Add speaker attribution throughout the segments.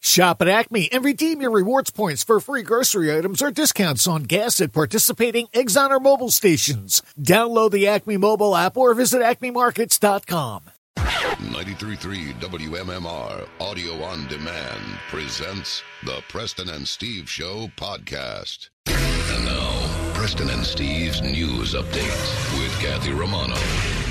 Speaker 1: Shop at Acme and redeem your rewards points for free grocery items or discounts on gas at participating Exxon or mobile stations. Download the Acme mobile app or visit acmemarkets.com.
Speaker 2: 933 WMMR Audio on Demand presents the Preston and Steve Show podcast. And now, Preston and Steve's news update with Kathy Romano.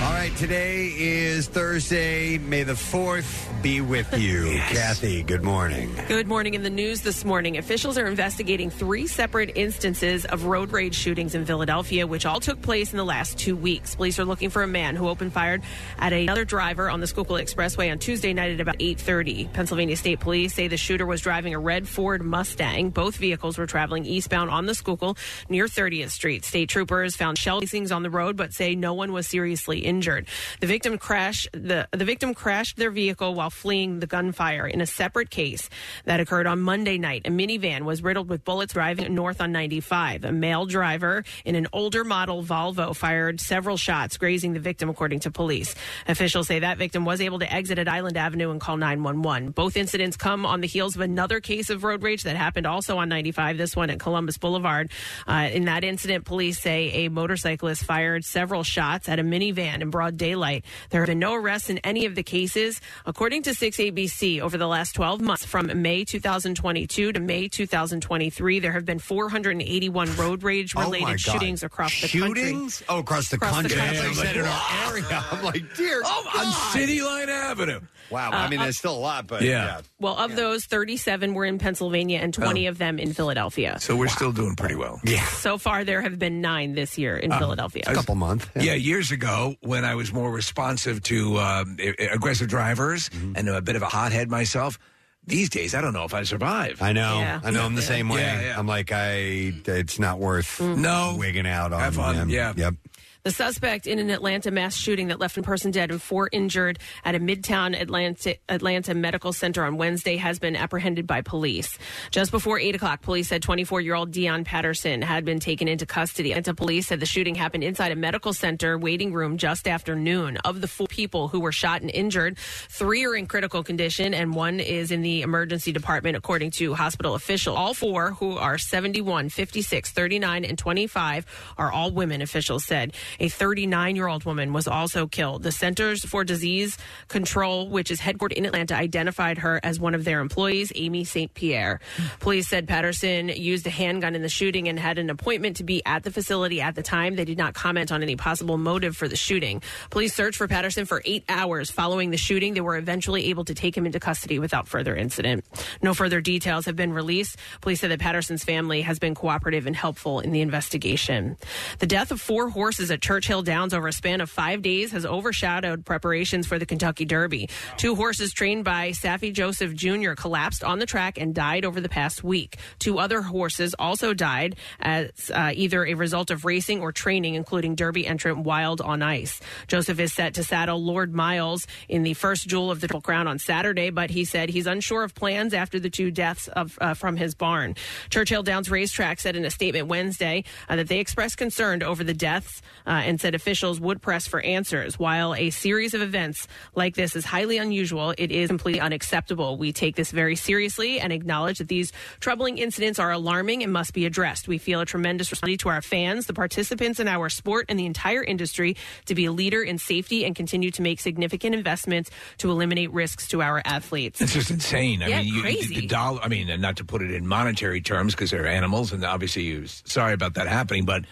Speaker 3: All right, today is Thursday. May the 4th be with you. Kathy, good morning.
Speaker 4: Good morning. In the news this morning, officials are investigating three separate instances of road rage shootings in Philadelphia, which all took place in the last two weeks. Police are looking for a man who opened fire at another driver on the Schuylkill Expressway on Tuesday night at about 8:30. Pennsylvania State Police say the shooter was driving a red Ford Mustang. Both vehicles were traveling eastbound on the Schuylkill near 30th Street. State troopers found shell casings on the road, but say no one was seriously injured. The victim crashed the the victim crashed their vehicle while fleeing the gunfire in a separate case that occurred on Monday night. A minivan was riddled with bullets driving north on 95. A male driver in an older model Volvo fired several shots, grazing the victim, according to police. Officials say that victim was able to exit at Island Avenue and call 911. Both incidents come on the heels of another case of road rage that happened also on 95. This one at Columbus Boulevard. Uh, in that incident, police say a motorcyclist fired several shots at a minivan in broad daylight. There have been no arrests in any of the cases, according to 6 ABC. Over the last 12 months, from May 2022 to May 2023, there have been 481 road rage
Speaker 3: Oh, my
Speaker 4: related
Speaker 3: God.
Speaker 4: shootings across the
Speaker 3: Shootings?
Speaker 4: country.
Speaker 3: Oh, across the
Speaker 4: Across the
Speaker 3: country.
Speaker 4: country.
Speaker 3: I thought you said in our area. I'm like, dear.
Speaker 5: Oh, on City Line Avenue.
Speaker 3: Wow.
Speaker 4: Uh,
Speaker 3: I mean,
Speaker 4: uh,
Speaker 3: there's still a lot, but
Speaker 5: Yeah.
Speaker 3: yeah. Oh.
Speaker 4: Well, of those, 37 were in Pennsylvania and 20 of them in Philadelphia.
Speaker 5: So we're still doing pretty well. Um,
Speaker 3: Yeah.
Speaker 4: So far, there have been nine this year in Philadelphia.
Speaker 3: Ah, A couple months.
Speaker 5: Yeah, years ago when I was more responsive to um, a- a- aggressive drivers
Speaker 3: Mm-hmm.
Speaker 5: and a bit of a hothead myself, these days I don't know if I survive.
Speaker 3: I know.
Speaker 4: Yeah.
Speaker 3: I know. I'm the same way.
Speaker 5: Yeah, yeah.
Speaker 3: I'm like, I. It's not worth
Speaker 4: Mm.
Speaker 5: No.
Speaker 3: wigging out on.
Speaker 5: Have fun.
Speaker 3: them.
Speaker 5: Yeah.
Speaker 3: Yep.
Speaker 4: The suspect in an Atlanta mass shooting that left one person dead and four injured at a Midtown Atlanta, Atlanta Medical Center on Wednesday has been apprehended by police. Just before 8 o'clock, police said 24 year old Dion Patterson had been taken into custody. Atlanta police said the shooting happened inside a medical center waiting room just after noon. Of the four people who were shot and injured, three are in critical condition and one is in the emergency department, according to hospital officials. All four, who are 71, 56, 39, and 25, are all women, officials said. A 39 year old woman was also killed. The Centers for Disease Control, which is headquartered in Atlanta, identified her as one of their employees, Amy St. Pierre. Police said Patterson used a handgun in the shooting and had an appointment to be at the facility at the time. They did not comment on any possible motive for the shooting. Police searched for Patterson for eight hours following the shooting. They were eventually able to take him into custody without further incident. No further details have been released. Police said that Patterson's family has been cooperative and helpful in the investigation. The death of four horses at Churchill Downs over a span of five days has overshadowed preparations for the Kentucky Derby. Two horses trained by Saffy Joseph Jr. collapsed on the track and died over the past week. Two other horses also died as uh, either a result of racing or training, including Derby entrant Wild on Ice. Joseph is set to saddle Lord Miles in the first jewel of the Triple Crown on Saturday, but he said he's unsure of plans after the two deaths of, uh, from his barn. Churchill Downs Racetrack said in a statement Wednesday uh, that they expressed concern over the deaths uh, and said officials would press for answers. While a series of events like this is highly unusual, it is completely unacceptable. We take this very seriously and acknowledge that these troubling incidents are alarming and must be addressed. We feel a tremendous responsibility to our fans, the participants in our sport, and the entire industry to be a leader in safety and continue to make significant investments to eliminate risks to our athletes.
Speaker 5: It's just insane. I
Speaker 4: Yeah,
Speaker 5: mean, you,
Speaker 4: crazy.
Speaker 5: the dollar. I mean, not to put it in monetary terms because they're animals, and obviously, you sorry about that happening. But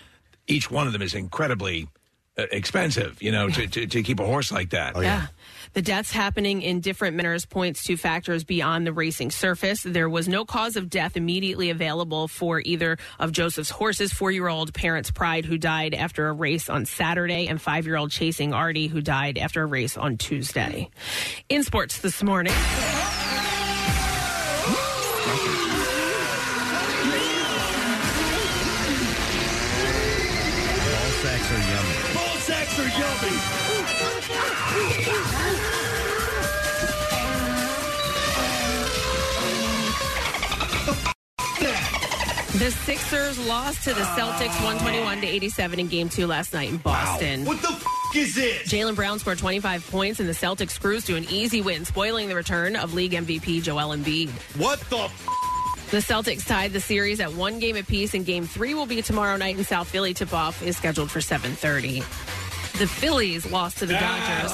Speaker 5: each one of them is incredibly uh, expensive. You know, to, to, to keep a horse like
Speaker 3: Oh,
Speaker 5: that.
Speaker 4: yeah. The deaths happening in different manners points to factors beyond the racing surface. There was no cause of death immediately available for either of Joseph's horses, four-year-old Parents Pride, who died after a race on Saturday, and five-year-old Chasing Artie, who died after a race on Tuesday. In sports this morning.
Speaker 3: All sacks are yummy.
Speaker 5: Ball sacks are yummy.
Speaker 4: The
Speaker 3: Oh,
Speaker 4: Sixers lost to the Celtics 121 to 87 in game two last night in Boston.
Speaker 6: What the f-
Speaker 3: fuck is this?
Speaker 4: Jalen Brown scored 25 points, and the Celtics cruised to an easy win, spoiling the return of league MVP Joel Embiid.
Speaker 3: What the?
Speaker 4: The Celtics tied the series at one game apiece, and Game Three will be tomorrow night in South Philly. Tip-off is scheduled for 7:30. The Phillies lost to the Dodgers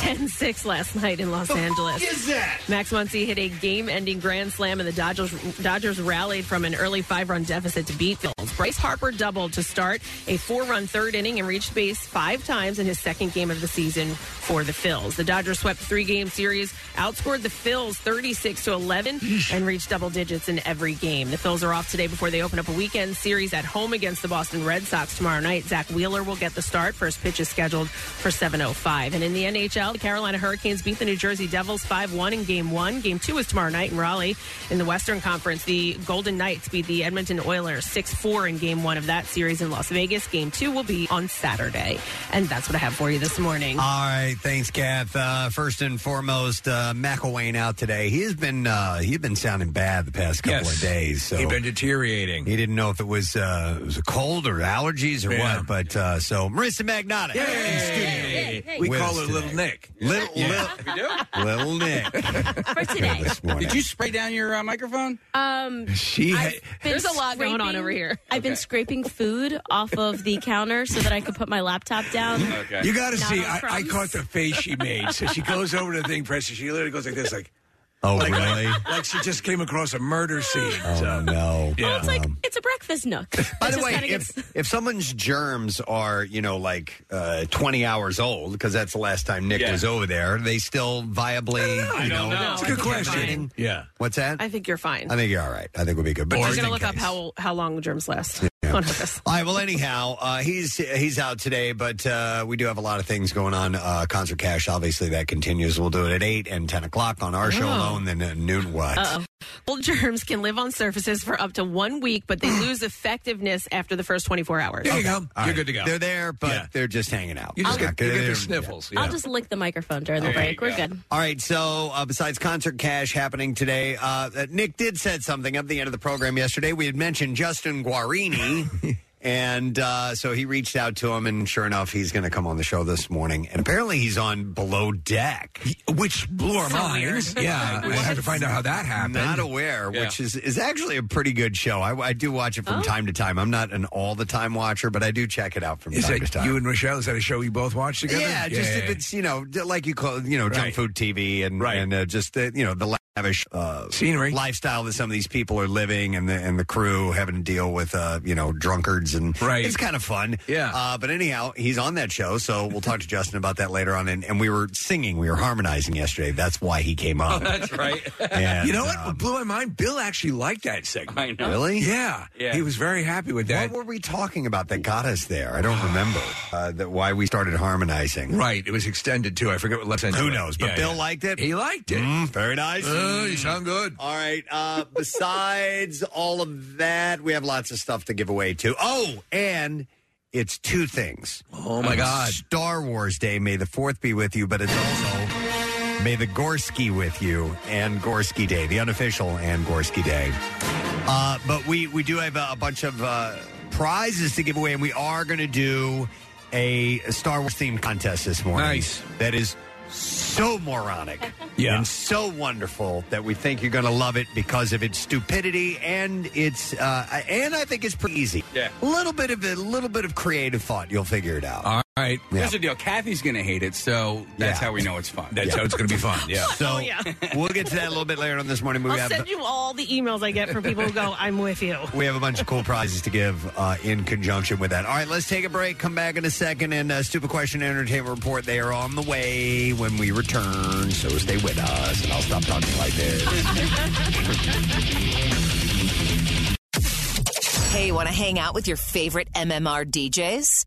Speaker 4: 10-6 last night in Los Angeles.
Speaker 3: oh. is that?
Speaker 4: Max Muncy hit a game-ending grand slam, and the Dodgers Dodgers rallied from an early five-run deficit to beat the Phillies. Bryce Harper doubled to start a four-run third inning and reached base five times in his second game of the season for the Phils. The Dodgers swept three-game series, outscored the Phils 36 to 11, and reached double digits in every game. The Phils are off today before they open up a weekend series at home against the Boston Red Sox tomorrow night. Zach Wheeler will get the start. First pitch is scheduled for 7:05. And in the NHL, the Carolina Hurricanes beat the New Jersey Devils 5-1 in Game One. Game Two is tomorrow night in Raleigh. In the Western Conference, the Golden Knights beat the Edmonton Oilers 6-4 in Game One of that series in Las Vegas. Game Two will be on Saturday. And that's what I have for you this morning.
Speaker 3: All right, thanks, Kath. Uh, first and foremost, uh, McElwain out today. He has been uh, he's been sounding bad the past couple
Speaker 5: Yes.
Speaker 3: of days. So
Speaker 5: He's been deteriorating.
Speaker 3: He didn't know if it was uh, it was a cold or allergies or
Speaker 5: Yeah.
Speaker 3: what. But uh, so Marissa Magnata in studio.
Speaker 5: We
Speaker 3: With
Speaker 5: call
Speaker 3: us
Speaker 5: her Little
Speaker 3: today.
Speaker 5: Nick.
Speaker 3: Little,
Speaker 5: You do?
Speaker 3: little, little Nick.
Speaker 6: for today.
Speaker 3: This morning.
Speaker 7: Did you spray down your uh, microphone?
Speaker 6: Um,
Speaker 5: She
Speaker 6: I've
Speaker 5: had,
Speaker 6: been
Speaker 4: There's a lot going on over here.
Speaker 6: I've been scraping food off of the counter so that I could put my laptop down.
Speaker 7: Okay.
Speaker 5: you got to
Speaker 6: Not
Speaker 5: see.
Speaker 6: on
Speaker 5: I, I
Speaker 6: crumbs.
Speaker 5: caught the face she made. So she goes over to the thing, presses. She literally goes like this, like
Speaker 3: Oh really?
Speaker 5: like she just came across a murder scene.
Speaker 3: Oh
Speaker 5: so.
Speaker 3: no.
Speaker 5: Yeah.
Speaker 6: It's like it's a breakfast nook.
Speaker 3: By
Speaker 6: It
Speaker 3: the
Speaker 6: just
Speaker 3: way,
Speaker 6: kinda
Speaker 3: if,
Speaker 6: gets-
Speaker 3: if someone's germs are, you know, like uh, 20 hours old, because that's the last time Nick
Speaker 7: Yeah.
Speaker 3: was over there, they still viably, you know,
Speaker 7: don't know.
Speaker 5: It's a good question.
Speaker 3: fine.
Speaker 5: Yeah.
Speaker 3: what's that?
Speaker 4: I think you're fine.
Speaker 3: I think you're all right. I think we'll be good. But
Speaker 4: I'm
Speaker 3: just
Speaker 4: going to
Speaker 3: in
Speaker 4: look up
Speaker 3: case.
Speaker 4: how how long germs last on purpose.
Speaker 3: All right. Well, anyhow, uh, he's he's out today, but uh, we do have a lot of things going on. Uh, concert cash, obviously, that continues. We'll do it at eight and ten o'clock on our show
Speaker 4: Oh.
Speaker 3: alone. Then at noon, what?
Speaker 4: Uh-oh. Well, germs can live on surfaces for up to one week, but they lose effectiveness after the first 24 hours.
Speaker 5: There you go.
Speaker 3: All
Speaker 5: You're
Speaker 3: right.
Speaker 5: good to go.
Speaker 3: They're there, but
Speaker 5: Yeah.
Speaker 3: they're just hanging out.
Speaker 5: You just
Speaker 3: They're
Speaker 5: get,
Speaker 3: not
Speaker 5: you
Speaker 3: good.
Speaker 5: get
Speaker 3: They're-
Speaker 5: the sniffles.
Speaker 6: I'll
Speaker 5: yeah.
Speaker 6: just lick the microphone during the
Speaker 7: There you
Speaker 6: break. We're
Speaker 7: go.
Speaker 6: good.
Speaker 3: All right, so uh, besides concert cash happening today, uh, uh, Nick did said something at the end of the program yesterday. We had mentioned Justin Guarini, and uh, so he reached out to him, and sure enough, he's going to come on the show this morning. And apparently, he's on Below Deck.
Speaker 5: Which blew our
Speaker 4: So
Speaker 5: mind.
Speaker 4: weird.
Speaker 5: Yeah. We'll have to find out how that
Speaker 3: I'm
Speaker 5: happened.
Speaker 3: not aware,
Speaker 7: Yeah.
Speaker 3: which is is actually a pretty good show. I, I do watch it from
Speaker 4: Oh.
Speaker 3: time to time. I'm not an all the time watcher, but I do check it out from
Speaker 5: Is
Speaker 3: time to
Speaker 5: that
Speaker 3: time.
Speaker 5: you and Rochelle? Is that a show you both watched together?
Speaker 3: Yeah, just if it's you know d- like you call you know junk
Speaker 5: Right.
Speaker 3: food TV and
Speaker 5: Right.
Speaker 3: and uh, just the, you know the lavish uh,
Speaker 5: Scenery.
Speaker 3: lifestyle that some of these people are living and the and the crew having to deal with uh, you know drunkards and
Speaker 5: Right.
Speaker 3: it's kind of fun.
Speaker 5: Yeah.
Speaker 3: Uh, but anyhow, he's on that show, so we'll talk to Justin about that later on. And, and we were singing, we were harmonizing yesterday. That's why he came
Speaker 5: Oh,
Speaker 3: on.
Speaker 7: That's right.
Speaker 3: And,
Speaker 5: You know what
Speaker 3: um,
Speaker 5: blew my mind? Bill actually liked that segment.
Speaker 7: I know.
Speaker 3: really?
Speaker 5: Yeah.
Speaker 7: Yeah.
Speaker 5: He was very happy with that.
Speaker 3: What were we talking about that got us there? I don't remember uh, that why we started harmonizing.
Speaker 5: Right. It was extended too. I forget what left.
Speaker 3: Who knows? But Bill liked it.
Speaker 5: He liked it.
Speaker 3: Mm, very nice.
Speaker 5: Oh, you sound good.
Speaker 3: All right. Uh, besides all of that, we have lots of stuff to give away too. Oh, and it's two things.
Speaker 5: Oh my God.
Speaker 3: Star Wars Day. May the Fourth be with you, but it's also May the Gorski with you and Gorski Day, the unofficial and Gorski Day. Uh, but we we do have a, a bunch of uh, prizes to give away, and we are going to do a, a Star Wars themed contest this morning.
Speaker 5: Nice.
Speaker 3: That is so moronic
Speaker 5: Yeah.
Speaker 3: and so wonderful that we think you're going to love it because of its stupidity and its uh, and I think it's pretty easy.
Speaker 7: Yeah.
Speaker 3: a little bit of a little bit of creative thought, you'll figure it out.
Speaker 5: All right.
Speaker 3: Yeah.
Speaker 7: Here's the deal. Kathy's gonna hate it, so that's
Speaker 3: Yeah.
Speaker 7: how we know it's fun.
Speaker 5: That's how it's going to be fun. Yeah.
Speaker 3: So
Speaker 4: Oh, yeah.
Speaker 3: we'll get to that a little bit later on this morning. but We
Speaker 4: I'll
Speaker 3: have
Speaker 4: send you all the emails I get from people who go, I'm with you.
Speaker 3: we have a bunch of cool prizes to give uh, in conjunction with that. All right, let's take a break. Come back in a second, and uh, stupid question and entertainment report. They are on the way when we return, so stay with us, and I'll stop talking like this.
Speaker 8: Hey, want to hang out with your favorite MMR DJs?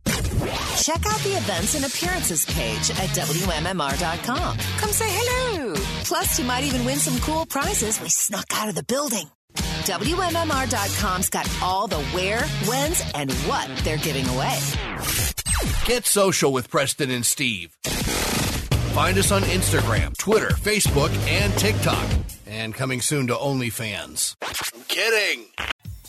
Speaker 8: Check out the events and appearances page at WMMR.com. Come say hello. Plus, you might even win some cool prizes we snuck out of the building. WMMR.com's got all the where, whens, and what they're giving away.
Speaker 9: Get social with Preston and Steve. Find us on Instagram, Twitter, Facebook, and TikTok. And coming soon to OnlyFans. I'm kidding.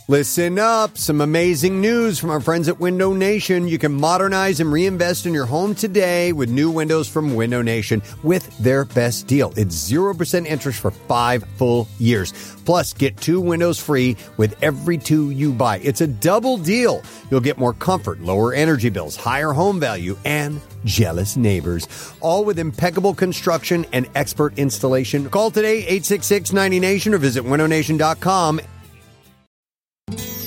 Speaker 10: Listen up. Some amazing news from our friends at Window Nation. You can modernize and reinvest in your home today with new windows from Window Nation with their best deal. It's 0% interest for five full years. Plus, get two windows free with every two you buy. It's a double deal. You'll get more comfort, lower energy bills, higher home value, and jealous neighbors. All with impeccable construction and expert installation. Call today 866 90 Nation or visit windownation.com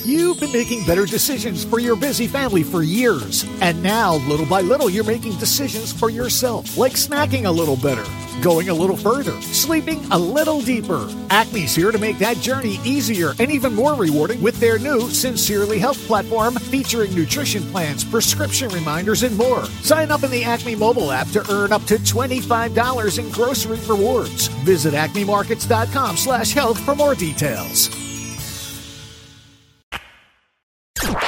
Speaker 1: You've been making better decisions for your busy family for years, and now, little by little, you're making decisions for yourself, like snacking a little better, going a little further, sleeping a little deeper. Acme's here to make that journey easier and even more rewarding with their new Sincerely Health platform featuring nutrition plans, prescription reminders, and more. Sign up in the Acme mobile app to earn up to $25 in grocery rewards. Visit acmemarkets.com slash health for more details.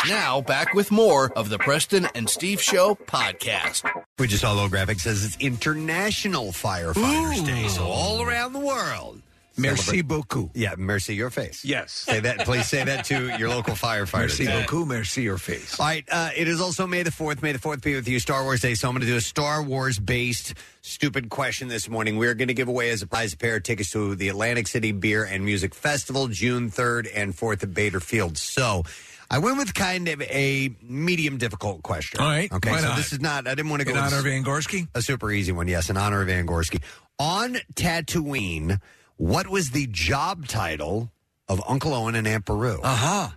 Speaker 9: Now, back with more of the Preston and Steve Show podcast.
Speaker 3: We just saw a little graphic says it's International Firefighters Day, so all around the world.
Speaker 5: Merci
Speaker 3: beaucoup. Yeah, merci your face.
Speaker 5: Yes.
Speaker 3: Say that, please say that to your local firefighter.
Speaker 5: Merci
Speaker 3: today.
Speaker 5: beaucoup, merci your face.
Speaker 3: All right, uh, it is also May the 4th. May the 4th be with you, Star Wars Day. So I'm going to do a Star Wars based stupid question this morning. We're going to give away as a prize a pair of tickets to the Atlantic City Beer and Music Festival, June 3rd and 4th at Bader Field. So I went with kind of a medium difficult question.
Speaker 5: All right,
Speaker 3: Okay,
Speaker 5: why
Speaker 3: so
Speaker 5: not?
Speaker 3: this is not, I didn't want to go
Speaker 5: In
Speaker 3: with
Speaker 5: honor
Speaker 3: s-
Speaker 5: of Van Gorski?
Speaker 3: A super easy one, yes, in honor of Angorsky. On Tatooine, what was the job title of Uncle Owen and Aunt Beru? Uh
Speaker 5: Uh-huh.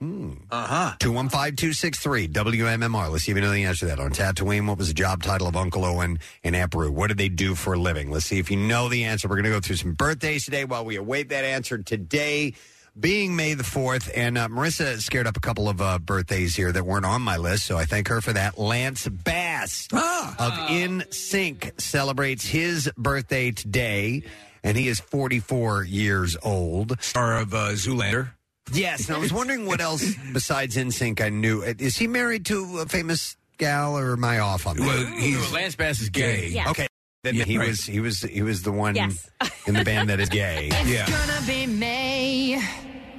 Speaker 3: huh. Uh huh. 215 263 WMMR. Let's see if you know the answer to that. On Tatooine, what was the job title of Uncle Owen and Aunt Beru? What did they do for a living? Let's see if you know the answer. We're going to go through some birthdays today while we await that answer today. Being May the 4th, and uh, Marissa scared up a couple of uh, birthdays here that weren't on my list, so I thank her for that. Lance Bass
Speaker 5: Ah,
Speaker 3: of In Sync celebrates his birthday today, and he is 44 years old.
Speaker 5: Star of uh, Zoolander.
Speaker 3: Yes, and I was wondering what else besides NSYNC I knew. Uh, Is he married to a famous gal, or am I off on that?
Speaker 5: Well, he's-
Speaker 3: Lance Bass is
Speaker 5: gay. Yeah.
Speaker 3: Okay, then
Speaker 5: Yeah,
Speaker 3: he
Speaker 5: right.
Speaker 3: was he was he was the one
Speaker 7: Yes.
Speaker 3: in the band that is gay.
Speaker 7: gonna be May.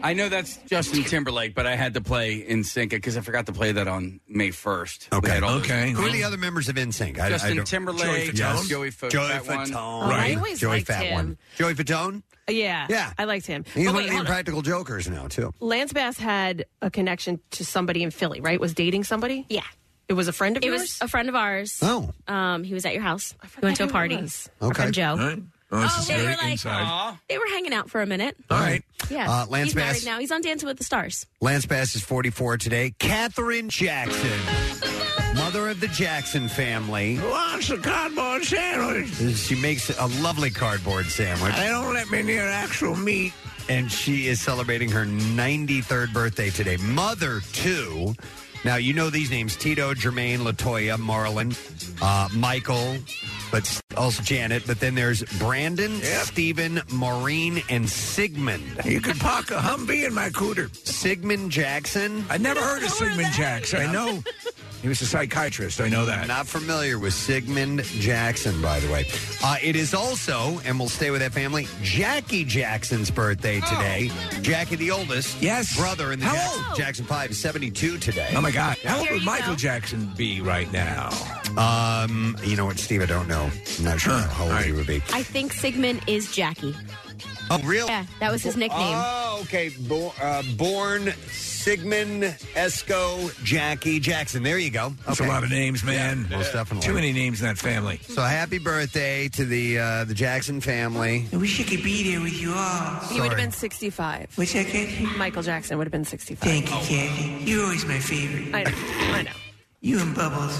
Speaker 7: I know that's Justin Timberlake, but I had to play in sync because I forgot to play that on May first.
Speaker 3: Okay.
Speaker 7: okay.
Speaker 3: Who are the other members of NSYNC? I- I
Speaker 7: Justin
Speaker 3: don't-
Speaker 7: Timberlake,
Speaker 3: Yes.
Speaker 7: Joey Fatone.
Speaker 3: Joey
Speaker 7: Fat One.
Speaker 3: Fatone.
Speaker 4: Oh, I always
Speaker 3: Joey
Speaker 4: liked
Speaker 3: Fat
Speaker 4: him.
Speaker 3: One. Joey Fatone.
Speaker 4: Yeah.
Speaker 3: Yeah.
Speaker 4: I liked him.
Speaker 3: He's
Speaker 4: But
Speaker 3: one
Speaker 4: wait,
Speaker 3: of the
Speaker 4: hold on.
Speaker 3: Impractical Jokers now too.
Speaker 4: Lance Bass had a connection to somebody in Philly, right? Was dating somebody? Yeah. It was a friend of
Speaker 6: It
Speaker 4: yours?
Speaker 6: was a friend of ours.
Speaker 3: Oh.
Speaker 6: Um, he was at your house. We went to a
Speaker 4: who it
Speaker 6: party.
Speaker 4: was.
Speaker 6: Our friend Joe.
Speaker 5: Oh, this is
Speaker 6: they were
Speaker 5: very
Speaker 6: like,
Speaker 5: inside.
Speaker 6: "Aw." they were hanging out for a minute.
Speaker 3: All right.
Speaker 6: Yeah.
Speaker 3: Uh, Lance
Speaker 6: He's
Speaker 3: Bass-
Speaker 6: married now. He's on Dancing with the Stars.
Speaker 3: Lance Bass is 44 today. Catherine Jackson, mother of the Jackson family.
Speaker 5: Wants a cardboard sandwich.
Speaker 3: She makes a lovely cardboard sandwich.
Speaker 5: They don't let me near actual meat.
Speaker 3: And she is celebrating her 93rd birthday today. Mother two. Now, you know these names Tito, Jermaine, Latoya, Marlon, uh, Michael, but s- also Janet. But then there's Brandon, Stephen, Maureen, and Sigmund.
Speaker 5: You could park a Humvee in my cooter.
Speaker 3: Sigmund Jackson.
Speaker 5: I never heard of Sigmund Jackson. I know he was a psychiatrist. I know that.
Speaker 3: Not familiar with Sigmund Jackson, by the way. Uh, it is also, and we'll stay with that family, Jackie Jackson's birthday today. Jackie, the oldest, yes, brother in the
Speaker 5: Oh. How
Speaker 3: Jackson,
Speaker 5: old?
Speaker 3: Jackson Five, is seventy-two today.
Speaker 5: Oh my God! How old
Speaker 3: Yeah.
Speaker 5: would Michael Jackson be right now?
Speaker 3: Um, you know what, Steve? I don't know. I'm not sure how old he would be.
Speaker 6: I think Sigmund is Jackie.
Speaker 3: Oh, real?
Speaker 6: Yeah, that was his nickname.
Speaker 3: Oh, okay. Bo- uh, born Sigmund Esco Jackie Jackson. There you go.
Speaker 5: That's
Speaker 3: Okay.
Speaker 5: a lot of names, man.
Speaker 3: Most definitely.
Speaker 5: Too many names in that family.
Speaker 3: So happy birthday to the uh, the Jackson family.
Speaker 5: I wish I could be there with you all.
Speaker 4: He would have been 65.
Speaker 5: Which I get?
Speaker 4: Michael Jackson would have been 65.
Speaker 5: Thank you, Jackie. You're always my favorite.
Speaker 4: I know. I know.
Speaker 5: You and Bubbles.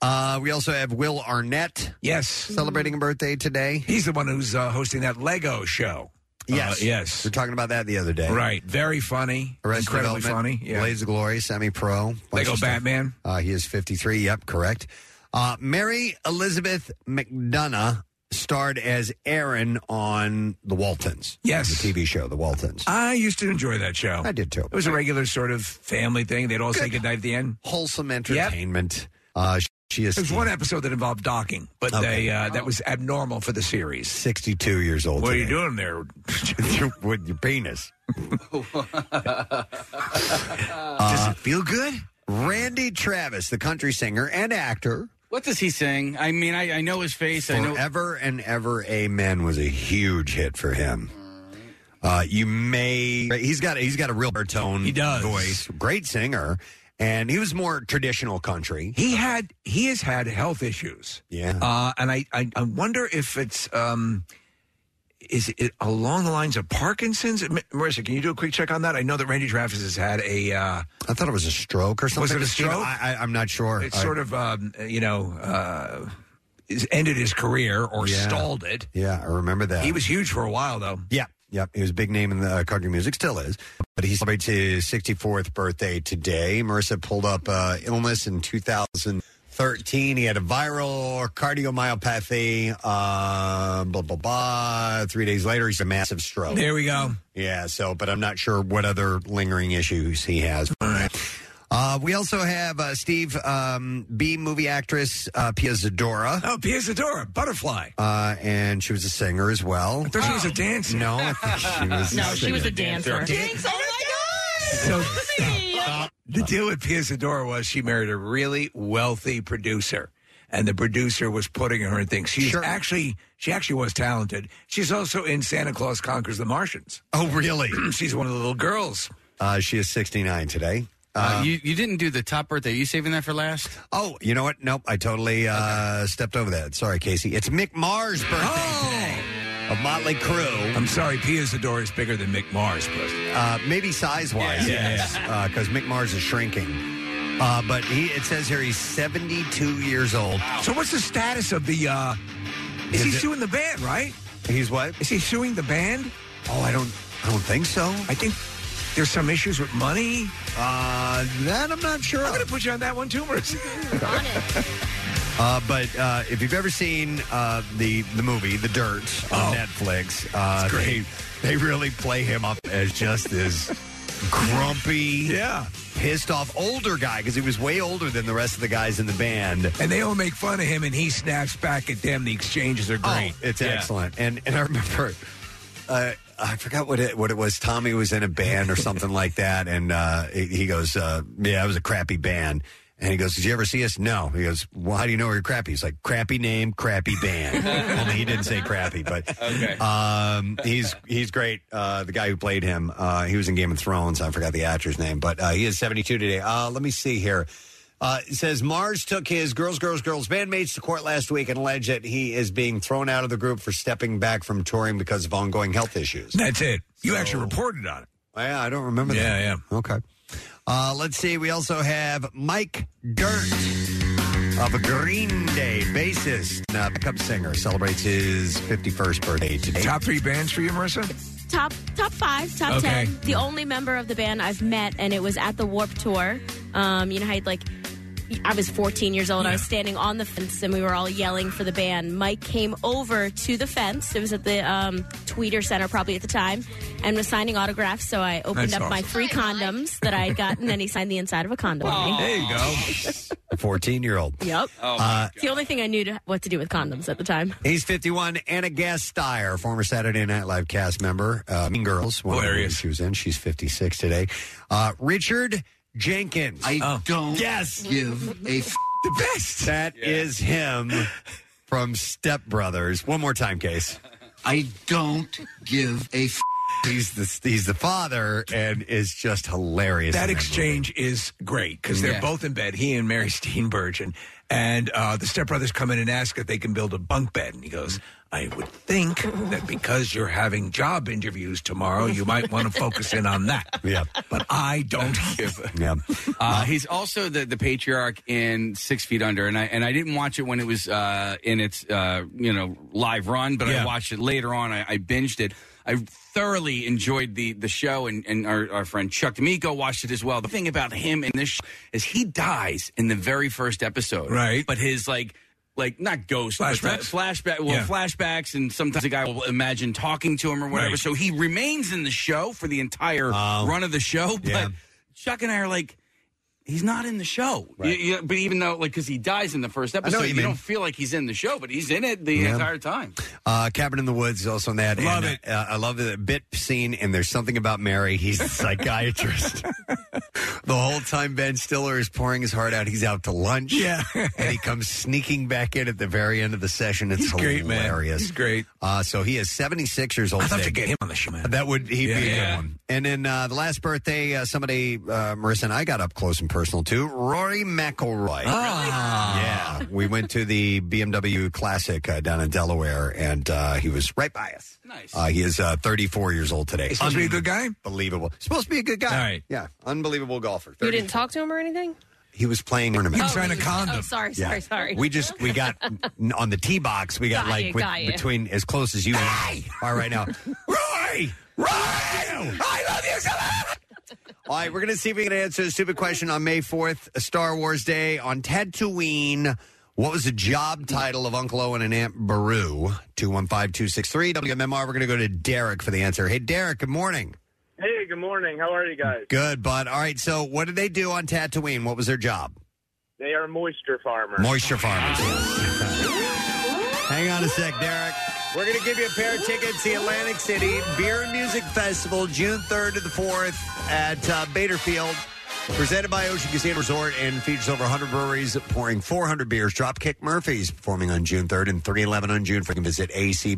Speaker 3: Uh, we also have Will Arnett.
Speaker 5: Yes.
Speaker 3: Celebrating a birthday today.
Speaker 5: He's the one who's uh, hosting that Lego show.
Speaker 3: Yes.
Speaker 5: Uh, yes.
Speaker 3: We were talking about that the other day.
Speaker 5: Right. Very funny.
Speaker 3: Arrested
Speaker 5: Incredibly
Speaker 3: Development,
Speaker 5: funny. Yeah.
Speaker 3: Blades of Glory, Semi Pro.
Speaker 5: Lego Batman.
Speaker 3: Uh, he is 53. Yep, correct. Uh, Mary Elizabeth McDonough starred as Erin on The Waltons.
Speaker 5: Yes.
Speaker 3: The TV show, The Waltons.
Speaker 5: I used to enjoy that show.
Speaker 3: I did too.
Speaker 5: It was a regular sort of family thing. They'd all say goodnight at the end.
Speaker 3: Wholesome entertainment. Uh, sh-
Speaker 10: She is
Speaker 5: There's one episode that involved docking, but
Speaker 3: Okay.
Speaker 5: they uh, that was abnormal for the series.
Speaker 3: 62 years old.
Speaker 5: What are you
Speaker 3: today.
Speaker 5: doing there?
Speaker 3: Your- with your penis. Does it feel good? Randy Travis, the country singer and actor.
Speaker 7: What does he sing? I mean, I, I know his face. I know
Speaker 3: Forever and Ever Amen was a huge hit for him. Uh, you may he's got he's got a real baritone he does. voice, great singer, and he was more traditional country.
Speaker 5: He had he has had health issues.
Speaker 3: Yeah.
Speaker 5: Uh, and I, I I wonder if it's um is it along the lines of Parkinson's? Ma- Marissa, can you do a quick check on that? I know that Randy Travis has had a uh,
Speaker 3: I thought it was a stroke or
Speaker 5: Was it
Speaker 3: something.
Speaker 5: a
Speaker 3: Steve.
Speaker 5: stroke?
Speaker 3: I, I, I'm not sure.
Speaker 5: it's
Speaker 3: I-
Speaker 5: sort of um, you know uh, is- ended his career or
Speaker 3: Yeah.
Speaker 5: stalled it.
Speaker 3: Yeah, I remember that.
Speaker 5: He was huge for a while though.
Speaker 3: Yeah, yep. He was a big name in the uh, country music, still is. But he celebrates his 64th birthday today. Marissa pulled up uh, illness in 2013. He had a viral cardiomyopathy. Uh, blah blah blah. Three days later, he's a massive stroke.
Speaker 5: There we go.
Speaker 3: Yeah. So, but I'm not sure what other lingering issues he has. Uh, we also have uh, Steve um, B movie actress uh, Pia Zadora.
Speaker 5: Oh, Pia Zadora, Butterfly.
Speaker 3: Uh, and she was a singer as well. I
Speaker 5: thought she was a dancer.
Speaker 3: No, I think Oh, she was.
Speaker 5: No, she was a dancer. Jinx, So the deal with Pia Zadora was she married a really wealthy producer, and the producer was putting her in things. She's actually she actually was talented. She's also in Santa Claus Conquers the Martians.
Speaker 3: Oh, really?
Speaker 5: She's one of the little girls.
Speaker 3: Uh, she is 69 today.
Speaker 7: Uh, you, you didn't do the top birthday. you saving that for last?
Speaker 3: Oh, you know what? Nope, I totally uh, stepped over that. Sorry, Casey. It's Mick Mars' birthday today of Motley Crue.
Speaker 5: Oh! I'm sorry, Pia Zadora is bigger than Mick Mars, but
Speaker 3: Uh, maybe size wise,
Speaker 5: Yeah.
Speaker 3: yes, because Mick Mars is shrinking. Uh, but he, it says here he's 72 years old.
Speaker 5: So what's the status of the? Uh, is he suing the band? Right?
Speaker 3: He's what?
Speaker 5: Is he suing the band?
Speaker 3: Oh, I don't, I don't think so.
Speaker 5: I think there's some issues with money.
Speaker 3: Uh, that I'm not sure. I'm
Speaker 5: going to put you on that one too, Marissa.
Speaker 3: Uh, but uh, if you've ever seen uh, the the movie The Dirt on Netflix, uh,
Speaker 5: Oh. great.
Speaker 3: They, they really play him up as just this grumpy,
Speaker 5: yeah,
Speaker 3: pissed off older guy because he was way older than the rest of the guys in the band.
Speaker 5: And they all make fun of him, and he snaps back at them. The exchanges are great.
Speaker 3: Oh, it's
Speaker 5: Yeah.
Speaker 3: excellent. And and I remember, uh, I forgot what it what it was. Tommy was in a band or something like that, and uh, he he goes, uh, "Yeah, it was a crappy band." And he goes, "Did you ever see us?" No. He goes, "Well, how do you know we're crappy?" He's like, "Crappy name, crappy band." Only he didn't say crappy, but um, he's he's great. Uh, the guy who played him, uh, he was in Game of Thrones. I forgot the actor's name, but uh, he is 72 today. Uh, let me see here. Uh, it says Mars took his girls, girls, girls bandmates to court last week and alleged that he is being thrown out of the group for stepping back from touring because of ongoing health issues.
Speaker 5: That's it. You actually reported on it.
Speaker 3: Yeah, I don't remember that.
Speaker 5: Yeah,
Speaker 3: yeah. Okay. Uh, let's see. We also have Mike Dirt of a Green Day bassist, and uh, backup singer, celebrates his 51st birthday today.
Speaker 5: Top three bands for you, Marissa?
Speaker 6: top top five, top
Speaker 3: Okay.
Speaker 6: ten. The only member of the band I've met, and it was at the Warp Tour. Um, you know how you'd like. I was 14 years old. I was standing on the fence, and we were all yelling for the band. Mike came over to the fence. It was at the um, Tweeter Center, probably at the time, and was signing autographs. So I opened
Speaker 3: That's
Speaker 6: up my
Speaker 3: awesome.
Speaker 6: free condoms that I had gotten, and he signed the inside of a condom. for me.
Speaker 5: There you go.
Speaker 3: A 14 year old.
Speaker 6: Yep.
Speaker 3: Oh, my Uh,
Speaker 6: it's the only thing I knew to, what to do with condoms at the time.
Speaker 3: He's 51. Anna Gasteyer, former Saturday Night Live cast member, uh, Mean Girls, one of the movies she was in. She's 56 today. Uh, Richard Jenkins. I
Speaker 9: don't
Speaker 3: yes.
Speaker 9: give a f-
Speaker 5: the best.
Speaker 3: Oh. That is him from Step Brothers. One more time, Case.
Speaker 9: I don't give a f-
Speaker 3: He's the, he's the father and is just hilarious.
Speaker 5: That
Speaker 3: in movie.
Speaker 5: exchange is great because they're
Speaker 3: Yeah.
Speaker 5: both in bed, he and Mary Steenburgen. And uh, the stepbrothers come in and ask if they can build a bunk bed. And he goes, I would think that because you're having job interviews tomorrow, you might want to focus in on that.
Speaker 3: Yeah.
Speaker 5: But I don't give a.
Speaker 3: Yeah.
Speaker 7: Uh, he's also the, the patriarch in Six Feet Under, and I and I didn't watch it when it was uh, in its uh, you know live run, but
Speaker 5: Yeah.
Speaker 7: I watched it later on. I, I binged it. I thoroughly enjoyed the the show, and, and our, our friend Chuck D'Amico watched it as well. The thing about him in this sh- is he dies in the very first episode,
Speaker 5: Right.
Speaker 7: But his like. Like not ghost but the flashback. Well,
Speaker 5: Yeah.
Speaker 7: flashbacks, and sometimes the guy will imagine talking to him or whatever.
Speaker 5: Right.
Speaker 7: So he remains in the show for the entire
Speaker 3: Um,
Speaker 5: Oh.
Speaker 7: run of the show. But
Speaker 5: Yeah.
Speaker 7: Chuck and I are like, he's not in the show. You- you- but even though, like, because he dies in the first
Speaker 3: know what
Speaker 7: episode,
Speaker 3: you
Speaker 7: you,
Speaker 3: mean.
Speaker 7: don't feel like he's in the show, but he's in it the
Speaker 3: Yeah.
Speaker 7: entire time.
Speaker 3: Uh, Cabin in the Woods is also in that.
Speaker 7: Love
Speaker 3: and, it. Uh, I love the bit scene, and there's something about Mary. He's a psychiatrist. the whole time Ben Stiller is pouring his heart out, he's out to lunch.
Speaker 5: Yeah.
Speaker 3: and he comes sneaking back in at the very end of the session. It's
Speaker 5: He's
Speaker 3: hilarious.
Speaker 5: great, man. He's great.
Speaker 3: Uh, so he is 76 years old.
Speaker 5: I'd love
Speaker 3: today.
Speaker 5: to get him on the show, man.
Speaker 3: That would he'd
Speaker 5: Yeah.
Speaker 3: be a
Speaker 5: Yeah.
Speaker 3: good one. And then uh, the last birthday, uh, somebody uh, Marissa and I got up close and personal too. Rory McIlroy.
Speaker 11: Ah.
Speaker 3: yeah. We went to the BMW Classic uh, down in Delaware, and uh, he was right by us. Nice. Uh, he is uh, 34 years old today.
Speaker 5: He's supposed to be a good guy.
Speaker 3: Unbelievable. Supposed to be a good guy.
Speaker 5: All right.
Speaker 3: Yeah. Unbelievable golfer.
Speaker 4: You didn't talk to him or anything?
Speaker 3: He was playing tournament.
Speaker 4: Oh, he was- Oh, sorry, sorry,
Speaker 3: Yeah.
Speaker 4: sorry.
Speaker 3: We just we got n- on the tee box. We got
Speaker 4: Got
Speaker 3: like
Speaker 4: you,
Speaker 3: with-
Speaker 4: got you.
Speaker 3: between as close as you and I are right now. Roy, Roy, I love you so much. All right, we're gonna see if we can answer the stupid question on May fourth, Star Wars Day on Tatooine. What was the job title of Uncle Owen and Aunt Baru? Two one five two six three WMMR. We're gonna go to Derek for the answer. Hey, Derek. Good morning.
Speaker 12: Hey, good morning. How are you guys?
Speaker 3: Good, bud. All right. So, what did they do on Tatooine? What was their job?
Speaker 12: They are moisture farmers.
Speaker 3: Moisture farmers. Hang on a sec, Derek. We're going to give you a pair of tickets to the Atlantic City Beer and Music Festival, June 3rd to the 4th at uh, Baderfield. Presented by Ocean Casino Resort and features over 100 breweries pouring 400 beers. Dropkick Murphys performing on June 3rd and 311 on June 4th. You can visit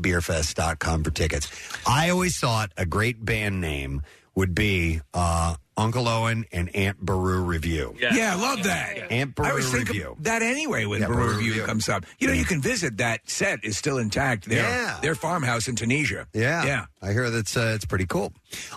Speaker 3: acbeerfest.com for tickets. I always thought a great band name would be uh, Uncle Owen and Aunt Baru Review.
Speaker 5: Yeah, I love that.
Speaker 3: Amp Brew
Speaker 5: I always think of
Speaker 3: Review.
Speaker 5: that anyway when
Speaker 3: Yeah,
Speaker 5: Brew
Speaker 3: Brew
Speaker 5: Review,
Speaker 3: Review.
Speaker 5: comes up. You know, you can visit that set is still intact. Their,
Speaker 3: Yeah.
Speaker 5: Their farmhouse in Tunisia.
Speaker 3: Yeah,
Speaker 5: Yeah.
Speaker 3: I hear that's uh, it's pretty cool.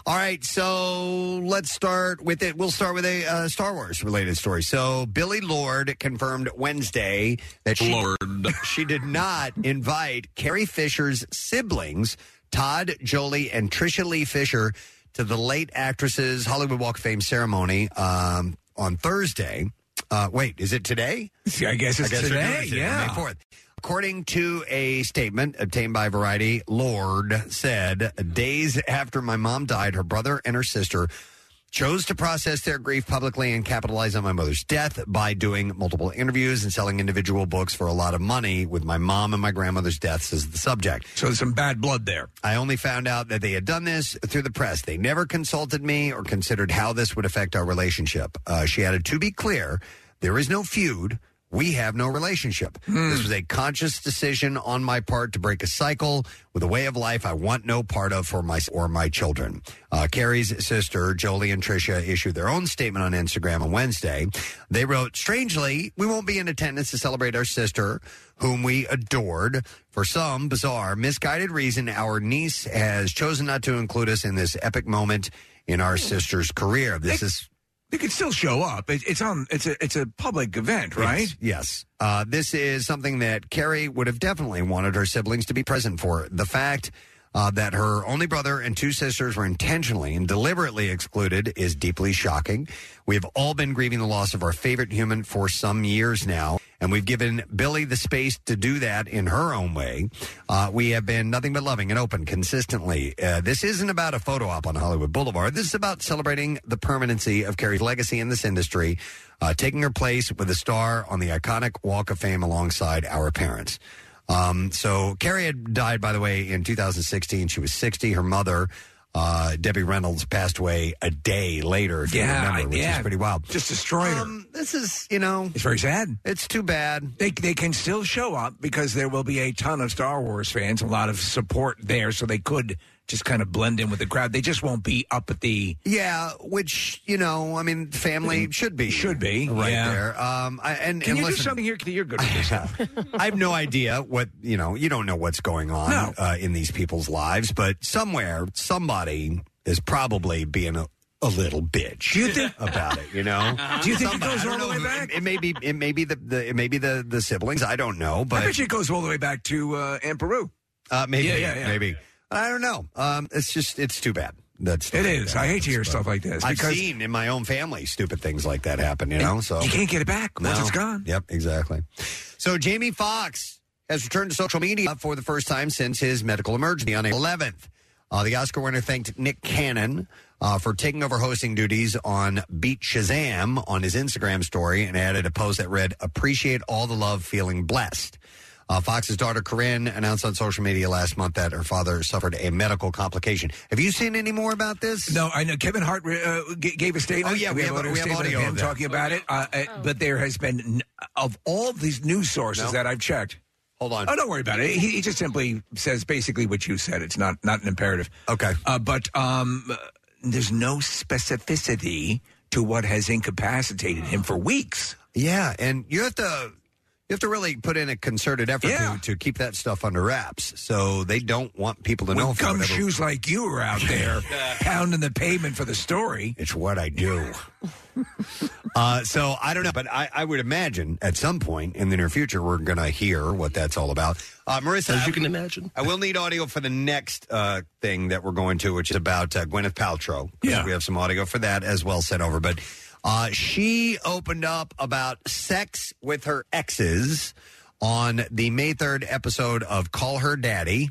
Speaker 3: All right, so let's start with it. We'll start with a uh, Star Wars related story. So Billy Lord confirmed Wednesday that she she did not invite Carrie Fisher's siblings, Todd Jolie and Tricia Lee Fisher, to the late actress's Hollywood Walk of Fame ceremony um, on Thursday. Uh, wait, is it today?
Speaker 5: I guess it's
Speaker 3: they're
Speaker 5: today,
Speaker 3: doing it
Speaker 5: yeah.
Speaker 3: May fourth. According to a statement obtained by Variety, Lord said, Days after my mom died, her brother and her sister chose to process their grief publicly and capitalize on my mother's death by doing multiple interviews and selling individual books for a lot of money with my mom and my grandmother's deaths as the subject.
Speaker 5: So there's some bad blood there.
Speaker 3: I only found out that they had done this through the press. They never consulted me or considered how this would affect our relationship. Uh, she added, To be clear, there is no feud. We have no relationship.
Speaker 5: Hmm.
Speaker 3: This was a conscious decision on my part to break a cycle with a way of life I want no part of for my or my children. Uh, Carrie's sister, Jolie and Tricia, issued their own statement on Instagram on Wednesday. They wrote, Strangely, we won't be in attendance to celebrate our sister, whom we adored. For some bizarre, misguided reason, our niece has chosen not to include us in this epic moment in our sister's career. This is
Speaker 5: They could still show up. It, it's on. It's a. It's a public event, right?
Speaker 3: Yes. yes. Uh, this is something that Carrie would have definitely wanted her siblings to be present for. The fact uh, that her only brother and two sisters were intentionally and deliberately excluded is deeply shocking. We have all been grieving the loss of our favorite human for some years now, and we've given Billy the space to do that in her own way. Uh, we have been nothing but loving and open consistently. Uh, this isn't about a photo op on Hollywood Boulevard. This is about celebrating the permanency of Carrie's legacy in this industry, uh, taking her place with a star on the iconic Walk of Fame alongside our parents. Um, so Carrie had died, by the way, in 2016. She was 60. Her mother, uh, Debbie Reynolds, passed away a day later. If
Speaker 5: Yeah,
Speaker 3: you remember, which
Speaker 5: yeah.
Speaker 3: is pretty wild.
Speaker 5: Just destroyed her.
Speaker 3: Um, this is, you know,
Speaker 5: it's very sad.
Speaker 3: It's too bad.
Speaker 5: They they can still show up because there will be a ton of Star Wars fans, a lot of support there, so they could just kind of blend in with the crowd. They just won't be up at the. Mm,
Speaker 3: Yeah, which you know, I mean, family should be should
Speaker 5: be
Speaker 3: right
Speaker 5: yeah.
Speaker 3: there. Um, I, and
Speaker 5: Can
Speaker 3: and
Speaker 5: you do
Speaker 3: listen,
Speaker 5: something here? You're good at this.
Speaker 3: I have no idea what you know. You don't know what's going on uh, in these people's lives, but somewhere, somebody is probably being a, a little bitch
Speaker 5: Do you think-
Speaker 3: about it. You know?
Speaker 5: Do you think it
Speaker 3: Somebody-
Speaker 5: goes
Speaker 3: I
Speaker 5: all
Speaker 3: don't
Speaker 5: the way
Speaker 3: know.
Speaker 5: back?
Speaker 3: It, it may be. It may be the, the. It may be the the siblings. I don't know, but
Speaker 5: I bet you it goes all the way back to uh, Aunt Peru.
Speaker 3: uh, maybe.
Speaker 5: Yeah, yeah, yeah.
Speaker 3: Maybe. I don't know. Um, it's just. It's too bad. That's
Speaker 5: It is. I hate to hear stuff like this.
Speaker 3: I've
Speaker 5: because
Speaker 3: seen in my own family stupid things like that happen. You know, so
Speaker 5: You can't get it back once
Speaker 3: No.
Speaker 5: it's gone.
Speaker 3: Yep, exactly. So Jamie Foxx has returned to social media for the first time since his medical emergency on April 11th. Uh, the Oscar winner thanked Nick Cannon uh, for taking over hosting duties on Beat Shazam on his Instagram story and added a post that read, Appreciate all the love, feeling blessed. Uh, Fox's daughter Corinne announced on social media last month that her father suffered a medical complication. Have you seen any more about this?
Speaker 5: No, I know Kevin Hart uh, g- gave a statement.
Speaker 3: Oh, yeah, we have-
Speaker 5: a
Speaker 3: we have
Speaker 5: statement
Speaker 3: audio
Speaker 5: of
Speaker 3: of
Speaker 5: him
Speaker 3: that.
Speaker 5: talking about it. Uh, uh, But there has been n- of all these news sources
Speaker 3: No.
Speaker 5: that I've checked.
Speaker 3: Hold on.
Speaker 5: Oh, don't worry about it. He, he just simply says basically what you said. It's not not an imperative.
Speaker 3: Okay.
Speaker 5: Uh, but um, uh, there's no specificity to what has incapacitated him for weeks.
Speaker 3: Yeah, and you have to you have to really put in a concerted effort to, to keep that stuff under wraps. So they don't want people to know.
Speaker 5: When
Speaker 3: for whatever-
Speaker 5: gumshoes like you are out there pounding the pavement for the story.
Speaker 3: It's what I do. Uh, so I don't know, but I, I would imagine at some point in the near future we're going to hear what that's all about. Uh, Marissa, as you can imagine, I will need audio for the next uh, thing that we're going to, which is about uh, Gwyneth Paltrow. Yeah, we have some audio for that as well sent over. But uh, she opened up about sex with her exes on the May third episode of Call Her Daddy.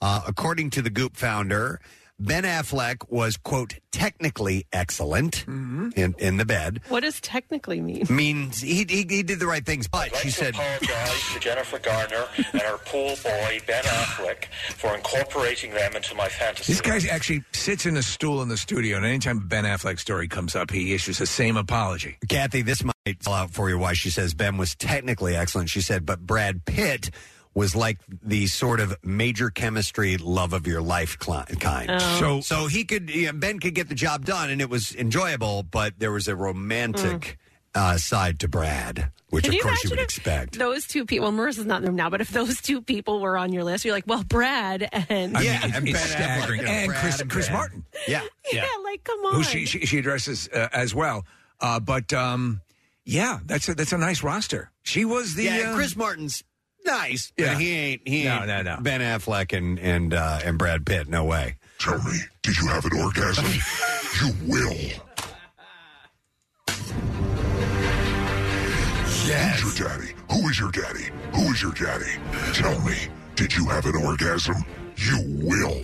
Speaker 3: Uh, according to the Goop founder, Ben Affleck was quote technically excellent in in the bed
Speaker 4: What does technically mean?
Speaker 3: means he, he he did the right things, but she said
Speaker 11: apologize to Jennifer Garner and her pool boy Ben Affleck for incorporating them into my fantasy.
Speaker 5: This guy actually sits in a stool in the studio, and anytime a Ben Affleck story comes up, he issues the same apology.
Speaker 3: Kathy, this might fall out for you why she says Ben was technically excellent. She said, but Brad Pitt was like the sort of major chemistry love of your life cli- kind.
Speaker 5: Oh.
Speaker 3: So,
Speaker 5: So-
Speaker 3: so he could yeah, Ben could get the job done, and it was enjoyable, but there was a romantic uh, side to Brad, which
Speaker 4: Can
Speaker 3: of
Speaker 4: you
Speaker 3: course you would
Speaker 4: imagine if
Speaker 3: expect.
Speaker 4: Those two people, well, Marissa's not in the room now, but if those two people were on your list, you're like, well, Brad and.
Speaker 5: I mean, it- it's staggering. and Chris, Chris Martin.
Speaker 3: Yeah.
Speaker 4: Yeah, like, come on.
Speaker 5: Who she, she, she addresses uh, as well. Uh, but um, yeah, that's a, that's a nice roster. She was the.
Speaker 3: yeah,
Speaker 5: uh,
Speaker 3: Chris Martin's nice, but
Speaker 5: Yeah.
Speaker 3: he ain't he
Speaker 5: No,
Speaker 3: ain't
Speaker 5: no, no.
Speaker 3: Ben Affleck and and uh, and Brad Pitt. No way.
Speaker 2: Tell me, did you have an orgasm? you will.
Speaker 3: Yes.
Speaker 2: Who's your daddy? Who is your daddy? Who is your daddy? Tell me, did you have an orgasm? You will.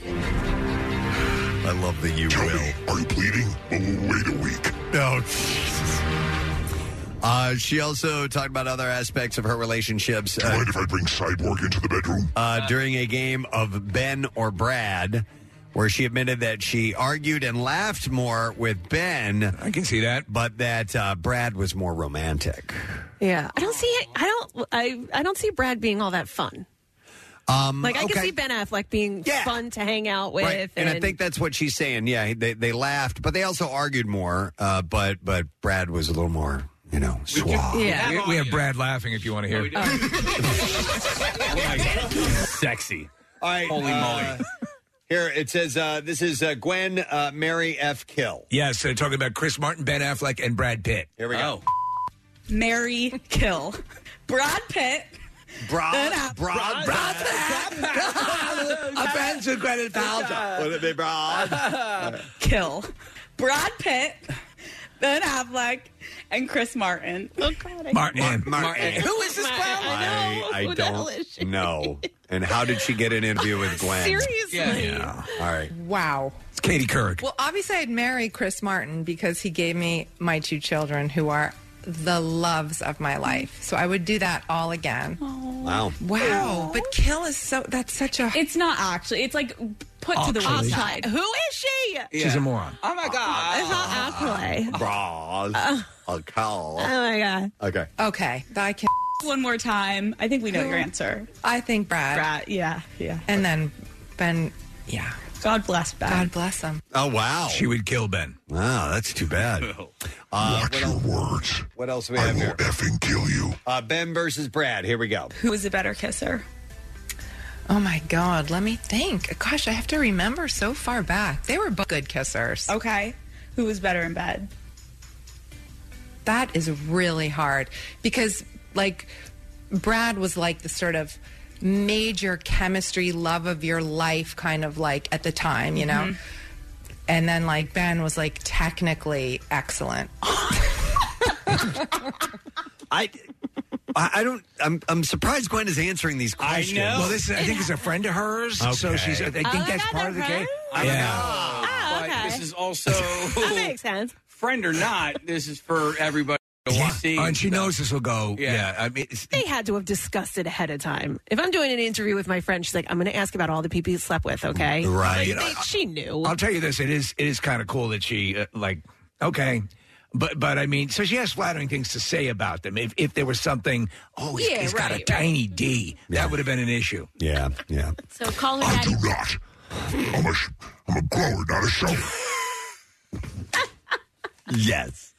Speaker 3: I love the you
Speaker 2: Tell Me, are you bleeding? Oh, wait a week.
Speaker 5: Oh,
Speaker 3: No. Uh, she also talked about other aspects of her relationships.
Speaker 2: Do you
Speaker 3: Uh,
Speaker 2: mind if I bring Cyborg into the bedroom?
Speaker 3: uh, during a game of Ben or Brad, where she admitted that she argued and laughed more with Ben.
Speaker 5: I can see that.
Speaker 3: But that uh, Brad was more romantic.
Speaker 4: Yeah, I don't see it. I don't. I I don't see Brad being all that fun.
Speaker 3: Um,
Speaker 4: Like I
Speaker 3: okay.
Speaker 4: can see Ben Affleck being
Speaker 3: Yeah.
Speaker 4: fun to hang out with,
Speaker 3: Right, And, I think that's what she's saying. Yeah, they, they laughed, but they also argued more. Uh, but but Brad was a little more, you know, suave.
Speaker 4: yeah.
Speaker 5: We, we have Brad laughing if you want to hear.
Speaker 7: Sexy.
Speaker 3: All right,
Speaker 7: Holy
Speaker 3: uh,
Speaker 7: moly.
Speaker 3: Here it says uh, this is uh, Gwen uh, Mary F. Kill.
Speaker 5: Yes, they're talking about Chris Martin, Ben Affleck, and Brad Pitt.
Speaker 3: Here we
Speaker 7: Oh.
Speaker 3: go.
Speaker 13: Mary Kill. Brad Pitt.
Speaker 3: Broad,
Speaker 13: Brad-
Speaker 3: broad, broad,
Speaker 5: I'm friends with Gwyneth Paltrow.
Speaker 3: Would it be broad?
Speaker 13: Kill. Brad Pitt. Ben Affleck. And Chris Martin.
Speaker 4: oh God, I,
Speaker 5: Martin.
Speaker 3: Martin.
Speaker 5: Who is this clown?
Speaker 3: I, I
Speaker 4: Who the hell is
Speaker 3: don't
Speaker 4: she?
Speaker 3: know. And how did she get an interview with Gwen?
Speaker 4: seriously.
Speaker 3: All right.
Speaker 14: Wow.
Speaker 5: It's Katie Couric.
Speaker 14: Well, obviously, I'd marry Chris Martin because he gave me my two children who are the loves of my life. So I would do that all again.
Speaker 3: Wow.
Speaker 14: Wow. But kill is so, that's such a.
Speaker 13: It's not actually. It's like put to the
Speaker 5: Actually.
Speaker 13: wayside.
Speaker 4: Who is she?
Speaker 5: She's a moron.
Speaker 13: Oh my god.
Speaker 4: It's not Affleck.
Speaker 3: Broad. A cow.
Speaker 4: Oh my God.
Speaker 3: Okay.
Speaker 14: Okay. I can.
Speaker 13: One more time. I think we know your answer.
Speaker 14: I think Brad.
Speaker 13: Brad. Yeah. Yeah.
Speaker 14: And then Ben. Yeah.
Speaker 13: God bless Brad.
Speaker 14: God bless him.
Speaker 3: Oh wow.
Speaker 5: She would kill Ben.
Speaker 3: Wow, that's too bad. Uh,
Speaker 2: Watch your words.
Speaker 3: what else we
Speaker 2: I
Speaker 3: have
Speaker 2: will
Speaker 3: here?
Speaker 2: effing kill you.
Speaker 3: Uh, ben versus Brad. Here we go.
Speaker 13: Who is a better kisser?
Speaker 14: Oh my God. Let me think. Gosh, I have to remember so far back. They were both good kissers.
Speaker 13: Okay. Who was better in bed?
Speaker 14: That is really hard because, like, Brad was like the sort of major chemistry, love of your life kind of like at the time, you
Speaker 13: Mm-hmm.
Speaker 14: know? And then, like, Ben was like technically excellent.
Speaker 3: I I, I don't. I'm, I'm surprised Gwen is answering these questions.
Speaker 5: know. Well, this is- I think it's a friend of hers, so she's- I think Oh, that's they're part of the game. friends?
Speaker 7: I
Speaker 5: Yeah.
Speaker 7: know,
Speaker 4: okay.
Speaker 7: but this is also
Speaker 4: that makes sense.
Speaker 7: friend or not. This is for everybody to see.
Speaker 5: and she knows this will go. Yeah, I mean, it's,
Speaker 4: They had to have discussed it ahead of time. If I'm doing an interview with my friend, she's like, "I'm going to ask about all the people you slept with." Okay,
Speaker 5: Right.
Speaker 4: Like,
Speaker 5: You know,
Speaker 4: they- she knew.
Speaker 5: I'll tell you this: it is it is kind of cool that she uh, like okay. But but I mean, so she has flattering things to say about them. If if there was something, oh, he's,
Speaker 6: Yeah,
Speaker 5: he's got a
Speaker 6: right,
Speaker 5: tiny D, that would have been an issue.
Speaker 3: Yeah, yeah.
Speaker 6: So call her I daddy.
Speaker 5: do
Speaker 2: not. I'm a, sh- I'm a grower, not a shower.
Speaker 3: yes.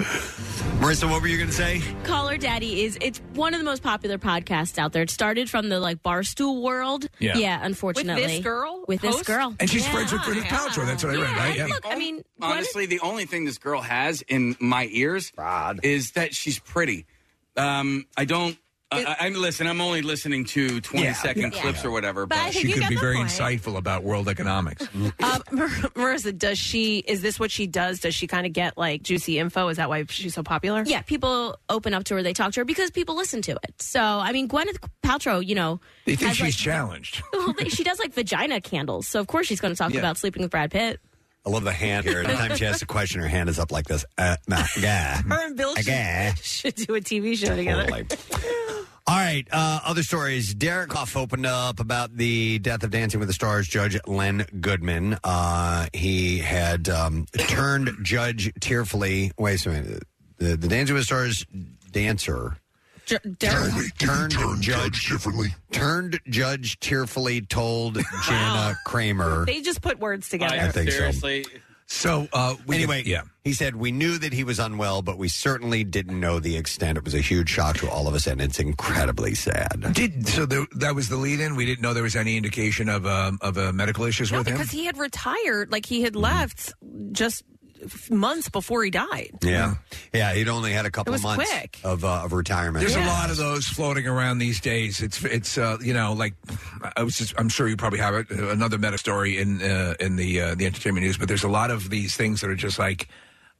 Speaker 3: Marissa, what were you going to say?
Speaker 6: Caller Daddy is it's one of the most popular podcasts out there. It started from the like barstool world.
Speaker 5: Yeah.
Speaker 6: unfortunately.
Speaker 4: With this girl?
Speaker 6: With this
Speaker 4: Host?
Speaker 6: girl.
Speaker 5: And she's
Speaker 6: Yeah.
Speaker 5: friends with Gwyneth Paltrow. That's what I read, right? Yeah.
Speaker 6: Look, I mean, what is-
Speaker 7: Honestly, the only thing this girl has in my ears is that she's pretty. Um, I don't. I I, I listen. I'm only listening to 20
Speaker 5: Yeah,
Speaker 7: second
Speaker 5: yeah.
Speaker 7: clips or whatever.
Speaker 4: But I think
Speaker 5: she
Speaker 4: you
Speaker 5: could
Speaker 4: got
Speaker 5: be
Speaker 4: the
Speaker 5: very
Speaker 4: point.
Speaker 5: insightful about world economics.
Speaker 4: Um, Mar- Marissa, does she? Is this what she does? Does she kind of get like juicy info? Is that why she's so popular?
Speaker 6: yeah, people open up to her, they talk to her because people listen to it. So, I mean, Gwyneth Paltrow, you know,
Speaker 5: they think
Speaker 6: has,
Speaker 5: she's
Speaker 6: like,
Speaker 5: challenged.
Speaker 6: well, they- she does like vagina candles. So, of course, she's going to talk
Speaker 3: Yeah.
Speaker 6: about sleeping with Brad Pitt.
Speaker 3: I love the hand here. Anytime she asks a question, her hand is up like this. Uh, nah, yeah.
Speaker 4: Her and Bill
Speaker 3: Okay.
Speaker 4: should, should do a TV show together.
Speaker 3: Totally. All right, uh, other stories. Derek Hoff opened up about the death of Dancing with the Stars judge Len Goodman. Uh, he had um, turned judge tearfully. Wait a minute. The, the Dancing with the Stars dancer turned judge
Speaker 2: differently.
Speaker 3: Turned judge tearfully told Jana Kramer.
Speaker 4: They just put words together.
Speaker 3: I think so.
Speaker 5: So uh,
Speaker 3: we anyway, yeah. he said we knew that he was unwell, but we certainly didn't know the extent. It was a huge shock to all of us, and it's incredibly sad.
Speaker 5: Did so there, that was the lead in. We didn't know there was any indication of um, of uh, medical issues
Speaker 4: No,
Speaker 5: with him.
Speaker 4: because he had retired. Like he had
Speaker 3: Mm-hmm.
Speaker 4: left just f- months before he died.
Speaker 3: Yeah, yeah. He'd only had a couple
Speaker 4: It was
Speaker 3: months
Speaker 4: quick.
Speaker 3: of uh, of retirement.
Speaker 5: There's a lot of those floating around these days. It's it's uh, you know like I was just, I'm sure you probably have it, another meta story in uh, in the uh, the entertainment news, but there's a lot of these things that are just like,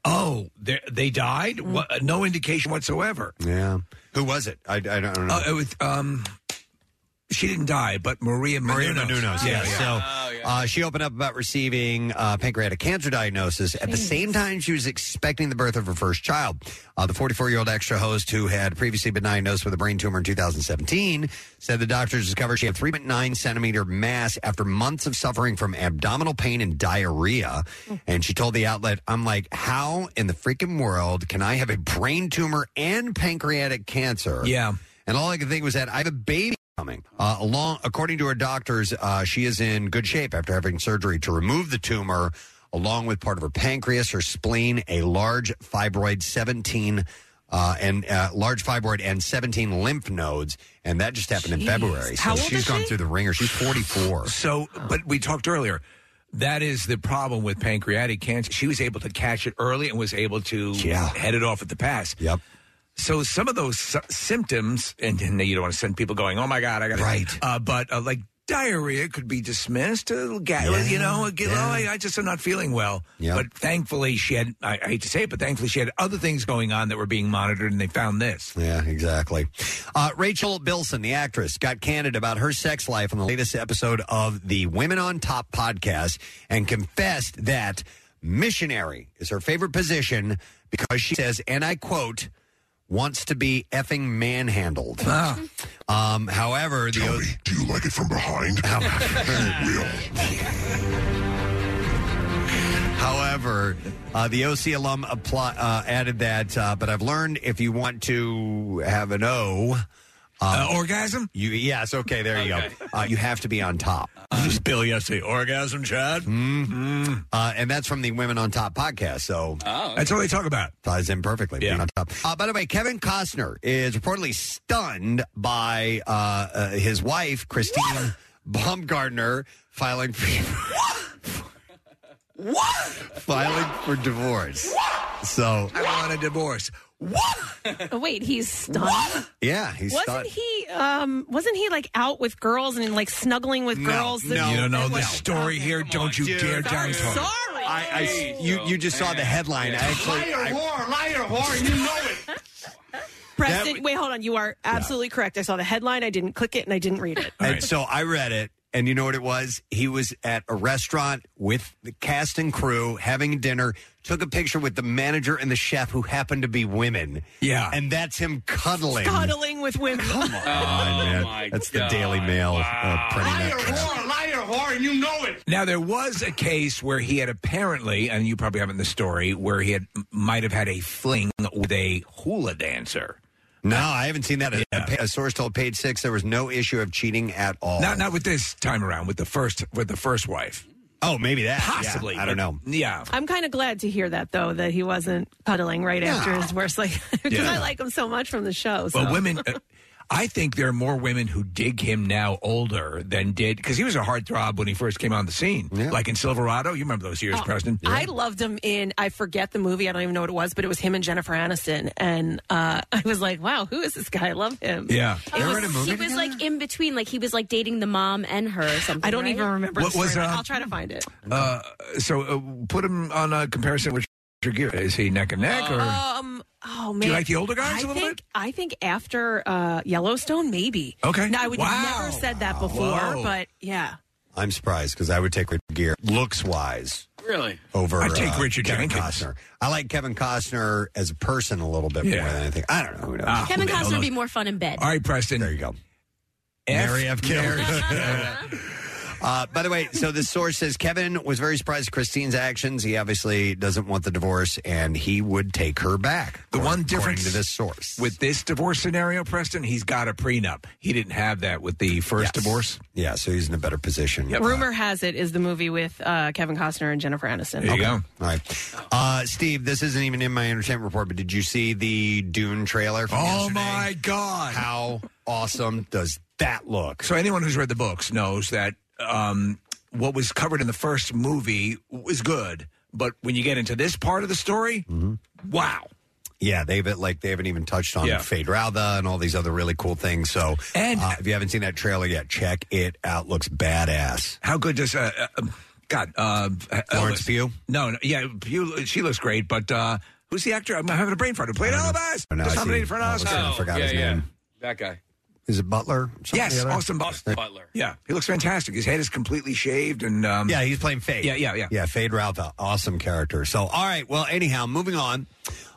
Speaker 5: oh, they they died,
Speaker 4: Mm-hmm.
Speaker 5: what, no indication whatsoever.
Speaker 3: Yeah, who was it? I, I don't know.
Speaker 5: Uh, it was, um, she didn't die, but Maria
Speaker 3: Maria
Speaker 5: Menounos.
Speaker 3: Menounos, yeah. So uh, she opened up about receiving uh, pancreatic cancer diagnosis at the same time she was expecting the birth of her first child. Uh, the 44 year old extra host, who had previously been diagnosed with a brain tumor in 2017, said the doctors discovered she had 3.9 centimeter mass after months of suffering from abdominal pain and diarrhea. And she told the outlet, I'm like, how in the freaking world can I have a brain tumor and pancreatic cancer?
Speaker 5: Yeah.
Speaker 3: And all I could think was that I have a baby coming. Uh, along, according to her doctors, uh, she is in good shape after having surgery to remove the tumor, along with part of her pancreas, her spleen, a large fibroid, seventeen. Uh, and uh, large fibroid and 17 lymph nodes, and that just happened in February. So
Speaker 5: How old
Speaker 3: she's
Speaker 5: is
Speaker 3: gone
Speaker 5: she?
Speaker 3: through the ringer. She's 44.
Speaker 5: So, but we talked earlier. That is the problem with pancreatic cancer. She was able to catch it early and was able to head it off at the pass.
Speaker 3: Yep.
Speaker 5: So some of those sy- symptoms, and, and you don't want to send people going, "Oh my god, I got right," uh, but uh, like diarrhea could be dismissed. Uh, ga- you know, get, oh, I, I just am not feeling well. But thankfully, she had. I, I hate to say it, but thankfully, she had other things going on that were being monitored, and they found this.
Speaker 3: Yeah, exactly. Uh, Rachel Bilson, the actress, got candid about her sex life on the latest episode of the Women on Top podcast and confessed that missionary is her favorite position because she says, and I quote, wants to be effing manhandled. Um, however, the Oh, o-
Speaker 2: Do you like it from behind?
Speaker 3: However, uh, the OC alum appli- uh, added that, uh, but I've learned if you want to have an O. Uh,
Speaker 5: orgasm?
Speaker 3: You, yes, okay, there you go. Uh, you have to be on top. This
Speaker 5: Bill yesterday, orgasm, Chad? Hmm.
Speaker 3: Uh, and that's from the Women on Top podcast, so.
Speaker 5: Oh, That's all they talk about.
Speaker 3: Ties in perfectly. Being on top. Uh, by the way, Kevin Costner is reportedly stunned by uh, uh, his wife, Christine Baumgartner, filing for,
Speaker 5: What?
Speaker 3: filing for divorce. So,
Speaker 5: I want a divorce.
Speaker 4: oh, wait, he's stunned.
Speaker 3: yeah, he's
Speaker 4: wasn't
Speaker 3: stunned.
Speaker 4: he? Um, wasn't he like out with girls and like snuggling with girls? that-
Speaker 5: you don't know
Speaker 4: that
Speaker 5: the
Speaker 4: was-
Speaker 5: story here. Don't you dare down
Speaker 4: Sorry.
Speaker 3: I, I, you, you just saw the headline. I actually, I-
Speaker 15: liar, whore, liar, whore. You know it.
Speaker 4: Preston, wait, hold on. You are absolutely correct. I saw the headline. I didn't click it and I didn't read it.
Speaker 3: And so I read it, and you know what it was? He was at a restaurant with the cast and crew having dinner, took a picture with the manager and the chef who happened to be women. Yeah. And that's him cuddling.
Speaker 4: Cuddling with women. Come
Speaker 3: Oh, man. that's the Daily Mail. Uh, pretty much.
Speaker 15: whore, liar, whore, and you know it.
Speaker 5: Now there was a case where he had apparently, and you probably haven't the story, where he had might have had a fling with a hula dancer.
Speaker 3: No, I haven't seen that. A- A, pa- a source told Page Six there was no issue of cheating at all.
Speaker 5: Not not with this time around, with the first with the first wife.
Speaker 3: Oh, maybe that Yeah,
Speaker 5: possibly.
Speaker 3: I don't know.
Speaker 5: Yeah,
Speaker 4: I'm kind of glad to hear that, though, that he wasn't cuddling right after his worst. Like, because
Speaker 5: Yeah.
Speaker 4: I like him so much from the show.
Speaker 5: But
Speaker 4: so.
Speaker 5: women, uh, I think there are more women who dig him now older than did because he was a heartthrob when he first came on the scene. Like in Silverado, you remember those years,
Speaker 4: Oh,
Speaker 5: Preston?
Speaker 4: I loved him in I forget the movie. I don't even know what it was, but it was him and Jennifer Aniston, and uh, I was like, "Wow, who is this guy? I love him."
Speaker 5: Yeah.
Speaker 4: It
Speaker 6: They
Speaker 4: was-
Speaker 6: were in a movie He was like in between, like he was like dating the mom and her or something.
Speaker 4: I don't even remember.
Speaker 5: What
Speaker 4: the
Speaker 5: was,
Speaker 4: storyline.
Speaker 5: uh,
Speaker 4: I'll try to find it.
Speaker 5: Uh, so uh, put him on a comparison with Richard Gere. Is he neck and neck or?
Speaker 4: Um, oh man,
Speaker 5: Do you like the older guys
Speaker 4: I
Speaker 5: a little
Speaker 4: think, I think after uh, Yellowstone, maybe.
Speaker 3: Okay.
Speaker 4: Now I would
Speaker 3: Wow.
Speaker 4: never said that before,
Speaker 3: Whoa.
Speaker 4: but yeah.
Speaker 3: I'm surprised because I would take Richard Gere looks wise
Speaker 7: Really?
Speaker 3: over.
Speaker 5: I'd take
Speaker 3: uh,
Speaker 5: Richard
Speaker 3: Kevin
Speaker 5: Jenkins.
Speaker 3: Costner. I like Kevin Costner as a person a little bit more than anything. I don't know. Who knows?
Speaker 5: Ah,
Speaker 6: Kevin Costner would be more fun in bed.
Speaker 5: All right, Preston. There
Speaker 3: you go. Mary F. Kill. Uh, by the way, so the source says Kevin was very surprised at Christine's actions. He obviously doesn't want the divorce, and he would take her back.
Speaker 5: The one
Speaker 3: according
Speaker 5: difference
Speaker 3: to this source.
Speaker 5: with this divorce scenario, Preston, he's got a prenup. He didn't have that with the first divorce.
Speaker 3: Yeah, so he's in a better position.
Speaker 4: Rumor has it is the movie with uh, Kevin Costner and Jennifer Aniston.
Speaker 3: Okay. All right, uh, Steve. This isn't even in my entertainment report, but did you see the Dune trailer? From
Speaker 5: Oh,
Speaker 3: yesterday?
Speaker 5: my God.
Speaker 3: How awesome does that look?
Speaker 5: So anyone who's read the books knows that um, what was covered in the first movie was good, but when you get into this part of the story, wow.
Speaker 3: Yeah, they've like they haven't even touched on
Speaker 5: Yeah.
Speaker 3: Fade Rautha and all these other really cool things. So, uh, if you haven't seen that trailer yet, check it out. Looks badass.
Speaker 5: How good does uh, uh, um, God uh,
Speaker 3: Lawrence Pugh?
Speaker 5: No, no, yeah, Pugh. She looks great, but uh, who's the actor? I'm having a brain fart. Who played Elvis?
Speaker 3: I know, I
Speaker 5: Just nominated
Speaker 3: see.
Speaker 5: for an
Speaker 3: All of a
Speaker 5: Oscar.
Speaker 3: sudden I forgot his name.
Speaker 7: Oh, That guy.
Speaker 3: Is it Butler? Something
Speaker 5: yes,
Speaker 3: or other?
Speaker 5: Austin Butler.
Speaker 7: Butler.
Speaker 5: Yeah, he looks fantastic. His head is completely shaved, and um,
Speaker 3: yeah, he's playing Fade.
Speaker 5: Yeah, yeah, yeah.
Speaker 3: Yeah, Fade Rautha, awesome character. So, uh, all right. Well, anyhow, moving on.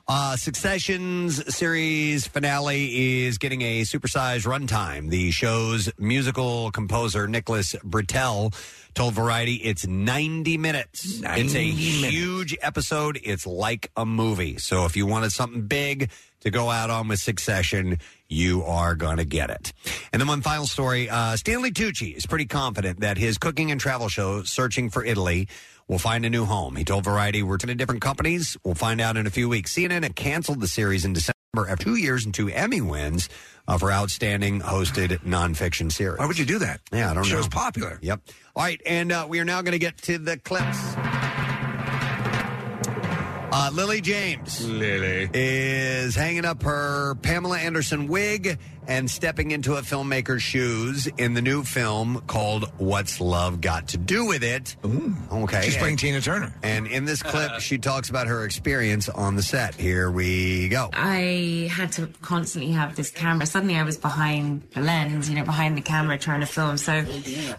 Speaker 3: Uh, Succession's series finale is getting a supersized runtime. The show's musical composer Nicholas Britell told Variety it's 90 minutes. it's a
Speaker 5: 90 minutes.
Speaker 3: huge episode. It's like a movie. So if you wanted something big to go out on with Succession, you are going to get it. And then one final story uh, Stanley Tucci is pretty confident that his cooking and travel show, Searching for Italy, will find a new home. He told Variety, We're to different companies. We'll find out in a few weeks. CNN had canceled the series in December after two years and two Emmy wins uh, for outstanding hosted nonfiction series. Why
Speaker 5: would you do that?
Speaker 3: Yeah, I don't know.
Speaker 5: Show's popular.
Speaker 3: Yep. All right, and uh, we are now going to get to the clips. Uh, Lily James Lily. is hanging up her Pamela Anderson wig and stepping into a filmmaker's shoes in the new film called What's Love Got to Do with It? Okay.
Speaker 5: She's playing
Speaker 3: And-
Speaker 5: Tina Turner.
Speaker 3: And in this clip, she talks about her experience on the set. Here we go.
Speaker 16: I had to constantly have this camera. Suddenly, I was behind the lens, you know, behind the camera trying to film. So,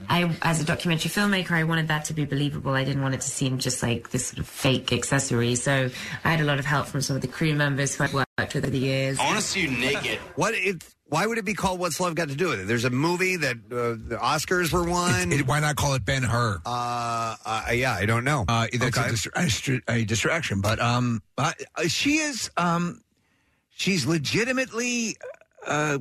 Speaker 16: I, as a documentary filmmaker, I wanted that to be believable. I didn't want it to seem just like this sort of fake accessory. So, I had a lot of help from some of the crew members who I'd worked with over the years.
Speaker 3: I want to see you naked. What it? Why would it be called "What's Love Got to Do with It"? There's a movie that uh, the Oscars were won.
Speaker 5: why not call it Ben Hur?
Speaker 3: Uh, uh, yeah, I don't know.
Speaker 5: Uh, that's
Speaker 3: Okay.
Speaker 5: a, dis- a, str- a distraction, but um, uh, uh, she is um, she's legitimately uh,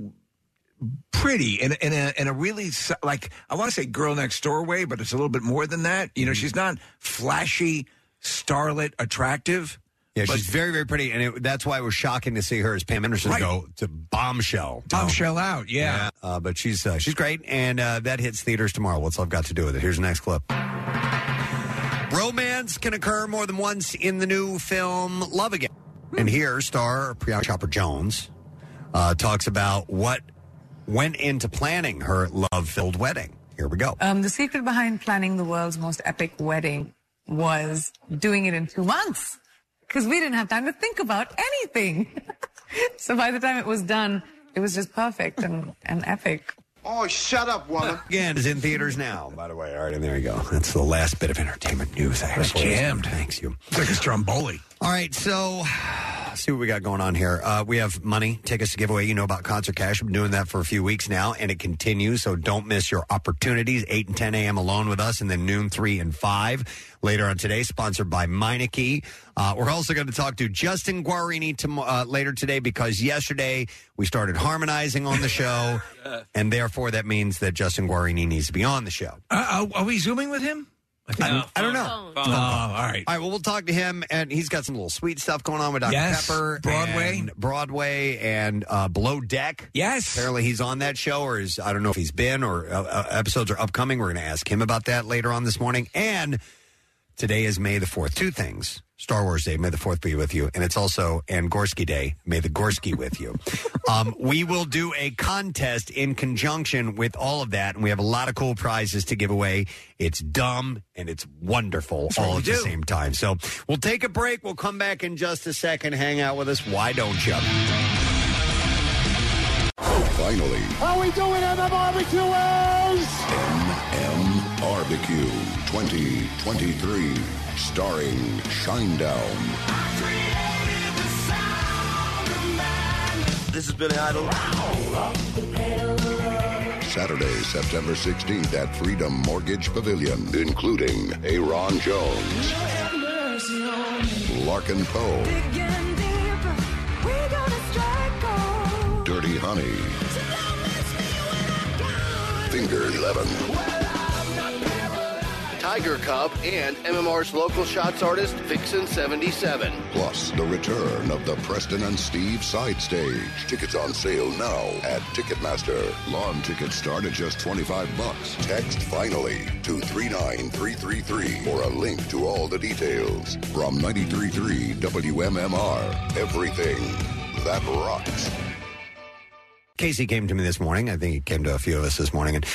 Speaker 5: pretty in, a- in a in a really s- like I want to say girl next door way, but it's a little bit more than that. You know,
Speaker 3: Mm-hmm.
Speaker 5: she's not flashy, starlit, attractive.
Speaker 3: Yeah, she's very very pretty, and it, that's why it was shocking to see her as Pam Anderson
Speaker 5: Right.
Speaker 3: go to bombshell.
Speaker 5: Bombshell out, yeah.
Speaker 3: Uh, but she's uh, she's great, and uh, that hits theaters tomorrow. What's Love Got to Do with It? Here's the next clip. Romance can occur more than once in the new film Love Again. And
Speaker 5: Hmm.
Speaker 3: here, star Priyanka Chopper Jones uh, talks about what went into planning her love filled wedding. Here we go.
Speaker 17: Um, the secret behind planning the world's most epic wedding was doing it in two months because we didn't have time to think about anything. So by the time it was done, it was just perfect and, and epic.
Speaker 15: Oh, shut up, woman.
Speaker 3: Again, is in theaters now, by the way. All right, and there you go. That's the last bit of entertainment news I have.
Speaker 5: That's
Speaker 3: for you.
Speaker 5: jammed.
Speaker 3: Thanks, you.
Speaker 5: It's like a stromboli.
Speaker 3: All right, so Let's see what we got going on here. Uh, we have money, tickets to give away. You know about Concert Cash. I've been doing that for a few weeks now, and it continues. So don't miss your opportunities. 8 and 10 a.m. alone with us, and then noon, 3 and 5 later on today, sponsored by Meineke. Uh, we're also going to talk to Justin Guarini tom- uh, later today because yesterday we started harmonizing on the show, and therefore that means that Justin Guarini needs to be on the show.
Speaker 5: Uh, are, are we zooming with him?
Speaker 3: I, I don't know.
Speaker 5: Oh, all right.
Speaker 3: All right. Well, we'll talk to him, and he's got some little sweet stuff going on with Dr.
Speaker 5: Yes,
Speaker 3: Pepper,
Speaker 5: Broadway.
Speaker 3: and Broadway, and uh, Below Deck.
Speaker 5: Yes.
Speaker 3: Apparently, he's on that show, or is I don't know if he's been, or uh, uh, episodes are upcoming. We're going to ask him about that later on this morning. And today is May the Fourth. Two things: Star Wars Day, May the Fourth be with you, and it's also Angorsky Day, May the Gorsky with you. Um, we will do a contest in conjunction with all of that, and we have a lot of cool prizes to give away. It's dumb and it's wonderful all at the same time. So we'll take a break. We'll come back in just a second. Hang out with us. Why don't you?
Speaker 2: Finally,
Speaker 15: Are we doing MM barbecue Wars?
Speaker 2: MM Barbecue 2023, starring Shinedown.
Speaker 15: This has been idle.
Speaker 12: Oh
Speaker 2: Saturday, September 16th at Freedom Mortgage Pavilion, including Aaron Jones, Larkin Poe, Dirty Honey, Finger Eleven,
Speaker 9: Tiger Cub and MMR's local shots artist Vixen 77.
Speaker 2: plus the return of the Preston and Steve side stage. Tickets on sale now at Ticketmaster. Lawn tickets start at just 25 bucks. Text finally to 39333 for a link to all the details. From 933 WMMR, everything that rocks.
Speaker 3: Casey came to me this morning. I think he came to a few of us this morning, and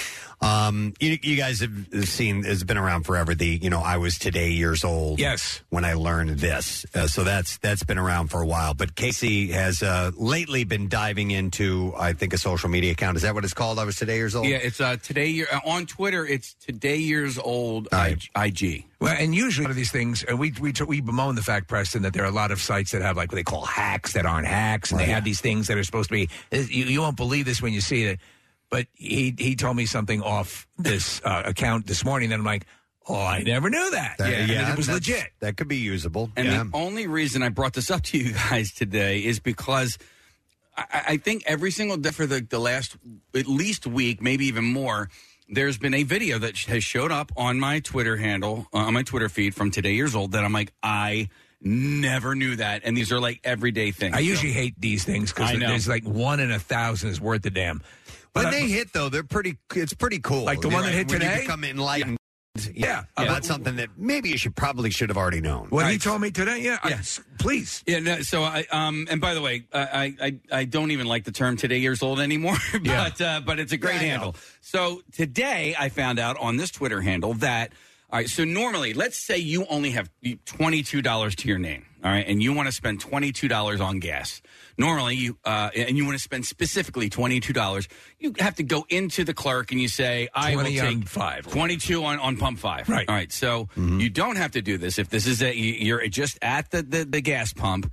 Speaker 3: um, you, you guys have seen it's been around forever. The you know I was today years old. Yes, when I learned this, uh, so that's that's been around for a while. But Casey has uh, lately been diving into I think a social media account. Is that what it's called? I was today years old.
Speaker 7: Yeah, it's uh, today. Year, uh, on Twitter, it's today years old. IG.
Speaker 5: Well, and usually one of these things, and we we t- we bemoan the fact, Preston, that there are a lot of sites that have like what they call hacks that aren't hacks, and they have these things that are supposed to be. uh, You, you won't believe this when you see it, but he he told me something off this uh, account this morning, and I'm like, oh, I never knew that.
Speaker 7: That-
Speaker 5: And
Speaker 7: yeah,
Speaker 5: it was
Speaker 7: that's-
Speaker 5: legit.
Speaker 3: That could be usable.
Speaker 7: And the only reason I brought this up to you guys today is because I, I- I think every single day for the, the last at least week, maybe even more, there's been a video that has showed up on my Twitter handle, uh, on my Twitter feed from today years old that I'm like, I never knew that. And these are like everyday things.
Speaker 5: I usually hate these things because
Speaker 7: I know.
Speaker 5: there's like one in a thousand is worth a damn.
Speaker 3: When
Speaker 5: But I-
Speaker 3: they hit though, they're pretty. It's pretty cool.
Speaker 5: Like the one that hit
Speaker 3: when
Speaker 5: today?
Speaker 3: You become enlightened. Yeah,
Speaker 5: Yeah.
Speaker 3: about something that maybe you should probably should have already known.
Speaker 5: What he told me today, yeah, I- please.
Speaker 7: Yeah, no, so I um and by the way, I I I I don't even like the term today years old anymore, but uh, but it's a great handle. So today I found out on this Twitter handle that all right, so normally let's say you only have $22 to your name, all right, and you want to spend $22 on gas. Normally you uh and you want to spend specifically $22, you have to go into the clerk and you say I will
Speaker 5: 20 on
Speaker 7: take
Speaker 5: five.
Speaker 7: 22 on, on pump five.
Speaker 5: Right. Mm-hmm.
Speaker 7: All right. So you don't have to do this. If this is a, you're just at the, the, the gas pump,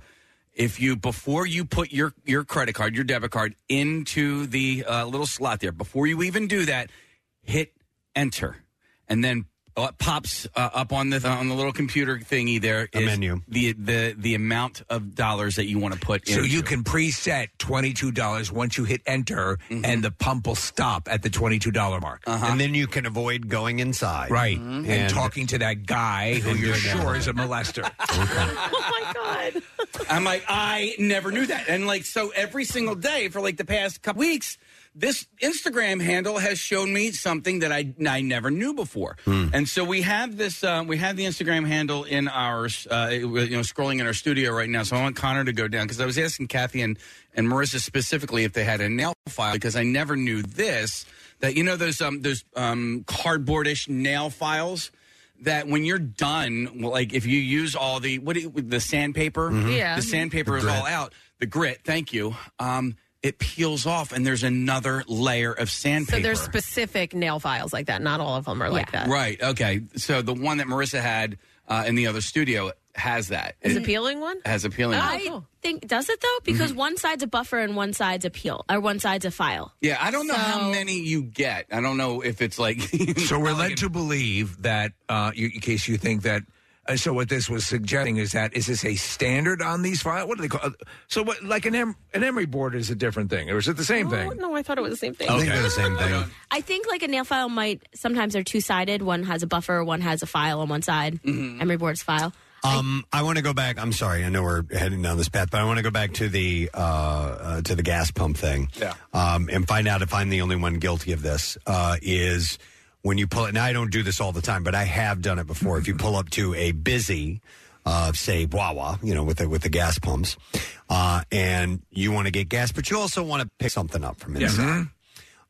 Speaker 7: if you, before you put your, your credit card, your debit card into the uh, little slot there, before you even do that, hit enter. And then what pops uh, up on the, on the little computer thingy there is menu. The, the, the amount of dollars that you want to put
Speaker 5: So
Speaker 7: in.
Speaker 5: you can preset twenty two dollars once you hit enter,
Speaker 3: Mm-hmm.
Speaker 5: and the pump will stop at the twenty two dollar mark,
Speaker 3: And then you can avoid going inside,
Speaker 5: right?
Speaker 3: Mhm.
Speaker 5: Mm-hmm. And, talking to that guy who
Speaker 3: And
Speaker 5: you're
Speaker 3: doing that.
Speaker 5: sure is a molester.
Speaker 7: I'm like, I never knew that. And like, so every single day for like the past couple weeks, this Instagram handle has shown me something that I, I never knew before.
Speaker 15: Hmm.
Speaker 7: And so we have this, uh, we have the Instagram handle in our, uh, you know, scrolling in our studio right now. So I want Connor to go down because I was asking Kathy and, and Marissa specifically if they had a nail file because I never knew this, that, you know, those, um, those, um, cardboardish nail files that when you're done, well, like if you use all the what do you, the sandpaper,
Speaker 18: Mhm. Yeah.
Speaker 7: the sandpaper is all out. The grit, thank you. Um, it peels off, and there's another layer of sandpaper.
Speaker 4: So there's specific nail files like that. Not all of them are like that.
Speaker 7: Right. Okay. So the one that Marissa had uh, in the other studio has that.
Speaker 4: Is
Speaker 5: Mm-hmm.
Speaker 4: it Oh. peeling one?
Speaker 7: Has a peeling.
Speaker 6: I think does it though because
Speaker 7: Mhm.
Speaker 6: one side's a buffer and one side's a peel or one side's a file.
Speaker 7: Yeah, I don't know how many you get. I don't know if it's like.
Speaker 5: so we're led to believe that, uh, you, in case you think that. Uh, so what this was suggesting is that is this a standard on these files? What do they call? Uh, so what, like an em- an emery board is a different thing, or is it the same thing?
Speaker 4: No, I thought it was the same
Speaker 5: Oh.
Speaker 4: thing.
Speaker 5: same thing.
Speaker 6: I think like a nail file might sometimes they're two sided. One has a buffer, one has a file on one side. Emery board's file.
Speaker 3: Um, I want to go back. I'm sorry. I know we're heading down this path, but I want to go back to the uh, uh, to the gas pump thing. Yeah. Um, and find out if I'm the only one guilty of this. Uh, is when you pull it. Now I don't do this all the time, but I have done it before. if you pull up to a busy, uh, say Wawa, you know, with the, with the gas pumps, uh, and you want to get gas, but you also want to pick something up from inside.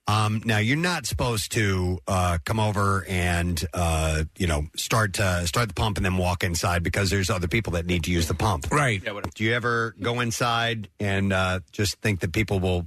Speaker 3: Um, now you're not supposed to uh, come over and uh, you know start uh, start the pump and then walk inside because there's other people that need to use the pump.
Speaker 5: Right.
Speaker 3: Do you ever go inside and uh, just think that people will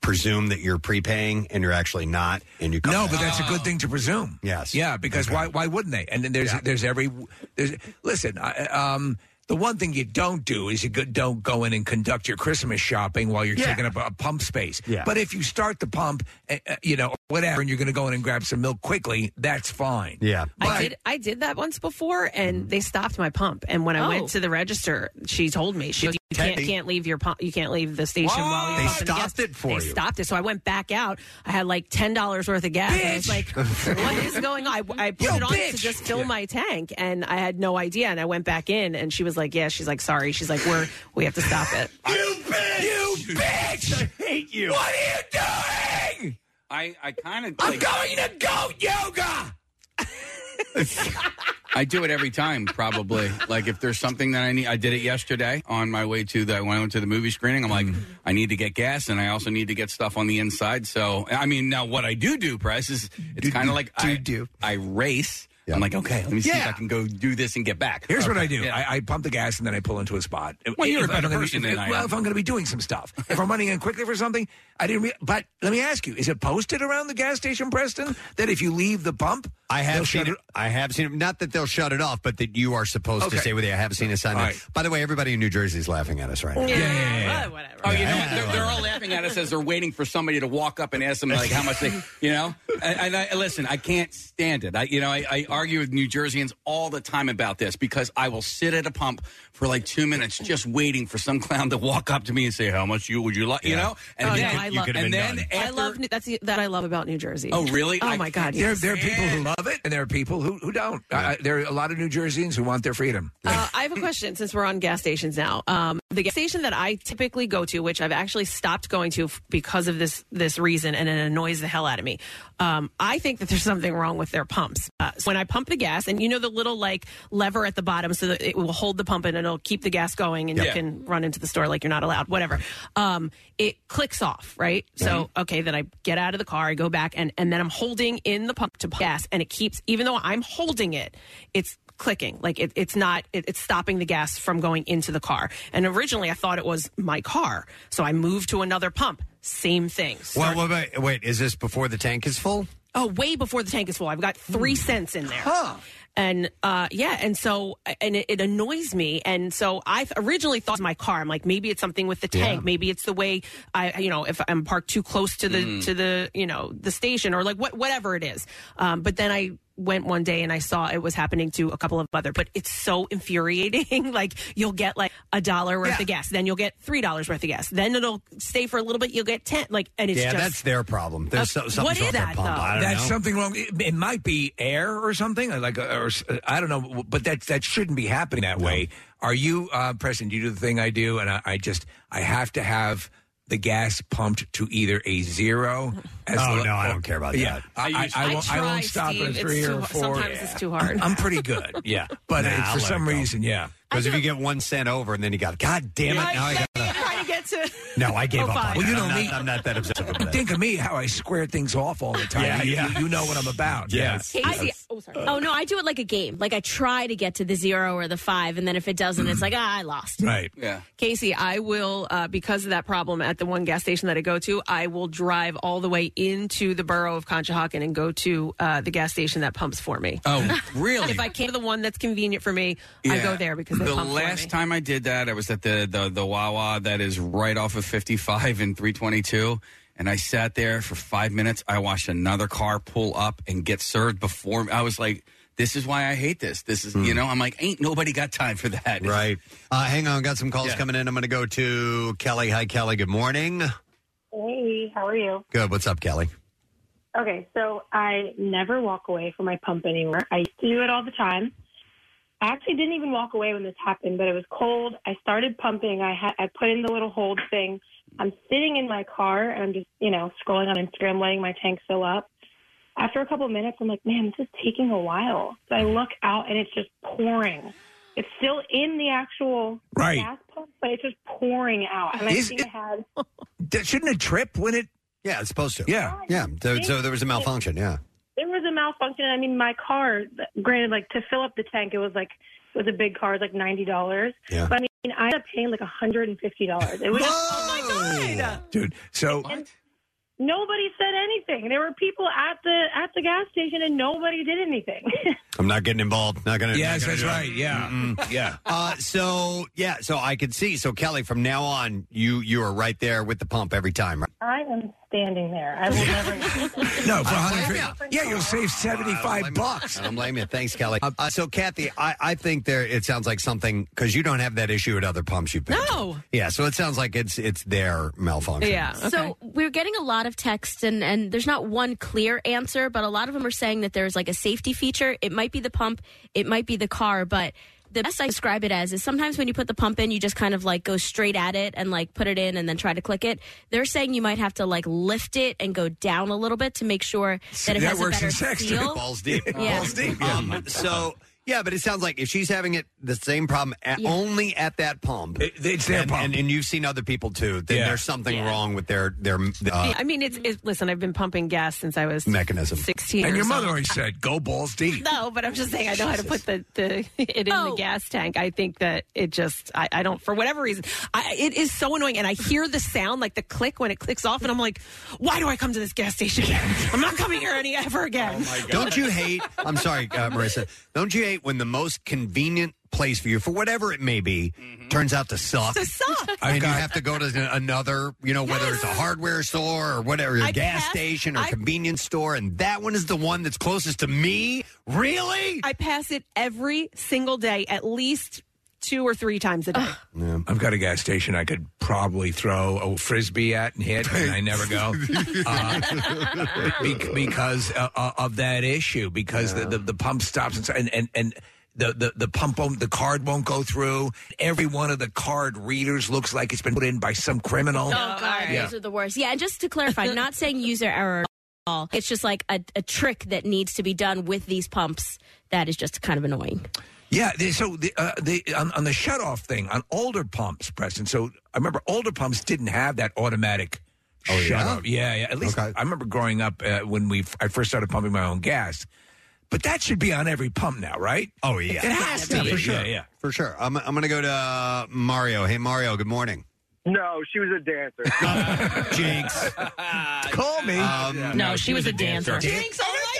Speaker 3: presume that you're prepaying and you're actually not, and you come
Speaker 5: No,
Speaker 3: back?
Speaker 5: but that's a good thing to presume.
Speaker 3: Yes.
Speaker 5: Yeah, because why? Why wouldn't they? And then there's there's every there's listen. I, um, the one thing you don't do is you go- don't go in and conduct your Christmas shopping while you're
Speaker 19: Yeah.
Speaker 5: taking up a pump space.
Speaker 19: Yeah.
Speaker 5: But if you start the pump, uh, uh, you know whatever, and you're going to go in and grab some milk quickly, that's fine.
Speaker 3: Yeah.
Speaker 4: I did. I did that once before, and they stopped my pump. And when I
Speaker 6: Oh.
Speaker 4: went to the register, she told me she goes, "You can't,
Speaker 3: Techie.
Speaker 4: can't leave your pump. You can't leave the station while you're
Speaker 3: They
Speaker 4: pumping gas."
Speaker 3: stopped it for
Speaker 4: They
Speaker 3: you.
Speaker 4: stopped it. So I went back out. I had like ten dollars worth of gas. I was like, "What is going on?" I, I put
Speaker 18: Yo,
Speaker 4: it on to
Speaker 18: bitch.
Speaker 4: just fill my tank, and I had no idea. And I went back in, and she was like, "Yeah." She's like, "Sorry." She's like, "We're we have to stop it."
Speaker 5: You bitch! I hate you. What are you doing?
Speaker 7: I, I kind of.
Speaker 5: I'm going to go yoga.
Speaker 7: I do it every time, probably. like if there's something that I need, I did it yesterday on my way to the when I went to the movie screening. I'm like,
Speaker 5: Mm.
Speaker 7: I need to get gas, and I also need to get stuff on the inside. So I mean, now what I do do, press is it's kind of like I do. I race. I'm like, okay, let me see if I can go do this and get back.
Speaker 5: Here's what
Speaker 7: Okay.
Speaker 5: I do:
Speaker 7: Yeah.
Speaker 5: I, I pump the gas and then I pull into a spot.
Speaker 7: Well, you're a
Speaker 5: If I'm
Speaker 7: better
Speaker 5: gonna be-
Speaker 7: person than I am.
Speaker 5: Well, if I'm going to be doing some stuff, if I'm running in quickly for something, I didn't. Re- but let me ask you: Is it posted around the gas station, Preston, that if you leave the pump,
Speaker 3: I
Speaker 5: they'll
Speaker 3: have
Speaker 5: shut
Speaker 3: seen it. I have seen it. Not that they'll shut it off, but that you are supposed
Speaker 5: Okay.
Speaker 3: to stay with it. I have seen a sign.
Speaker 5: All
Speaker 3: that-
Speaker 5: right.
Speaker 3: By the way, everybody in New Jersey is laughing at us right now.
Speaker 7: Yeah, yeah,
Speaker 4: whatever.
Speaker 7: Oh, you know, what? they're, they're all laughing at us as they're waiting for somebody to walk up and ask them like how much they, you know. And, and I, listen, I can't stand it. I, you know, I, I argue with New Jerseyans all the time about this because I will sit at a pump for like two minutes just waiting for some clown to walk up to me and say how much you would you like, you
Speaker 3: Yeah.
Speaker 7: know. And
Speaker 4: oh,
Speaker 7: then,
Speaker 4: no, I love.
Speaker 7: and then
Speaker 4: I love. That's the, that I love about New Jersey.
Speaker 7: Oh, really?
Speaker 4: Oh
Speaker 7: I-
Speaker 4: my God.
Speaker 5: There,
Speaker 4: yes.
Speaker 5: there are people who love it, and there are people who, who don't. Uh, there are a lot of New Jerseyans who want their freedom.
Speaker 4: Uh, I have a question since we're on gas stations now. Um, the gas station that I typically go to, which I've actually stopped going to f- because of this this reason, and it annoys the hell out of me. Um, I think that there's something wrong with their pumps. Uh, so when I pump the gas, and you know the little like lever at the bottom, so that it will hold the pump and it'll keep the gas going, and
Speaker 18: Yeah.
Speaker 4: you can run into the store like you're not allowed, whatever. Um, it clicks off, right? So okay, then I get out of the car, I go back, and and then I'm holding in the pump to pump gas, and it keeps even though I'm holding it, it's clicking like it, it's not it, it's stopping the gas from going into the car and originally i thought it was my car so i moved to another pump same thing
Speaker 3: Well, wait, wait, wait. Is this before the tank is full?
Speaker 4: oh way before the tank is full i've got three
Speaker 3: Hmm.
Speaker 4: cents in there and uh yeah and so and it, it annoys me and so i th- originally thought it was my car i'm like maybe it's something with the tank maybe it's the way i you know if i'm parked too close to the
Speaker 3: Hmm.
Speaker 18: Mm.
Speaker 4: to the you know the station or like what whatever it is um but then i went one day and i saw it was happening to a couple of other but it's so infuriating like you'll get like a dollar worth of gas then you'll get three dollars worth of gas then it'll stay for a little bit you'll get ten like and it's
Speaker 3: yeah,
Speaker 4: just
Speaker 3: that's their problem. There's so,
Speaker 4: Okay,
Speaker 3: something's
Speaker 4: what
Speaker 3: wrong
Speaker 4: is
Speaker 3: with their
Speaker 4: that,
Speaker 3: pump.
Speaker 4: though?
Speaker 3: I don't
Speaker 5: that's
Speaker 3: know.
Speaker 5: something wrong. It, it might be air or something. Like, uh, or s- I don't know, but that that shouldn't be happening that way. Are you, uh, Preston? Do you do the thing I do, and I, I just I have to have the gas pumped to either a zero.
Speaker 3: Oh,
Speaker 5: the-
Speaker 3: no, I don't care about
Speaker 5: yeah,
Speaker 3: that.
Speaker 5: I, I, I,
Speaker 3: I
Speaker 5: won't, I
Speaker 3: try,
Speaker 5: won't stop
Speaker 3: Steve.
Speaker 5: at
Speaker 3: It's
Speaker 5: three
Speaker 3: too-
Speaker 5: or four.
Speaker 4: sometimes it's too hard.
Speaker 5: I'm pretty good. Yeah, but
Speaker 3: Nah,
Speaker 5: it's
Speaker 3: I'll
Speaker 5: for
Speaker 3: let
Speaker 5: some
Speaker 3: it go.
Speaker 5: reason, yeah.
Speaker 3: Because if you get one cent over and then you got, God damn it,
Speaker 4: Right,
Speaker 3: now I
Speaker 4: yeah,
Speaker 3: got.
Speaker 4: yeah, trying to get to
Speaker 3: No, I gave
Speaker 4: Oh,
Speaker 3: up. On
Speaker 4: fine.
Speaker 5: Well,
Speaker 3: that.
Speaker 5: you know
Speaker 3: I'm
Speaker 5: me.
Speaker 3: Not, I'm not that upset about that.
Speaker 5: Think of me how I square things off all the time.
Speaker 3: Yeah,
Speaker 5: You-
Speaker 3: yeah.
Speaker 5: You, you know what I'm about.
Speaker 3: Yes.
Speaker 4: Casey, Oh, sorry.
Speaker 6: Oh no, I do it like a game. Like I try to get to the zero or the five, and then if it doesn't, it's like ah, I lost.
Speaker 5: Right. Yeah.
Speaker 4: Casey, I will, uh, because of that problem at the one gas station that I go to, I will drive all the way into the borough of Conshohocken and go to uh, the gas station that pumps for me.
Speaker 7: Oh, really?
Speaker 4: if I came to the one that's convenient for me, I
Speaker 7: Yeah.
Speaker 4: go there because they
Speaker 7: the
Speaker 4: pump
Speaker 7: last time I did that, I was at the, the the Wawa that is right off of 55 and 322, and I sat there for five minutes. I watched another car pull up and get served before. me. I was like, "This is why I hate this. This is you know." I'm like, "Ain't nobody got time for that."
Speaker 3: Hmm. Right. Uh, hang on, got some calls coming in. I'm going to go to Kelly. Hi, Kelly. Good morning.
Speaker 18: Hey, how are you?
Speaker 3: Good. What's up, Kelly?
Speaker 18: Okay, so I never walk away from my pump anymore. I used to do it all the time. I actually didn't even walk away when this happened, but it was cold. I started pumping. I had I put in the little hold thing. I'm sitting in my car and I'm just, you know, scrolling on Instagram, letting my tank fill up. After a couple minutes, I'm like, man, this is taking a while. So I look out and it's just pouring. It's still in the actual
Speaker 5: Right.
Speaker 18: gas pump, but it's just pouring out. And I
Speaker 5: Is
Speaker 18: think I had
Speaker 5: That, shouldn't it trip when it?
Speaker 3: Yeah, it's supposed to.
Speaker 5: Yeah.
Speaker 3: Yeah. So, so there was a malfunction. Yeah.
Speaker 18: there was a malfunction. I mean, my car, granted, like to fill up the tank, it was like it was a big car, it was like ninety dollars.
Speaker 5: Yeah.
Speaker 18: But I mean, I ended up paying like hundred and fifty dollars. It was oh my god.
Speaker 5: Dude, so
Speaker 18: And nobody said anything. There were people at the at the gas station, and nobody did anything.
Speaker 3: I'm not getting involved. Not going to.
Speaker 5: Yes, that's right. Yeah. Yeah.
Speaker 3: Uh, so yeah, so I could see. So Kelly, from now on, you you are right there with the pump every time. Right?
Speaker 18: I am standing there. I will never.
Speaker 5: No,
Speaker 3: for hundred.
Speaker 5: Yeah, you'll save seventy five bucks.
Speaker 3: I don't blame you. Thanks, Kelly. Uh, uh, so Kathy, I, I think there. It sounds like something because you don't have that issue at other pumps you've been. to.
Speaker 6: No.
Speaker 3: Yeah. So it sounds like it's it's their malfunction.
Speaker 6: So we're getting a lot of texts, and, and there's not one clear answer, but a lot of them are saying that there's like a safety feature. It might be the pump, it might be the car, but the best I describe it as is sometimes when you put the pump in, you just kind of like go straight at it and like put it in and then try to click it. They're saying you might have to like lift it and go down a little bit to make sure that it has a better feel.
Speaker 3: Balls deep.
Speaker 6: Yeah.
Speaker 3: Balls deep. Um, so. Yeah, but it sounds like if she's having it the same problem at, only at that pump,
Speaker 5: it's their
Speaker 3: and,
Speaker 5: pump.
Speaker 3: and, and you've seen other people too. Then
Speaker 5: Yeah.
Speaker 3: there's something
Speaker 5: Yeah.
Speaker 3: wrong with their their uh,
Speaker 4: Yeah, I mean, it's, it's listen. I've been pumping gas since I was
Speaker 3: mechanism.
Speaker 4: 16
Speaker 5: And
Speaker 4: or
Speaker 5: your
Speaker 4: so.
Speaker 5: mother always said, "Go balls deep."
Speaker 4: No, but I'm just saying I know how to put the, the it in the gas tank. I think that it just I, I don't for whatever reason I, it is so annoying, and I hear the sound like the click when it clicks off, and I'm like, why do I come to this gas station? again? I'm not coming here any ever again.
Speaker 3: Don't you hate? I'm sorry, uh, Marissa. Don't you hate when the most convenient place for you, for whatever it may be, turns out to suck?
Speaker 4: To suck.
Speaker 3: And
Speaker 4: I've
Speaker 3: you
Speaker 4: got-
Speaker 3: have to go to an- another, you know, whether it's a hardware store or whatever, a
Speaker 4: I
Speaker 3: gas
Speaker 4: pass-
Speaker 3: station or
Speaker 4: I-
Speaker 3: convenience store, and that one is the one that's closest to me? Really?
Speaker 4: I pass it every single day, at least two or three times a day.
Speaker 5: I've got a gas station I could probably throw a frisbee at and hit, and I never go uh, be- because uh, uh, of that issue. Because the, the the pump stops and and and. and the, the, the pump won't, the card won't go through. Every one of the card readers looks like it's been put in by some criminal.
Speaker 6: Oh God,
Speaker 5: Yeah.
Speaker 6: those are the worst. Yeah, and just to clarify, I'm not saying user error at all. It's just like a, a trick that needs to be done with these pumps that is just kind of annoying.
Speaker 5: Yeah, they, so the, uh, the on, on the shutoff thing on older pumps, Preston. So I remember older pumps didn't have that automatic
Speaker 3: Oh,
Speaker 5: shut
Speaker 3: yeah?
Speaker 5: off. Yeah, yeah. At least I remember growing up uh, when we f- I first started pumping my own gas. But that should be on every pump now, right?
Speaker 3: Oh, yeah.
Speaker 5: it has to
Speaker 3: Yeah,
Speaker 5: be.
Speaker 3: For sure.
Speaker 5: Yeah, yeah.
Speaker 3: For sure. I'm, I'm going to go to uh, Mario. Hey, Mario, good morning.
Speaker 12: No, she was a dancer.
Speaker 3: Jinx.
Speaker 5: Call me.
Speaker 3: Um,
Speaker 12: No, she was a dancer.
Speaker 5: Jinx,
Speaker 12: oh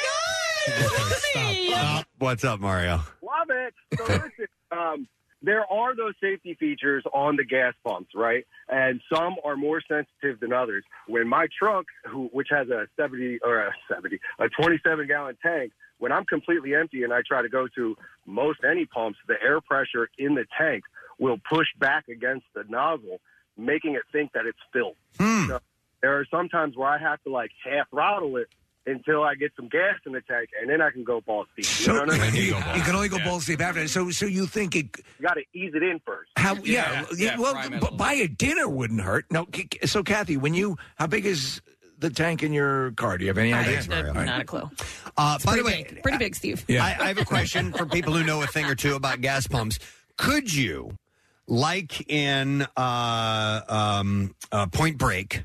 Speaker 12: my
Speaker 3: Stop. What's up, Mario?
Speaker 12: Love it. So listen, um, there are those safety features on the gas pumps, right? And some are more sensitive than others. When my truck, who, which has a 70 or a 70, a 27 gallon tank, when I'm completely empty and I try to go to most any pumps, the air pressure in the tank will push back against the nozzle, making it think that it's filled.
Speaker 5: Hmm.
Speaker 12: So there are some times where I have to like half throttle it until I get some gas in the tank, and then I can go balls deep. You know
Speaker 5: So
Speaker 12: what I mean?
Speaker 5: you, you can only go balls deep after. So so you think it?
Speaker 12: You got to ease it in first.
Speaker 5: How? Yeah. yeah, well, b- buy a dinner wouldn't hurt. No. c- c- So Kathy, when you how big is the tank in your car? Do you have any idea? All right.
Speaker 4: not a clue.
Speaker 3: Uh, by
Speaker 4: pretty
Speaker 3: the way,
Speaker 4: big, pretty big, Steve.
Speaker 3: I, uh, I have a question for people who know a thing or two about gas pumps. Could you, like in uh, um, uh, Point Break,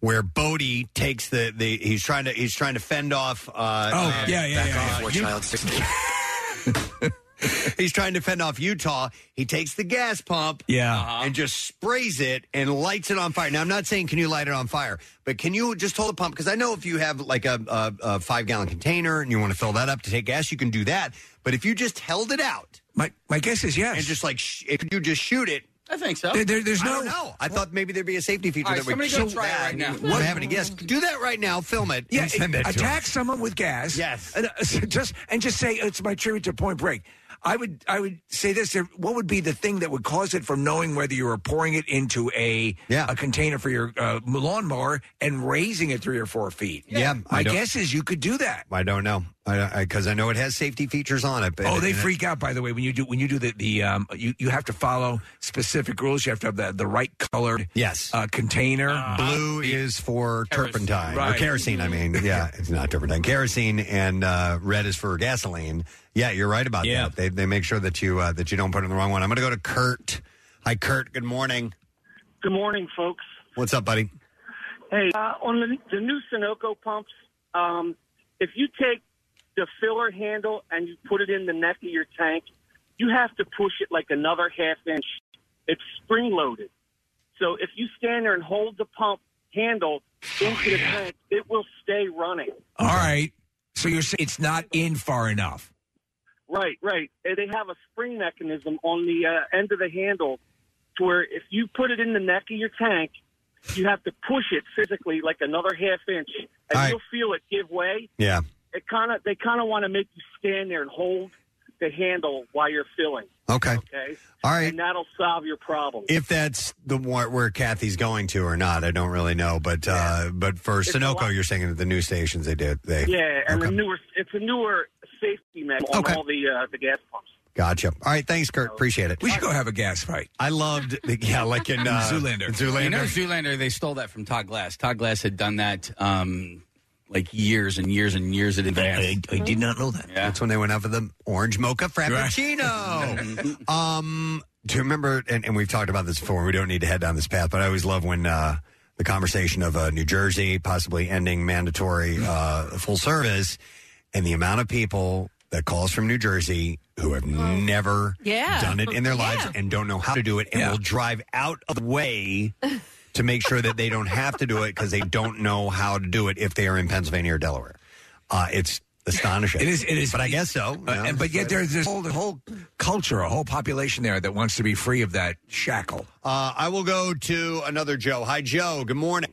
Speaker 3: where Bodie takes the, the he's trying to he's trying to fend off. Uh,
Speaker 5: Oh,
Speaker 3: uh,
Speaker 5: yeah, yeah,
Speaker 3: back
Speaker 5: yeah,
Speaker 3: off.
Speaker 5: yeah. Poor child,
Speaker 3: he's trying to fend off Utah. He takes the gas pump,
Speaker 5: Yeah.
Speaker 3: and just sprays it and lights it on fire. Now I'm not saying can you light it on fire, but can you just hold the pump? Because I know if you have like a, a, a five gallon container and you want to fill that up to take gas, you can do that. But if you just held it out,
Speaker 5: my my guess is yes,
Speaker 3: and just like sh- if you just shoot it.
Speaker 7: I think so.
Speaker 5: There- there- there's
Speaker 3: I
Speaker 5: no-
Speaker 3: don't know. I thought maybe there'd be a safety feature
Speaker 5: All right,
Speaker 3: that would
Speaker 5: somebody go
Speaker 3: shoot
Speaker 5: try it
Speaker 3: that.
Speaker 5: right now.
Speaker 3: What? Having a guess, do that right now. Film it.
Speaker 5: Yeah,
Speaker 3: and send that to
Speaker 5: attack
Speaker 3: us.
Speaker 5: someone with gas.
Speaker 3: Yes,
Speaker 5: and uh, just and just say it's my tribute to Point Break. I would I would say this. there- What would be the thing that would cause it from knowing whether you were pouring it into a a container for your uh, lawnmower and raising it three or four feet?
Speaker 3: Yeah,
Speaker 5: my
Speaker 3: I don't-
Speaker 5: guess is you could do that.
Speaker 3: I don't know. I because I, know it has safety features on it. But
Speaker 5: Oh, they
Speaker 3: and it-
Speaker 5: freak out by the way when you do when you do the the um, you you have to follow specific rules. You have to have the the right colored
Speaker 3: yes
Speaker 5: uh, container.
Speaker 3: Blue is for turpentine or
Speaker 5: Right.
Speaker 3: kerosene. I mean, yeah, it's not turpentine, kerosene, and uh, red is for gasoline. Yeah, you're right about that. They they make sure that you uh, that you don't put in the wrong one. I'm going to go to Kurt. Hi, Kurt. Good morning.
Speaker 19: Good morning, folks.
Speaker 3: What's up, buddy?
Speaker 19: Hey, uh, on the, the new Sunoco pumps, um, if you take the filler handle and you put it in the neck of your tank, you have to push it like another half inch. It's spring loaded. So if you stand there and hold the pump handle
Speaker 5: Oh,
Speaker 19: into the tank, it will stay running.
Speaker 5: All right, so you're saying it's not in far enough.
Speaker 19: Right, right. And they have a spring mechanism on the uh, end of the handle to where if you put it in the neck of your tank, you have to push it physically like another half inch, and you'll feel it give way.
Speaker 3: Yeah.
Speaker 19: It kind of they kind of want to make you stand there and hold the handle while you're filling.
Speaker 3: Okay.
Speaker 19: Okay.
Speaker 3: All right.
Speaker 19: And that'll solve your problem.
Speaker 3: If that's the one where Kathy's going to or not, I don't really know. But uh, but for
Speaker 19: It's a
Speaker 3: Sunoco,
Speaker 19: lot-
Speaker 3: you're saying that the new stations they did they
Speaker 19: yeah, and the
Speaker 3: Okay.
Speaker 19: newer it's a newer safety mechanism on all the uh, the gas pumps.
Speaker 3: Gotcha. All right, thanks, Kurt. Appreciate it.
Speaker 5: We should go have a gas fight.
Speaker 3: I loved, the, yeah, like in uh,
Speaker 5: Zoolander.
Speaker 3: Zoolander.
Speaker 7: You know, Zoolander, they stole that from Todd Glass. Todd Glass had done that um, like years and years and years in advance.
Speaker 5: I, did not know that.
Speaker 3: That's when they went out for the orange mocha frappuccino. um, do you remember? And, and we've talked about this before. We don't need to head down this path, but I always love when uh, the conversation of uh, New Jersey possibly ending mandatory uh, full service, and the amount of people that calls from New Jersey who have never
Speaker 4: Yeah.
Speaker 3: done it in their lives
Speaker 4: Yeah.
Speaker 3: and don't know how to do it, and will drive out of the way. To make sure that they don't have to do it because they don't know how to do it if they are in Pennsylvania or Delaware, uh, it's astonishing.
Speaker 5: It is. It is.
Speaker 3: but I guess so.
Speaker 5: Uh, and, but yet there's this whole, whole culture, a whole population there that wants to be free of that shackle.
Speaker 3: Uh, I will go to another Joe. Hi, Joe. Good morning.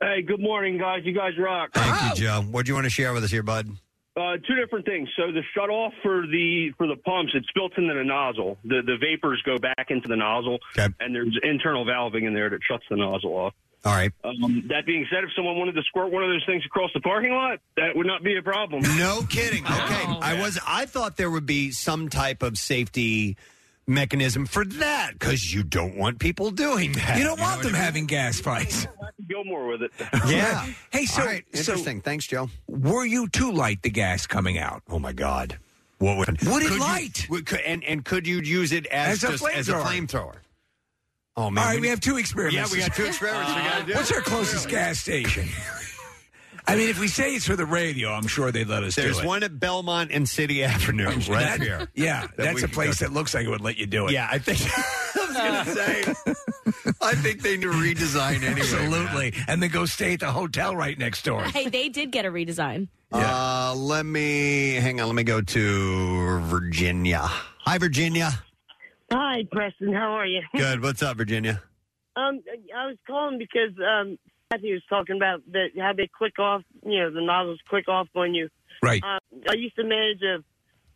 Speaker 20: Hey, good morning, guys. You guys rock.
Speaker 3: Thank
Speaker 5: Oh.
Speaker 3: you, Joe. What do you want to share with us here, bud?
Speaker 20: Uh, two different things. So the shut off for the for the pumps, it's built into the nozzle. The the vapors go back into the nozzle, and there's internal valving in there that shuts the nozzle off.
Speaker 3: All right.
Speaker 20: Um, that being said, if someone wanted to squirt one of those things across the parking lot, that would not be a problem.
Speaker 3: No kidding. Okay,
Speaker 5: Oh,
Speaker 3: I was. I thought there would be some type of safety mechanism for that because you don't want people doing that.
Speaker 5: You don't want them having gas fights.
Speaker 20: Gilmore with it.
Speaker 3: Yeah.
Speaker 5: hey, so
Speaker 3: All right,
Speaker 5: so
Speaker 3: interesting. Thanks, Joe.
Speaker 5: were you to light the gas coming out?
Speaker 3: Oh my God, what would
Speaker 5: would it
Speaker 3: Could you-
Speaker 5: light?
Speaker 3: would- could- and and could you use it as
Speaker 5: As a
Speaker 3: just as a
Speaker 5: flamethrower.
Speaker 3: flamethrower? Oh man.
Speaker 5: All right, we have two experiments.
Speaker 3: Yeah, we got two experiments. we got to do.
Speaker 5: What's our closest gas station? I mean, if we say it's for the radio, I'm sure they'd let us
Speaker 3: There's
Speaker 5: do it.
Speaker 3: one at Belmont and City Avenue, right
Speaker 5: That-
Speaker 3: here.
Speaker 5: Yeah,
Speaker 3: That we
Speaker 5: that's a
Speaker 3: could
Speaker 5: place
Speaker 3: go to.
Speaker 5: that looks like it would let you do it.
Speaker 3: Yeah, I think. I was going to say. I think they need to redesign anyway.
Speaker 5: Absolutely, and then go stay at the hotel right next door.
Speaker 6: Hey, they did get a redesign.
Speaker 3: Uh, let me hang on. Let me go to Virginia. Hi, Virginia.
Speaker 21: Hi, Preston. How are you?
Speaker 3: Good. What's up, Virginia?
Speaker 21: Um, I was calling because um, Matthew was talking about that how they click off, you know, the nozzles click off on you.
Speaker 5: Right.
Speaker 21: Uh, I used to manage a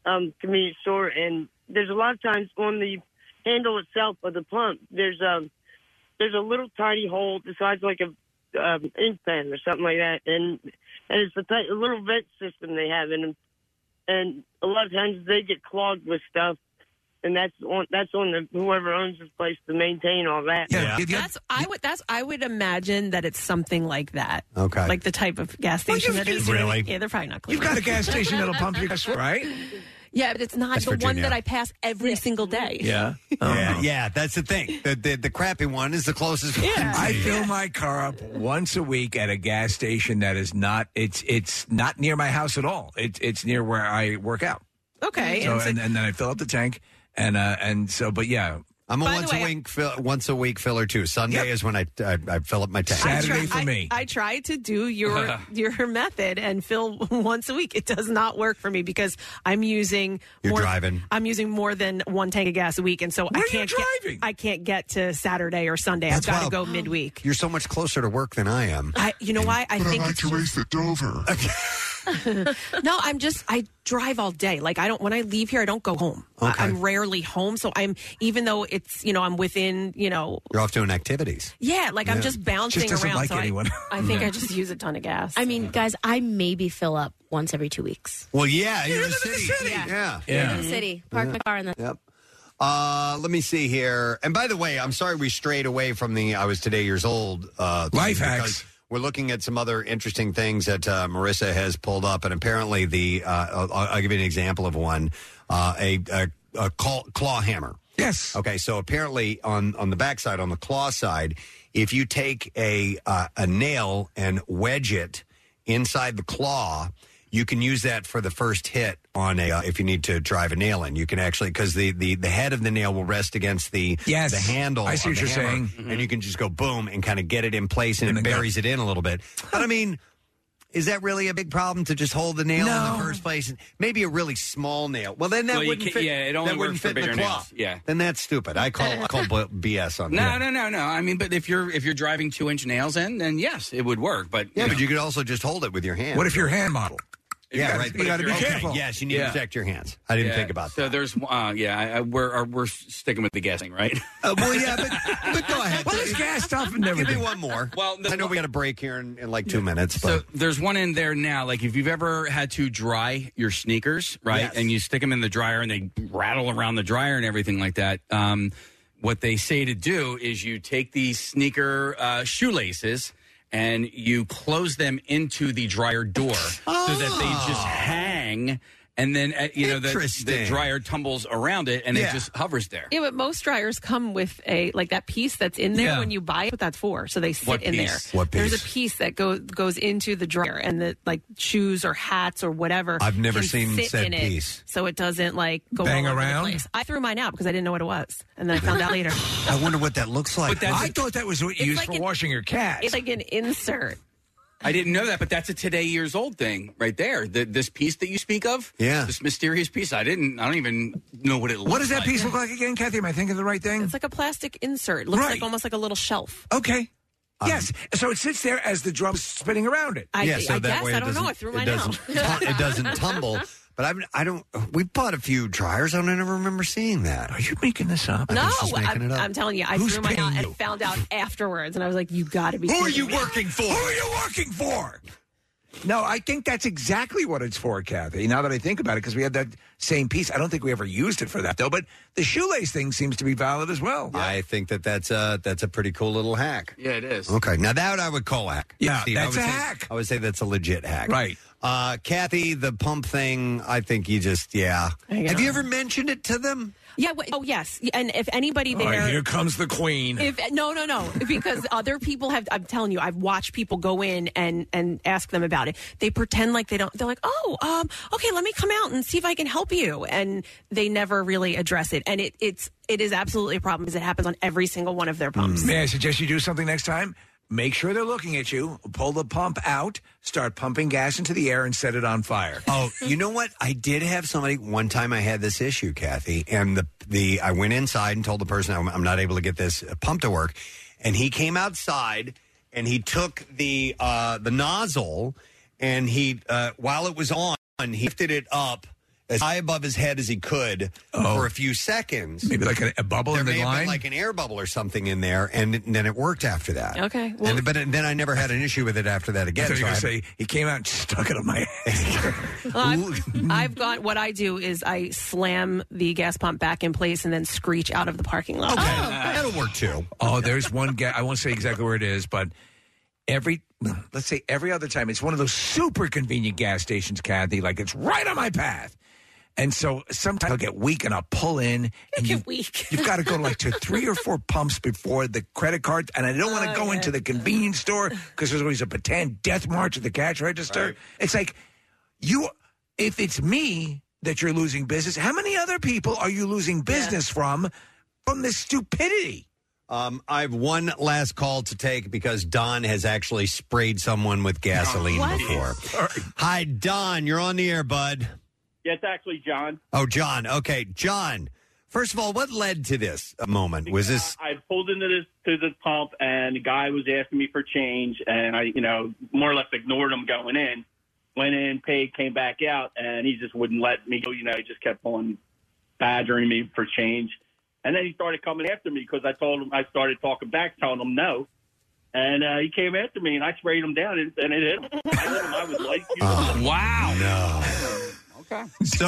Speaker 21: um, convenience store, and there's a lot of times on the handle itself of the pump, there's um, there's a little tiny hole the size of like a um, ink pen or something like that, and and it's the ti- little vent system they have in them, and a lot of times they get clogged with stuff. And that's on that's on the whoever owns the place to maintain all that.
Speaker 4: That's I would. That's I would imagine that it's something like that.
Speaker 3: Okay.
Speaker 4: like the type of gas
Speaker 5: Well,
Speaker 4: station
Speaker 5: you've-
Speaker 4: that is
Speaker 5: you've- Really?
Speaker 4: Yeah, they're probably not. Clean.
Speaker 5: You've got a gas station that'll pump your gas, right?
Speaker 4: Yeah, but it's not
Speaker 3: That's
Speaker 4: the one
Speaker 3: Virginia.
Speaker 4: that I pass every single day.
Speaker 3: Yeah. yeah, Uh-huh. yeah, that's the thing. The, the the crappy one is the closest one.
Speaker 5: I fill my car up once a week at a gas station that is not it's it's not near my house at all. It's it's near where I work out.
Speaker 4: Okay.
Speaker 5: So,
Speaker 4: and so-
Speaker 5: and, and then I fill up the tank and uh and so but yeah.
Speaker 3: I'm a
Speaker 4: By the
Speaker 3: once a
Speaker 4: way, I-
Speaker 3: week fill, once a week filler too. Sunday is when I, I I fill up my tank.
Speaker 4: I try- I- I, try to do your your method and fill once a week. It does not work for me because I'm using
Speaker 3: You're
Speaker 4: more,
Speaker 3: driving.
Speaker 4: I'm using more than one tank of gas a week, and so I can't get I can't get to Saturday or Sunday. I've got to go
Speaker 3: wild.
Speaker 4: midweek.
Speaker 3: You're so much closer to work than I am.
Speaker 4: I, you know why? I think it's just-
Speaker 3: race at Dover.
Speaker 4: no, I'm just I drive all day. Like I don't when I leave here, I don't go home.
Speaker 3: Okay.
Speaker 4: I, I'm rarely home, so I'm even though it's you know I'm within you know
Speaker 3: You're off doing activities.
Speaker 4: yeah like I'm
Speaker 3: Yeah.
Speaker 4: just
Speaker 3: Just
Speaker 4: bouncing
Speaker 3: doesn't
Speaker 4: around.
Speaker 3: like
Speaker 4: so I-
Speaker 3: anyone.
Speaker 4: I, think
Speaker 3: Yeah.
Speaker 4: I just use a ton of gas.
Speaker 6: I mean, guys, I maybe fill up once every two weeks.
Speaker 3: Well, yeah, you're in the
Speaker 6: city.
Speaker 3: city.
Speaker 6: Yeah.
Speaker 3: yeah, Mm-hmm.
Speaker 6: Yeah. Live in the city. Park my car in the-
Speaker 3: Yep. Uh, let me see here. And by the way, I'm sorry we strayed away from the I was today years old uh, thing
Speaker 5: Life
Speaker 3: because
Speaker 5: hacks.
Speaker 3: We're looking at some other interesting things that uh, Marissa has pulled up, and apparently the uh, I'll, I'll give you an example of one uh, a, a, a claw, claw hammer.
Speaker 5: Yes.
Speaker 3: Okay. So apparently on on the backside on the claw side, if you take a uh, a nail and wedge it inside the claw, you can use that for the first hit on a uh, if you need to drive a nail in. You can actually because the, the the head of the nail will rest against the
Speaker 5: Yes.
Speaker 3: the handle.
Speaker 5: I see
Speaker 3: of
Speaker 5: what
Speaker 3: the
Speaker 5: you're
Speaker 3: hammer,
Speaker 5: saying.
Speaker 7: Mm-hmm.
Speaker 3: and you can just go boom and kind of get it in place and, it buries it in a little bit. But I mean. Is that really a big problem to just hold the nail in
Speaker 5: No.
Speaker 3: the first place? Maybe a really small nail. Well, then that
Speaker 7: Well, you
Speaker 3: wouldn't
Speaker 7: ca-
Speaker 3: fit.
Speaker 7: yeah, it only
Speaker 3: that wouldn't
Speaker 7: works for
Speaker 3: fit in the
Speaker 7: bigger
Speaker 3: claw.
Speaker 7: nails. Yeah.
Speaker 3: then that's stupid. I call I call b- BS on
Speaker 7: No,
Speaker 3: that.
Speaker 7: no, no, no. I mean, but if you're if you're driving two inch nails in, then yes, it would work. But
Speaker 3: Yeah, but you could also just hold it with your hand.
Speaker 5: What if you're hand model?
Speaker 3: Yeah, right.
Speaker 7: But if you're- okay,
Speaker 3: yes, you need to protect your hands. I didn't think about
Speaker 7: so that. So there's, uh, yeah, I, I, we're uh, we're sticking with the guessing, right?
Speaker 3: Uh, well, yeah, but, but go ahead. Well, it's
Speaker 5: gas stuff and
Speaker 3: Give me one more. Well, I know we got a break here in, in like two minutes, but
Speaker 7: So there's one in there now. Like if you've ever had to dry your sneakers, right,
Speaker 3: Yes.
Speaker 7: and you stick them in the dryer and they rattle around the dryer and everything like that. Um, what they say to do is you take these sneaker uh, shoelaces and you close them into the dryer door so that they just hang. And then uh, you know the, the
Speaker 4: Interesting.
Speaker 7: dryer tumbles around it and
Speaker 4: Yeah.
Speaker 7: it just hovers there.
Speaker 4: Yeah, but most dryers come with a like that piece that's in there
Speaker 7: Yeah.
Speaker 4: when you buy it. What that's for? So they sit
Speaker 7: What
Speaker 4: in
Speaker 7: piece?
Speaker 4: there.
Speaker 7: What
Speaker 4: There's
Speaker 3: piece?
Speaker 4: a piece that goes goes into the dryer, and the like shoes or hats or whatever.
Speaker 3: I've never
Speaker 4: can
Speaker 3: seen
Speaker 4: sit
Speaker 3: said
Speaker 4: in
Speaker 3: piece.
Speaker 4: it, so it doesn't like go
Speaker 3: Bang
Speaker 4: all over the
Speaker 3: around?
Speaker 4: place. I threw mine out because I didn't know what it was, and then I found out later.
Speaker 3: I wonder what that looks like.
Speaker 7: But that's
Speaker 5: I thought that was what you
Speaker 4: It's
Speaker 5: used
Speaker 4: like
Speaker 5: for
Speaker 4: an-
Speaker 5: washing your cat.
Speaker 4: It's like an insert.
Speaker 7: I didn't know that, but that's a today years old thing right there. The, this piece that you speak of,
Speaker 5: Yeah.
Speaker 7: this mysterious piece. I didn't. I don't even know what it.
Speaker 5: What does
Speaker 7: looks
Speaker 5: that piece look like again, Kathy? Am I thinking of the right thing?
Speaker 4: It's like a plastic insert. It looks
Speaker 5: Right.
Speaker 4: like almost like a little shelf.
Speaker 5: Okay.
Speaker 3: Um,
Speaker 5: yes. So it sits there as the drum's spinning around it.
Speaker 4: I- Yeah, so I that guess. way it I don't know. doesn't- oh, I threw it mine out.
Speaker 3: doesn't tu- it doesn't tumble. But I've, I don't. We bought a few dryers. I don't ever remember seeing that. Are
Speaker 5: you making this up?
Speaker 4: No, I'm, I'm telling you, I
Speaker 3: Who's
Speaker 4: threw mine out
Speaker 3: paying you?
Speaker 4: and found out afterwards, and I was like, "You got to be."
Speaker 5: Who are
Speaker 4: kidding
Speaker 5: you
Speaker 4: me.
Speaker 5: working for? Who are you working for? No, I think that's exactly what it's for, Kathy. Now that I think about it, because we had that same piece. I don't think we ever used it for that though. But the shoelace thing seems to be valid as well.
Speaker 3: I think that that's a that's a pretty cool little hack.
Speaker 7: Yeah, it is.
Speaker 3: Okay, now that I would call a hack.
Speaker 5: Yeah,
Speaker 3: I
Speaker 5: that's
Speaker 3: would say-
Speaker 5: a hack.
Speaker 3: I would say that's a legit hack.
Speaker 5: Right.
Speaker 3: Uh, Kathy, the pump thing. I think you just yeah. Have you ever mentioned it to them?
Speaker 4: Yeah. Wait, oh, yes. And if anybody
Speaker 5: All
Speaker 4: there,
Speaker 5: right, here comes the Oh, queen.
Speaker 4: If no, no, no, because other people have. I'm telling you, I've watched people go in and and ask them about it. They pretend like they don't. They're like, oh, um, okay, let me come out and see if I can help you, and they never really address it. And it it's it is absolutely a problem because it happens on every single one of their
Speaker 3: Hmm.
Speaker 4: pumps.
Speaker 5: May I suggest you do something next time? Make sure they're looking at you. Pull the pump out. Start pumping gas into the air and set it on fire.
Speaker 3: Oh, you know what? I did have somebody one time. I had this issue, Kathy, and the the I went inside and told the person I'm, I'm not able to get this uh, pump to work, and he came outside and he took the uh, the nozzle and he uh, while it was on, he lifted it up as high above his head as he could for a few seconds,
Speaker 5: Oh. maybe like a, a bubble
Speaker 3: there
Speaker 5: in the
Speaker 3: may have been
Speaker 5: line?
Speaker 3: like an air bubble or something in there, and, then it worked after that.
Speaker 4: Okay,
Speaker 3: And- but then I never had an issue with it after that again.
Speaker 5: thought you were
Speaker 3: I-
Speaker 5: gonna say, he came out and stuck it on my
Speaker 4: Well, I've, I've got what I do is I slam the gas pump back in place and then screech out of the parking lot.
Speaker 3: that'll work too.
Speaker 5: Oh, there's one guy. I won't say exactly where it is, but every let's say every other time, it's one of those super convenient gas stations, Kathy. Like it's right on my path, And so sometimes I'll get weak and I'll pull in. And you, weak. you've got to go like to three or four pumps before the credit card. And I don't want to
Speaker 3: Oh,
Speaker 5: go into the convenience store because there's always a pretend death march at the cash register. It's like, you, if it's me that you're losing business, how many other people are you losing business from? From this stupidity.
Speaker 3: Um, I have one last call to take because Don has actually sprayed someone with gasoline
Speaker 8: What?
Speaker 3: before. Hi, Don. You're on the air, bud.
Speaker 8: Yeah, it's actually John.
Speaker 3: Oh, John. Okay, John. First of all, what led to this moment? Was this
Speaker 8: I pulled into this to the pump, and the guy was asking me for change, and I, you know, more or less ignored him going in. Went in, paid, came back out, and he just wouldn't let me go. You know, he just kept on badgering me for change, and then he started coming after me because I told him I started talking back, telling him no, and uh, he came after me, and I sprayed him down, and, and it hit him. I hit him. I was like, you.
Speaker 3: wow? No. okay. So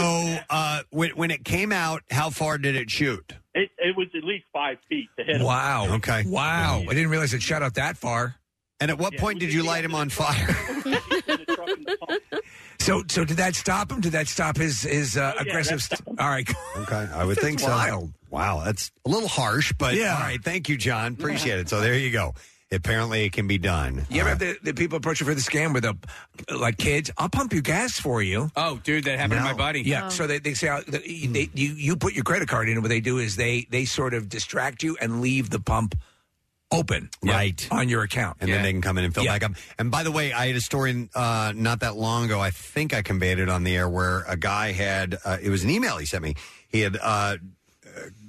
Speaker 3: uh, when when it came out, how far did it shoot?
Speaker 8: It, it was at least five feet to hit him.
Speaker 5: Wow.
Speaker 3: Okay.
Speaker 5: Wow. I didn't realize it shot out that far.
Speaker 3: And at what point did you light him on fire?
Speaker 5: so, so did that stop him? Did that stop his his uh, aggressive? St- all right.
Speaker 3: Okay, I would think so.
Speaker 5: Wild.
Speaker 3: Wow, that's a little harsh, but
Speaker 5: Yeah.
Speaker 3: all right. Thank you, John. Appreciate it. So there you go. Apparently, it can be done.
Speaker 5: You ever have the, the people approach you for the scam with a like kids? I'll pump you gas for you.
Speaker 7: Oh, dude, that happened to my
Speaker 5: No.
Speaker 7: buddy. Oh.
Speaker 5: Yeah. So they, they say uh, the- they, you you put your credit card in, and what they do is they they sort of distract you and leave the pump open
Speaker 3: right
Speaker 5: on your account,
Speaker 3: and then they can come in and fill
Speaker 5: Yeah.
Speaker 3: back up. And by the way, I had a story uh, not that long ago. I think I conveyed it on the air where a guy had uh, it was an email he sent me. He had uh,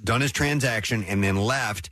Speaker 3: done his transaction and then left.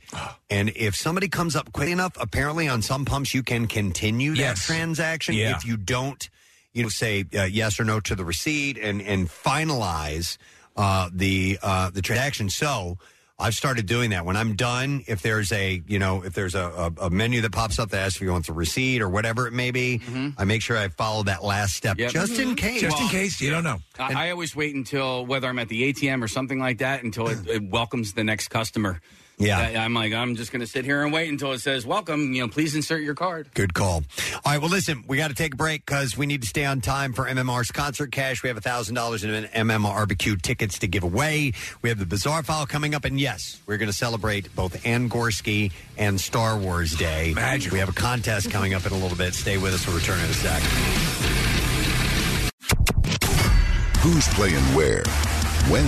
Speaker 3: And if somebody comes up quick enough, apparently on some pumps you can continue that
Speaker 5: Yes.
Speaker 3: transaction
Speaker 5: Yeah.
Speaker 3: if you don't, you know, say uh, yes or no to the receipt and and finalize uh, the uh, the transaction. So. I've started doing that. When I'm done, if there's a you know if there's a, a, a menu that pops up that asks if you want the receipt or whatever it may be,
Speaker 5: Mm-hmm.
Speaker 3: I make sure I follow that last step
Speaker 7: Yep. Mm-hmm.
Speaker 3: just in case.
Speaker 7: Just in Well, case,
Speaker 5: you don't know.
Speaker 7: I, I always wait until whether I'm at the ATM or something like that until it, it welcomes the next customer.
Speaker 3: Yeah.
Speaker 7: I, I'm like, I'm just going to sit here and wait until it says welcome. You know, please insert your card.
Speaker 3: Good call. All right, well, listen, we got to take a break because we need to stay on time for MMR's concert cash. We have $1,000 in MMRBQ tickets to give away. We have the Bizarre File coming up. And yes, we're going to celebrate both Ann Gorski and Star Wars Day. Magic. We have a contest coming up in a little bit. Stay with us. We'll return in a sec.
Speaker 2: Who's playing where? When?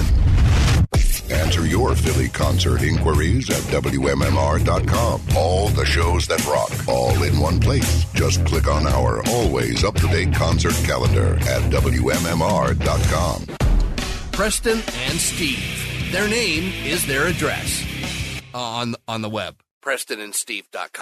Speaker 2: Answer your Philly concert inquiries at WMMR.com. All the shows that rock, all in one place. Just click on our always up to date concert calendar at WMMR.com.
Speaker 9: Preston and Steve. Their name is their address uh, on on the web. PrestonandSteve.com.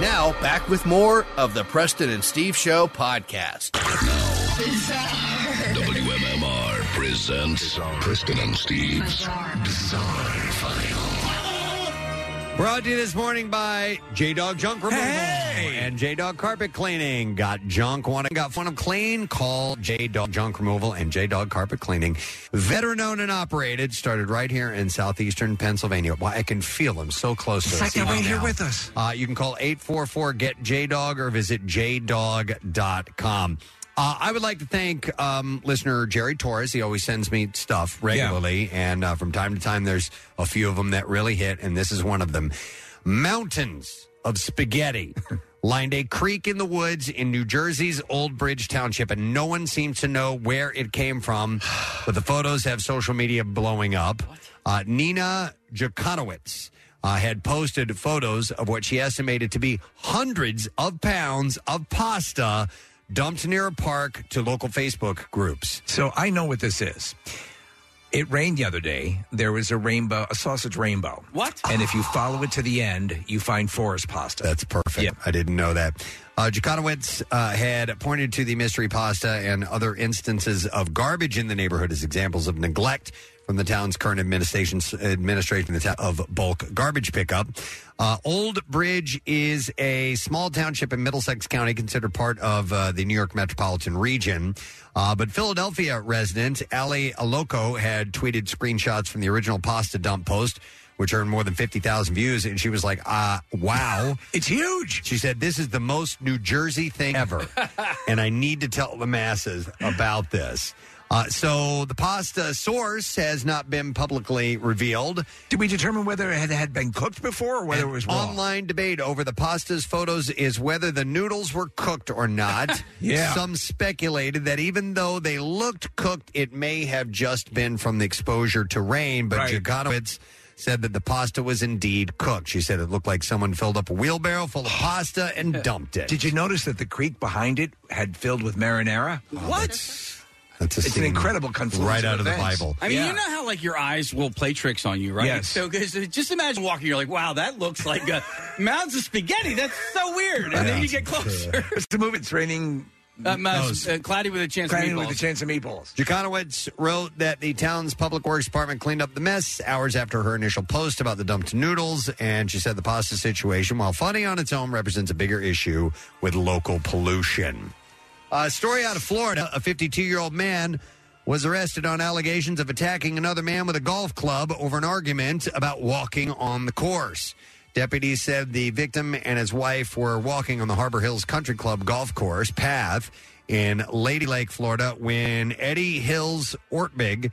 Speaker 9: Now back with more of the Preston and Steve Show podcast.
Speaker 2: WMMR presents Preston and Steve's Bizarre File.
Speaker 3: Brought to you this morning by J Dog Junk Removal and J Dog Carpet Cleaning. Got junk, want got fun of clean. Call J Dog Junk Removal and J Dog Carpet Cleaning. Veteran owned and operated. Started right here in southeastern Pennsylvania. Why I can feel them so close to
Speaker 5: It's
Speaker 3: us.
Speaker 5: like they're
Speaker 3: even
Speaker 5: right here
Speaker 3: now.
Speaker 5: with us.
Speaker 3: Uh, you can call 844 get J Dog or visit jdog.com. Uh, I would like to thank um, listener Jerry Torres. He always sends me stuff regularly, and uh, from time to time, there's a few of them that really hit, and this is one of them. Mountains of spaghetti lined a creek in the woods in New Jersey's Old Bridge Township, and no one seems to know where it came from, but the photos have social media blowing up. Uh, Nina Jakonowitz uh, had posted photos of what she estimated to be hundreds of pounds of pasta dumped near a park to local Facebook groups.
Speaker 5: So I know what this is. It rained the other day. There was a rainbow, a sausage rainbow.
Speaker 7: What?
Speaker 5: And if you follow it to the end, you find forest pasta.
Speaker 3: That's perfect. I didn't know that. Uh, Jukatowicz uh, had pointed to the mystery pasta and other instances of garbage in the neighborhood as examples of neglect from the town's current administration, administration the town of bulk garbage pickup. Uh, Old Bridge is a small township in Middlesex County, considered part of uh, the New York metropolitan region. Uh, but Philadelphia resident Ali Aloco had tweeted screenshots from the original pasta dump post which earned more than 50,000 views. And she was like, uh, wow.
Speaker 5: it's huge.
Speaker 3: She said, this is the most New Jersey thing ever. and I need to tell the masses about this. Uh, so the pasta source has not been publicly revealed.
Speaker 5: Did we determine whether it had, had been cooked before or whether it was raw?
Speaker 3: Online debate over the pasta's photos is whether the noodles were cooked or not.
Speaker 5: Yeah.
Speaker 3: Some speculated that even though they looked cooked, it may have just been from the exposure to rain. But
Speaker 5: Right.
Speaker 3: Jukatowicz said that the pasta was indeed cooked. She said it looked like someone filled up a wheelbarrow full of pasta and dumped it.
Speaker 5: Uh, Did you notice that the creek behind it had filled with marinara? What?
Speaker 3: That's a
Speaker 5: it's an
Speaker 3: scene
Speaker 5: incredible confluence
Speaker 3: right out of the
Speaker 5: events.
Speaker 3: Bible.
Speaker 7: I mean, you know how like your eyes will play tricks on you, right?
Speaker 5: Yes.
Speaker 7: So 'cause just imagine walking, you're like, wow, that looks like uh, mounds of spaghetti. That's so weird. And then you get closer.
Speaker 5: it's the movie. It's raining.
Speaker 7: Um, uh, uh, Cloudy with a chance.
Speaker 5: Cloudy
Speaker 7: of
Speaker 5: with a
Speaker 7: Meatballs.
Speaker 5: chance of meatballs.
Speaker 3: Jukatowicz wrote that the town's public works department cleaned up the mess hours after her initial post about the dumped noodles, and she said the pasta situation, while funny on its own, represents a bigger issue with local pollution. A story out of Florida: a 52-year-old man was arrested on allegations of attacking another man with a golf club over an argument about walking on the course. Deputies said the victim and his wife were walking on the Harbor Hills Country Club golf course path in Lady Lake, Florida, when Eddie Hills Ortbig,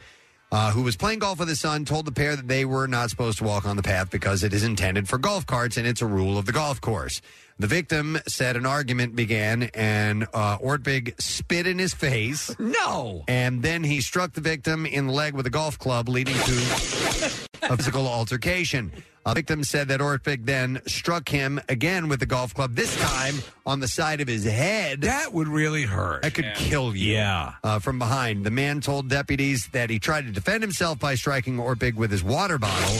Speaker 3: uh, who was playing golf with his son, told the pair that they were not supposed to walk on the path because it is intended for golf carts and it's a rule of the golf course. The victim said an argument began and uh, Ortbig spit in his face.
Speaker 5: No.
Speaker 3: And then he struck the victim in the leg with a golf club, leading to a physical altercation. A victim said that Ortbig then struck him again with the golf club, this time on the side of his head.
Speaker 5: That would really hurt.
Speaker 3: That could kill you. Yeah. Uh, from behind. The man told deputies that he tried to defend himself by striking Ortbig with his water bottle.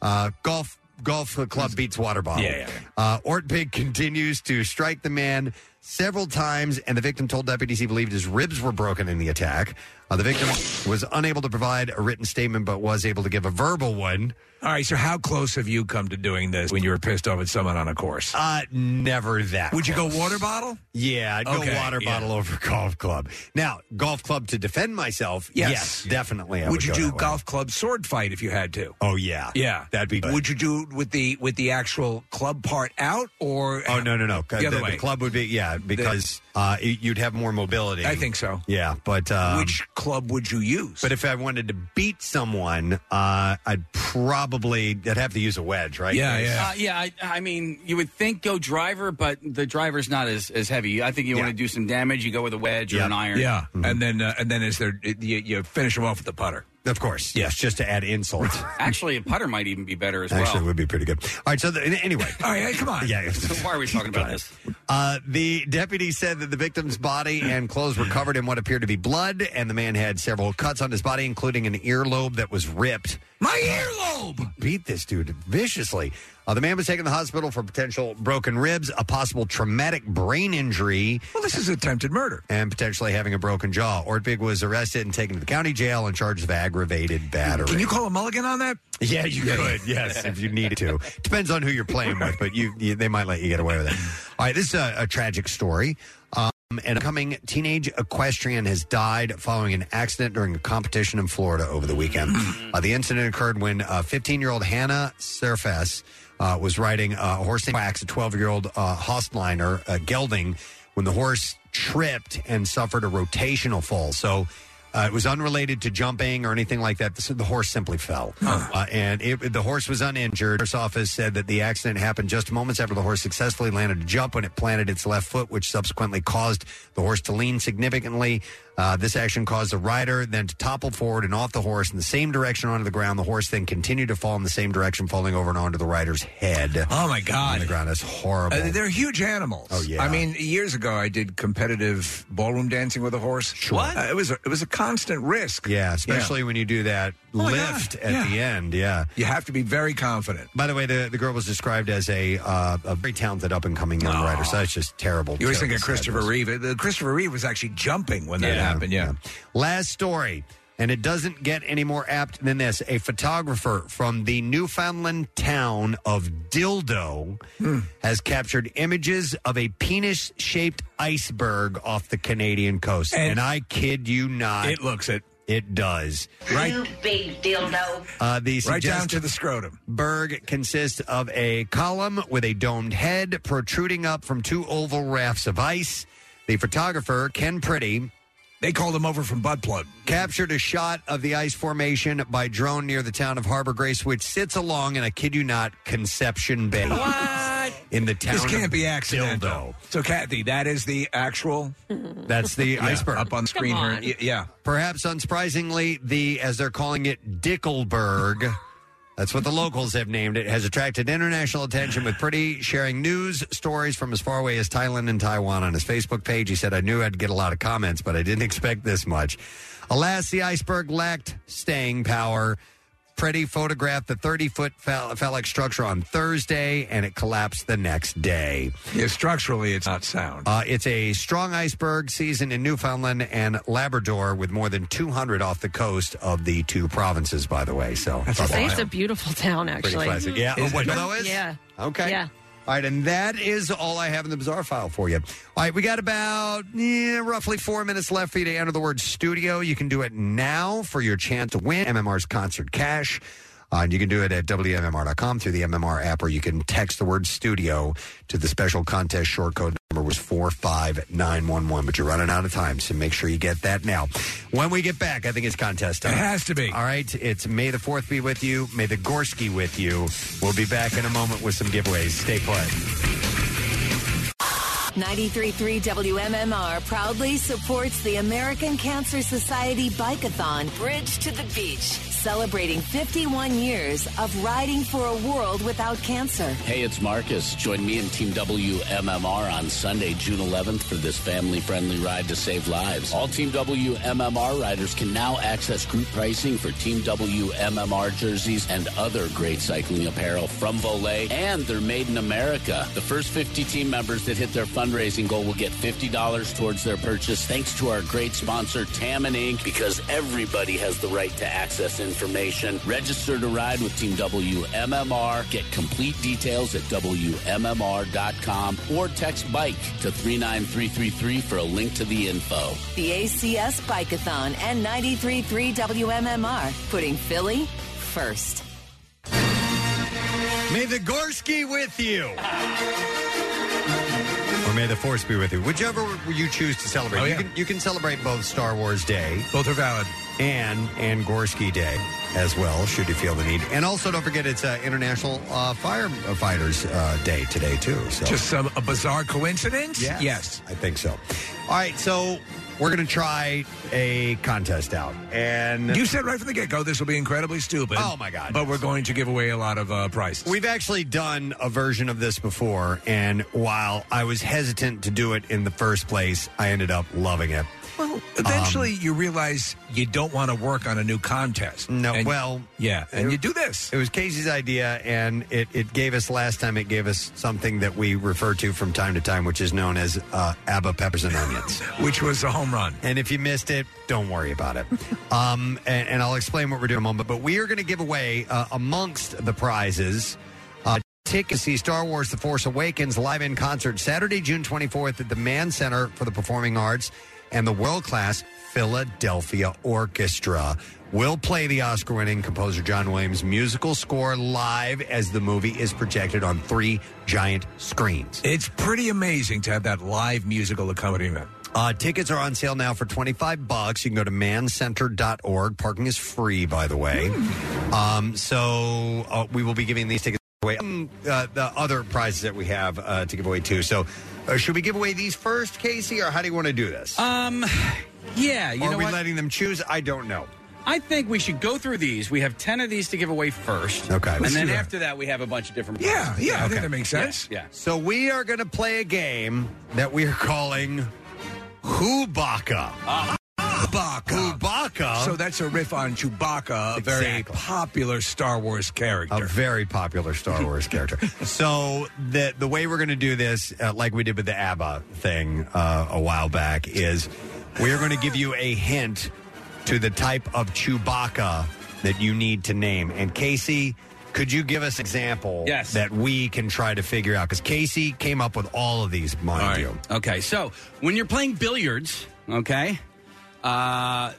Speaker 3: Uh, golf golf club beats water bottle.
Speaker 5: Yeah, yeah.
Speaker 3: Uh, Ortbig continues to strike the man several times, and the victim told deputies he believed his ribs were broken in the attack. Uh, the victim was unable to provide a written statement, but was able to give a verbal one.
Speaker 5: All right, so how close have you come to doing this when you were pissed off at someone on a course?
Speaker 3: Uh, never that.
Speaker 5: Would you go
Speaker 3: close.
Speaker 5: water bottle?
Speaker 3: Yeah, I'd
Speaker 5: Okay,
Speaker 3: go water
Speaker 5: yeah.
Speaker 3: bottle over golf club. Now, golf club to defend myself.
Speaker 5: Yes.
Speaker 3: Yes, definitely. I
Speaker 5: would
Speaker 3: would,
Speaker 5: you
Speaker 3: go
Speaker 5: do
Speaker 3: that way.
Speaker 5: golf club sword fight if you had to?
Speaker 3: Oh yeah,
Speaker 5: Yeah,
Speaker 3: that'd be. Good.
Speaker 5: Would you do it with the with the actual club part out or?
Speaker 3: Oh no no no!
Speaker 5: The other way.
Speaker 3: club would be yeah because uh, y- you'd have more mobility.
Speaker 5: I think so.
Speaker 3: Yeah, but um,
Speaker 5: Which club would you use?
Speaker 3: But if I wanted to beat someone, uh, I'd probably I'd have to use a wedge, right?
Speaker 7: Uh, yeah. I, I mean, you would think go driver, but the driver's not as, as heavy. I think you want to do some damage. You go with a wedge or an iron.
Speaker 5: Yeah,
Speaker 3: Mm-hmm.
Speaker 5: and then uh, and then is there you, you finish them off with the putter?
Speaker 3: Of course, yes, just to add insult.
Speaker 7: Actually, a putter might even be better as
Speaker 3: Actually, it
Speaker 7: well.
Speaker 3: would be pretty good. All right, so the, anyway,
Speaker 5: All right, come on.
Speaker 3: Yeah.
Speaker 7: So why are we talking about this?
Speaker 3: Uh, the deputy said that the victim's body and clothes were covered in what appeared to be blood, and the man had several cuts on his body, including an earlobe that was ripped.
Speaker 5: My earlobe!
Speaker 3: Beat this dude viciously. Uh, the man was taken to the hospital for potential broken ribs, a possible traumatic brain injury.
Speaker 5: Well, this is attempted murder.
Speaker 3: And potentially having a broken jaw. Ortbig was arrested and taken to the county jail and charged with aggravated battery.
Speaker 5: Can you call a mulligan on that?
Speaker 3: Yeah, you could. Yes, if you needed to. Depends on who you're playing with, but you, you they might let you get away with it. All right, this is a, a tragic story. Um, an upcoming teenage equestrian has died following an accident during a competition in Florida over the weekend. Uh, the incident occurred when 15 year old Hannah Surface uh, was riding a horse named Wax, a 12 year old uh, hostliner, uh, gelding, when the horse tripped and suffered a rotational fall. So uh, it was unrelated to jumping or anything like that. The, the horse simply fell. Uh, and it, the horse was uninjured. The nurse office said that the accident happened just moments after the horse successfully landed a jump when it planted its left foot, which subsequently caused the horse to lean significantly. Uh, this action caused the rider then to topple forward and off the horse in the same direction onto the ground. The horse then continued to fall in the same direction, falling over and onto the rider's head.
Speaker 5: Oh, my
Speaker 3: On
Speaker 5: God.
Speaker 3: the ground, that's horrible.
Speaker 5: Uh, they're huge animals.
Speaker 3: Oh, yeah.
Speaker 5: I mean, years ago, I did competitive ballroom dancing with a horse. Sure. it was a, it was a constant risk.
Speaker 3: Yeah, especially when you do that
Speaker 5: Oh, my
Speaker 3: lift
Speaker 5: God.
Speaker 3: at
Speaker 5: Yeah.
Speaker 3: the end. Yeah,
Speaker 5: you have to be very confident.
Speaker 3: By the way, the, the girl was described as a uh, a very talented up and coming young writer, so that's just terrible.
Speaker 5: Oh. You always think
Speaker 3: terrible
Speaker 5: of Christopher
Speaker 3: sadness.
Speaker 5: Reeve. The Christopher Reeve was actually jumping when that
Speaker 3: Yeah.
Speaker 5: happened. Yeah.
Speaker 3: Last story, and it doesn't get any more apt than this. A photographer from the Newfoundland town of Dildo
Speaker 5: Hmm.
Speaker 3: has captured images of a penis shaped iceberg off the Canadian coast. And,
Speaker 5: And-
Speaker 3: I kid you not. It
Speaker 5: looks it.
Speaker 3: It does.
Speaker 22: You big dildo.
Speaker 3: Uh, the
Speaker 5: Right down to
Speaker 3: suggested
Speaker 5: the scrotum.
Speaker 3: Berg consists of a column with a domed head protruding up from two oval rafts of ice. The photographer, Ken Pretty,
Speaker 5: they called him over from Bud Plug,
Speaker 3: captured a shot of the ice formation by drone near the town of Harbor Grace, which sits along, and I kid you not, Conception Bay. In the town
Speaker 5: This
Speaker 3: of
Speaker 5: can't be accidental. So, Kathy, that is the actual.
Speaker 3: That's the
Speaker 5: Yeah,
Speaker 3: iceberg
Speaker 5: up on screen here. Y- Yeah.
Speaker 3: Perhaps unsurprisingly, the as they're calling it Dickelberg. That's what the locals have named it. Has attracted international attention with Pretty sharing news stories from as far away as Thailand and Taiwan on his Facebook page. He said, "I knew I'd get a lot of comments, but I didn't expect this much." Alas, the iceberg lacked staying power. Pretty photographed the 30 foot phallic structure on Thursday, and it collapsed the next day.
Speaker 5: Yeah, structurally, it's not sound.
Speaker 3: Uh, it's a strong iceberg season in Newfoundland and Labrador, with more than 200 off the coast of the two provinces. By the way, so
Speaker 4: I'd say it's a beautiful town, actually.
Speaker 3: classic. Yeah. Oh, what, Willow is?
Speaker 4: Yeah.
Speaker 3: Okay.
Speaker 4: Yeah.
Speaker 3: All right, and that is all I have in the bizarre file for you. All right, we got about eh, roughly four minutes left for you to enter the word studio. You can do it now for your chance to win MMR's concert cash. Uh, and you can do it at WMMR.com through the MMR app, or you can text the word studio to the special contest short code number was 45911. But you're running out of time, so make sure you get that now. When we get back, I think it's contest time. It has
Speaker 5: to be.
Speaker 3: All right, it's May the 4th be with you, May the Gorski with you. We'll be back in a moment with some giveaways. Stay put.
Speaker 23: 93.3 WMMR proudly supports the American Cancer Society Bikeathon Bridge to the Beach, celebrating 51 years of riding for a world without cancer.
Speaker 15: Hey, it's Marcus. Join me and Team WMMR on Sunday, June 11th for this family friendly ride to save lives. All Team WMMR riders can now access group pricing for Team WMMR jerseys and other great cycling apparel from Volet, and they're made in America. The first 50 team members that hit their fundraising goal will get $50 towards their purchase thanks to our great sponsor, Tammin Inc., because everybody has the right to access information. Register to ride with Team WMMR. Get complete details at WMMR.com or text BIKE to 39333 for a link to the info.
Speaker 23: The ACS Bikeathon and 93.3 WMMR, putting Philly first.
Speaker 3: May the Gorski with you.
Speaker 5: Uh,
Speaker 3: Or may the force be with you. Whichever you choose to celebrate,
Speaker 5: Oh,
Speaker 3: you
Speaker 5: yeah.
Speaker 3: can you can celebrate both Star Wars Day,
Speaker 5: both are valid,
Speaker 3: and and Gorski Day as well. Should you feel the need, and also don't forget it's uh, International uh, Firefighters uh, Day today too. So
Speaker 5: Just some a bizarre coincidence.
Speaker 3: Yes. I think so. All right, so we're gonna try a contest out, and
Speaker 5: You said right from the get go this will be incredibly stupid.
Speaker 3: Oh, my God,
Speaker 5: But we're going to give away a lot of uh, prizes.
Speaker 3: We've actually done a version of this before, and while I was hesitant to do it in the first place, I ended up loving it.
Speaker 5: Well, eventually
Speaker 3: Um,
Speaker 5: you realize you don't want to work on a new contest.
Speaker 3: No,
Speaker 5: And-
Speaker 3: well,
Speaker 5: yeah, and you do this.
Speaker 3: It was Casey's idea, and it, it gave us last time. It gave us something that we refer to from time to time, which is known as uh, Abba peppers and onions,
Speaker 5: which was a home run.
Speaker 3: And if you missed it, don't worry about it. um, and, and I'll explain what we're doing in a moment. But we are going to give away uh, amongst the prizes. Uh, Tickets to see Star Wars The Force Awakens live in concert Saturday, June 24th at the Mann Center for the Performing Arts and the world class Philadelphia Orchestra will play the Oscar winning composer John Williams' musical score live as the movie is projected on three giant screens.
Speaker 5: It's pretty amazing to have that live musical accompaniment.
Speaker 3: Uh, tickets are on sale now for 25 bucks. You can go to mancenter.org. Parking is free, by the way.
Speaker 5: Hmm.
Speaker 3: Um, so uh, we will be giving these tickets away. Um, uh, the other prizes that we have uh, to give away, too. So uh, should we give away these first, Casey, or how do you want to do this?
Speaker 7: Um, Yeah, you
Speaker 3: Are
Speaker 7: know
Speaker 3: we
Speaker 7: what?
Speaker 3: letting them choose? I don't know.
Speaker 7: I think we should go through these. We have 10 of these to give away first.
Speaker 3: Okay.
Speaker 7: And
Speaker 3: Let's
Speaker 7: then
Speaker 3: do that.
Speaker 7: after that, we have a bunch of different.
Speaker 3: Yeah,
Speaker 7: prizes.
Speaker 3: yeah, I think that makes sense.
Speaker 7: Yeah. yeah.
Speaker 3: So we are going to play a game that we are calling Hubaka.
Speaker 5: Chewbacca.
Speaker 3: Ah. Chewbacca.
Speaker 5: So that's a riff on Chewbacca, a very popular Star Wars character.
Speaker 3: A very popular Star Wars character. So the the way we're going to do this, uh, like we did with the ABBA thing uh, a while back, is we are going to give you a hint to the type of Chewbacca that you need to name. And Casey, could you give us an example
Speaker 7: Yes.
Speaker 3: that we can try to figure out? Because Casey came up with all of these, mind you.
Speaker 7: Okay, so when you're playing billiards, okay, uh,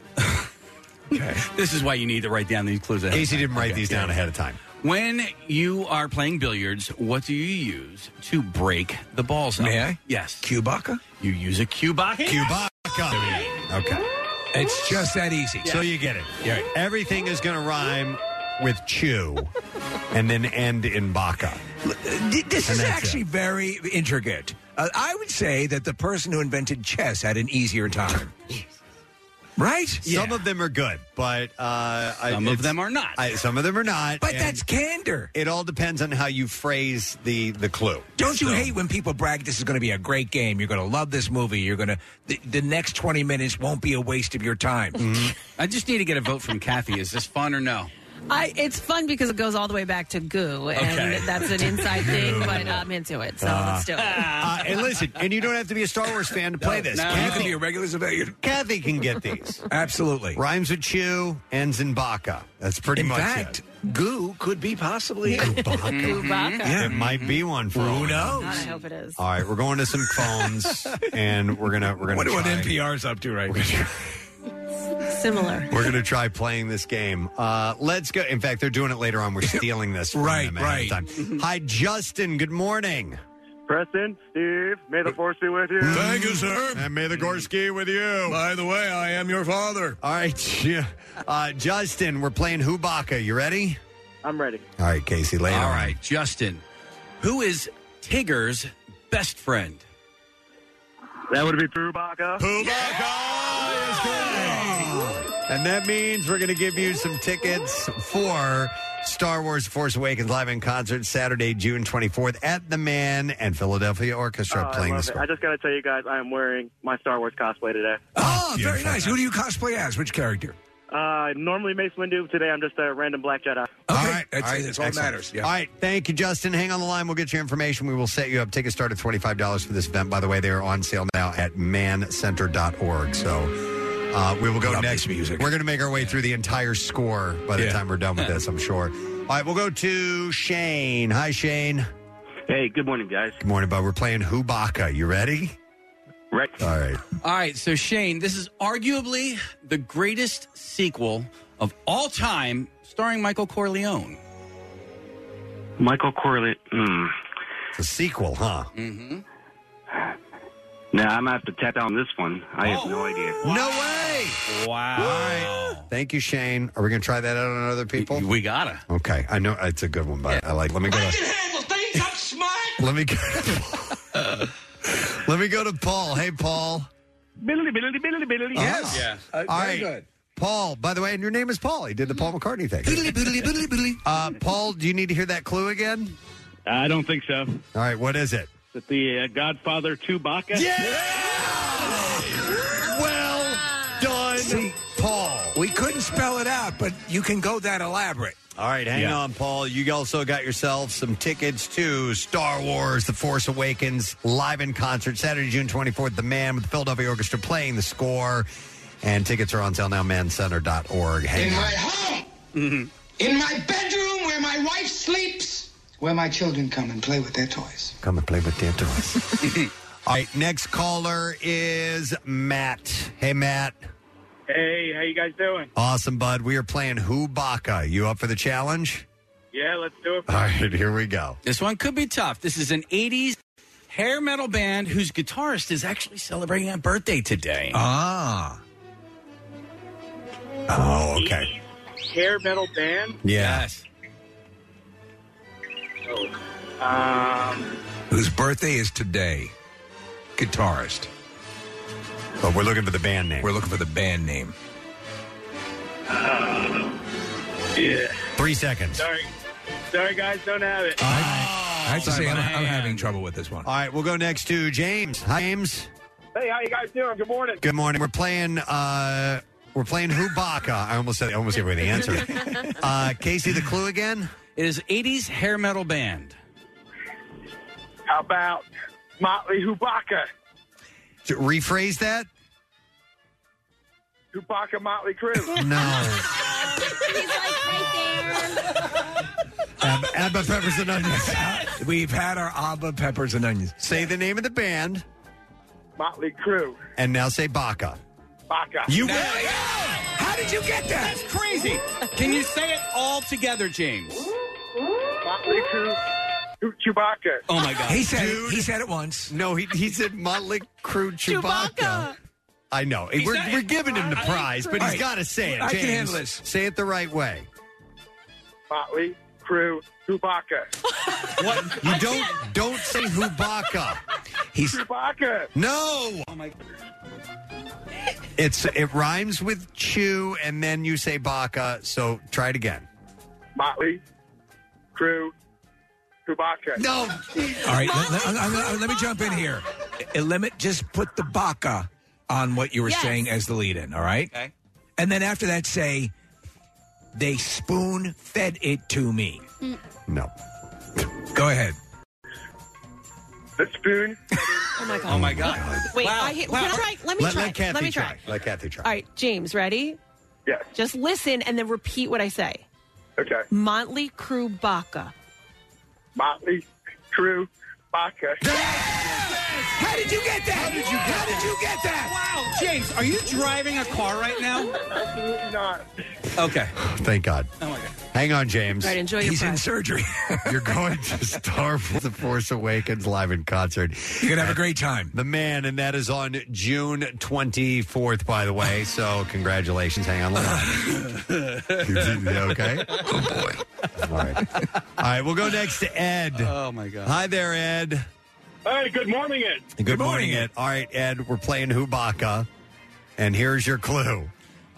Speaker 7: this is why you need to write down these clues. Ahead
Speaker 3: Casey
Speaker 7: of time.
Speaker 3: didn't write
Speaker 7: Okay,
Speaker 3: these
Speaker 7: yeah.
Speaker 3: down ahead of time.
Speaker 7: When you are playing billiards, what do you use to break the balls up?
Speaker 5: May I?
Speaker 7: Yes.
Speaker 5: Cubaka?
Speaker 7: You use a Cubaka.
Speaker 3: Cubaka. Okay.
Speaker 5: It's just that easy.
Speaker 3: So you get it. Everything is going to rhyme with chew and then end in baka.
Speaker 5: D- This
Speaker 3: And
Speaker 5: is
Speaker 3: that's
Speaker 5: actually
Speaker 3: it.
Speaker 5: very intricate. Uh, I would say that the person who invented chess had an easier time. right?
Speaker 3: Some of them are good, but uh,
Speaker 5: Some of them
Speaker 7: are not.
Speaker 3: I, some of them are not.
Speaker 5: But
Speaker 3: and
Speaker 5: that's candor.
Speaker 3: It all depends on how you phrase the the clue.
Speaker 5: Don't you
Speaker 3: So-
Speaker 5: hate when people brag this is going to be a great game? You're going to love this movie. You're going to the, the next 20 minutes won't be a waste of your time.
Speaker 3: Mm-hmm.
Speaker 7: I just need to get a vote from Kathy. Is this fun or no?
Speaker 4: I, it's fun because it goes all the way back to goo, and
Speaker 7: Okay.
Speaker 4: that's an inside thing, but I'm into it, so
Speaker 3: Uh,
Speaker 4: let's do it.
Speaker 3: Uh, and listen, and you don't have to be a Star Wars fan to play this.
Speaker 5: no.
Speaker 3: Kathy,
Speaker 5: You could be a regular civilian.
Speaker 3: Kathy can get these.
Speaker 5: Absolutely.
Speaker 3: Rhymes with chew, ends in baka. That's pretty
Speaker 5: In
Speaker 3: much
Speaker 5: fact,
Speaker 3: it.
Speaker 5: goo could be possibly
Speaker 4: Chewbacca.
Speaker 3: Yeah, it might be one for all
Speaker 5: Who
Speaker 3: we
Speaker 4: God, I
Speaker 5: knows?
Speaker 4: hope it is.
Speaker 3: All right, we're going to some phones, and we're gonna we're gonna
Speaker 5: Wonder what
Speaker 3: try-
Speaker 5: NPR's up to right
Speaker 3: now.
Speaker 4: Similar.
Speaker 3: We're gonna try playing this game. Uh, let's go. In fact, they're doing it later on. We're stealing this. From
Speaker 5: Right, Mm-hmm.
Speaker 3: them ahead of Time. Hi, Justin. Good morning.
Speaker 12: Preston, Steve, may the force be with you.
Speaker 3: Thank you, sir. And may the Gorski with you.
Speaker 5: By the way, I am your father.
Speaker 3: All right, Ju- uh, Justin. We're playing Hubaka. You ready?
Speaker 12: I'm ready.
Speaker 3: All right, Casey. Later.
Speaker 7: All right, Justin. Who is Tigger's best friend?
Speaker 12: That would be Chewbacca.
Speaker 3: And that means we're going to give you some tickets for Star Wars Force Awakens live in concert Saturday, June 24th at the Man and Philadelphia
Speaker 12: Oh,
Speaker 3: Orchestra
Speaker 12: I
Speaker 3: playing
Speaker 12: love
Speaker 3: the
Speaker 12: it.
Speaker 3: score.
Speaker 12: I just got to tell you guys, I am wearing my Star Wars cosplay today.
Speaker 5: Oh, very nice. Who do you cosplay as? Which character?
Speaker 12: Uh, normally Mace Windu. Today I'm just a random black Jedi.
Speaker 5: All right. That's,
Speaker 3: All right,
Speaker 5: that's all that
Speaker 3: excellent.
Speaker 5: matters. Yeah.
Speaker 3: All right, thank you, Justin. Hang on the line. We'll get your information. We will set you up. Tickets start at $25 for this event. By the way, they are on sale now at mancenter.org. So uh, we will go
Speaker 5: Love
Speaker 3: next.
Speaker 5: this music.
Speaker 3: We're going to make our way through the entire score by the time we're done with this, I'm sure. All right, we'll go to Shane. Hi, Shane.
Speaker 11: Hey, good morning, guys.
Speaker 3: Good morning, bud. We're playing Hubaka. You ready?
Speaker 11: Right.
Speaker 3: All right.
Speaker 7: All right, so Shane, this is arguably the greatest sequel of all time, starring Michael Corleone.
Speaker 11: Michael Corleone. Mm.
Speaker 3: It's a sequel, huh?
Speaker 11: Mm-hmm. Now I'm gonna have to tap down this one. I have no idea.
Speaker 3: No way.
Speaker 7: Wow.
Speaker 3: All right. Thank you, Shane. Are we going to try that out on other people?
Speaker 7: We gotta.
Speaker 3: Okay. I know it's a good one, but I like. Let me go. To,
Speaker 15: handle things. I'm smart.
Speaker 3: let me go. let me go to Paul. Hey, Paul.
Speaker 15: Billy, Billy, Billy, Billy.
Speaker 3: Yes. Yeah. Uh, All very right. good. Paul. By the way, and your name is Paul. He did the Paul McCartney thing. Uh, Paul, do you need to hear that clue again?
Speaker 11: I don't think so.
Speaker 3: All right. What is it?
Speaker 11: That the uh, Godfather Chewbacca.
Speaker 3: Well done, Paul.
Speaker 5: We couldn't spell it out, but you can go that elaborate.
Speaker 3: All right, hang on, Paul. You also got yourself some tickets to Star Wars The Force Awakens live in concert Saturday, June 24th. The Man with the Philadelphia Orchestra playing the score. And tickets are on sale now, mancenter.org. Hang
Speaker 13: In
Speaker 3: on.
Speaker 13: my home, in my bedroom where my wife sleeps, where my children come and play with their toys.
Speaker 3: Come and play with their toys. All right, next caller is Matt. Hey, Matt.
Speaker 11: Hey, how you guys doing?
Speaker 3: Awesome, bud. We are playing Who Baka. You up for the challenge?
Speaker 11: Yeah, let's do it.
Speaker 3: All right, here we go.
Speaker 7: This one could be tough. This is an 80s hair metal band whose guitarist is actually celebrating a birthday today.
Speaker 5: Ah.
Speaker 3: Oh, okay.
Speaker 11: Hair metal band.
Speaker 7: Yes.
Speaker 11: Um,
Speaker 15: Oh, um,
Speaker 5: Whose birthday is today? Guitarist.
Speaker 3: But we're looking for the band name.
Speaker 5: We're looking for the band name.
Speaker 15: Yeah.
Speaker 3: Three seconds.
Speaker 15: Sorry. Sorry, guys. Don't have it.
Speaker 5: I have to say, I'm, I'm having trouble with this one.
Speaker 3: All right, we'll go next to James. Hi, James.
Speaker 15: Hey, how you guys doing? Good morning.
Speaker 3: Good morning. We're playing. uh We're playing Hubaka. I almost said. I almost gave away the answer. uh Casey, the clue again.
Speaker 7: It is '80s hair metal band.
Speaker 15: How about Motley Hubaka?
Speaker 3: To rephrase that.
Speaker 15: Hubaka Motley Crue.
Speaker 3: No. Ab- Abba Peppers and Onions.
Speaker 5: We've had our Abba Peppers and Onions.
Speaker 3: Say the name of the band,
Speaker 15: Motley Crue.
Speaker 3: and now say Baka.
Speaker 15: Baka.
Speaker 3: You-
Speaker 15: How did you get that?
Speaker 7: That's crazy. Can you say it all together, James?
Speaker 15: Motley Crue. Chewbacca.
Speaker 7: Oh my God!
Speaker 5: He said
Speaker 3: Dude.
Speaker 5: it, he said it once.
Speaker 3: No, he he said Motley Crue Chewbacca. I know.
Speaker 5: He
Speaker 3: we're
Speaker 5: said it.
Speaker 3: we're giving him the
Speaker 5: I- I-
Speaker 3: prize, but he's
Speaker 5: Right.
Speaker 3: got to say it.
Speaker 5: I can
Speaker 3: James,
Speaker 5: handle this.
Speaker 3: Say it the right way.
Speaker 15: Motley Crue. Chewbacca.
Speaker 3: what? You don't don't say Hubaka. He's
Speaker 15: Chewbacca.
Speaker 3: No.
Speaker 7: Oh my.
Speaker 3: It's it rhymes with chew, and then you say Baka. So try it again.
Speaker 15: Motley Crue. Chewbacca.
Speaker 3: No.
Speaker 5: All right, let, let- I'm- I'm- let me jump in here. Uh, Limit, just put the baka on what you were
Speaker 15: Yes.
Speaker 5: saying as the lead in, all right?
Speaker 7: Okay.
Speaker 5: And then after that, say, they spoon fed it to me.
Speaker 15: Mm.
Speaker 3: No.
Speaker 5: Go ahead.
Speaker 15: The spoon.
Speaker 4: Oh my god.
Speaker 5: Oh, my God.
Speaker 4: Wait,
Speaker 5: Wow.
Speaker 4: I, hate-
Speaker 5: Wow.
Speaker 4: can I try? Let me
Speaker 3: let,
Speaker 4: try.
Speaker 3: Let Kathy
Speaker 4: me try.
Speaker 3: Let Kathy try.
Speaker 4: All right, James, ready?
Speaker 15: Yes.
Speaker 4: Just listen and then repeat what I say.
Speaker 15: Okay.
Speaker 4: Motley Crue Baca.
Speaker 15: Motley Crue. Baka.
Speaker 5: How did you get that? How did you, how did you get that?
Speaker 7: Wow, James, are you driving a car right now?
Speaker 15: Absolutely not.
Speaker 7: Okay.
Speaker 3: Thank God.
Speaker 7: Oh my God.
Speaker 3: Hang on, James.
Speaker 7: All right, enjoy your He's in breath. surgery.
Speaker 3: You're going to Star Wars The Force Awakens live in concert.
Speaker 5: You're going to have a great time.
Speaker 3: The man, and that is on June 24th, by the way. So, congratulations. Hang on. Let me- okay? Oh, boy. All right. All right, we'll go next to Ed.
Speaker 7: Oh, my God.
Speaker 3: Hi there, Ed.
Speaker 15: Hey, good morning, Ed.
Speaker 3: Good, morning, Ed. All right, Ed, we're playing Hubaka, and here's your clue.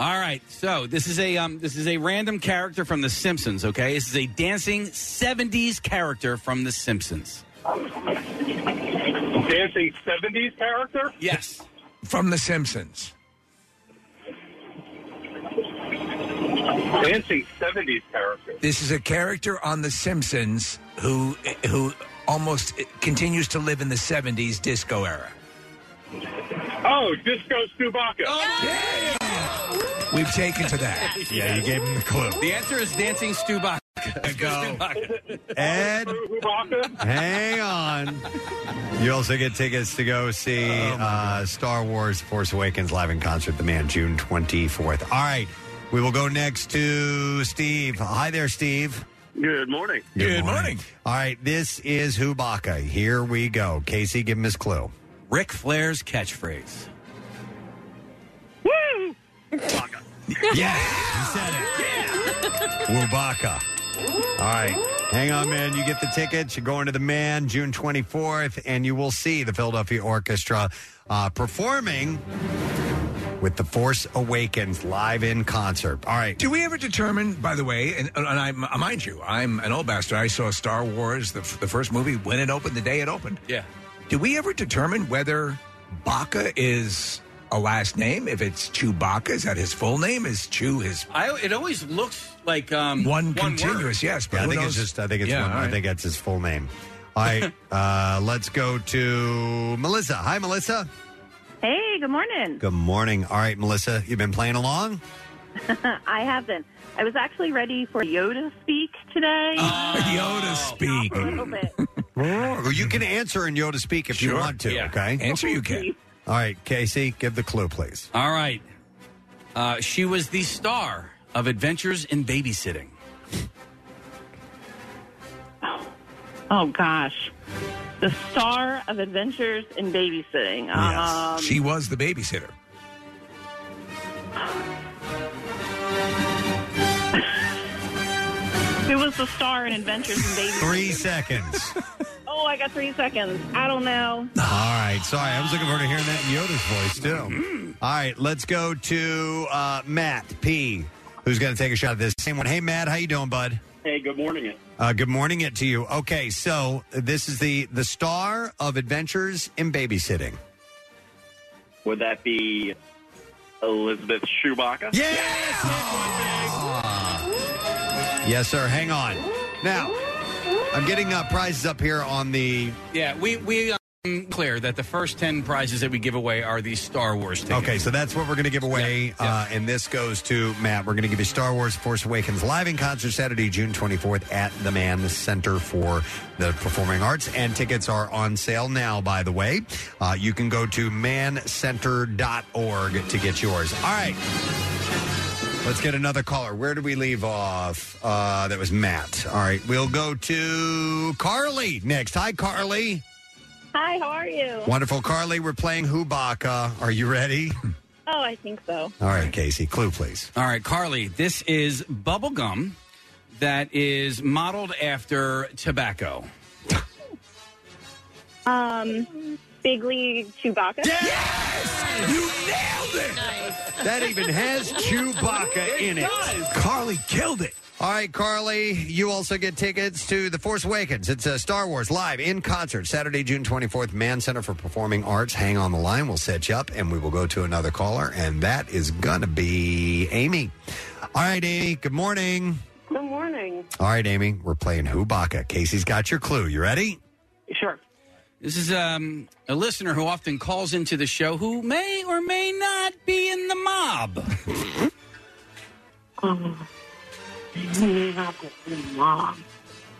Speaker 7: All right, so this is a um, this is a random character from The Simpsons. Okay, this is a dancing '70s character from The Simpsons.
Speaker 15: Dancing 70s character?
Speaker 7: Yes.
Speaker 5: From The Simpsons.
Speaker 15: Dancing 70s character.
Speaker 5: This is a character on The Simpsons who who almost continues to live in the 70s disco era.
Speaker 15: Oh, Disco Chewbacca.
Speaker 20: Oh,
Speaker 5: We've taken to that.
Speaker 3: Yeah, you gave him the clue.
Speaker 7: The answer is dancing Stubaka.
Speaker 5: go.
Speaker 3: Ed. Hang on. You also get tickets to go
Speaker 7: Oh,
Speaker 3: see uh, Star Wars Force Awakens live in concert, The Man, June 24th. All right. We will go next to Steve. Hi there, Steve.
Speaker 15: Good morning.
Speaker 3: Good, morning. All right. This is Hubaka. Here we go. Casey, give him his clue.
Speaker 7: Rick Flair's catchphrase.
Speaker 15: Woo!
Speaker 3: yes. You said it. Wubaka. All right. Hang on, man. You get the tickets. You're going to the man June 24th, and you will see the Philadelphia Orchestra uh, performing with The Force Awakens live in concert. All right.
Speaker 5: Do we ever determine, by the way, and, and I mind you, I'm an old bastard. I saw Star Wars, the, the first movie, when it opened, the day it opened.
Speaker 7: Yeah.
Speaker 5: Do we ever determine whether Baca is a last name? If it's Chewbacca, is that his full name? Is Chew his
Speaker 7: I, it always looks like um,
Speaker 5: one,
Speaker 7: word.
Speaker 5: continuous? Yes, but
Speaker 3: Yeah, I
Speaker 5: who
Speaker 3: think it's
Speaker 5: knows?
Speaker 3: just. I think it's.
Speaker 5: Yeah,
Speaker 3: one,
Speaker 5: all
Speaker 3: I
Speaker 5: right.
Speaker 3: think that's his full name. All right. uh, let's go to Melissa. Hi, Melissa.
Speaker 14: Hey, good morning.
Speaker 3: Good morning. All right, Melissa. You've been playing along.
Speaker 14: I haven't. I was actually ready for Yoda speak today.
Speaker 5: Ah. Yoda speak.
Speaker 14: A little bit.
Speaker 3: Well, you can answer in Yoda speak if you
Speaker 5: Sure.
Speaker 3: want to.
Speaker 7: Yeah.
Speaker 3: Okay.
Speaker 5: Answer you can.
Speaker 3: All right, Casey. Give the clue, please.
Speaker 7: All right. Uh, she was the star of Adventures in Babysitting.
Speaker 14: Oh gosh, the star of Adventures in Babysitting. Um,
Speaker 5: she was the babysitter.
Speaker 14: who was the star in Adventures in Babysitting?
Speaker 3: Three seconds.
Speaker 14: Oh Oh, I got three seconds. I don't know.
Speaker 3: All right. Sorry. I was looking forward to hearing that in Yoda's voice,
Speaker 5: Mm-hmm.
Speaker 3: too. All right. Let's go to uh, Matt P., who's going to take a shot at this same one. Hey, Matt. How you doing, bud?
Speaker 15: Hey, good morning.
Speaker 3: Uh, good morning it to you. Okay. So this is the, the star of Adventures in Babysitting.
Speaker 15: Would that be Elizabeth Shubaka?
Speaker 3: Yes! Yes, sir. Hang on. Now, I'm getting uh, prizes up here on the
Speaker 7: Yeah, we we um, clear that the first ten prizes that we give away are these Star Wars tickets.
Speaker 3: Okay, so that's what we're going to give away. Uh, and this goes to Matt. We're going to give you Star Wars Force Awakens live in concert Saturday, June 24th at the Mann Center for the Performing Arts. And tickets are on sale now, by the way. Uh, you can go to mancenter.org to get yours. All right. Let's get another caller. Where did we leave off? Uh, that was Matt. All right, we'll go to Carly next. Hi, Carly.
Speaker 14: Hi, how are you?
Speaker 3: Wonderful, Carly. We're playing Hubaka. Are you ready?
Speaker 14: Oh, I think so.
Speaker 3: All right, Casey. Clue, please.
Speaker 7: All right, Carly, this is bubble gum that is modeled after tobacco.
Speaker 14: Um, Big League Chewbacca. Yes!
Speaker 5: You nailed it!
Speaker 3: That even has Chewbacca in it. Carly killed it. All right, Carly, you also get tickets to The Force Awakens. It's a Star Wars live in concert Saturday, June 24th, Mann Center for Performing Arts. Hang on the line. We'll set you up and we will go to another caller, and that is going to be Amy. All right, Amy, good morning.
Speaker 17: Good morning.
Speaker 3: All right, Amy, we're playing Hubaka. Casey's got your clue. You ready?
Speaker 17: Sure.
Speaker 7: This is um, a listener who often calls into the show who may or may not be in the mob.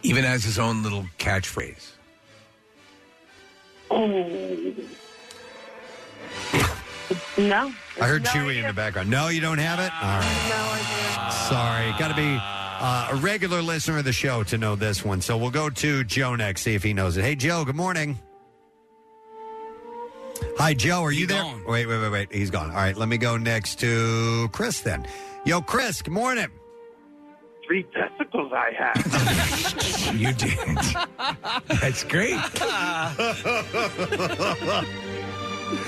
Speaker 5: Even has his own little catchphrase.
Speaker 15: Um,
Speaker 17: No.
Speaker 3: I heard Chewy in the background. No, you don't have it? All right. Sorry. Got to be uh, a regular listener of the show to know this one. So we'll go to Joe next, see if he knows it. Hey, Joe, good morning. Hi, Joe. Are you there? Wait, wait, wait, wait. He's gone. All right. Let me go next to Chris then. Yo, Chris, good morning.
Speaker 15: Three testicles I have.
Speaker 5: you did. That's great.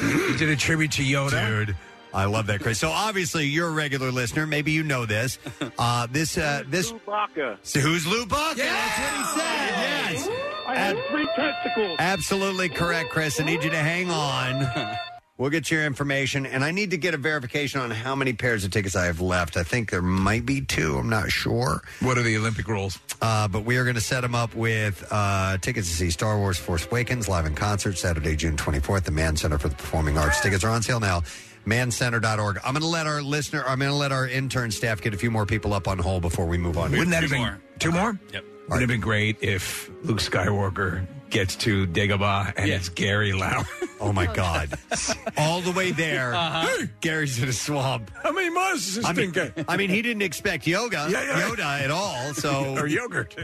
Speaker 3: You did a tribute to Yoda. Dude. I love that, Chris. So obviously you're a regular listener. Maybe you know this. Uh, this uh, this
Speaker 15: Chewbacca.
Speaker 3: So who's Lou Buck? That's what he said. Yes.
Speaker 15: I have three testicles.
Speaker 3: Absolutely correct, Chris. I need you to hang on. We'll get your information, and I need to get a verification on how many pairs of tickets I have left. I think there might be two. I'm not sure.
Speaker 5: What are the Olympic rules?
Speaker 3: Uh, but we are going to set them up with uh, tickets to see Star Wars Force Awakens live in concert Saturday, June 24th, the Mann Center for the Performing Arts. Tickets are on sale now. Mancenter.org. I'm going to let our listener, I'm going to let our intern staff get a few more people up on hold before we move on.
Speaker 5: Wouldn't that have been two more?
Speaker 7: Yep.
Speaker 5: Wouldn't it have been great if Luke Skywalker gets to Dagobah and it's Gary Lauer?
Speaker 3: Oh my God! All the way there,
Speaker 5: Uh-huh.
Speaker 3: Gary's in a swamp.
Speaker 5: How many miles is this
Speaker 3: I
Speaker 5: thing
Speaker 3: mean,
Speaker 5: go?
Speaker 3: I mean, he didn't expect yoga,
Speaker 5: Yeah, yeah.
Speaker 3: Yoda at all. So
Speaker 5: or yogurt.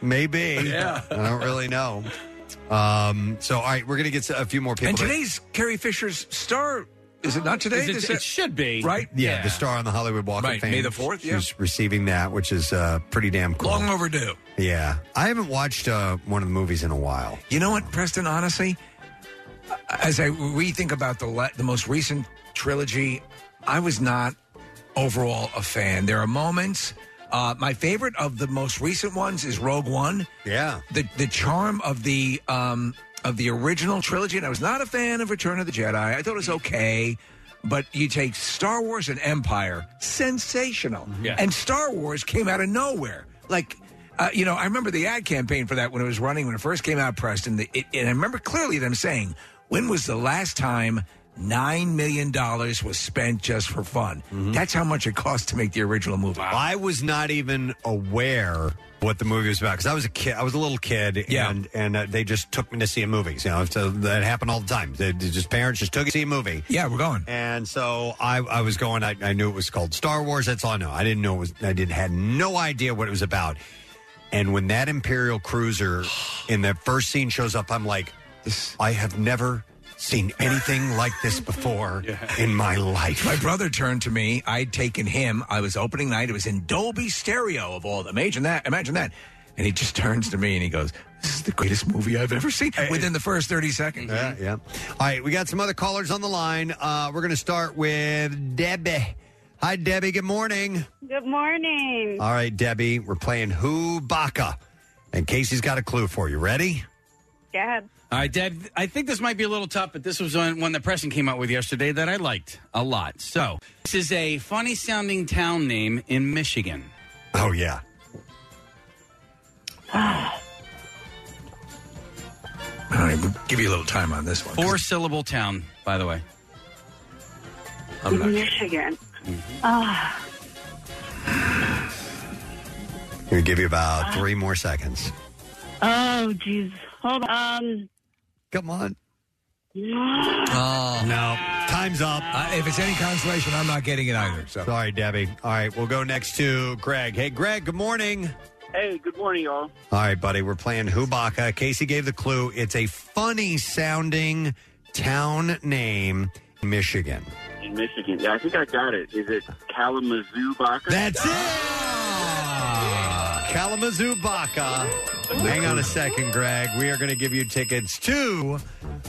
Speaker 3: maybe.
Speaker 5: Yeah.
Speaker 3: I don't really know. Um, so all right, we're gonna get a few more people.
Speaker 5: And
Speaker 3: that-
Speaker 5: today's Carrie Fisher's star. Is it not today?
Speaker 3: Is it-
Speaker 5: This-
Speaker 3: it
Speaker 7: should be
Speaker 5: right.
Speaker 3: yeah, the star on the Hollywood Walk
Speaker 5: Right,
Speaker 3: of Fame.
Speaker 5: May the 4th, yeah.
Speaker 3: She's receiving that, which is uh, pretty damn cool.
Speaker 5: Long overdue.
Speaker 3: Yeah, I haven't watched uh, one of the movies in a while.
Speaker 5: You know what, Preston? Honestly, as I rethink about the la- the most recent trilogy, I was not overall a fan. There are moments. Uh, my favorite of the most recent ones is Rogue One.
Speaker 3: Yeah,
Speaker 5: the the charm of the um, of the original trilogy, and I was not a fan of Return of the Jedi. I thought it was okay, but you take Star Wars and Empire, sensational,
Speaker 18: Yeah.
Speaker 5: and Star Wars came out of nowhere. Like, uh, you know, I remember the ad campaign for that when it was running when it first came out, Preston. The, it, and I remember clearly them saying, "When was the last time?" Nine million dollars was spent just for fun. That's how much it cost to make the original movie.
Speaker 3: I was not even aware what the movie was about because I was a kid. I was a little kid, and and uh, they just took me to see a movie. You know, so that happened all the time. They, they just parents just took me to see a movie.
Speaker 5: Yeah, we're going.
Speaker 3: And so I, I was going. I, I knew it was called Star Wars. That's all I know. I didn't know it was. I did had no idea what it was about. And when that Imperial cruiser in the first scene shows up, I'm like, this, I have never seen anything like this before in my life.
Speaker 5: My brother turned to me. I'd taken him. I was opening night. It was in Dolby Stereo of all the. Imagine that. Imagine that. And he just turns to me and he goes, "This is is the greatest movie I've ever seen within the first 30 seconds. Mm-hmm.
Speaker 3: Yeah, yeah. All right, we got some other callers on the line. Uh, we're going to start with Debbie. Hi, Debbie. Good morning.
Speaker 18: Good morning.
Speaker 3: All right, Debbie, we're playing Who Baka. And Casey's got a clue for you. Ready?
Speaker 18: Go ahead.
Speaker 7: All right, Deb, I think this might be a little tough, but this was one, one that Preston came out with yesterday that I liked a lot. So, this is a funny sounding town name in Michigan.
Speaker 3: Oh, yeah.
Speaker 5: All right, we'll give you a little time on this one.
Speaker 7: Four syllable town, by the way.
Speaker 5: I'm not
Speaker 18: Michigan.
Speaker 7: Mm-hmm.
Speaker 18: Ah,
Speaker 3: We'll give you about three more seconds.
Speaker 18: oh, jeez. Hold
Speaker 13: Um,
Speaker 18: on.
Speaker 3: Come on.
Speaker 5: Oh. Uh,
Speaker 3: No. Time's up.
Speaker 5: if it's any consolation, I'm not getting it either. So.
Speaker 3: Sorry, Debbie. All right, we'll go next to Greg. Hey, Greg, good morning.
Speaker 15: Hey, good morning, y'all.
Speaker 3: All right, buddy, we're playing Hubaka. Casey gave the clue. It's a funny sounding town name, Michigan.
Speaker 15: In Michigan. Yeah, I think I got it. Is it Kalamazoo Baca?
Speaker 3: That's it! Ah, Kalamazoo Baka. Hang on a second, Greg. We are going to give you tickets to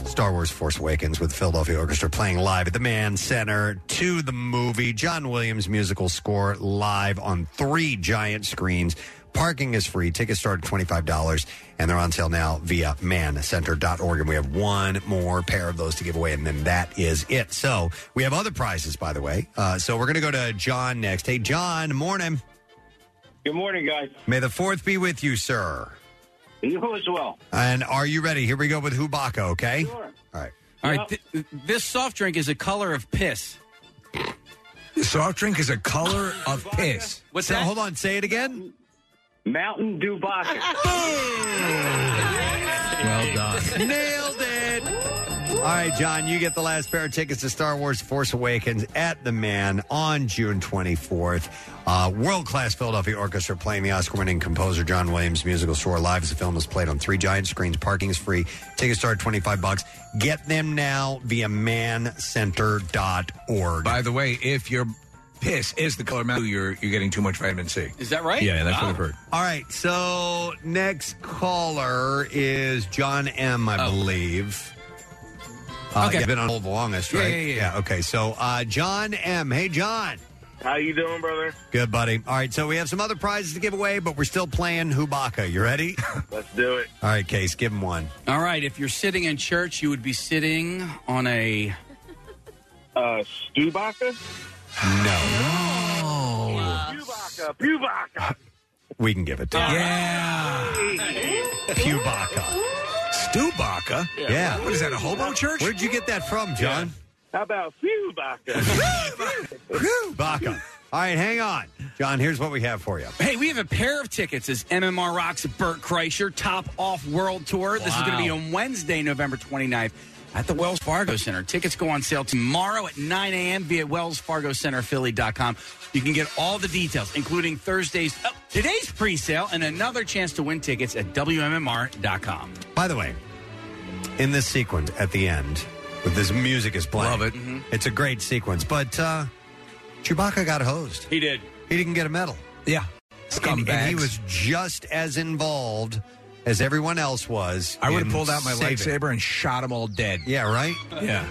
Speaker 3: Star Wars Force Awakens with Philadelphia Orchestra playing live at the Mann Center to the movie. John Williams musical score live on three giant screens. Parking is free. Tickets start at $25, and they're on sale now via mancenter.org. And we have one more pair of those to give away, and then that is it. So we have other prizes, by the way. Uh, so we're going to go to John next. Hey, John, morning.
Speaker 15: Good morning, guys.
Speaker 3: May the fourth be with you, sir.
Speaker 15: You as well.
Speaker 3: And are you ready? Here we go with Hubaka, okay? All right.
Speaker 7: All right, th- this soft drink is a color of piss.
Speaker 5: Soft drink is a color of piss.
Speaker 7: What's
Speaker 3: that? Hold on, say it again.
Speaker 15: Mountain Dew Baca.
Speaker 5: well done.
Speaker 3: Nailed it. All right, John, you get the last pair of tickets to Star Wars Force Awakens at the Man on June 24th. Uh, World class Philadelphia Orchestra playing the Oscar winning composer John Williams' musical score live as the film is played on three giant screens. Parking is free. Tickets start at 25 bucks. Get them now via mancenter.org.
Speaker 5: By the way, if your piss is the color mountain, Dew, you're you're getting too much vitamin C.
Speaker 7: Is that right?
Speaker 5: Yeah, that's
Speaker 7: Wow.
Speaker 5: what I've heard.
Speaker 3: All right, so next caller is John M, I believe. Uh,
Speaker 15: Okay.
Speaker 3: yeah, been on hold the longest,
Speaker 15: Yeah,
Speaker 3: right?
Speaker 15: yeah, yeah.
Speaker 3: okay, so uh, John M. Hey, John.
Speaker 15: How you doing, brother?
Speaker 3: Good, buddy. All right, so we have some other prizes to give away, but we're still playing Hubaka. You ready?
Speaker 15: Let's do it.
Speaker 3: All right, Case, give him one.
Speaker 7: All right, if you're sitting in church, you would be sitting on a.
Speaker 15: Uh, stew Baca?
Speaker 3: No.
Speaker 15: Baca. Pew Baca.
Speaker 3: We can give it to you. Hubaka.
Speaker 5: Stubaka?
Speaker 3: Yeah. Yeah.
Speaker 5: What is that, a hobo church?
Speaker 3: Where'd you get that from, John?
Speaker 15: How about Pew Baca?
Speaker 3: Hubaka. All right, hang on. John, here's what we have for you.
Speaker 7: Hey, we have a pair of tickets as MMR Rocks Burt Kreischer Top Off World Tour. This is
Speaker 15: Wow.
Speaker 7: going to be on Wednesday, November 29th at the Wells Fargo Center. Tickets go on sale tomorrow at 9 a.m. via wellsfargocenterphilly.com. You can get all the details, including Thursday's, oh, today's pre sale, and another chance to win tickets at WMMR.com.
Speaker 3: By the way, in this sequence at the end, with this music is playing, love it.
Speaker 5: Mm-hmm.
Speaker 3: It's a great sequence, but uh, Chewbacca got hosed.
Speaker 7: He did.
Speaker 3: He didn't get a medal.
Speaker 5: Yeah,
Speaker 3: And, and he
Speaker 5: Scumbags.
Speaker 3: was just as involved as everyone else was.
Speaker 5: I would have
Speaker 3: in
Speaker 5: pulled out my
Speaker 3: saving.
Speaker 5: lightsaber and shot them all dead.
Speaker 3: Yeah, right. Uh,
Speaker 5: Yeah.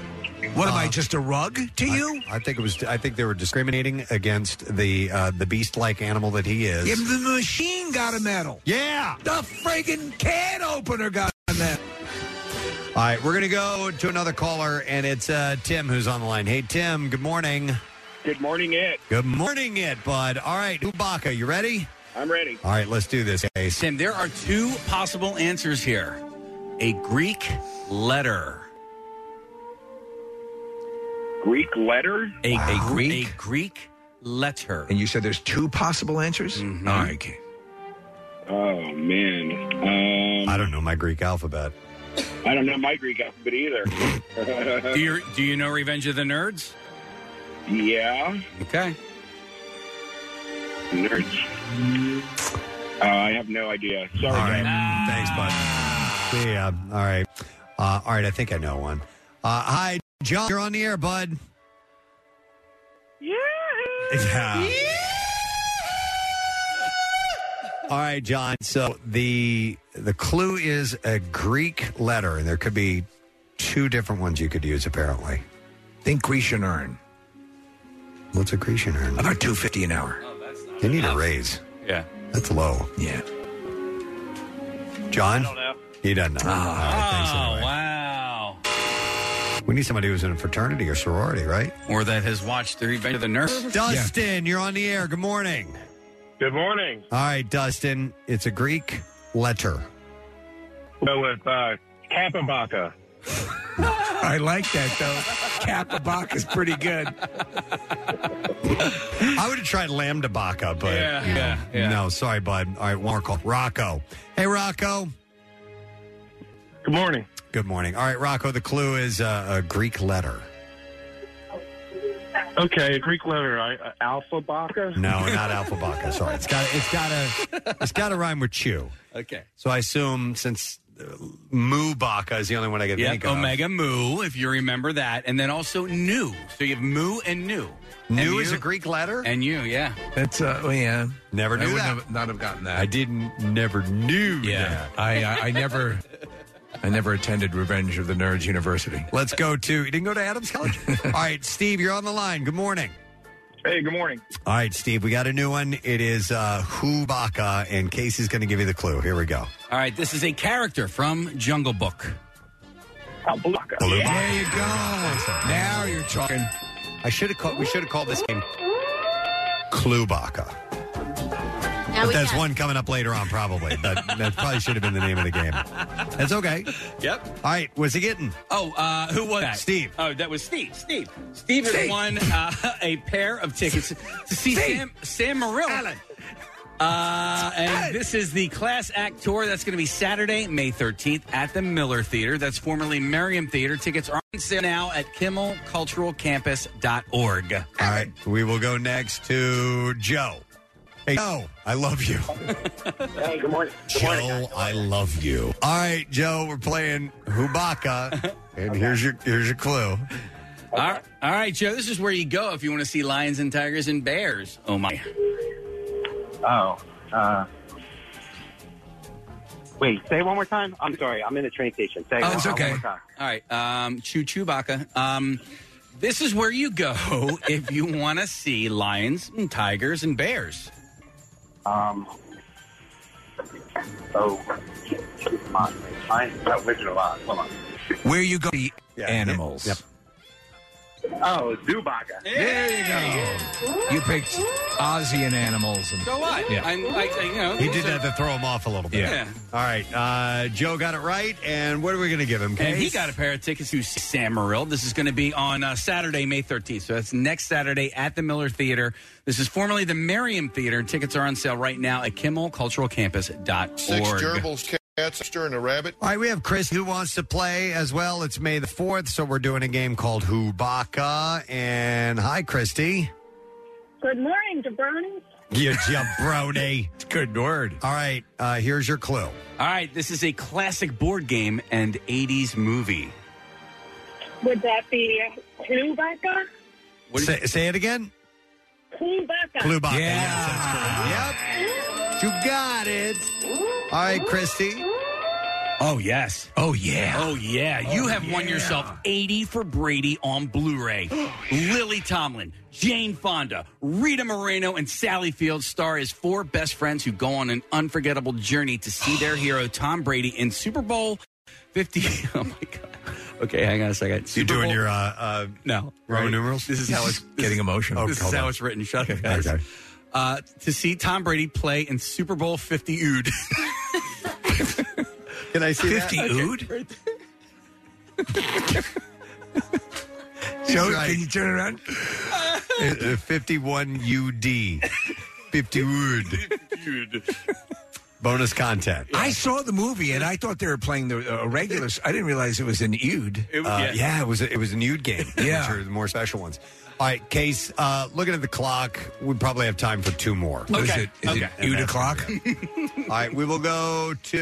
Speaker 5: What am I, just a rug to you?
Speaker 3: I think it was. I think they were discriminating against the uh, the beast-like animal that he is.
Speaker 5: If the machine got a medal.
Speaker 3: Yeah.
Speaker 5: The friggin' can opener got a medal.
Speaker 3: All right, we're gonna go to another caller, and it's uh, Tim who's on the line. Hey, Tim. Good morning.
Speaker 15: Good morning, Ed.
Speaker 3: Good morning, it bud. All right, Ubaka, you ready?
Speaker 15: I'm ready.
Speaker 3: All right, let's do this, Ace.
Speaker 7: Tim, there are two possible answers here a Greek letter.
Speaker 15: Greek letter?
Speaker 7: A,
Speaker 5: Wow.
Speaker 7: a,
Speaker 5: Greek? Mm-hmm.
Speaker 7: a Greek letter.
Speaker 5: And you said there's two possible answers? All right, okay.
Speaker 15: Oh, man. Um,
Speaker 3: I don't know my Greek alphabet.
Speaker 15: I don't know my Greek alphabet either.
Speaker 7: Do you, do you know Revenge of the Nerds?
Speaker 15: yeah.
Speaker 7: Okay.
Speaker 15: Nerds. Uh, I have no idea. Sorry,
Speaker 3: All right,
Speaker 15: guys.
Speaker 3: thanks, bud. See ya. All right, uh, all right. I think I know one. Uh, hi, John. You're on the air, bud.
Speaker 15: Yeah.
Speaker 3: Yeah. All right, John. So the the clue is a Greek letter, and there could be two different ones you could use. Apparently, think Grecian urn. What's a Grecian urn?
Speaker 5: About two fifty an hour.
Speaker 7: Oh,
Speaker 3: They need a raise.
Speaker 7: Yeah.
Speaker 3: That's low.
Speaker 5: Yeah.
Speaker 3: John? He doesn't know. All right, thanks anyway.
Speaker 7: Oh, wow.
Speaker 3: We need somebody who's in a fraternity or sorority, right?
Speaker 7: Or that has watched the Revenge of the Nerds.
Speaker 3: Dustin, you're on the air. Good morning.
Speaker 19: Good morning.
Speaker 3: All right, Dustin. It's a Greek letter.
Speaker 19: Go with uh, Kappenbacher.
Speaker 5: I like that though. Kappa is pretty good.
Speaker 3: I would have tried Lambda Baca, but
Speaker 5: Yeah,
Speaker 3: you know,
Speaker 5: yeah, yeah.
Speaker 3: no, sorry, bud. All right, one more call. Rocco. Hey, Rocco.
Speaker 19: Good morning.
Speaker 3: Good morning. All right, Rocco, the clue is uh, a Greek letter.
Speaker 19: Okay, Greek letter. I, uh, alpha Baca?
Speaker 3: No, not Alpha Baca. Sorry. It's got it's got to it's got to rhyme with chew.
Speaker 7: Okay.
Speaker 3: So I assume since uh, Mu Baca is the only one I can
Speaker 7: Yep,
Speaker 3: think of.
Speaker 7: Omega Mu, if you remember that, and then also Nu. So you have Mu and Nu.
Speaker 3: Nu is a Greek letter,
Speaker 7: and you, yeah,
Speaker 5: That's uh, oh, yeah.
Speaker 3: Never
Speaker 5: I
Speaker 3: knew
Speaker 5: would
Speaker 3: that.
Speaker 5: Have, not have gotten that.
Speaker 3: I didn't. Never knew.
Speaker 5: Yeah. I, I I never. I never attended Revenge of the Nerds University.
Speaker 3: Let's go to. You didn't go to Adams College? All right, Steve, you're on the line. Good morning.
Speaker 19: Hey, good morning.
Speaker 3: All right, Steve, we got a new one. It is uh, Hubaka, and Casey's going to give you the clue. Here we go.
Speaker 7: All right, this is a character from Jungle Book.
Speaker 5: There you go. Now you're talking.
Speaker 3: I should have called. We should have called this game Clubaka.
Speaker 6: Now
Speaker 3: But
Speaker 6: we
Speaker 3: that's
Speaker 6: have-
Speaker 3: one coming up later on, probably. That, that probably should have been the name of the game. That's okay.
Speaker 7: Yep.
Speaker 3: All right, what's he getting?
Speaker 7: Oh, uh, who was that?
Speaker 3: Steve.
Speaker 7: Oh, that was Steve. Steve. Steve has
Speaker 3: Steve.
Speaker 7: won uh, a pair of tickets to see
Speaker 5: Steve.
Speaker 7: Sam, Sam Morril. Uh, and this is the Class Act Tour. That's going to be Saturday, May 13th at the Miller Theater. That's formerly Merriam Theater. Tickets are on sale now at kimmelculturalcampus.org. All
Speaker 3: right, we will go next to Joe. Hey, Joe, I love you.
Speaker 19: Hey, good morning.
Speaker 3: Joe, I love you. All right, Joe, we're playing Hubaka, and here's your here's your clue.
Speaker 7: All right, all right, Joe, this is where you go if you want to see lions and tigers and bears. Oh, my.
Speaker 19: Oh. Uh, wait, say it one more time. I'm sorry. I'm in the train station.
Speaker 5: Oh,
Speaker 19: Say it one, one more time.
Speaker 7: All right. Um, Chew Chewbacca. Um, this is where you go if you want to see lions and tigers and bears.
Speaker 19: Um, oh, I, I, that Wizard of Oz. Hold on.
Speaker 5: Where you go? The animals.
Speaker 19: Oh, Zubaka.
Speaker 5: There you go. You picked Ozzy and animals. And,
Speaker 7: So what?
Speaker 5: Yeah.
Speaker 7: I'm like, you know,
Speaker 3: He did that to throw him off a little bit.
Speaker 7: Yeah.
Speaker 3: All right, uh, Joe got it right, and what are we going to give him?
Speaker 7: And he
Speaker 3: Case?
Speaker 7: got a pair of tickets to Sam Morril. This is going to be on uh, Saturday, May 13th. So that's next Saturday at the Miller Theater. This is formerly the Merriam Theater. Tickets are on sale right now at kimmelculturalcampus.org.
Speaker 2: Six gerbils, cats, stir, and a rabbit.
Speaker 3: All right, we have Chris who wants to play as well. It's May the 4th, so we're doing a game called Hubaka. And hi, Christy.
Speaker 17: Good morning, jabroni.
Speaker 3: You jabroni.
Speaker 5: Good word.
Speaker 3: All right, uh, here's your clue.
Speaker 7: All right, this is a classic board game and 80s movie.
Speaker 17: Would that be Klubaka?
Speaker 3: Say, say it again.
Speaker 17: Klubaka.
Speaker 3: Klubaka. Yeah. Yep. You got it. All right, Christy.
Speaker 7: Oh, yes.
Speaker 5: Oh, yeah.
Speaker 7: Oh, yeah. You
Speaker 5: Oh,
Speaker 7: have won
Speaker 5: yeah.
Speaker 7: yourself 80 for Brady on Blu ray.
Speaker 3: Oh,
Speaker 7: Lily Tomlin, Jane Fonda, Rita Moreno, and Sally Field star as four best friends who go on an unforgettable journey to see their hero, Tom Brady, in Super Bowl 50. Oh, my God. Okay, hang on a second.
Speaker 3: You're
Speaker 7: Super
Speaker 3: doing
Speaker 7: Bowl-
Speaker 3: your uh, uh,
Speaker 7: no
Speaker 3: Roman
Speaker 7: right?
Speaker 3: numerals?
Speaker 7: This is how it's
Speaker 5: Getting emotional.
Speaker 7: This
Speaker 5: hold
Speaker 7: is how
Speaker 5: on.
Speaker 7: it's written. Shut up, guys. Uh, to see Tom Brady play in Super Bowl 50 Ood.
Speaker 3: Can I see
Speaker 5: 50
Speaker 7: that?
Speaker 5: Ood?
Speaker 7: Okay, right
Speaker 5: Joe, can you turn around?
Speaker 3: uh, 51 UD. 50 wood.
Speaker 7: Dude.
Speaker 3: Bonus content.
Speaker 5: I saw the movie and I thought they were playing the uh, regular. I didn't realize it was an Ood.
Speaker 7: It was-
Speaker 3: Uh,
Speaker 7: yeah.
Speaker 3: yeah, it was it was a nude game.
Speaker 5: Yeah.
Speaker 3: which are the more special ones. All right, Case. Uh, looking at the clock, we probably have time for two more.
Speaker 5: Is it, is
Speaker 3: Okay.
Speaker 5: it Ood
Speaker 3: And
Speaker 5: o'clock?
Speaker 3: All right, we will go to.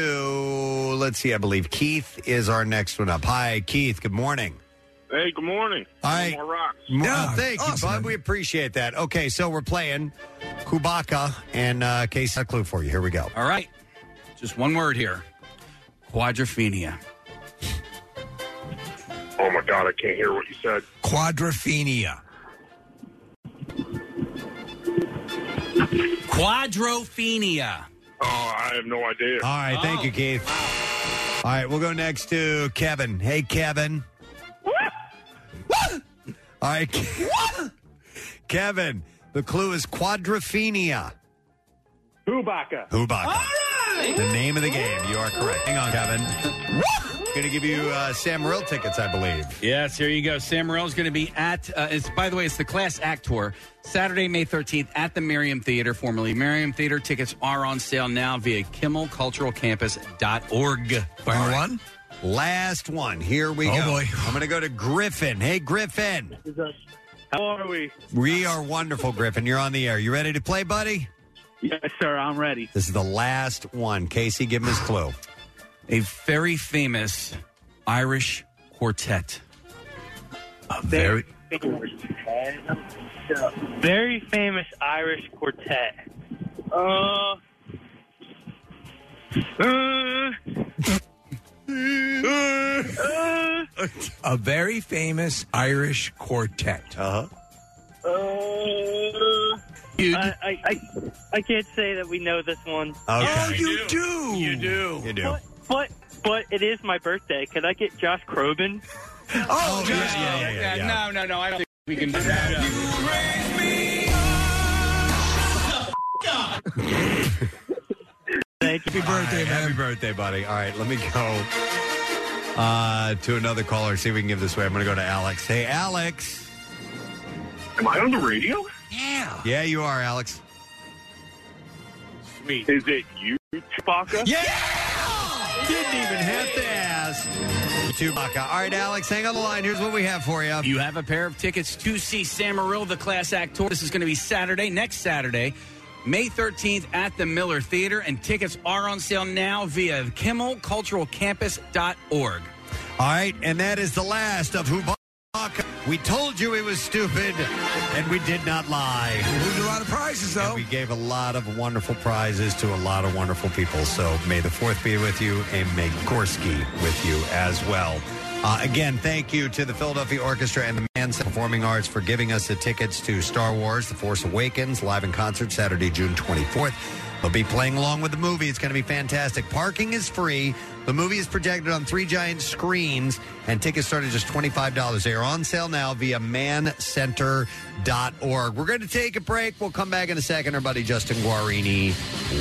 Speaker 3: Let's see. I believe Keith is our next one up. Hi, Keith. Good morning.
Speaker 19: Hey, good morning.
Speaker 3: Hi.
Speaker 19: More rocks.
Speaker 3: Well, thank you, bud. We appreciate that. Okay, so we're playing Kubaka, and uh, Case, a clue for you. Here we go.
Speaker 7: All right. Just one word here. Quadrophenia.
Speaker 20: Oh my God, I can't hear what you said.
Speaker 5: Quadrophenia.
Speaker 7: Quadrophenia.
Speaker 20: Oh, I have no idea.
Speaker 3: All right, thank you, Keith. All right, we'll go next to Kevin. Hey, Kevin. All right, Ke- Kevin. The clue is quadrophenia.
Speaker 20: Hubaka.
Speaker 3: Hubaka. The name of the game. You are correct. Hang on, Kevin. Going to give you uh, Sam Rill tickets, I believe.
Speaker 7: Yes, here you go. Sam Morrill's going to be at, uh, it's, by the way, it's the Class Act Tour, Saturday, May 13th at the Merriam Theater, formerly Merriam Theater. Tickets are on sale now via kimmelculturalcampus.org.
Speaker 5: Final one?
Speaker 3: Last one. Here we
Speaker 5: Oh,
Speaker 3: go.
Speaker 5: boy.
Speaker 3: I'm going to go to Griffin. Hey, Griffin.
Speaker 21: How are we?
Speaker 3: We are wonderful, Griffin. You're on the air. You ready to play, buddy?
Speaker 21: Yes, sir. I'm ready.
Speaker 3: This is the last one. Casey, give him his clue.
Speaker 7: A very famous Irish quartet. A
Speaker 5: very.
Speaker 21: Very famous Irish quartet. Uh. uh, uh,
Speaker 5: A very famous Irish quartet.
Speaker 3: Uh-huh.
Speaker 5: Uh huh.
Speaker 21: uh, I, I, I, I can't say that we know this one.
Speaker 5: Oh, you do.
Speaker 21: You do.
Speaker 3: You
Speaker 21: do. But, but it is my birthday. Can I get Josh Crobin?
Speaker 5: Oh,
Speaker 7: yeah, yeah, yeah, yeah. No, no, no. I don't think we can do that.
Speaker 3: Thank you. Happy birthday, man. Happy birthday, buddy. All right, let me go uh, to another caller. See if we can give this away. I'm going to go to Alex. Hey, Alex.
Speaker 20: Am I on the radio?
Speaker 5: Yeah.
Speaker 3: Yeah, you are, Alex.
Speaker 20: Sweet. Is it you, Chewbacca?
Speaker 3: Yeah. Didn't even have to ask. Chewbacca. All right, Alex, hang on the line. Here's what we have for you.
Speaker 7: You have a pair of tickets to see Sam Morril, the Class Act Tour. This is going to be Saturday, next Saturday, May 13th at the Miller Theater, and tickets are on sale now via
Speaker 3: All
Speaker 7: kimmelculturalcampus.org.
Speaker 3: right, and that is the last of Who Baka. We told you it was stupid, and we did not lie. We
Speaker 5: did a lot of prizes, though.
Speaker 3: we gave a lot of wonderful prizes to a lot of wonderful people. So may the fourth be with you, and may Gorski with you as well. Uh, again, thank you to the Philadelphia Orchestra and the Manson Performing Arts for giving us the tickets to Star Wars The Force Awakens live in concert Saturday, June 24th. They'll be playing along with the movie. It's going to be fantastic. Parking is free. The movie is projected on three giant screens, and tickets start at just $25. They are on sale now via mancenter.org. We're going to take a break. We'll come back in a second. Our buddy Justin Guarini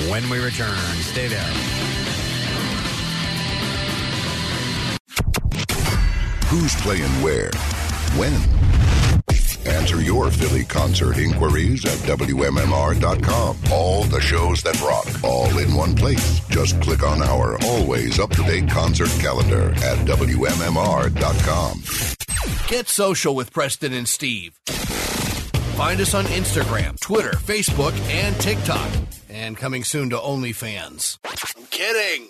Speaker 3: when we return. Stay there.
Speaker 2: Who's playing where? When? Answer your Philly concert inquiries at WMMR.com. All the shows that rock, all in one place. Just click on our always up to date concert calendar at WMMR.com.
Speaker 9: Get social with Preston and Steve. Find us on Instagram, Twitter, Facebook, and TikTok. And coming soon to OnlyFans. I'm kidding.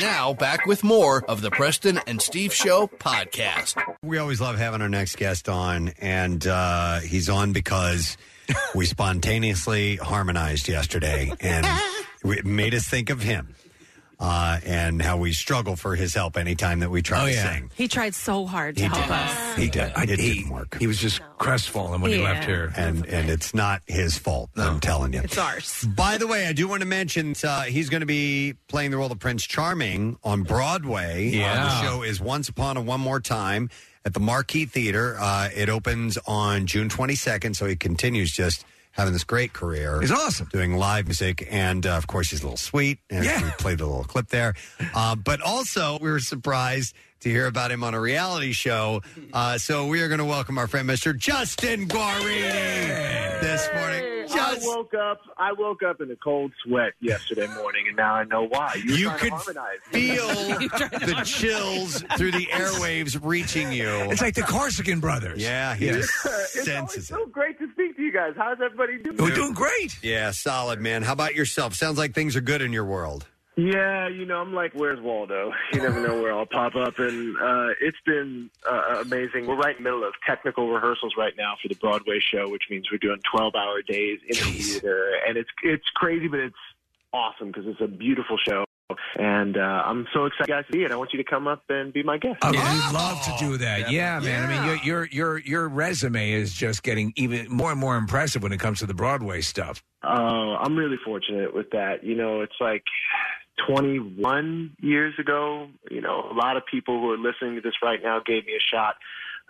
Speaker 9: Now, back with more of the Preston and Steve Show podcast.
Speaker 3: We always love having our next guest on, and uh, he's on because we spontaneously harmonized yesterday, and it made us think of him uh, and how we struggle for his help anytime that we
Speaker 10: Oh,
Speaker 3: try to sing.
Speaker 4: He tried so hard to
Speaker 3: He
Speaker 4: help
Speaker 3: did.
Speaker 4: us.
Speaker 3: He did. it didn't work.
Speaker 5: He was just crestfallen
Speaker 4: when he Yeah. left here.
Speaker 3: and and it's not his fault. I'm telling you.
Speaker 4: It's ours.
Speaker 3: By the way, I do want to mention uh, he's going to be playing the role of Prince Charming on Broadway. Uh,
Speaker 5: Yeah.
Speaker 3: the show is Once Upon a One More Time at the Marquee Theater. Uh, it opens on June 22nd, so he continues just having this great career.
Speaker 5: He's awesome.
Speaker 3: Doing live music. And uh, of course, she's a little sweet. And
Speaker 5: Yeah.
Speaker 3: we played a little clip there. Uh, but also, we were surprised to hear about him on a reality show. Uh, so we are going to welcome our friend, Mr. Justin Guarini, this morning.
Speaker 8: I woke up. I woke up in a cold sweat yesterday morning, and now I know why. You, were
Speaker 3: You
Speaker 8: trying to
Speaker 3: could
Speaker 8: harmonize.
Speaker 3: Feel the chills through the airwaves reaching you.
Speaker 5: It's like the Corsican brothers.
Speaker 3: Yeah, he
Speaker 5: Yeah.
Speaker 3: just
Speaker 8: It's
Speaker 3: senses
Speaker 8: always so great to speak to you guys. How's everybody doing?
Speaker 5: great.
Speaker 3: Yeah, solid, man. How about yourself? Sounds like things are good in your world.
Speaker 8: Yeah, you know, I'm like, where's Waldo? You never know where I'll pop up, and uh, it's been uh, amazing. We're right in the middle of technical rehearsals right now for the Broadway show, which means we're doing 12-hour days in the theater, and it's it's crazy, but it's awesome because it's a beautiful show, and uh, I'm so excited guys to see it. I want you to come up and be my guest.
Speaker 5: I mean, we'd Uh, love to do that. Yeah, man. I mean, your, your your your resume is just getting even more and more impressive when it comes to the Broadway stuff.
Speaker 8: Oh, I'm really fortunate with that. You know, it's like 21 years ago. You know, a lot of people who are listening to this right now gave me a shot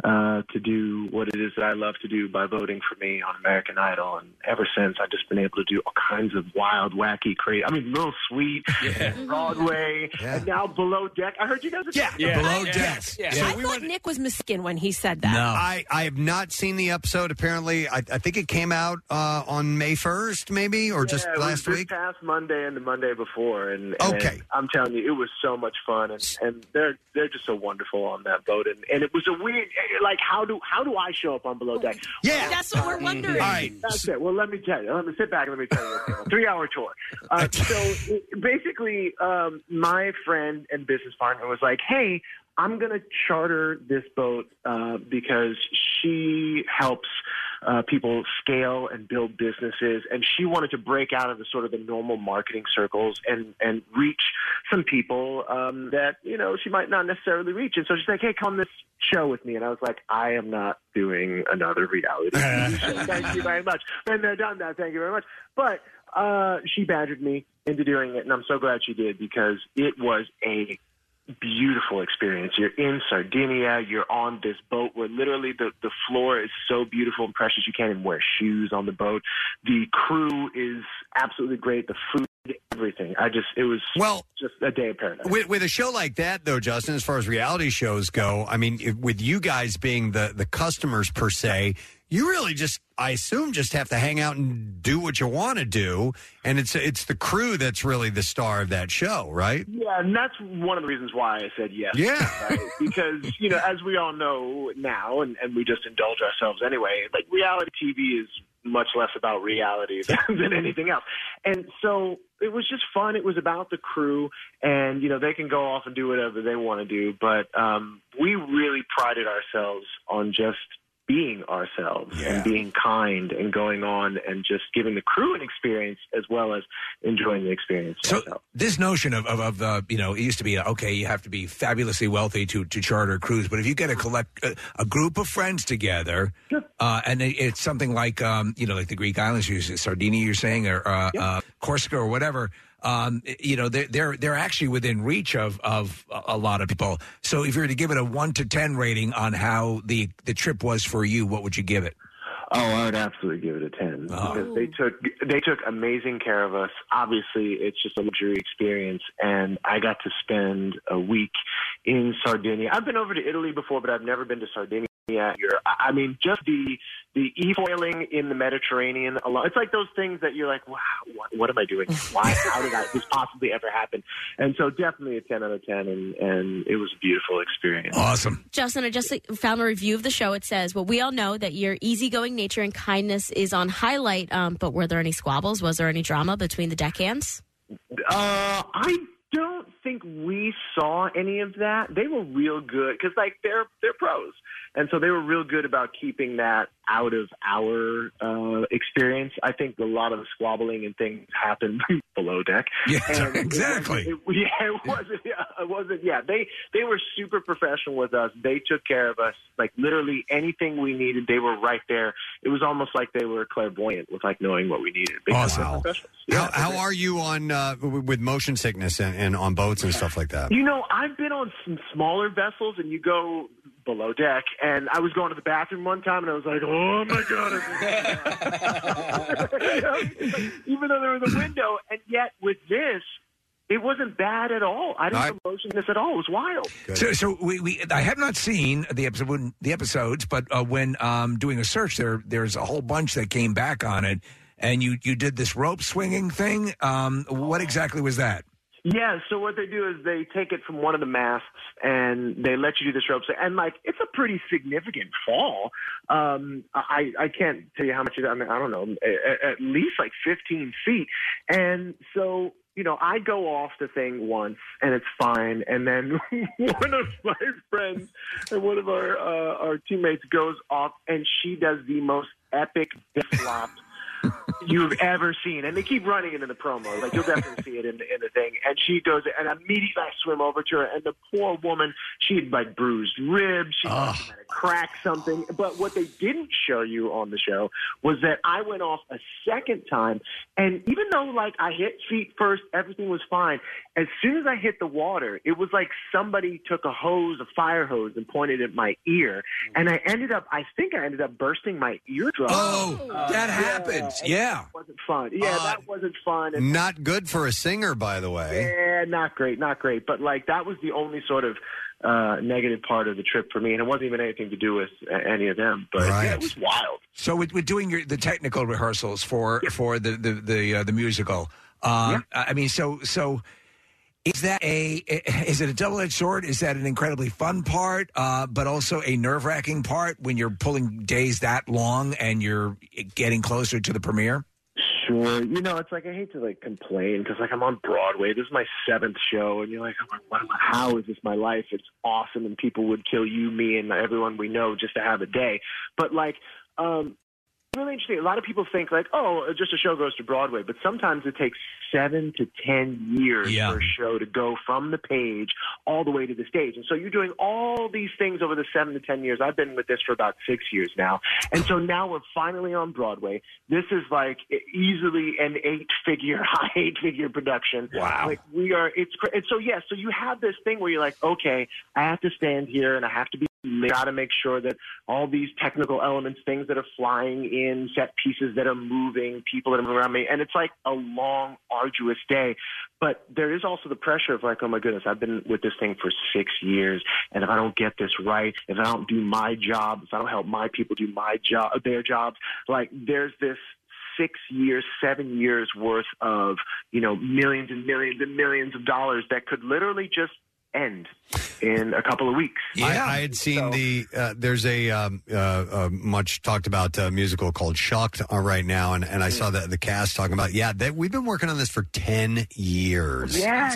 Speaker 8: uh, to do what it is that I love to do by voting for me on American Idol. And ever since, I've just been able to do all kinds of wild, wacky, crazy. I mean, Little Sweet, Broadway, and now Below Deck. I heard you guys. Are yeah,
Speaker 4: I- I thought Nick was mistaken when he said that.
Speaker 3: I, I have not seen the episode. Apparently, I, I think it came out uh, on May 1st, maybe, or just
Speaker 8: Yeah, it was
Speaker 3: last
Speaker 8: this
Speaker 3: week.
Speaker 8: past Monday and the Monday before, and, and
Speaker 3: Okay.
Speaker 8: I'm telling you, it was so much fun, and, and they're they're just so wonderful on that boat, and, and it was a weird like how do how do I show up on below deck?
Speaker 3: Yeah,
Speaker 8: that's what we're wondering. All right, that's it. Well, let me tell you. Let me sit back and let me tell you. Three hour tour. Uh, so basically, um, my friend and business partner was like, "Hey, I'm going to charter this boat uh, because she helps uh, people scale and build businesses, and she wanted to break out of the sort of the normal marketing circles and and reach some people um, that you know she might not necessarily reach." And so she's like, "Hey, come on this show with me," and I was like, "I am not doing another reality TV show. Thank you very much. Been there, done that. uh, Thank you very much." But uh, she badgered me into doing it, and I'm so glad she did because it was a beautiful experience. You're in Sardinia, you're on this boat where literally the, the floor is so beautiful and precious you can't even wear shoes on the boat. The crew is absolutely great, the food, everything. I just it was
Speaker 3: well
Speaker 8: just a day of paradise.
Speaker 3: With, with a show like that, though, Justin, as far as reality shows go, I mean, if, with you guys being the, the customers per se, you really just, I assume, just have to hang out and do what you want to do. And it's it's the crew that's really the star of that show, right?
Speaker 8: Yeah, and that's one of the reasons why I said yes.
Speaker 3: Yeah.
Speaker 8: Right? Because, you know, as we all know now, and, and we just indulge ourselves anyway, like reality TV is much less about reality than anything else. And so it was just fun. It was about the crew, and, you know, they can go off and do whatever they want to do. But um, we really prided ourselves on just being ourselves and being kind and going on and just giving the crew an experience as well as enjoying the experience.
Speaker 5: So this notion of of, of uh, you know it used to be okay you have to be fabulously wealthy to to charter a cruise, but if you get a collect a, a group of friends together, uh, and it, it's something like um, you know like the Greek islands, you Sardinia, you're saying, or uh, uh, Corsica, or whatever. Um, you know they're they're they're actually within reach of of a- a lot of people. So if you were to give it a one to ten rating on how the the trip was for you, what would you give it?
Speaker 8: Oh, I would absolutely give it a ten because they took they took amazing care of us. Obviously, it's just a luxury experience, and I got to spend a week in Sardinia. I've been over to Italy before, but I've never been to Sardinia. Here, I I mean, just the the e-foiling in the Mediterranean alone. It's like those things that you're like, wow, what, what am I doing? Why? How did I, this possibly ever happen? And so, definitely a ten out of ten, and and it was a beautiful experience.
Speaker 5: Awesome.
Speaker 6: Justin, I just found a review of the show. It says, "Well, we all know that your easygoing nature and kindness is on highlight, um, but were there any squabbles? Was there any drama between the deckhands?"
Speaker 8: Uh, I don't think we saw any of that. They were real good because, like, they're they're pros, and so they were real good about keeping that out of our uh, experience. I think a lot of the squabbling and things happened below deck.
Speaker 5: Yeah,
Speaker 8: And it
Speaker 5: exactly.
Speaker 8: wasn't- it- yeah, it wasn't. Yeah, it wasn't. Yeah, they they were super professional with us. They took care of us. Like literally anything we needed, they were right there. It was almost like they were clairvoyant with like knowing what we needed. because they're
Speaker 3: Awesome.
Speaker 8: professionals.
Speaker 3: How, how are you on uh, w- with motion sickness and, and on boats and stuff like that?
Speaker 8: You know, I've been on some smaller vessels, and you go below deck, and I was going to the bathroom one time, and I was like, "Oh my god!"
Speaker 5: Uh,
Speaker 8: Even though there was a window, and yet with this, it wasn't bad at all. I didn't feel motion this at all. It was wild.
Speaker 5: So, so we, we I have not seen the episode the episodes, but uh, when um, doing a search, there there's a whole bunch that came back on it, and you you did this rope swinging thing. Um, what exactly was that?
Speaker 8: Yeah, so what they do is they take it from one of the masts and they let you do this rope. swing. And, like, it's a pretty significant fall. Um, I, I can't tell you how much it I mean, I don't know, at, at least like 15 feet. And so, you know, I go off the thing once and it's fine. And then one of my friends and one of our, uh, our teammates goes off and she does the most epic flop you've ever seen. And they keep running it in the promo. Like you'll definitely see it in the, in the thing. And she goes, and immediately I swim over to her. And the poor woman, she had like bruised ribs. She had cracked something. But what they didn't show you on the show was that I went off a second time. And even though like I hit feet first, everything was fine. As soon as I hit the water, it was like somebody took a hose, a fire hose, and pointed at my ear. And I ended up, I think I ended up bursting my eardrum.
Speaker 5: Oh, that happens. Yeah.
Speaker 8: Oh, That wasn't fun. Yeah,
Speaker 10: Uh,
Speaker 8: that wasn't fun. And-
Speaker 10: Not good for a singer, by the way.
Speaker 8: yeah, not great, not great. But like that was the only sort of uh, negative part of the trip for me, and it wasn't even anything to do with uh, any of them. But yeah, it was wild.
Speaker 5: So with, with doing your, the technical rehearsals for for the the the, uh, the musical, um, I mean, so so is that a is it a double edged sword? Is that an incredibly fun part, uh, but also a nerve wracking part when you're pulling days that long and you're getting closer to the premiere?
Speaker 8: Sure, you know, it's like I hate to like complain because like I'm on Broadway. This is my seventh show, and you're like, oh, what am I- how is this my life? It's awesome, and people would kill you, me, and everyone we know just to have a day. But like, um, really interesting. A lot of people think like, oh, just a show goes to Broadway, but sometimes it takes seven to ten years
Speaker 16: Yeah.
Speaker 8: for a show to go from the page all the way to the stage. And so you're doing all these things over the seven to ten years. I've been with this for about six years now, and so now we're finally on Broadway. This is like e-, easily an eight-figure, high eight-figure production. Wow! Like we are. It's cra- and so yes. so you have this thing where you're like, okay, I have to stand here and I have to be got to make sure that all these technical elements, things that are flying in, set pieces that are moving, people that are moving around me, and it's like a long, arduous day. But there is also the pressure of like, oh my goodness, I've been with this thing for six years, and if I don't get this right, if I don't do my job, if I don't help my people do my job, their jobs, like there's this six years, seven years worth of, you know, millions and millions and millions of dollars that could literally just end in a couple of weeks.
Speaker 10: I, I had seen the uh, there's a um, uh, uh, much talked about uh, musical called Shocked uh, right now, and, and I saw the, the cast talking about yeah that we've been working on this for ten years.
Speaker 8: Yeah,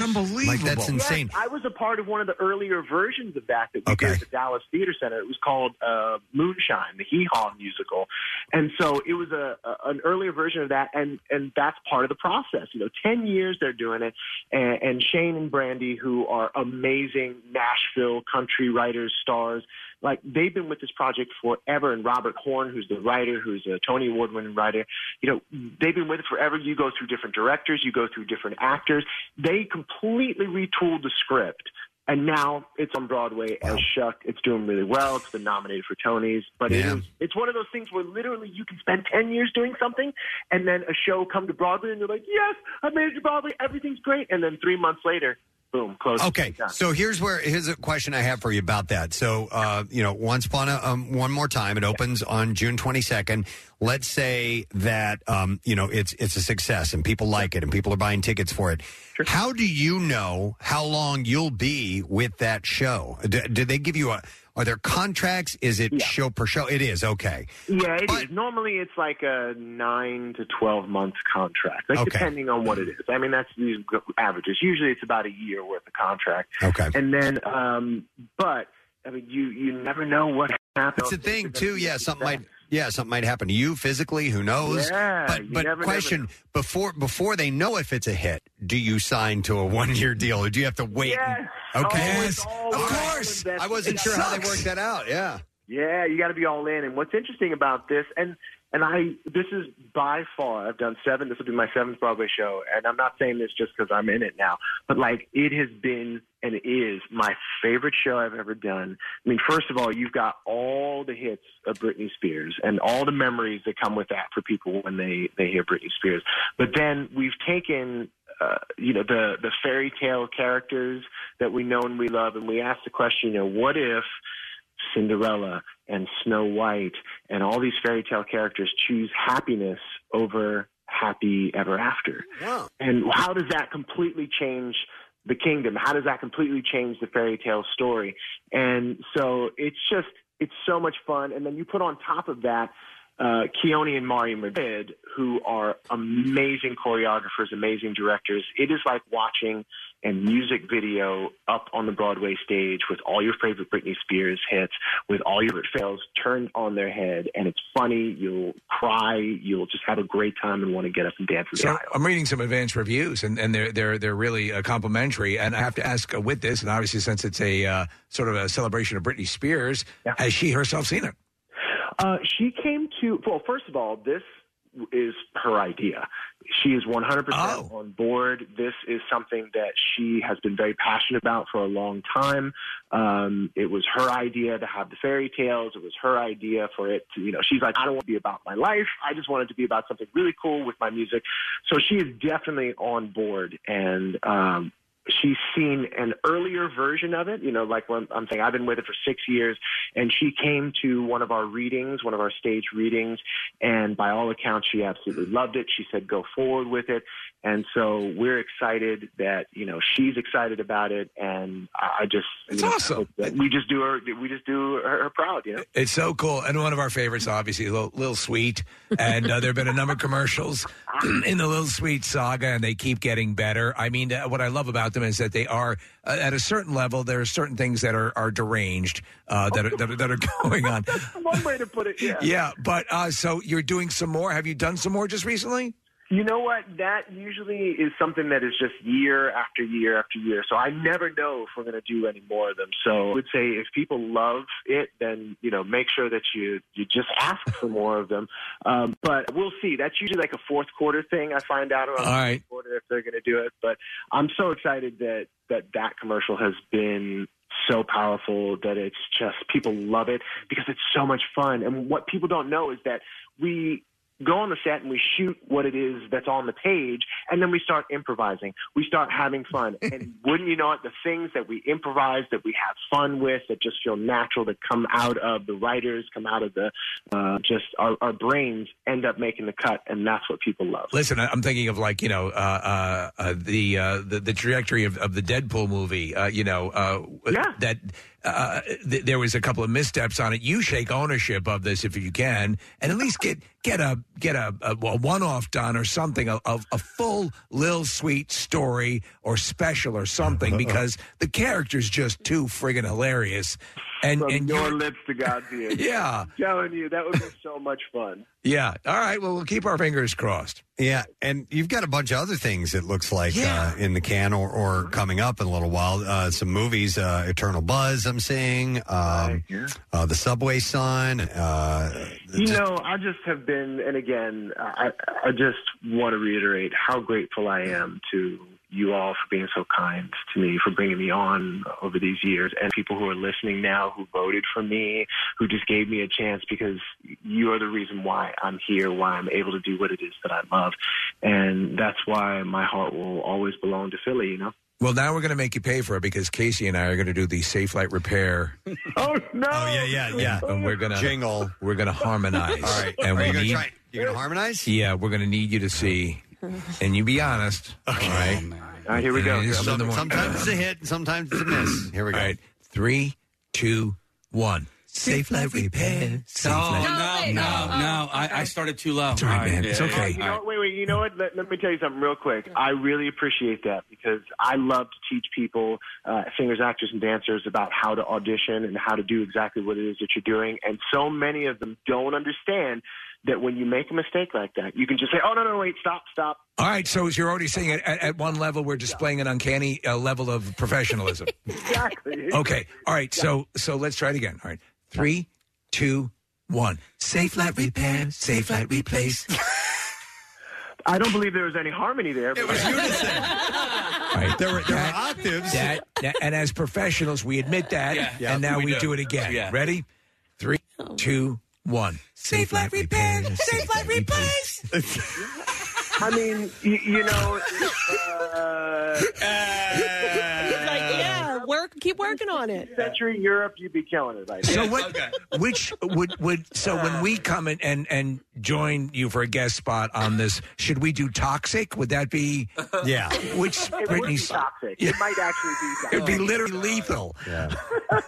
Speaker 10: Like that's insane.
Speaker 8: I was a part of one of the earlier versions of that that we did at the Dallas Theater Center. It was called uh, Moonshine, the Hee Haw musical, and so it was a, a an earlier version of that, and and that's part of the process. You know, ten years they're doing it, and, and Shane and Brandy, who are amazing Nashville country writers, stars. Like they've been with this project forever, and Robert Horn, who's the writer, who's a Tony Award-winning writer, you know, they've been with it forever. You go through different directors, you go through different actors. They completely retooled the script, and now it's on Broadway as Shuck. It's doing really well. It's been nominated for Tonys, but it is, it's one of those things where literally you can spend ten years doing something, and then a show come to Broadway, and you're like, yes, I made it to Broadway, everything's great, and then three months later, boom, close.
Speaker 10: Okay,
Speaker 8: done.
Speaker 10: so here's where here's a question I have for you about that. So, uh, you know, once upon a um, one more time, it opens on June 22nd. Let's say that um, you know it's it's a success and people like it and people are buying tickets for it. How do you know how long you'll be with that show? Do, do they give you a? Are there contracts? Is it show per show? It is okay.
Speaker 8: Yeah, it is. Normally, it's like a nine to twelve month contract, like
Speaker 10: Okay.
Speaker 8: depending on what it is. I mean, that's these g- averages. Usually, it's about a year worth of contract.
Speaker 10: Okay.
Speaker 8: and then, um, but I mean, you you never know what happens.
Speaker 10: That's the thing too. Yeah, something might. Yeah, something might happen to you physically. Who knows?
Speaker 8: Yeah,
Speaker 10: but
Speaker 8: you
Speaker 10: but
Speaker 8: never- never
Speaker 10: question before before they know if it's a hit, do you sign to a one year deal or do you have to wait?
Speaker 8: Yes.
Speaker 10: Okay.
Speaker 8: Yes. Of course.
Speaker 10: I wasn't sure how they worked that out. Yeah.
Speaker 8: Yeah, you got to be all in. And what's interesting about this, and And I, this is by far, I've done seven. This will be my seventh Broadway show, and I'm not saying this just because I'm in it now, but like it has been and is my favorite show I've ever done. I mean, first of all, you've got all the hits of Britney Spears and all the memories that come with that for people when they they hear Britney Spears. But then we've taken uh, you know the the fairy tale characters that we know and we love, and we ask the question, you know, what if Cinderella and Snow White and all these fairy tale characters choose happiness over happy ever after? And how does that completely change the kingdom? How does that completely change the fairy tale story? And so it's just it's so much fun. And then you put on top of that uh, Keone and Mari Madrid, who are amazing choreographers, amazing directors. It is like watching a music video up on the Broadway stage with all your favorite Britney Spears hits, with all your fails turned on their head, and it's funny. You'll cry. You'll just have a great time and want to get up and dance in the
Speaker 5: So I'm reading some advanced reviews, and, and they're they're they're really uh, complimentary. And I have to ask uh, with this, and obviously since it's a uh, sort of a celebration of Britney Spears, has she herself seen it?
Speaker 8: Uh, she came to, well, first of all, this is her idea. She is 100% on board. This is something that she has been very passionate about for a long time. Um, it was her idea to have the fairy tales. It was her idea for it to, you know, she's like, I don't want to be about my life. I just want it to be about something really cool with my music. So she is definitely on board. And, um, she's seen an earlier version of it. You know, like when I'm saying I've been with it for six years, and she came to one of our readings, one of our stage readings, and by all accounts, she absolutely loved it. She said, "Go forward with it," and so we're excited that you know she's excited about it, and I I just it's awesome. We just do her, we just do her, her proud. You know,
Speaker 5: It's so cool, and one of our favorites, obviously, Lil, Lil Sweet. And uh, there have been a number of commercials in the Lil Sweet saga, and they keep getting better. I mean, uh, what I love about them is that they are uh, at a certain level. There are certain things that are are deranged uh, that are, that are that are going on.
Speaker 8: one way to put it. Yeah.
Speaker 5: Yeah, but uh, so you're doing some more. Have you done some more just recently?
Speaker 8: You know what? That usually is something that is just year after year after year. So I never know if we're going to do any more of them. So I would say if people love it, then you know make sure that you you just ask for more of them. Um, but we'll see. That's usually like a fourth quarter thing. I find out around
Speaker 5: All
Speaker 8: the
Speaker 5: right.
Speaker 8: fourth quarter if they're going to do it. But I'm so excited that that that commercial has been so powerful that it's just people love it because it's so much fun. And what people don't know is that we go on the set and we shoot what it is that's on the page and then we start improvising we start having fun and wouldn't you know it the things that we improvise that we have fun with that just feel natural that come out of the writers come out of the uh, just our, our brains end up making the cut and that's what people love
Speaker 5: Listen, I- I'm thinking of like you know uh, uh, uh, the, uh, the the trajectory of, of the Deadpool movie. Uh, you know uh, that uh, th- there was a couple of missteps on it. You shake ownership of this if you can, and at least get get a get a, a, a one off done or something of a, a full Lil Sweet story or special or something because the character's just too friggin' hilarious. And
Speaker 8: from
Speaker 5: and
Speaker 8: your
Speaker 5: you-
Speaker 8: lips to God's ears
Speaker 5: Yeah.
Speaker 8: I'm telling you that would be so much fun
Speaker 5: yeah. All right. Well, we'll keep our fingers crossed.
Speaker 3: Yeah, and you've got a bunch of other things. It looks like uh, in the can or,
Speaker 8: Mm-hmm.
Speaker 3: or coming up in a little while. Uh, some movies, uh, Eternal Buzz. I'm seeing um, uh, the Subway Sun. Uh,
Speaker 8: You know, I just have been, and again, I, I just want to reiterate how grateful I am to you all for being so kind to me, for bringing me on over these years, and people who are listening now who voted for me, who just gave me a chance because you are the reason why I'm here, why I'm able to do what it is that I love. And that's why my heart will always belong to Philly, you know?
Speaker 5: Well, now we're going to make you pay for it because Casey and I are going to do the safe light repair.
Speaker 8: Oh, no.
Speaker 3: Oh, yeah, yeah, yeah.
Speaker 5: And we're gonna
Speaker 3: Jingle.
Speaker 5: We're gonna harmonize.
Speaker 3: All right.
Speaker 5: And
Speaker 3: Are
Speaker 5: we
Speaker 3: you gonna
Speaker 5: need.
Speaker 3: try it? You gonna harmonize?
Speaker 5: Yeah, we're gonna need you to see, and you be honest. Okay. All right.
Speaker 8: All right, here we go.
Speaker 3: Oh, sometimes it's a hit, and sometimes it's a miss. Here we go.
Speaker 5: All right. Three, two, one. Safe light repair. Safe
Speaker 7: No,
Speaker 5: light.
Speaker 7: no, no, no. I, I started too low. It's all right,
Speaker 5: man. It's okay.
Speaker 8: You know, wait, wait. You know what? Let, let me tell you something real quick. I really appreciate that because I love to teach people, uh, singers, actors, and dancers about how to audition and how to do exactly what it is that you're doing. And so many of them don't understand that when you make a mistake like that, you can just say, "Oh no, no, wait, stop, stop."
Speaker 5: All right. So as you're already seeing it at, at one level, we're displaying an uncanny uh, level of professionalism.
Speaker 8: Exactly.
Speaker 5: okay. All right. So so let's try it again. All right. Three, two, one. one. Safe light repair, safe light replace.
Speaker 8: I don't believe there was any harmony there. It was
Speaker 5: Right. There were, there were octaves. That, that- and as professionals, we admit that,
Speaker 8: Yeah. Yeah,
Speaker 5: and now
Speaker 8: we
Speaker 5: we,
Speaker 8: do.
Speaker 5: do. it again.
Speaker 8: Yeah. Oh.
Speaker 5: Ready? Three, two, one. Safe light repair, safe light replace.
Speaker 8: I mean, you, you know. Uh,
Speaker 4: Uh, yeah, work. Keep working on it.
Speaker 8: Century Europe, you'd be killing it right
Speaker 5: So
Speaker 8: now.
Speaker 5: what? Which would would so when
Speaker 7: Ah.
Speaker 5: we come in and and join you for a guest spot on this, should we do toxic? Would that be
Speaker 3: yeah?
Speaker 5: Which
Speaker 8: It would be
Speaker 5: Britney's
Speaker 8: toxic.
Speaker 5: Yeah.
Speaker 8: It might actually be toxic.
Speaker 5: It'd be literally lethal.
Speaker 3: Yeah.
Speaker 5: All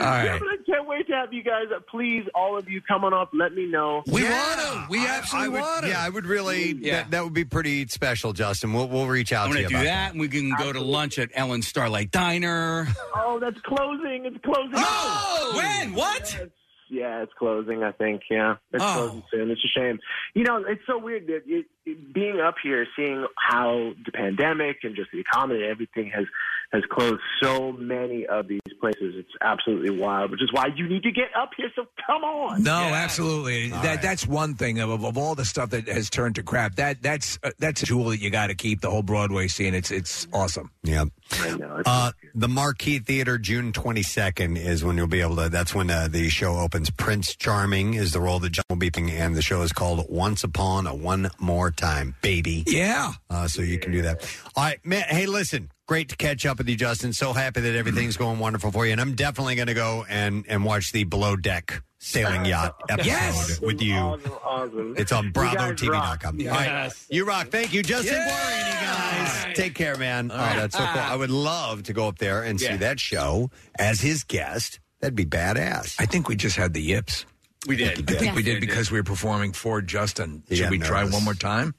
Speaker 8: Yeah,
Speaker 5: right.
Speaker 8: but I can't wait to have you guys. uh, Please, all of you coming up, let me know.
Speaker 3: We Yeah. want 'em.
Speaker 8: We
Speaker 3: I would, Yeah, I would really. That, that would be pretty special, Justin. We'll, we'll reach out
Speaker 7: I'm
Speaker 3: to
Speaker 7: going
Speaker 3: you.
Speaker 7: to do
Speaker 3: about
Speaker 7: that, and we can go to lunch at Ellen Starlight Diner.
Speaker 8: Oh, that's closing. It's closing.
Speaker 7: Oh, when? What?
Speaker 8: Yeah, it's closing. I think. Yeah, it's
Speaker 7: Oh.
Speaker 8: closing soon. It's a shame. You know, it's so weird that it, it, being up here, seeing how the pandemic and just the economy, and everything has has closed so many of these places. It's absolutely wild, which is why you need to get up here. So come on.
Speaker 5: No, absolutely. that that's one thing of, of all the stuff that has turned to crap. That that's uh, that's a jewel that you got to keep. The whole Broadway scene. It's it's awesome.
Speaker 3: Yeah.
Speaker 8: I know.
Speaker 3: Uh, the Marquee Theater, June 22nd, is when you'll be able to. That's when uh, the show opens. Prince Charming is the role that John will be playing, and the show is called Once Upon a One More Time, baby.
Speaker 5: Yeah.
Speaker 3: Uh, so you can do that. All right, man. Hey, listen, great to catch up with you, Justin. So happy that everything's going wonderful for you, and I'm definitely going to go and and watch the Below Deck Sailing Yacht episode
Speaker 8: Yes!
Speaker 3: with you.
Speaker 8: Awesome, awesome.
Speaker 3: It's on
Speaker 8: You guys
Speaker 3: BravoTV.com.
Speaker 8: rock.
Speaker 3: All right, you rock. Thank you, Justin. Guarini, guys. Take care, man. Oh, that's so cool. I would love to go up there and see
Speaker 7: Yeah.
Speaker 3: that show as his guest. That'd be badass.
Speaker 5: I think we just had the yips.
Speaker 7: We did.
Speaker 5: I think we did because we were performing for Justin.
Speaker 3: He
Speaker 5: Should
Speaker 3: got
Speaker 5: we try
Speaker 3: nervous.
Speaker 5: one more time?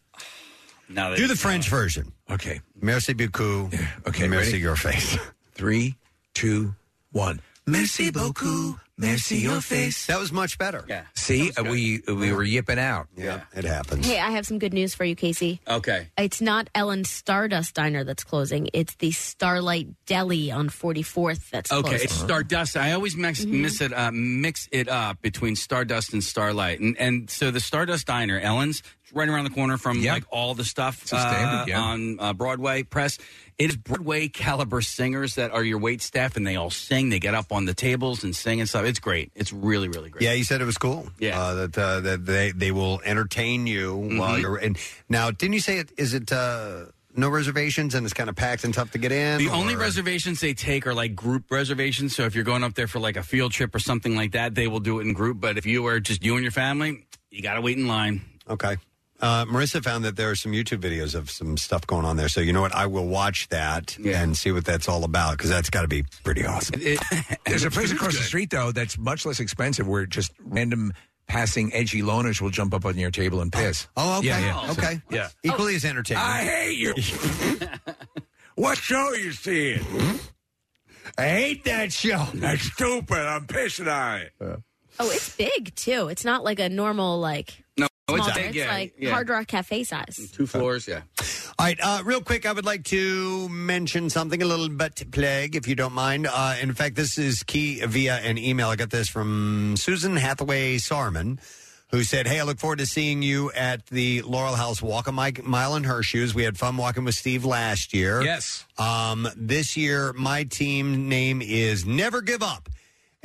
Speaker 7: No,
Speaker 3: Do the French version.
Speaker 5: Okay.
Speaker 3: Merci beaucoup.
Speaker 5: Okay,
Speaker 3: Merci
Speaker 5: ready?
Speaker 3: your face.
Speaker 5: Three, two, one. Merci beaucoup. Merci your face.
Speaker 3: That was much better.
Speaker 7: Yeah.
Speaker 5: See, uh, we we were yipping out.
Speaker 3: Yeah, it happens.
Speaker 6: Hey, I have some good news for you, Casey.
Speaker 7: Okay.
Speaker 6: It's not Ellen Stardust Diner that's closing. It's the Starlight Deli on 44th that's
Speaker 7: Okay,
Speaker 6: closing.
Speaker 7: it's
Speaker 5: Uh-huh.
Speaker 7: Stardust. I always mix, miss it, uh, mix it up between Stardust and Starlight, and and so the Stardust Diner, Ellen's, it's right around the corner from like all the stuff
Speaker 5: a standard,
Speaker 7: uh,
Speaker 5: yeah.
Speaker 7: on uh, Broadway Press. It is Broadway caliber singers that are your wait staff, and they all sing. They get up on the tables and sing and stuff. It's great. It's really really great.
Speaker 3: Yeah, you said it was cool. Yeah, uh, that uh, that they they will entertain you
Speaker 5: Mm-hmm.
Speaker 3: while
Speaker 7: Mhm.
Speaker 3: you're in. Now, didn't you say it? Is it uh, no reservations and it's kind of packed and tough to get in?
Speaker 7: The only
Speaker 3: or-
Speaker 7: reservations they take are like group reservations. So if you're going up there for like a field trip or something like that, they will do it in group. But if you are just you and your family, you got to wait in line.
Speaker 3: Okay. Uh, Marissa found that there are some YouTube videos of some stuff going on there. So you know what? I will watch that and see what that's all about because that's got to be pretty awesome.
Speaker 5: There's a place across the street though that's much less expensive where just random passing edgy loners will jump up on your table and piss.
Speaker 3: Oh, okay.
Speaker 5: Yeah, yeah.
Speaker 3: Okay.
Speaker 5: So, yeah.
Speaker 3: Equally as entertaining.
Speaker 5: I hate you. what show you seeing? I hate that show. That's stupid. I'm pissing on it.
Speaker 6: Oh, it's big too. It's not like a normal like
Speaker 7: No,
Speaker 3: Oh,
Speaker 6: smaller. It's, like Hard Rock Cafe size.
Speaker 7: Two floors, yeah.
Speaker 3: All right, uh, real quick, I would like to mention something a little bit to plague, if you don't mind. Uh, in fact, this is key via an email. I got this from Susan Hathaway Sarman, who said, "Hey, I look forward to seeing you at the Laurel House Walk a mi- Mile in Her Shoes. We had fun walking with Steve last year.
Speaker 5: Yes.
Speaker 3: Um, this year, my team name is Never Give Up."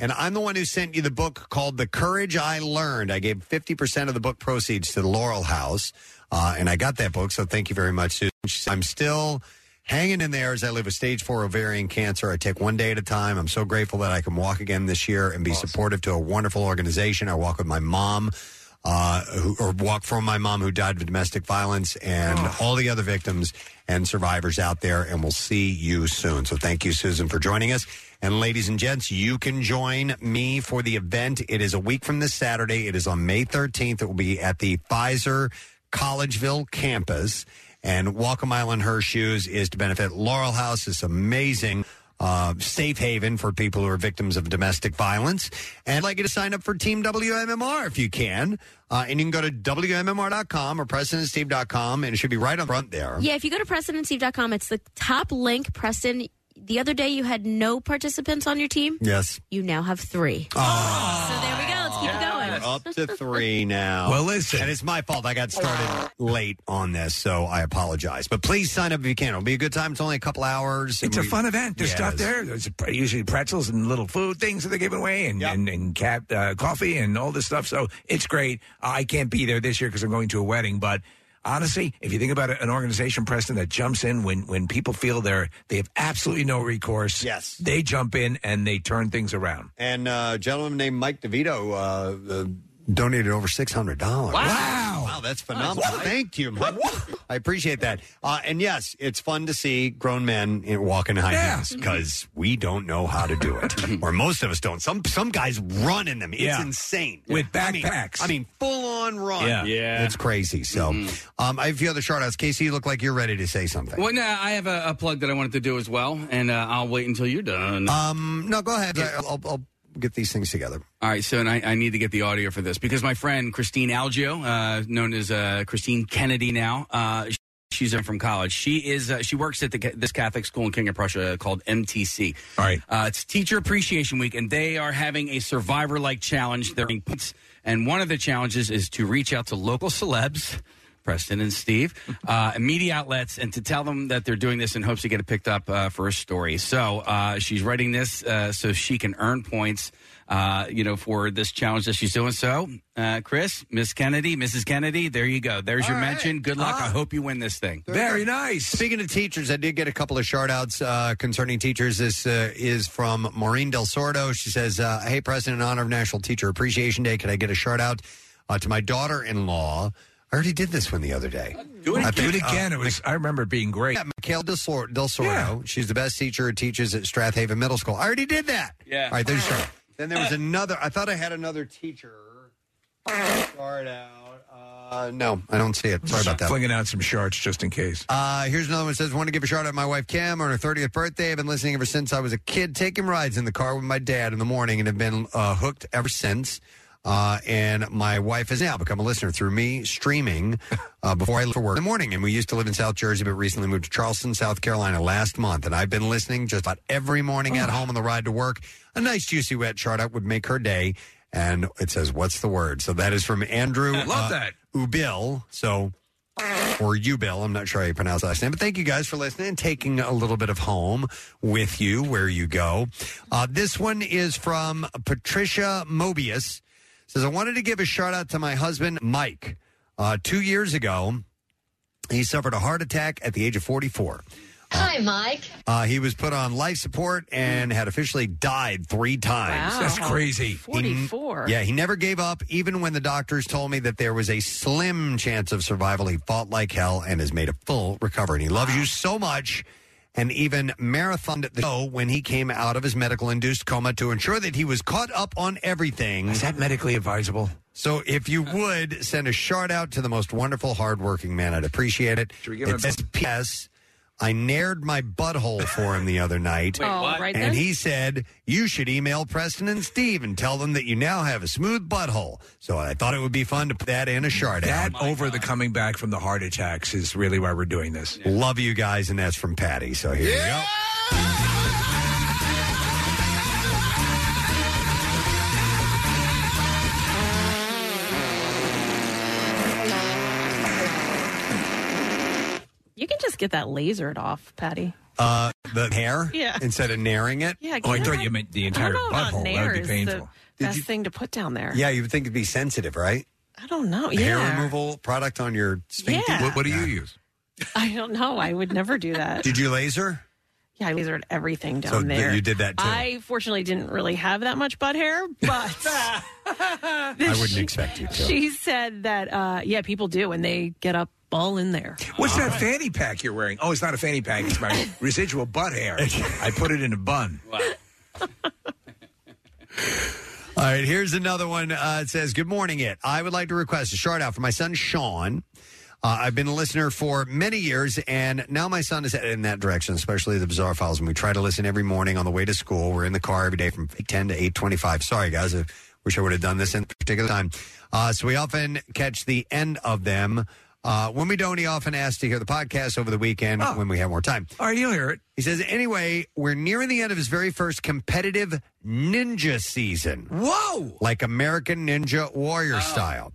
Speaker 3: And I'm the one who sent you the book called The Courage I Learned. I gave 50% of the book proceeds to the Laurel House. Uh, and I got that book, so thank you very much, Susan. She said, I'm still hanging in there as I live with stage four ovarian cancer. I take one day at a time. I'm so grateful that I can walk again this year and be supportive to a wonderful organization. I walk with my mom. Uh, who, or walk from my mom who died of domestic violence and all the other victims and survivors out there. And we'll see you soon. So thank you, Susan, for joining us. And ladies and gents, you can join me for the event. It is a week from this Saturday. It is on May 13th. It will be at the Pfizer Collegeville campus. And Walk a Mile in Her Shoes is to benefit Laurel House. This amazing uh, safe haven for people who are victims of domestic violence. And I'd like you to sign up for Team WMMR if you can. Uh, and you can go to WMMR.com or PresidentSteve.com, and it should be right on front there.
Speaker 6: Yeah, if you go to PrestonandSteve.com, it's the top link. Preston, the other day you had no participants on your team.
Speaker 3: Yes.
Speaker 6: You now have three.
Speaker 3: Oh.
Speaker 6: So there we go. Let's keep it going.
Speaker 3: We're up to three now.
Speaker 5: Well, listen.
Speaker 3: And it's my fault. I got started late on this, so I apologize. But please sign up if you can. It'll be a good time. It's only a couple hours.
Speaker 5: It's a fun event. There's stuff there. There's pr- usually pretzels and little food things that they're giving away, and and, and cap, uh, coffee and all this stuff. So it's great. I can't be there this year because I'm going to a wedding, but. Honestly, if you think about it, an organization, Preston, that jumps in when, when people feel they're they have absolutely no recourse. Yes, they jump in and they turn things around.
Speaker 3: And uh, a gentleman named Mike DeVito uh, uh, donated over $600. Wow. Wow, that's phenomenal. Thank you, Mike. I appreciate that. Uh, and yes, it's fun to see grown men in- walk in high
Speaker 5: Yeah.
Speaker 3: heels because we don't know how to do it, or most of us don't. Some some guys run in them. It's
Speaker 5: Yeah.
Speaker 3: insane.
Speaker 5: With
Speaker 3: I mean-
Speaker 5: backpacks.
Speaker 3: I mean, full on run.
Speaker 5: Yeah. Yeah.
Speaker 3: It's crazy. So um, I have a few other shout outs. Casey, you look like you're ready to say something.
Speaker 7: Well, no, I have a, a plug that I wanted to do as well, and uh, I'll wait until you're done.
Speaker 3: Um, no, go ahead. I- I'll, I'll get these things together.
Speaker 7: All right, so and I, I need to get the audio for this because my friend Christine Algio, uh, known as uh, Christine Kennedy now, uh, sh- she's in from college. She is uh, she works at the, ca- this Catholic school in King of Prussia called MTC. All right, uh, it's Teacher Appreciation Week, and they are having a survivor like challenge. They're doing points, and one of the challenges is to reach out to local celebs. Preston and Steve, uh, and media outlets, and to tell them that they're doing this in hopes to get it picked up uh, for a story. So uh, she's writing this uh, so she can earn points, uh, you know, for this challenge that she's doing. So, uh, Chris, Miss Kennedy, Mrs. Kennedy, there you go. There's your mention. Good luck. I hope you win this thing.
Speaker 3: Very nice. Speaking of teachers, I did get a couple of shout outs uh, concerning teachers. This uh, is from Maureen Del Sordo. She says, uh, Hey, President, in honor of National Teacher Appreciation Day, can I get a shout out uh, to my daughter in law? I already did this one the other day.
Speaker 5: Do it
Speaker 3: I
Speaker 5: again.
Speaker 3: think, uh,
Speaker 5: it was. I remember it being great.
Speaker 3: Yeah, Mikhail Del Sor- Del Sordo. She's the best teacher who teaches at Strathaven Middle School. I already did that.
Speaker 5: Yeah.
Speaker 3: All right, there's your shout-out. Then there was another. I thought I had another teacher. Shout out. Uh, no, I don't see it. Sorry about that.
Speaker 5: Flinging out some shards just in case.
Speaker 3: Uh, here's another one that says, want to give a shout out to my wife Cam on her 30th birthday. I've been listening ever since I was a kid, taking rides in the car with my dad in the morning and have been uh, hooked ever since. Uh, and my wife has now become a listener through me streaming uh, before I leave for work in the morning. And we used to live in South Jersey, but recently moved to Charleston, South Carolina last month. And I've been listening just about every morning at home on the ride to work. A nice juicy wet shout out would make her day. And it says, what's the word? So that is from Andrew.
Speaker 5: Love that.
Speaker 3: Uh, Ubil. So or you, Bill. I'm not sure how you pronounce that last name, but thank you guys for listening and taking a little bit of home with you where you go. Uh, this one is from Patricia Mobius. Says, I wanted to give a shout out to my husband, Mike. Uh, two years ago, he suffered a heart attack at the age of 44.
Speaker 16: Hi, Mike.
Speaker 3: Uh, he was put on life support and had officially died three times.
Speaker 16: Wow. That's crazy. 44.
Speaker 3: He- yeah, he never gave up, even when the doctors told me that there was a slim chance of survival. He fought like hell and has made a full recovery. And he loves you so much and even marathoned the show when he came out of his medical induced coma to ensure that he was caught up on everything. Is
Speaker 5: that medically advisable?
Speaker 3: So, if you would send a shout out to the most wonderful, hardworking man, I'd appreciate it.
Speaker 5: Should we give
Speaker 3: it
Speaker 5: him a-
Speaker 3: says, P.S. I nared my butthole for him the other night.
Speaker 5: Wait, Oh, what? right
Speaker 3: and
Speaker 5: then?
Speaker 3: he said, You should email Preston and Steve and tell them that you now have a smooth butthole. So I thought it would be fun to put that in a shard
Speaker 5: That over the coming back from the heart attacks is really why we're doing this.
Speaker 3: Love you guys, and that's from Patty. So here we go.
Speaker 4: You can just get that lasered off, Patty.
Speaker 3: Uh, the hair
Speaker 4: Yeah.
Speaker 3: instead of naring it.
Speaker 4: Yeah, 'cause know, Oh, I don't know about nares, The best thing to put down there.
Speaker 3: Yeah, you would think it'd be sensitive, right?
Speaker 4: I don't know.
Speaker 3: Hair
Speaker 4: Oh, Yeah.
Speaker 3: removal product on your sphincter.
Speaker 4: Yeah. What- what do you
Speaker 3: use?
Speaker 4: I don't know. I would never do that.
Speaker 3: Did you laser?
Speaker 4: Yeah, I lasered everything down
Speaker 3: So th-
Speaker 4: there.
Speaker 3: you did that, too.
Speaker 4: I fortunately didn't really have that much butt hair, but I
Speaker 3: I wouldn't expect you to.
Speaker 4: She said that uh, yeah, people do, and they get up all in there.
Speaker 5: What's that fanny pack you're wearing? Oh, it's not a fanny pack. It's my residual butt hair. I put it in a bun.
Speaker 3: All right, here's another one. Uh, it says, Good morning, it. I would like to request a shout out for my son, Sean. Uh, I've been a listener for many years, and now my son is headed in that direction, especially the Bizarre Files. And we try to listen every morning on the way to school. We're in the car every day from 10 to 8.25. Sorry, guys. I wish I would have done this in particular time. Uh, so we often catch the end of them. Uh, when we don't, he often asks to hear the podcast over the weekend when we have more time.
Speaker 5: Ah. All right, you'll hear it.
Speaker 3: He says, anyway, we're nearing the end of his very first competitive ninja season.
Speaker 5: Whoa!
Speaker 3: Like American Ninja Warrior style.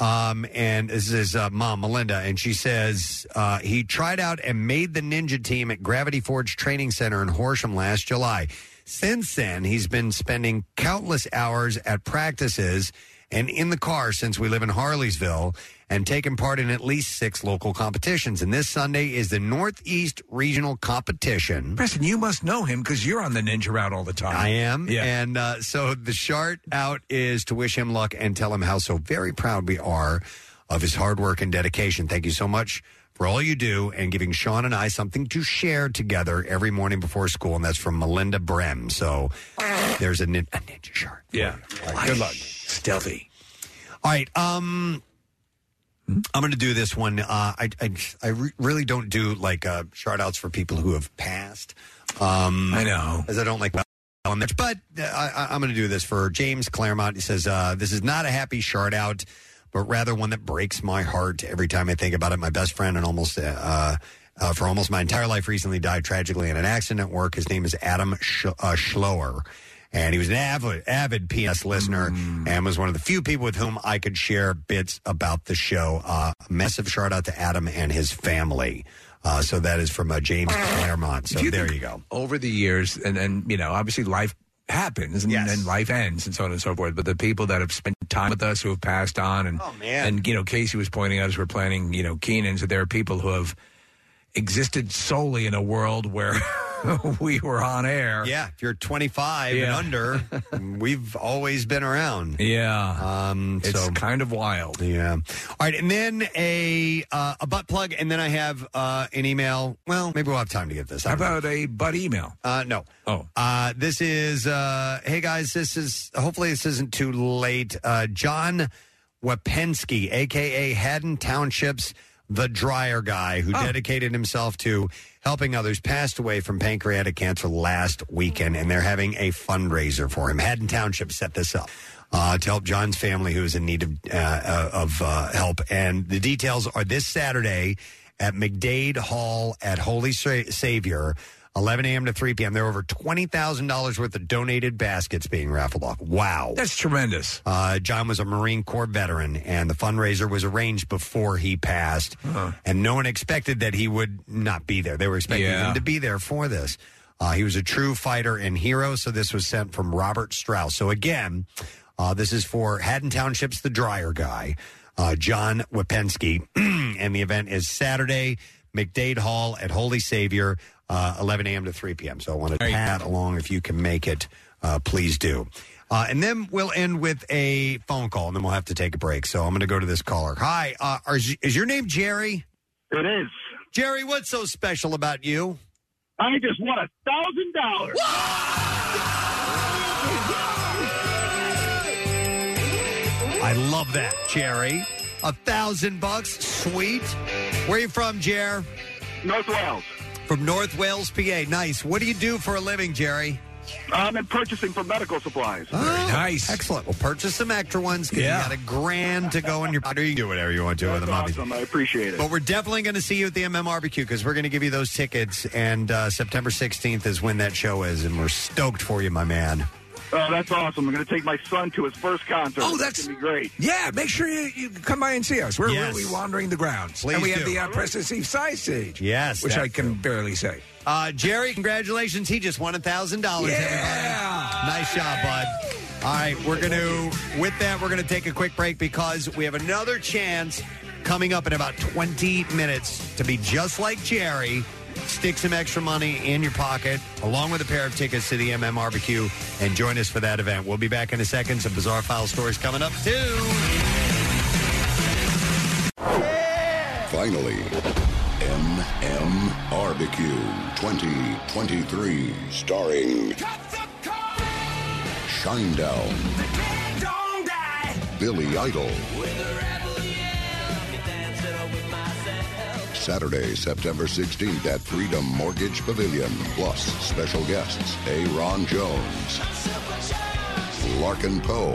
Speaker 3: Um, and this is uh, mom, Melinda, and she says uh, he tried out and made the ninja team at Gravity Forge Training Center in Horsham last July. Since then, he's been spending countless hours at practices and in the car since we live in Harleysville and taken part in at least six local competitions. And this Sunday is the Northeast Regional Competition.
Speaker 5: Preston, you must know him because you're on the ninja route all the time.
Speaker 3: I am.
Speaker 5: Yeah.
Speaker 3: And uh, so the shout out is to wish him luck and tell him how so very proud we are of his hard work and dedication. Thank you so much for all you do and giving Sean and I something to share together every morning before school. And that's from Melinda Brem. So there's a, nin- a ninja shark.
Speaker 5: Yeah. Good luck. Stealthy.
Speaker 3: All right. Um, I'm going to do this one. Uh, I I, I re- really don't do like uh, shout outs for people who have passed. Um, I know, as I don't like that much, but uh, I, I- I'm going to do this for James Claremont. He says uh, this is not a happy shout out, but rather one that breaks my heart every time I think about it. My best friend and almost. Uh, uh, for almost my entire life, recently died tragically in an accident at work. His name is Adam Sch- uh, Schlower and he was an avid, avid PS listener
Speaker 5: Mm.
Speaker 3: and was one of the few people with whom I could share bits about the show. Uh, massive shout out to Adam and his family. Uh, so that is from uh, James Claremont. So there you go.
Speaker 5: Over the years, and and you know, obviously life happens and, and life ends and so on and so forth. But the people that have spent time with us who have passed on and
Speaker 3: Oh,
Speaker 5: and you know, Casey was pointing out as we're planning, you know, Keenan's that there are people who have existed solely in a world where we were on air.
Speaker 3: Yeah, if you're 25
Speaker 5: Yeah.
Speaker 3: and under, we've always been around.
Speaker 5: Yeah.
Speaker 3: Um,
Speaker 5: It's
Speaker 3: so-
Speaker 5: kind of wild.
Speaker 3: Yeah. All right, and then a uh, a butt plug, and then I have uh, an email. Well, maybe we'll have time to get this. How
Speaker 5: about a butt email?
Speaker 3: Uh, no.
Speaker 5: Oh.
Speaker 3: Uh, this is. Uh, hey guys, this is. Hopefully, this isn't too late. Uh, John Wapensky, aka Haddon Township's the dryer guy, who dedicated himself to helping others, passed away from pancreatic cancer last weekend, and they're having a fundraiser for him. Haddon Township set this up uh, to help John's family who is in need of, uh, uh, of uh, help. And the details are this Saturday at McDade Hall at Holy Sa- Savior. 11 a.m. to 3 p.m. There are over $20,000 worth of donated baskets being raffled off. Wow.
Speaker 5: That's tremendous.
Speaker 3: Uh, John was a Marine Corps veteran, and the fundraiser was arranged before he passed. And no one expected that he would not be there. They were expecting
Speaker 5: Yeah.
Speaker 3: him to be there for this. Uh, he was a true fighter and hero, so this was sent from Robert Strauss. So again, uh, this is for Haddon Township's The Dryer Guy, uh, John Wapensky. and the event is Saturday, McDade Hall at Holy Savior, uh, 11 a.m. to 3 p.m. So I want to pat along if you can make it. Uh, please do. Uh, and then we'll end with a phone call, and then we'll have to take a break. So I'm going to go to this caller. Hi, uh, are, is your name Jerry?
Speaker 1: It is.
Speaker 3: Jerry, what's so special about you?
Speaker 1: I just won a thousand dollars.
Speaker 3: I love that, Jerry. A thousand bucks, sweet. Where you from, Jer?
Speaker 1: North Wales.
Speaker 3: From North Wales, PA. Nice. What do you do for a living, Jerry? Oh,
Speaker 1: I'm in purchasing for medical supplies.
Speaker 5: nice.
Speaker 3: Excellent. We'll purchase some extra ones. 'cause
Speaker 1: Yeah.
Speaker 3: You got a grand to go in your pocket. You can do whatever you want to with them, obviously.
Speaker 1: Awesome. I appreciate it.
Speaker 3: But we're definitely going to see you at the MMRBQ because we're going to give you those tickets. And uh, September 16th is when that show is. And we're stoked for you, my man.
Speaker 1: Oh, that's awesome. I'm going to take my son to his first concert.
Speaker 5: Oh, that's
Speaker 1: going to be great.
Speaker 5: Yeah, make sure you, you come by and see us. We're
Speaker 1: Yes.
Speaker 5: really wandering the grounds.
Speaker 3: Please
Speaker 5: and we
Speaker 3: do.
Speaker 5: have the uh, Preston Steve Size Stage.
Speaker 3: Yes,
Speaker 5: Which I
Speaker 3: that's
Speaker 5: can barely say.
Speaker 3: Uh, Jerry, congratulations. He just won $1,000, everybody. Nice job, bud. All right, we're going to, with that, we're going to take a quick break because we have another chance coming up in about 20 minutes to be just like Jerry. Stick some extra money in your pocket along with a pair of tickets to the MM Barbecue and join us for that event. We'll be back in a second. Some bizarre file stories coming up, too.
Speaker 2: Finally, MM Barbecue 2023, starring Shinedown, Billy Idol. Saturday, September 16th at Freedom Mortgage Pavilion. Plus, special guests A. Ron Jones, Larkin Poe,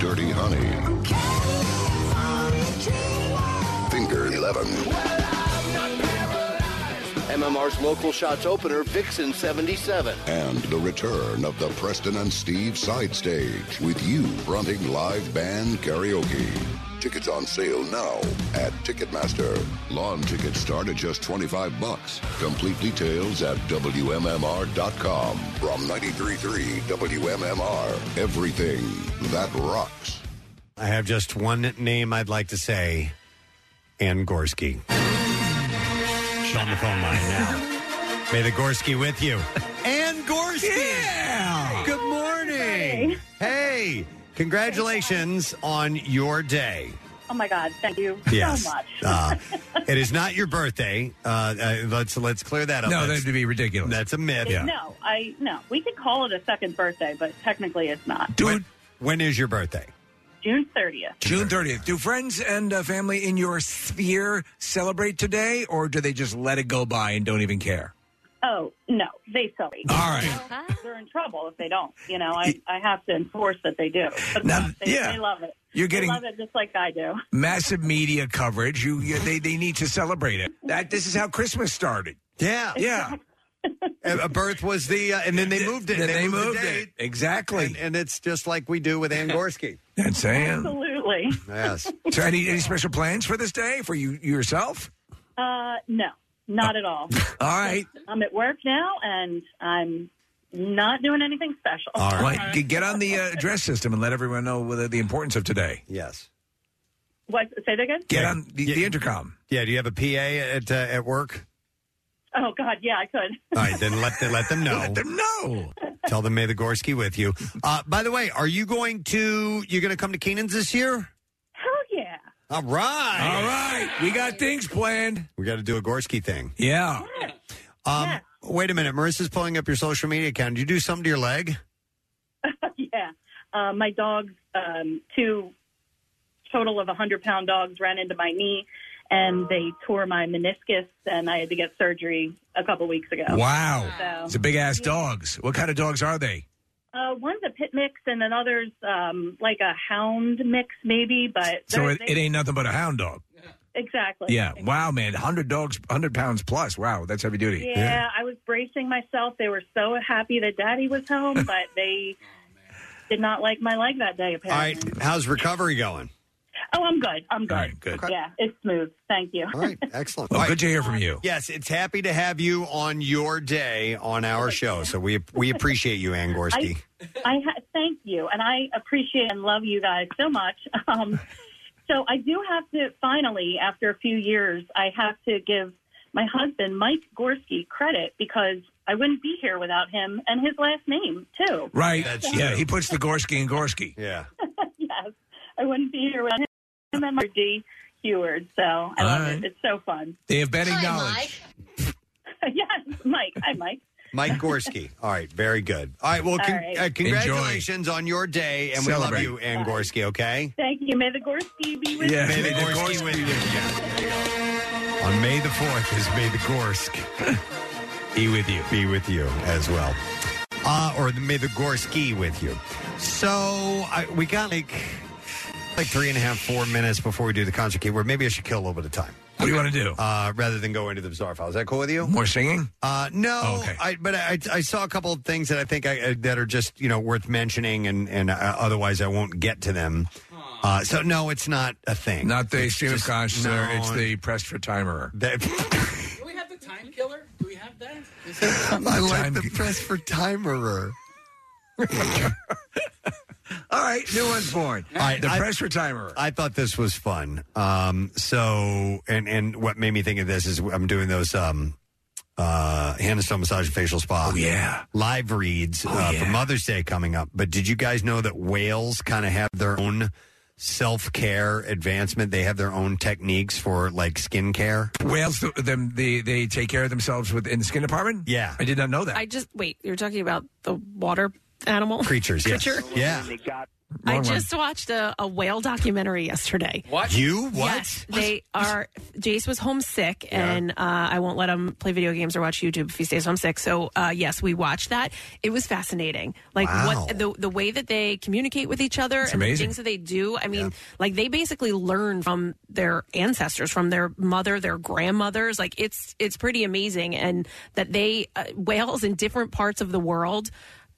Speaker 2: Dirty Honey, 11.
Speaker 9: MMR's local shots opener, Vixen 77.
Speaker 2: And the return of the Preston and Steve side stage with you fronting live band karaoke. Tickets on sale now at Ticketmaster. Lawn tickets start at just 25 bucks. Complete details at WMMR.com. From 93.3 WMMR, everything that rocks.
Speaker 3: I have just one name I'd like to say Ann Gorski. She's on the phone line now. May the Gorski with you. Ann Gorski. Yeah. Good morning. Hey, congratulations on your day.
Speaker 12: Oh my God! Thank you
Speaker 3: Yes.
Speaker 12: so much.
Speaker 3: Uh, it is not your birthday. Uh, uh, let's let's clear that up.
Speaker 5: No,
Speaker 3: that'd be ridiculous. That's a myth.
Speaker 12: No, I no. We could call it a second birthday, but technically it's not.
Speaker 3: Dude, when is your birthday?
Speaker 12: June thirtieth.
Speaker 5: June 30th. Do friends and uh, family in your sphere celebrate today, or do they just let it go by and don't even care?
Speaker 12: Oh no, they celebrate.
Speaker 5: All right.
Speaker 12: You know, they're in trouble if they don't. You know, I, I have to enforce that they do. But they,
Speaker 5: yeah.
Speaker 12: they love it.
Speaker 5: You're getting- Um,
Speaker 12: they love it just like I do.
Speaker 5: Massive media coverage. You, you they, they need to celebrate it. That this is how Christmas started.
Speaker 3: Yeah,
Speaker 5: yeah.
Speaker 3: A a birth was the, uh, and then they moved it.
Speaker 5: Then they
Speaker 3: the
Speaker 5: moved
Speaker 3: date.
Speaker 5: it. Exactly.
Speaker 3: And, and it's just like we do with Ann Gorski.
Speaker 5: That's Ann.
Speaker 12: Absolutely.
Speaker 3: Yes.
Speaker 5: So, any, any special plans for this day for you yourself?
Speaker 12: Uh, no, not at all.
Speaker 5: All right.
Speaker 12: I'm at work now, and I'm not doing anything special.
Speaker 5: All right. get on the uh, address system and let everyone know whether the importance of today.
Speaker 3: Yes.
Speaker 12: What? Say that again.
Speaker 5: Get on the, the intercom.
Speaker 3: Yeah. Do you have a PA at uh, at work?
Speaker 12: Oh God, yeah, I could.
Speaker 3: All right, then let them, let them know. let
Speaker 5: them know.
Speaker 3: Tell them May the Gorski with you. Uh, by the way, are you going to? You're going to come to Keenan's this year?
Speaker 12: Hell yeah.
Speaker 3: All right.
Speaker 5: All right. We got things planned.
Speaker 3: We got to do a Gorski thing.
Speaker 5: Yeah.
Speaker 3: Um, Wait a minute. Marissa's pulling up your social media account. Did you do something to your leg?
Speaker 12: yeah. Uh, my dogs, um, two total of 100 pound dogs, ran into my knee and they tore my meniscus, and I had to get surgery a couple weeks ago.
Speaker 5: Wow. It's
Speaker 12: So,
Speaker 5: a big ass dogs. What kind of dogs are they?
Speaker 12: uh, one's a pit mix, and another's um, like a hound mix, maybe, but
Speaker 5: So
Speaker 12: they're-
Speaker 5: it, it ain't nothing but a hound dog.
Speaker 12: exactly.
Speaker 5: Yeah. Wow, man. 100 dogs, 100 pounds plus. Wow. That's heavy duty.
Speaker 12: Yeah, I was bracing myself. They were so happy that daddy was home, but they did not like my leg that day, apparently.
Speaker 3: All right. How's recovery going?
Speaker 12: Oh, I'm good. I'm good.
Speaker 5: good.
Speaker 12: Yeah, it's smooth. Thank you.
Speaker 3: All right. Excellent.
Speaker 5: Well,
Speaker 3: All right.
Speaker 5: good to hear from you.
Speaker 3: Yes, it's happy to have you on your day on our show. So we we appreciate you, Ann Gorski.
Speaker 12: I, I ha- thank you, and I appreciate and love you guys so much. Um, so I do have to finally, after a few years, I have to give my husband Mike Gorski credit because I wouldn't be here without him and his last name too.
Speaker 5: Right.
Speaker 12: So-
Speaker 5: yeah. He puts the Gorski and Gorski.
Speaker 3: Yeah.
Speaker 12: yes, I wouldn't be here without him and my D. Heward. So I love it. It's so fun.
Speaker 5: They have been
Speaker 3: acknowledged.
Speaker 12: yes, Mike. Hi, Mike.
Speaker 3: Mike Gorski. All right, very good. All right, well, con-
Speaker 12: All right.
Speaker 3: Uh, congratulations on your day, and
Speaker 5: Celebrate.
Speaker 3: we love you, Ann Gorski. Okay.
Speaker 12: Thank you. May the Gorski be with
Speaker 3: Yeah, May
Speaker 12: you.
Speaker 3: the Gorski with you. Yeah. On May the fourth is May the Gorsk. Be with you. Be with you as well. Uh, or May the Gorski with you. So I, we got like like three and a half, four minutes before we do the concert keyword. Maybe I should kill a little bit of time.
Speaker 5: What do you want to do?
Speaker 3: Uh, rather than go into the bizarre file. Is that cool with you?
Speaker 5: More singing?
Speaker 3: Uh, no,
Speaker 5: Oh, okay.
Speaker 3: I, but I, I saw a couple of things that I think I, uh, that are just you know worth mentioning, and and uh, otherwise I won't get to them. Uh, so no, it's not a thing.
Speaker 5: Not the
Speaker 3: It's
Speaker 5: stream of
Speaker 3: just-
Speaker 5: consciousness.
Speaker 3: no,
Speaker 5: it's the pressed for timer.
Speaker 3: That,
Speaker 16: Do we have the time killer? Do we have that? Is
Speaker 3: I like the press for timerer.
Speaker 5: All right, new one's born. the press for timer.
Speaker 3: I thought this was fun. Um, so, and and what made me think of this is I'm doing those um, uh, hand and stone massage and facial spa.
Speaker 5: Oh, yeah.
Speaker 3: live reads uh, for Mother's Day coming up. But did you guys know that whales kind of have their own self care advancement? They have their own techniques for like skin care.
Speaker 5: Whales, th- them, they, they take care of themselves within the skin department?
Speaker 3: Yeah.
Speaker 5: I did not know that.
Speaker 4: I just wait. You're talking about the water animal
Speaker 3: Creatures, yes.
Speaker 4: creature.
Speaker 3: Yeah.
Speaker 4: I
Speaker 3: Wrong one.
Speaker 4: just watched a, a whale documentary yesterday.
Speaker 3: What? You? What?
Speaker 4: Yes, they are. Jace was homesick,
Speaker 3: Yeah.
Speaker 4: and uh, I won't let him play video games or watch YouTube if he stays homesick. So, uh, yes, we watched that. It was fascinating. Like
Speaker 13: Wow.
Speaker 4: what the the way that they communicate with each other
Speaker 13: It's
Speaker 4: and the
Speaker 13: amazing.
Speaker 4: things that they do. I mean, like they basically learn from their ancestors, from their mother, their grandmothers. Like it's it's pretty amazing, and that they uh, whales in different parts of the world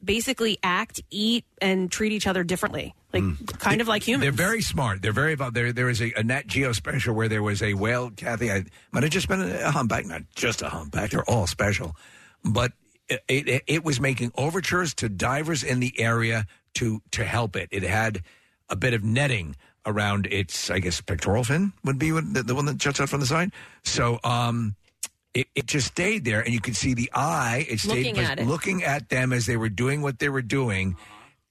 Speaker 4: basically act, eat, and treat each other differently. Like
Speaker 3: Mm.
Speaker 4: kind of like humans.
Speaker 5: They're very smart. They're very involved. There, there was a, a Nat Geo special where there was a whale. Kathy, I might have just been a, a humpback, not just a humpback. They're all special, but it, it, it was making overtures to divers in the area to to help it. It had a bit of netting around its, I guess, pectoral fin would be what, the, the one that juts out from the side. So. um it, it just stayed there, and you could see the eye. It stayed
Speaker 13: Looking
Speaker 5: pos-
Speaker 13: at it.
Speaker 5: looking at them as they were doing what they were doing,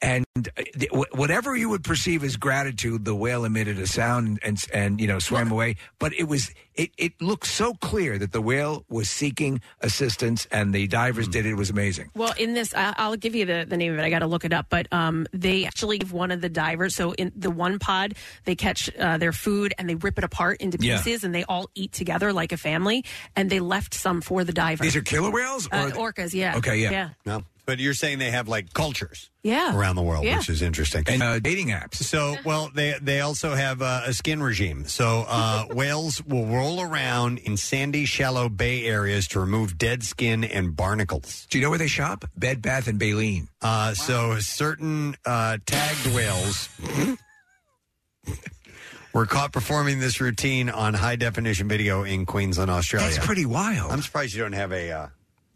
Speaker 5: and uh, th- wh- whatever you would perceive as gratitude, the whale emitted a sound and and you know swam away. But it was it, it looked so clear that the whale was seeking assistance, and the divers did it. It was amazing.
Speaker 4: Well, in this, I- I'll give you the, the name of it. I got to look it up, but um, they actually give one of the divers. So in the one pod, they catch uh, their food and they rip it apart into
Speaker 5: Yeah.
Speaker 4: pieces, and they all eat together like a family. And they left some for the diver.
Speaker 3: These are killer whales or-
Speaker 4: uh, orcas. Yeah. yeah.
Speaker 3: No. But you're saying they have like cultures.
Speaker 4: Yeah.
Speaker 3: Around the world,
Speaker 4: Yeah.
Speaker 3: which is interesting.
Speaker 5: And uh, dating apps.
Speaker 3: So, well, they they also have uh, a skin regime. So, uh, whales will roll around in sandy, shallow bay areas to remove dead skin and barnacles.
Speaker 5: Do you know where they shop? Bed Bath and Baleen.
Speaker 3: Uh, So, certain uh, tagged whales were caught performing this routine on high definition video in Queensland, Australia.
Speaker 7: That's
Speaker 5: pretty wild.
Speaker 3: I'm surprised you don't have a uh,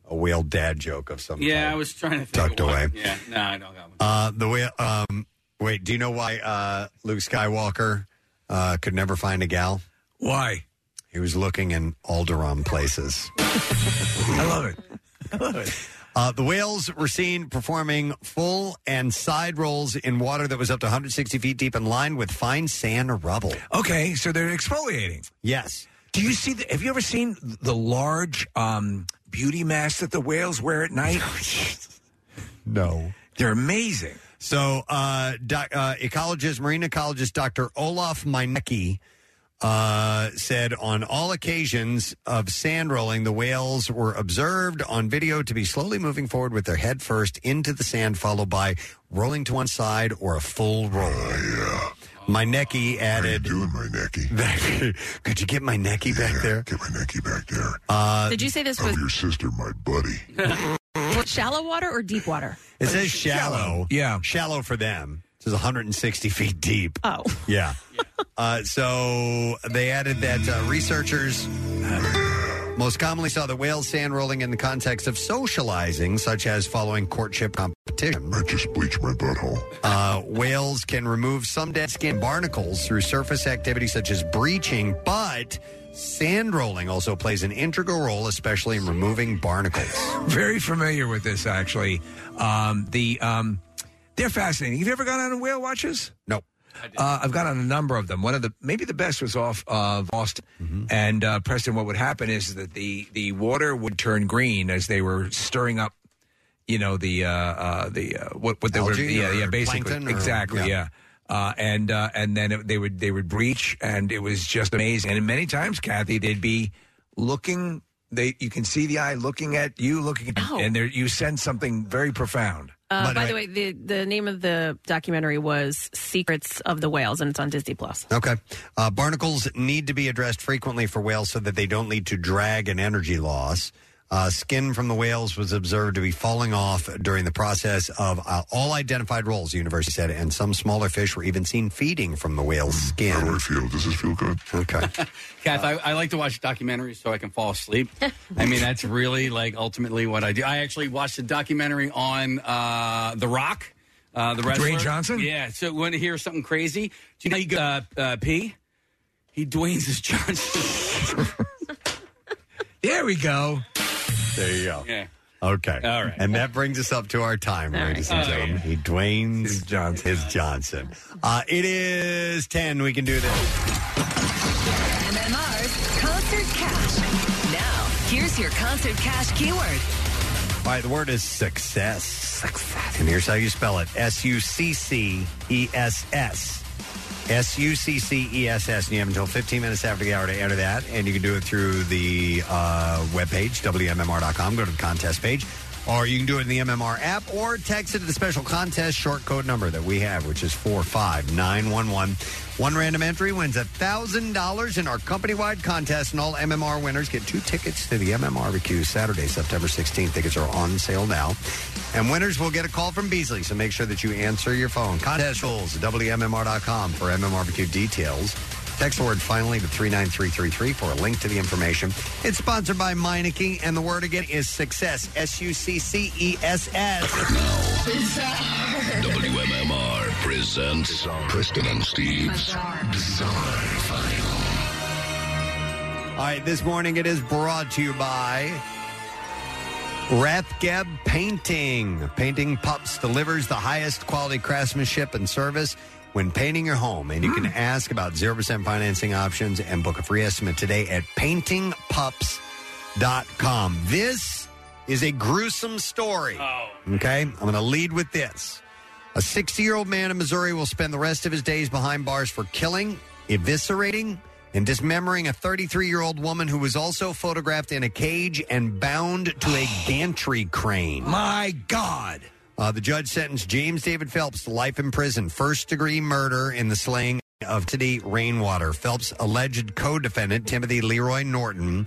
Speaker 3: a whale dad joke of some.
Speaker 7: Yeah, I was trying to think
Speaker 3: Tucked
Speaker 7: of one.
Speaker 3: away.
Speaker 7: Yeah, no, I don't got one.
Speaker 3: Uh, the way, um, wait, do you know why uh, Luke Skywalker uh, could never find a gal?
Speaker 5: Why?
Speaker 3: He was looking in Alderaan places.
Speaker 5: I love it.
Speaker 3: Uh, the whales were seen performing full and side rolls in water that was up to 160 feet deep and lined with fine sand or rubble.
Speaker 5: Okay, so they're exfoliating.
Speaker 3: Yes.
Speaker 5: Do you see? The, have you ever seen the large um, beauty mask that the whales wear at night?
Speaker 3: No.
Speaker 5: They're amazing.
Speaker 3: So, uh, doc, uh, ecologist, marine ecologist Dr. Olaf Meinecke uh, said on all occasions of sand rolling, the whales were observed on video to be slowly moving forward with their head first into the sand, followed by rolling to one side or a full roll. Oh, yeah. My necky added. my necky? Could you get my necky back there? Get my necky back there. Uh,
Speaker 4: Did you say this was
Speaker 3: your sister, my buddy?
Speaker 4: was shallow water or deep water?
Speaker 3: It says shallow.
Speaker 5: Yeah.
Speaker 3: Shallow for them. It says 160 feet deep.
Speaker 4: Oh.
Speaker 3: Yeah. Uh, so they added that uh, researchers most commonly saw the whale sand rolling in the context of socializing, such as following courtship competition. I just bleached my butthole. Uh, whales can remove some dead skin barnacles through surface activity such as breaching, but sand rolling also plays an integral role, especially in removing barnacles.
Speaker 5: Very familiar with this actually. Um, the um, they're fascinating. Have you ever gone on whale watches?
Speaker 3: No.
Speaker 5: Uh, I've gone on a number of them. One of the maybe the best was off of Austin,
Speaker 3: Mm-hmm.
Speaker 5: and uh, Preston. What would happen is that the the water would turn green as they were stirring up, you know the uh, uh, the uh, what what they were
Speaker 3: Algae
Speaker 5: yeah
Speaker 3: or
Speaker 5: yeah basically
Speaker 3: plankton or-
Speaker 5: exactly
Speaker 3: yeah.
Speaker 5: yeah. Uh, and uh, and then it, they would they would breach, and it was just amazing. And many times, Kathy, they'd be looking. They you can see the eye looking at you, looking, at, and there you sense something very profound.
Speaker 4: Oh. Uh, by the way, the, the name of the documentary was Secrets of the Whales, and it's on Disney Plus.
Speaker 3: Okay. Uh, barnacles need to be addressed frequently for whales so that they don't lead to drag and energy loss. Uh, skin from the whales was observed to be falling off during the process of uh, all identified roles, the university said, and some smaller fish were even seen feeding from the whale's skin. Hmm. How do I feel? Does this feel good? Okay.
Speaker 7: Kath, I, I like to watch documentaries so I can fall asleep. I mean, that's really like ultimately what I do. I actually watched a documentary on uh, The Rock, uh, the wrestler.
Speaker 5: Dwayne Johnson?
Speaker 7: Yeah. So want to hear something crazy? Do you know he go- uh, uh, pee? He Dwayne's his Johnson.
Speaker 5: there we go.
Speaker 3: There you go.
Speaker 7: Yeah.
Speaker 3: Okay.
Speaker 7: All right.
Speaker 3: And that brings us up to our time,
Speaker 7: All right.
Speaker 3: ladies and
Speaker 7: Oh,
Speaker 3: gentlemen.
Speaker 7: yeah.
Speaker 3: He Dwayne's Johnson. His Johnson. Uh, it is 10. We can do this.
Speaker 23: MMR's Concert Cash. Now, here's your Concert Cash keyword.
Speaker 3: All right, the word is success. Success. And here's how you spell it S U C C E S S. S U C C E S S. And you have until 15 minutes after the hour to enter that. And you can do it through the uh, webpage, WMMR.com. Go to the contest page. Or you can do it in the MMR app or text it to the special contest short code number that we have, which is 45911. One random entry wins $1,000 in our company wide contest, and all MMR winners get two tickets to the MMRBQ Saturday, September 16th. Tickets are on sale now. And winners will get a call from Beasley, so make sure that you answer your phone. Contest rules at WMMR.com for MMRBQ details. Text the word finally to 39333 for a link to the information. It's sponsored by Meineke, and the word again is success. S U C C E S S.
Speaker 2: WMMR presents Preston and Steve's Bizarre, Final.
Speaker 3: All right, this morning it is brought to you by Rathgeb Painting. Painting Pups delivers the highest quality craftsmanship and service when painting your home. And you can ask about 0% financing options and book a free estimate today at paintingpups.com. This is a gruesome story. Okay, I'm going to lead with this. A 60 year old man in Missouri will spend the rest of his days behind bars for killing, eviscerating, and dismembering a 33 year old woman who was also photographed in a cage and bound to a gantry crane. My God. Uh, the judge sentenced James David Phelps to life in prison, first degree murder in the slaying of Teddy Rainwater. Phelps' alleged co defendant, Timothy Leroy Norton,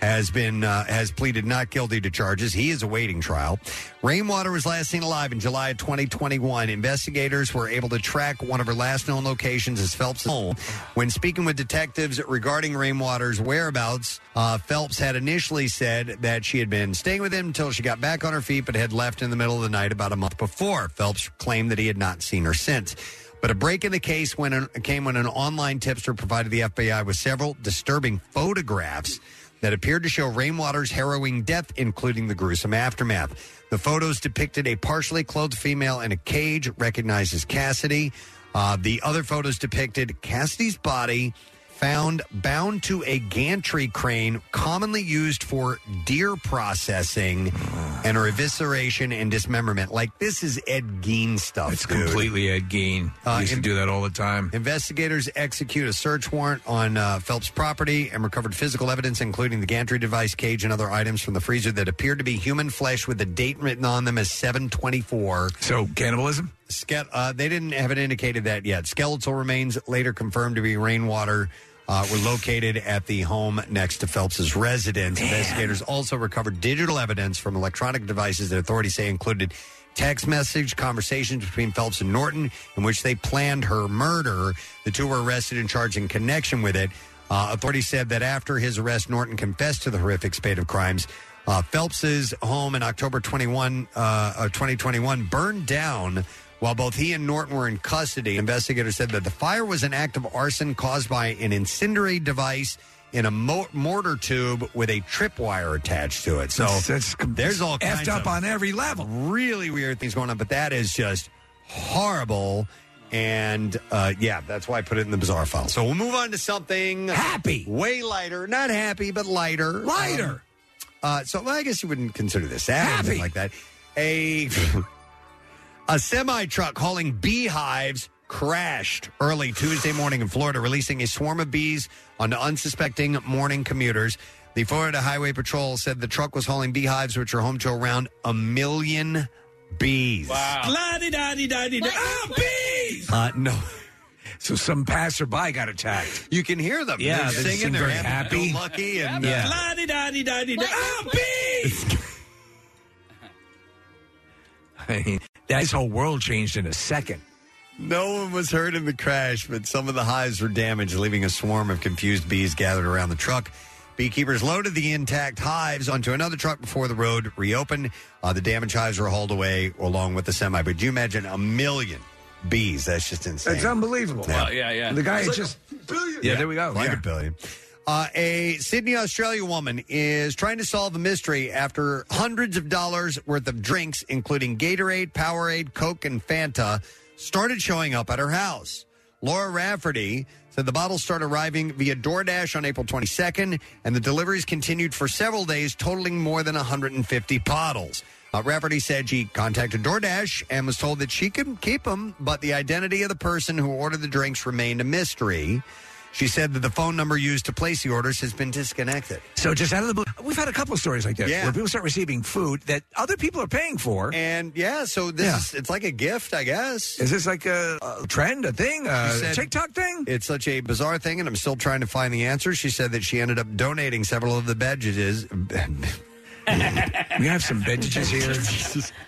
Speaker 3: has been uh, has pleaded not guilty to charges. He is awaiting trial. Rainwater was last seen alive in July of 2021. Investigators were able to track one of her last known locations as Phelps' home. When speaking with detectives regarding Rainwater's whereabouts, uh, Phelps had initially said that she had been staying with him until she got back on her feet, but had left in the middle of the night about a month before. Phelps claimed that he had not seen her since. But a break in the case when an, came when an online tipster provided the FBI with several disturbing photographs that appeared to show Rainwater's harrowing death, including the gruesome aftermath. The photos depicted a partially clothed female in a cage, recognized as Cassidy. Uh, the other photos depicted Cassidy's body found bound to a gantry crane commonly used for deer processing and her evisceration and dismemberment. Like, this is Ed Gein stuff. It's
Speaker 5: Completely Ed Gein.
Speaker 3: Uh,
Speaker 5: I used
Speaker 3: in-
Speaker 5: to do that all the time.
Speaker 3: Investigators execute a search warrant on uh, Phelps' property and recovered physical evidence, including the gantry device, cage, and other items from the freezer that appeared to be human flesh with the date written on them as 724.
Speaker 5: So cannibalism?
Speaker 3: Ske- uh, they didn't haven't indicated that yet. Skeletal remains, later confirmed to be rainwater, uh, were located at the home next to Phelps's residence. Investigators also recovered digital evidence from electronic devices that authorities say included text message conversations between Phelps and Norton, in which they planned her murder. The two were arrested and charged in connection with it. Uh, authorities said that after his arrest, Norton confessed to the horrific spate of crimes. Uh, Phelps's home in October 21, uh, of 2021 burned down while both he and Norton were in custody. Investigators said that the fire was an act of arson caused by an incendiary device in a mo- mortar tube with a tripwire attached to it. So
Speaker 5: That's- that's com-
Speaker 3: there's all
Speaker 5: effed
Speaker 3: kinds
Speaker 5: up
Speaker 3: of
Speaker 5: on every level.
Speaker 3: Really weird things going on, but that is just horrible. And uh, yeah, that's why I put it in the bizarre file. So we'll move on to something happy, way lighter. Not happy, but lighter. Lighter. uh, so well, I guess you wouldn't consider this sad or anything like that. A a semi truck hauling beehives crashed early Tuesday morning in Florida, releasing a swarm of bees onto unsuspecting morning commuters. The Florida Highway Patrol said the truck was hauling beehives, which are home to around a million bees.
Speaker 5: La di da di da di da. Oh, bees!
Speaker 3: Uh, no.
Speaker 5: So some passerby got attacked.
Speaker 3: You can hear them.
Speaker 5: Yeah,
Speaker 3: They're
Speaker 5: they
Speaker 3: singing,
Speaker 5: seem
Speaker 3: they're
Speaker 5: very
Speaker 3: happy,
Speaker 5: happy.
Speaker 3: go lucky, and,
Speaker 5: yeah.
Speaker 3: uh,
Speaker 5: La di da di da di da. Oh, bees! I mean, that his whole world changed in a second.
Speaker 3: No one was hurt in the crash, but some of the hives were damaged, leaving a swarm of confused bees gathered around the truck. Beekeepers loaded the intact hives onto another truck before the road reopened. Uh, the damaged hives were hauled away along with the semi. But you imagine a million bees? That's just insane.
Speaker 5: It's unbelievable.
Speaker 3: Well, yeah, yeah.
Speaker 5: The guy
Speaker 3: It's
Speaker 5: is
Speaker 3: like
Speaker 5: just. Yeah, there we go.
Speaker 3: Like
Speaker 5: yeah.
Speaker 3: a billion. Uh, a Sydney, Australia woman is trying to solve a mystery after hundreds of dollars worth of drinks, including Gatorade, Powerade, Coke, and Fanta, started showing up at her house. Laura Rafferty said the bottles started arriving via DoorDash on April 22nd, and the deliveries continued for several days, totaling more than 150 bottles. Uh, Rafferty said she contacted DoorDash and was told that she could keep them, but the identity of the person who ordered the drinks remained a mystery. She said that the phone number used to place the orders has been disconnected.
Speaker 5: So just out of the blue, we've had a couple of stories like this
Speaker 3: Yeah.
Speaker 5: where people start receiving food that other people are paying for.
Speaker 3: And yeah, so this is, it's like a gift, I guess.
Speaker 5: Is this like a, a trend, a thing, a
Speaker 3: She said-
Speaker 5: Uh, TikTok thing?
Speaker 3: It's such a bizarre thing, and I'm still trying to find the answer. She said that she ended up donating several of the beverages.
Speaker 5: We have some beverages here.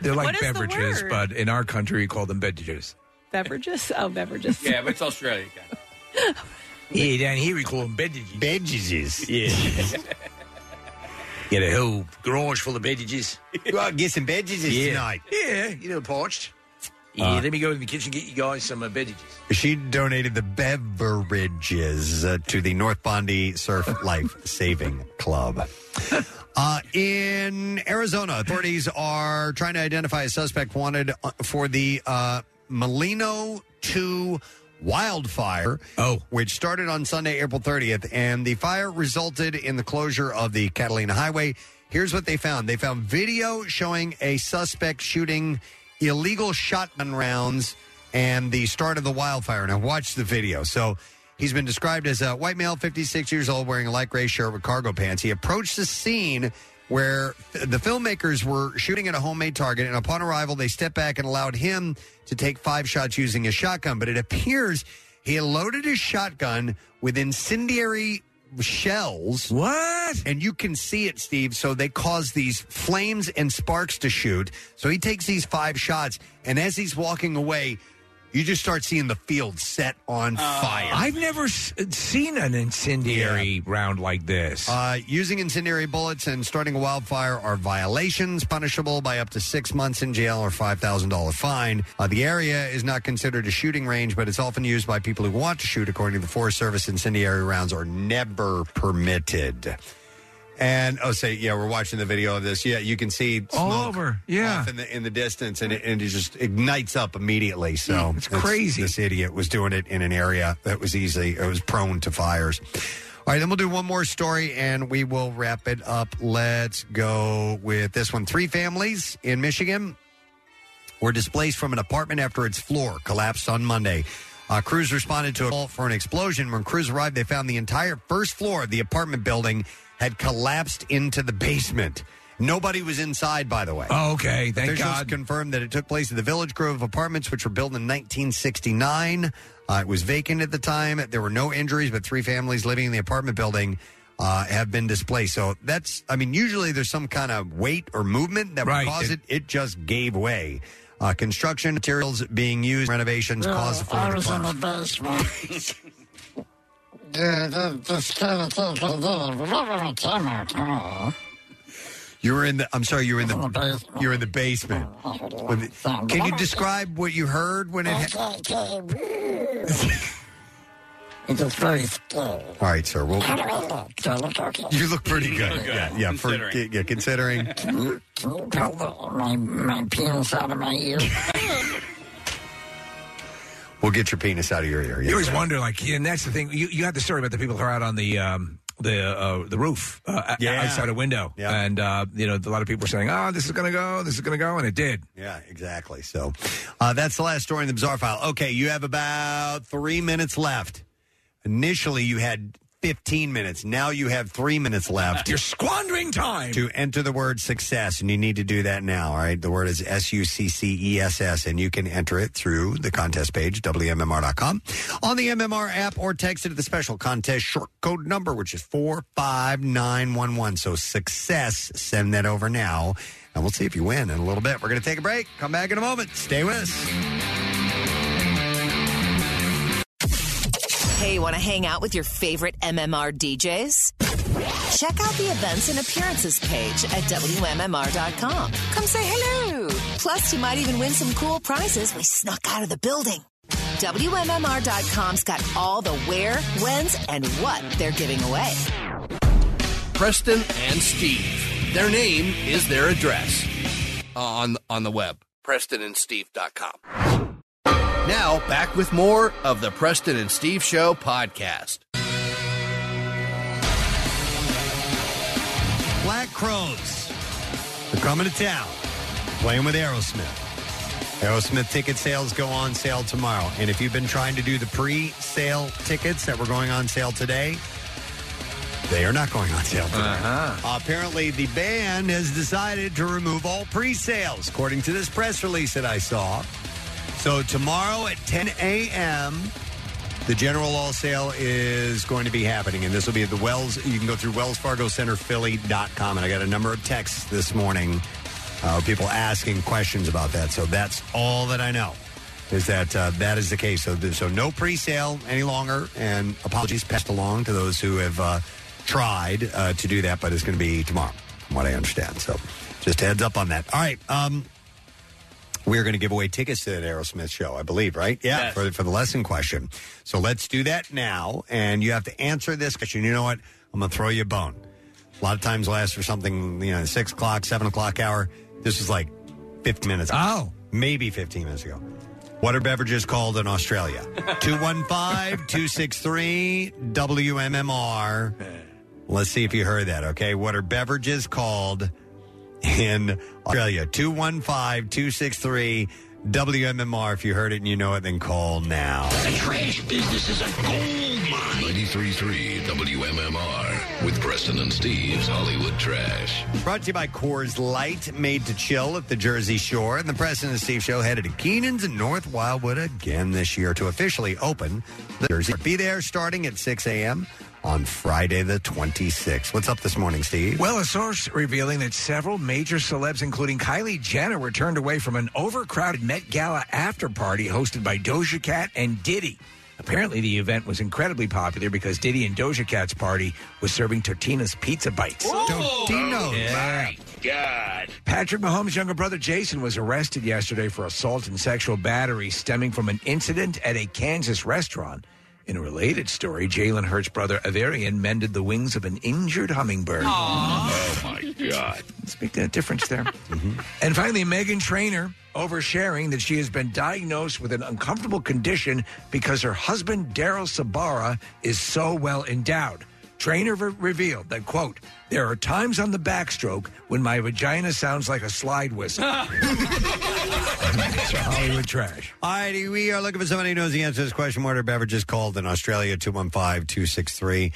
Speaker 5: They're
Speaker 4: What
Speaker 5: like
Speaker 4: is the
Speaker 5: beverages,
Speaker 4: word?
Speaker 5: but in our country we call them beverages.
Speaker 4: Beverages? Oh, beverages.
Speaker 7: Yeah, but it's Australia.
Speaker 5: Yeah, down here we call them beverages.
Speaker 3: Beverages,
Speaker 5: yeah. Get a whole garage full of beverages.
Speaker 3: Well, get some beverages
Speaker 5: yeah.
Speaker 3: tonight.
Speaker 5: Yeah, you know, parched. Yeah,
Speaker 3: Uh,
Speaker 5: let me go to the kitchen get you guys some uh, beverages.
Speaker 3: She donated the beverages uh, to the North Bondi Surf Life Saving Club. Uh, in Arizona, authorities are trying to identify a suspect wanted uh, for the uh, Molino 2 wildfire, oh. which started on Sunday, April 30th, and the fire resulted in the closure of the Catalina Highway. Here's what they found they found video showing a suspect shooting illegal shotgun rounds and the start of the wildfire. Now, watch the video. So, He's been described as a white male, 56 years old, wearing a light gray shirt with cargo pants. He approached the scene where the filmmakers were shooting at a homemade target, and upon arrival, they stepped back and allowed him to take five shots using a shotgun. But it appears he had loaded his shotgun with incendiary shells.
Speaker 5: What?
Speaker 3: And you can see it, Steve. So they cause these flames and sparks to shoot. So he takes these five shots, and as he's walking away, you just start seeing the field set on fire.
Speaker 5: I've never s- seen an incendiary round like this.
Speaker 3: Uh, using incendiary bullets and starting a wildfire are violations punishable by up to six months in jail or $5,000 fine. Uh, the area is not considered a shooting range, but it's often used by people who want to shoot. According to the Forest Service, incendiary rounds are never permitted. And oh, say yeah, we're watching the video of this. Yeah, you can see smoke
Speaker 5: All over, yeah.
Speaker 3: off in the in the distance, and it, and it just ignites up immediately. So it's crazy. This idiot was doing it in an area that was easily it was prone to fires. All right, then we'll do one more story and we will wrap it up. Let's go with this one. Three families in Michigan were displaced from an apartment after its floor collapsed on Monday. Uh, crews responded to a call for an explosion. When crews arrived, they found the entire first floor of the apartment building had collapsed into the basement. Nobody was inside, by the way.
Speaker 5: Oh, okay. Thank
Speaker 3: Officials
Speaker 5: God.
Speaker 3: confirmed that it took place at the Village Grove apartments, which were built in 1969. Uh, it was vacant at the time. There were no injuries, but three families living in the apartment building uh, have been displaced. So that's, I mean, usually there's some kind of weight or movement that
Speaker 5: Right.
Speaker 3: would cause it. It just gave way. Uh, construction materials being used, renovations caused the floor
Speaker 13: Oh, I
Speaker 3: to
Speaker 13: was in
Speaker 3: plunge.
Speaker 13: the basement. yeah, that, that's kind of thing I did. We never had camera at
Speaker 5: Oh.
Speaker 13: all.
Speaker 3: You were in the. I'm sorry. You were in
Speaker 13: Oh,
Speaker 3: the. You were in the basement. When the- Can you describe what you heard when it? Ha-
Speaker 13: It was very scary.
Speaker 3: All right, sir. Well,
Speaker 13: How do I look? Do I look okay?
Speaker 3: you look pretty
Speaker 13: You
Speaker 3: good.
Speaker 13: look good,
Speaker 3: Yeah, yeah. For,
Speaker 13: considering.
Speaker 3: yeah, considering.
Speaker 13: Can you, can you pull the, my, my penis out of my ear?
Speaker 3: We'll get your penis out of your ear.
Speaker 5: You always
Speaker 3: yes.
Speaker 5: wonder, like, and that's the thing. You, you had the story about the people who are out on the um, the uh, the roof uh, o-
Speaker 3: Yeah.
Speaker 5: outside a window, and uh, you know, a lot of people were saying, "Oh, this is going to go, this is going to go," and it did.
Speaker 3: Yeah, exactly. So uh, that's the last story in the bizarre file. Okay, you have about three minutes left. Initially, you had 15 minutes. Now you have three minutes left.
Speaker 5: You're squandering time.
Speaker 3: To enter the word success, and you need to do that now, all right? The word is S U C C E S S, and you can enter it through the contest page, WMMR.com, on the MMR app, or text it to the special contest short code number, which is 45911. So success, send that over now, and we'll see if you win in a little bit. We're going to take a break. Come back in a moment. Stay with us.
Speaker 23: Hey, want to hang out with your favorite MMR DJs? Check out the events and appearances page at WMMR.com. Come say hello. Plus, you might even win some cool prizes we snuck out of the building. WMMR.com's got all the where, whens, and what they're giving away.
Speaker 9: Preston and Steve. Their name is their address uh, on on the web. PrestonandSteve.com. Now back with more of the Preston and Steve Show podcast.
Speaker 3: Black Crows. They're coming to town. Playing with Aerosmith. Aerosmith ticket sales go on sale tomorrow. And if you've been trying to do the pre sale tickets that were going on sale today, they are not going on sale today. Apparently, the band has decided to remove all pre sales, according to this press release that I saw. So, tomorrow at 10 a.m., the general all sale is going to be happening, and this will be at the Wells. You can go through wellsfargocenterphilly.com. And I got a number of texts this morning, uh, people asking questions about that. So that's all that I know is that uh, that is the case. So, so no pre sale any longer, and apologies passed along to those who have uh, tried uh, to do that, but it's going to be tomorrow, from what I understand. So just a heads up on that. All right. Um, we're going to give away tickets to that Aerosmith show, I believe, right? Yeah, for, for the lesson question. So let's do that now. And you have to answer this question. You know what? I'm going to throw you a bone. A lot of times I'll ask for something, you know, 6 o'clock, 7 o'clock hour. This is like 15 minutes ago. Oh. Maybe 15 minutes ago. What are beverages called in Australia? 215 263 WMMR. Let's see if you heard that, okay? What are beverages called in Australia? 215 263 WMMR. If you heard it and you know it, then call now.
Speaker 2: The trash business is a gold mine. 93.3 WMMR with Preston and Steve's Hollywood Trash.
Speaker 3: Brought to you by Coors Light, made to chill at the Jersey Shore. And the President and Steve Show headed to Keenan's in North Wildwood again this year to officially open the Jersey. Be there starting at 6 a.m. on Friday the 26th. What's up this morning, Steve?
Speaker 5: Well, a source revealing that several major celebs, including Kylie Jenner, were turned away from an overcrowded Met Gala after party hosted by Doja Cat and Diddy. Apparently, the event was incredibly popular because Diddy and Doja Cat's party was serving Totino's pizza bites.
Speaker 13: Oh,
Speaker 5: Totino's.
Speaker 13: my God.
Speaker 5: Patrick Mahomes' younger brother Jason was arrested yesterday for assault and sexual battery stemming from an incident at a Kansas restaurant. In a related story, Jalen Hurts' brother Averian mended the wings of an injured hummingbird.
Speaker 13: Oh, my
Speaker 5: God. Let's make that difference there. And finally, Megan Trainor oversharing that she has been diagnosed with an uncomfortable condition because her husband Daryl Sabara is so well endowed. Trainor re- revealed that quote, "There are times on the backstroke when my vagina sounds like a slide whistle." Hollywood trash.
Speaker 3: All righty, we are looking for somebody who knows the answer to this question. What are beverages called in Australia? 215 263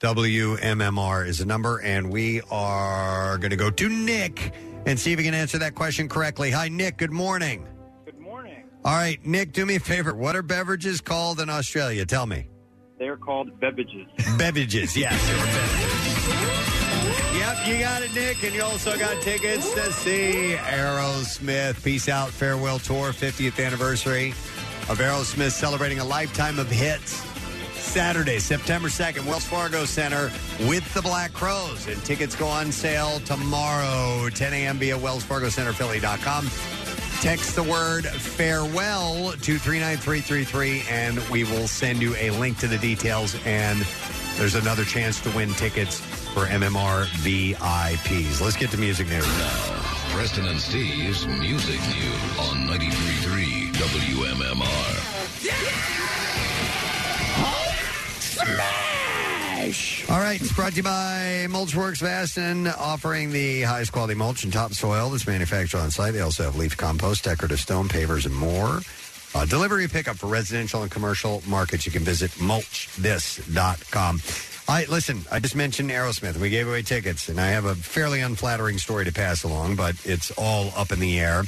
Speaker 3: WMMR is the number. And we are going to go to Nick and see if he can answer that question correctly. Hi, Nick. Good morning.
Speaker 11: Good morning.
Speaker 3: All right, Nick, do me a favor. What are beverages called in Australia? Tell me.
Speaker 11: They're called beverages.
Speaker 3: Beverages, yes. they were beverages. Yep, you got it, Nick, and you also got tickets to see Aerosmith. Peace out, farewell tour, 50th anniversary of Aerosmith, celebrating a lifetime of hits. Saturday, September 2nd, Wells Fargo Center with the Black Crows. And tickets go on sale tomorrow, 10 a.m. via wellsfargocenterphilly.com. Text the word farewell to 39333, and we will send you a link to the details. And there's another chance to win tickets for MMR VIPs. Let's get to music news.
Speaker 2: Preston and Steve's Music News on 93.3 WMMR.
Speaker 3: All right, it's brought to you by Mulchworks Vastin, offering the highest quality mulch and topsoil that's manufactured on site. They also have leaf compost, decorative stone, pavers, and more. Uh, delivery and pickup for residential and commercial markets. You can visit mulchthis.com. I listen. I just mentioned Aerosmith. We gave away tickets, and I have a fairly unflattering story to pass along, but it's all up in the air.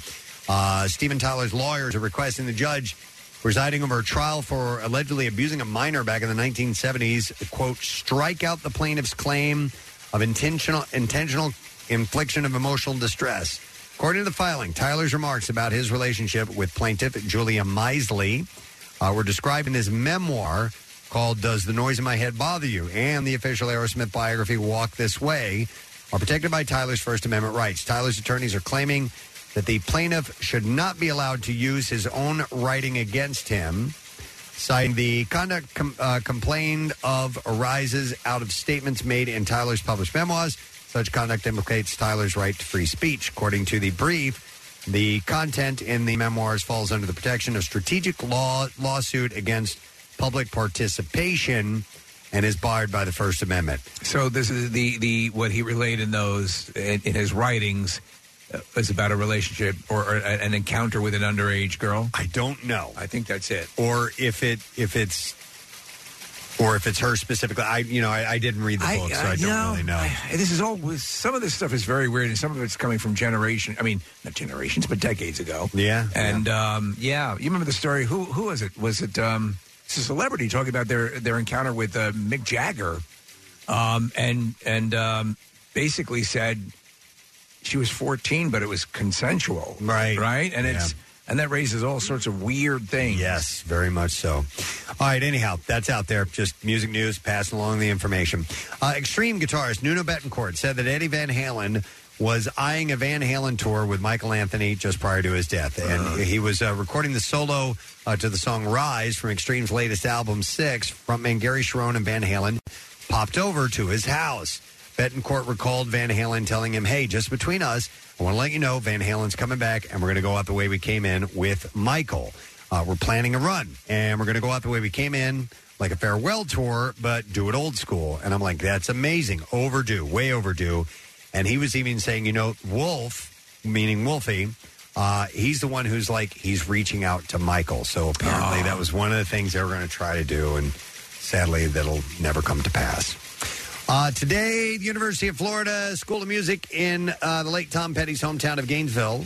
Speaker 3: Uh, Steven Tyler's lawyers are requesting the judge presiding over a trial for allegedly abusing a minor back in the 1970s, quote, strike out the plaintiff's claim of intentional intentional infliction of emotional distress. According to the filing, Tyler's remarks about his relationship with plaintiff Julia Misley uh, were described in his memoir called Does the Noise in My Head Bother You? and the official Aerosmith biography Walk This Way are protected by Tyler's First Amendment rights. Tyler's attorneys are claiming that the plaintiff should not be allowed to use his own writing against him. Signed, the conduct com- uh, complained of arises out of statements made in Tyler's published memoirs. Such conduct implicates Tyler's right to free speech. According to the brief, the content in the memoirs falls under the protection of strategic law lawsuit against public participation and is barred by the First Amendment.
Speaker 5: So this is the the what he relayed in those in, in his writings uh, is about a relationship or, or a- an encounter with an underage girl?
Speaker 3: I don't know.
Speaker 5: I think that's it.
Speaker 3: Or if it if it's or if it's her specifically. I you know I, I didn't read the
Speaker 5: I-
Speaker 3: book, so
Speaker 5: I-
Speaker 3: I don't
Speaker 5: no,
Speaker 3: really know.
Speaker 5: I- this is all. Some of this stuff is very weird, and some of it's coming from generation. I mean, not generations, but decades ago.
Speaker 3: yeah,
Speaker 5: And um, yeah, you remember the story? Who who was it? Was it um, it's a celebrity talking about their their encounter with uh, Mick Jagger, um, and and um, basically said she was 14, but it was consensual, right? Right, and it's and that raises all sorts of weird things.
Speaker 3: Yes, very much so. All right, anyhow, that's out there. Just music news, passing along the information. Uh, extreme guitarist Nuno Betancourt said that Eddie Van Halen was eyeing a Van Halen tour with Michael Anthony just prior to his death. And he was uh, recording the solo uh, to the song Rise from Extreme's latest album, Six, frontman Gary Sharon and Van Halen popped over to his house. Betancourt recalled Van Halen telling him, Hey, just between us, I want to let you know Van Halen's coming back and we're going to go out the way we came in with Michael. Uh, we're planning a run and we're going to go out the way we came in like a farewell tour, but do it old school. And I'm like, That's amazing. Overdue, way overdue. And he was even saying, You know, Wolf, meaning Wolfie, uh, he's the one who's like, he's reaching out to Michael. So apparently that was one of the things they were going to try to do. And sadly, that'll never come to pass. Uh, today, the University of Florida School of Music in uh, the late Tom Petty's hometown of Gainesville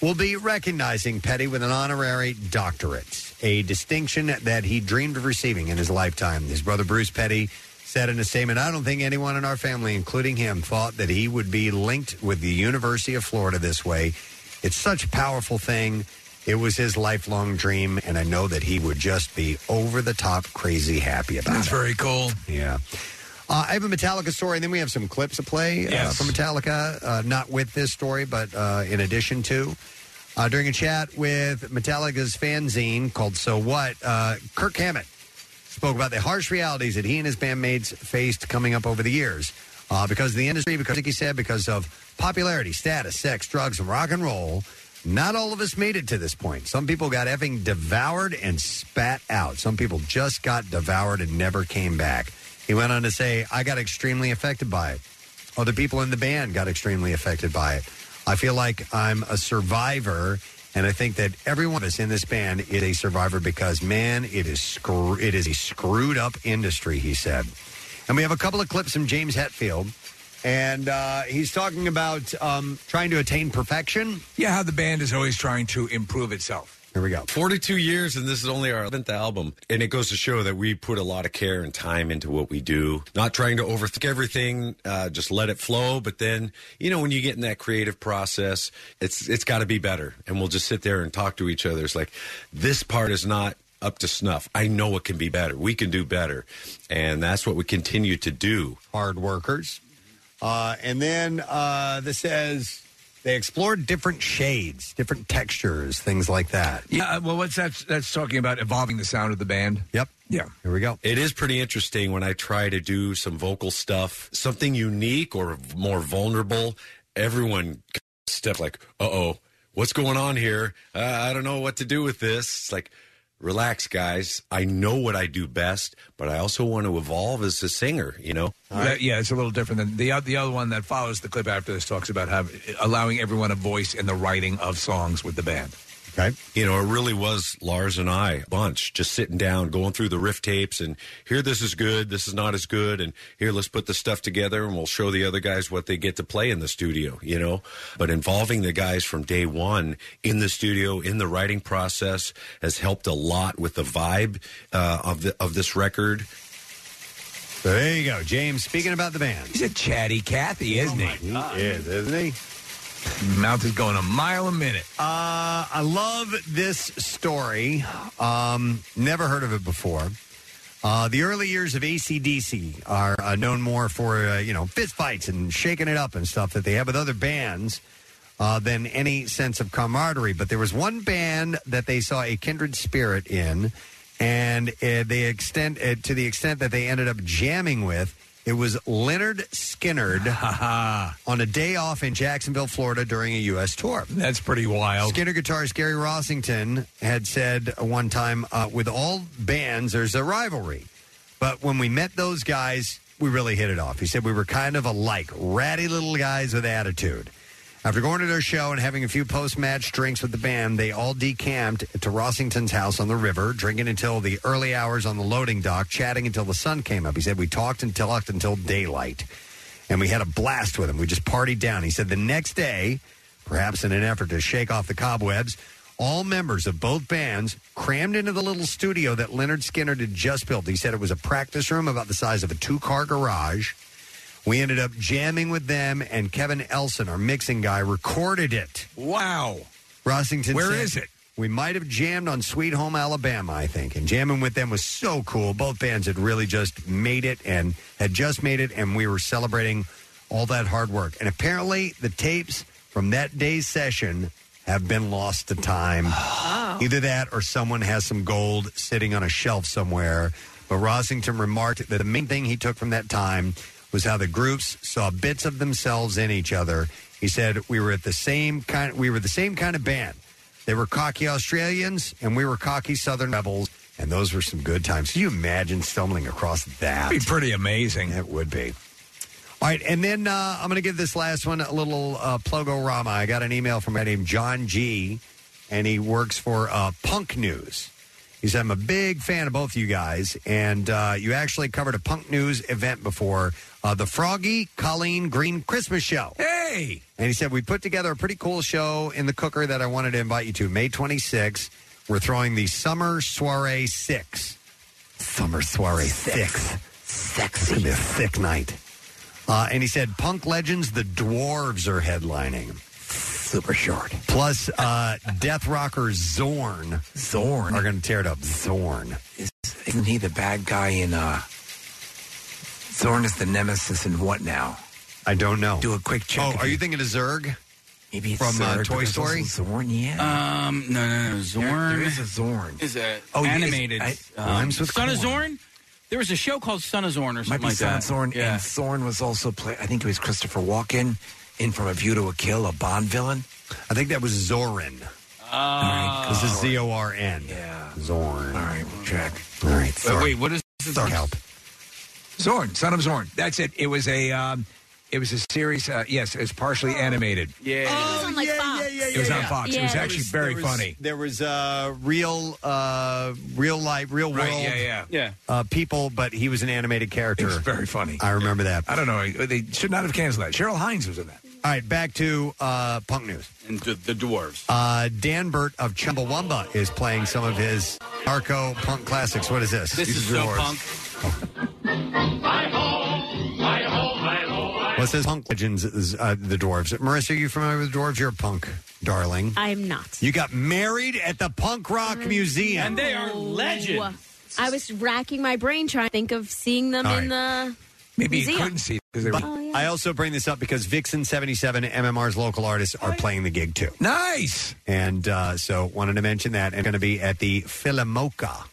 Speaker 3: will be recognizing Petty with an honorary doctorate, a distinction that he dreamed of receiving in his lifetime. His brother Bruce Petty said in a statement, I don't think anyone in our family, including him, thought that he would be linked with the University of Florida this way. It's such a powerful thing. It was his lifelong dream, and I know that he would just be over the top crazy happy about it.
Speaker 5: That's very cool.
Speaker 3: Yeah. Uh, I have a Metallica story, and then we have some clips to play uh,
Speaker 5: Yes.
Speaker 3: from Metallica, uh, not with this story, but uh, in addition to. Uh, during a chat with Metallica's fanzine called So What, uh, Kirk Hammett spoke about the harsh realities that he and his bandmates faced coming up over the years. Uh, because of the industry, because like he said, because of popularity, status, sex, drugs, and rock and roll, not all of us made it to this point. Some people got effing devoured and spat out. Some people just got devoured and never came back. He went on to say, I got extremely affected by it. Other people in the band got extremely affected by it. I feel like I'm a survivor, and I think that every one of us in this band is a survivor because, man, it is screw- it is a screwed up industry. He said, and we have a couple of clips from James Hetfield, and uh, he's talking about um, trying to attain perfection.
Speaker 5: Yeah, how the band is always trying to improve itself.
Speaker 3: Here we go.
Speaker 14: 42 years, and this is only our 11th album. And it goes to show that we put a lot of care and time into what we do. Not trying to overthink everything, uh, just let it flow. But then, you know, when you get in that creative process, it's it's got to be better. And we'll just sit there and talk to each other. It's like, this part is not up to snuff. I know it can be better. We can do better. And that's what we continue to do.
Speaker 3: Hard workers. Uh, and then uh, this says they explored different shades, different textures, things like that.
Speaker 5: Yeah, uh, well, what's that? That's talking about evolving the sound of the band.
Speaker 3: Yep.
Speaker 5: Yeah.
Speaker 3: Here we go.
Speaker 14: It is pretty interesting when I try to do some vocal stuff, something unique or more vulnerable. Everyone step like, "Uh oh, what's going on here? Uh, I don't know what to do with this." It's like, relax, guys. I know what I do best, but I also want to evolve as a singer. You know.
Speaker 5: That- yeah, it's a little different than the oth- the other one that follows the clip after this talks about how allowing everyone a voice in the writing of songs with the band.
Speaker 3: Okay.
Speaker 14: You know, it really was Lars and I, a bunch, just sitting down, going through the riff tapes, and here this is good, this is not as good, and here let's put the stuff together, and we'll show the other guys what they get to play in the studio. You know, but involving the guys from day one in the studio in the writing process has helped a lot with the vibe uh, of the of this record.
Speaker 3: there you go, James. Speaking about the band, Oh,
Speaker 5: he's a chatty Cathy, isn't he?
Speaker 3: He is, isn't he?
Speaker 5: Mouth is going a mile a minute.
Speaker 3: Uh, I love this story. Um, never heard of it before. Uh, the early years of ACDC are uh, known more for, uh, you know, fist fights and shaking it up and stuff that they have with other bands uh, than any sense of camaraderie. But there was one band that they saw a kindred spirit in, and uh, they extend uh, to the extent that they ended up jamming with. It was Leonard Skinnerd on a day off in Jacksonville, Florida, during a U.S. tour.
Speaker 5: That's pretty wild.
Speaker 3: Skinner guitarist Gary Rossington had said one time, uh, "With all bands, there's a rivalry, but when we met those guys, we really hit it off." He said we were kind of alike, ratty little guys with attitude. I After going to their show and having a few post match drinks with the band, they all decamped to Rossington's house on the river, drinking until the early hours on the loading dock, chatting until the sun came up. He said, We talked and talked until daylight, and we had a blast with him. We just partied down. He said, The next day, perhaps in an effort to shake off the cobwebs, all members of both bands crammed into the little studio that Leonard Skinner had just built. He said it was a practice room about the size of a two car garage. We ended up jamming with them, and Kevin Elson, our mixing guy, recorded it. Wow. Rossington
Speaker 5: Where
Speaker 3: Where is
Speaker 5: is it?
Speaker 3: We might have jammed on Sweet Home Alabama, I think. And jamming with them was so cool. Both bands had really just made it and had just made it, and we were celebrating all that hard work. And apparently, the tapes from that day's session have been lost to time. Either that or someone has some gold sitting on a shelf somewhere. But Rossington remarked that the main thing he took from that time was how the groups saw bits of themselves in each other. He said, "We were at the same kind. We were the same kind of band. They were cocky Australians, and we were cocky Southern rebels, and those were some good times." Can you imagine stumbling across that?
Speaker 5: That'd be pretty amazing.
Speaker 3: It would be. All right, and then uh, I'm going to give this last one a little uh, plogorama. I got an email from a guy named John G, and he works for uh, Punk News. He said, I'm a big fan of both you guys, and uh, you actually covered a Punk News event before uh, the Froggy Colleen Green Christmas Show. Hey! And he said, We put together a pretty cool show in the cooker that I wanted to invite you to. May 26th, we're throwing the Summer Soiree 6. Summer Soiree 6. Sexy. It's going to be a thick night. Uh, and he said, Punk legends, the dwarves are headlining. Super short. Plus, uh, death rocker Zorn. Zorn. Are going to tear it up. Zorn.
Speaker 5: Isn't he the bad guy in uh Thorn is the nemesis in what now?
Speaker 3: I don't know.
Speaker 5: Do a quick check.
Speaker 3: Oh, are you thinking of Zurg?
Speaker 5: Maybe it's
Speaker 3: From, uh,
Speaker 5: Zurg,
Speaker 3: Toy
Speaker 5: but there's
Speaker 3: Story? Uh,
Speaker 5: also Zorn, yeah.
Speaker 7: Um, no, no, no. Zorn.
Speaker 5: There- there is a Zorn.
Speaker 7: Is that
Speaker 5: Oh, yeah,
Speaker 7: animated?
Speaker 5: it's- I-
Speaker 7: um,
Speaker 5: Rhymes with
Speaker 7: Son of
Speaker 5: corn.
Speaker 7: Zorn. There was a show called Son of Zorn or
Speaker 5: Might
Speaker 7: something
Speaker 5: be
Speaker 7: like
Speaker 5: Son
Speaker 7: that.
Speaker 5: of Thorn, and Thorn was also play. I think it was Christopher Walken in From a View to a Kill, a Bond villain.
Speaker 3: I think that was Zorin. This is Z O R N. Yeah. Zorn. All
Speaker 5: right, we'll check.
Speaker 3: All right.
Speaker 5: Wait, wait, what is
Speaker 3: Zorn? Help.
Speaker 5: Zorn, Son of Zorn. That's it. It was a, um, it was a series. Uh, yes, it was partially animated.
Speaker 7: Yeah.
Speaker 6: was on, like, Fox.
Speaker 5: It was on Fox. It was actually very funny.
Speaker 3: There was uh, real, uh, real life, real
Speaker 5: Right,
Speaker 3: world.
Speaker 5: yeah, yeah. Yeah.
Speaker 3: Uh, people, but he was an animated character.
Speaker 5: It was very funny.
Speaker 3: I remember that.
Speaker 5: I don't know. They should not have canceled that. Cheryl Hines was in that.
Speaker 3: All right, back to uh, punk news.
Speaker 7: And the, the dwarves.
Speaker 3: Uh, Dan Burt of Chumbawamba is playing some of his narco punk classics. What is this?
Speaker 7: This is
Speaker 3: your
Speaker 7: so
Speaker 3: words.
Speaker 7: punk.
Speaker 3: What's this? Punk legends, is, uh, the dwarves. Marissa, are you familiar with the dwarves? You're a punk, darling.
Speaker 6: I'm not.
Speaker 3: You got married at the Punk Rock Museum.
Speaker 6: legend. I was racking my brain trying to think of seeing them
Speaker 3: All
Speaker 6: in the
Speaker 3: Maybe you
Speaker 6: museum.
Speaker 3: couldn't
Speaker 5: see
Speaker 3: But
Speaker 5: Oh,
Speaker 3: I also bring this up because Vixen 77, MMR's local artists, are playing the gig too.
Speaker 5: Nice.
Speaker 3: And uh, so wanted to mention that. And going to be at the Philomoka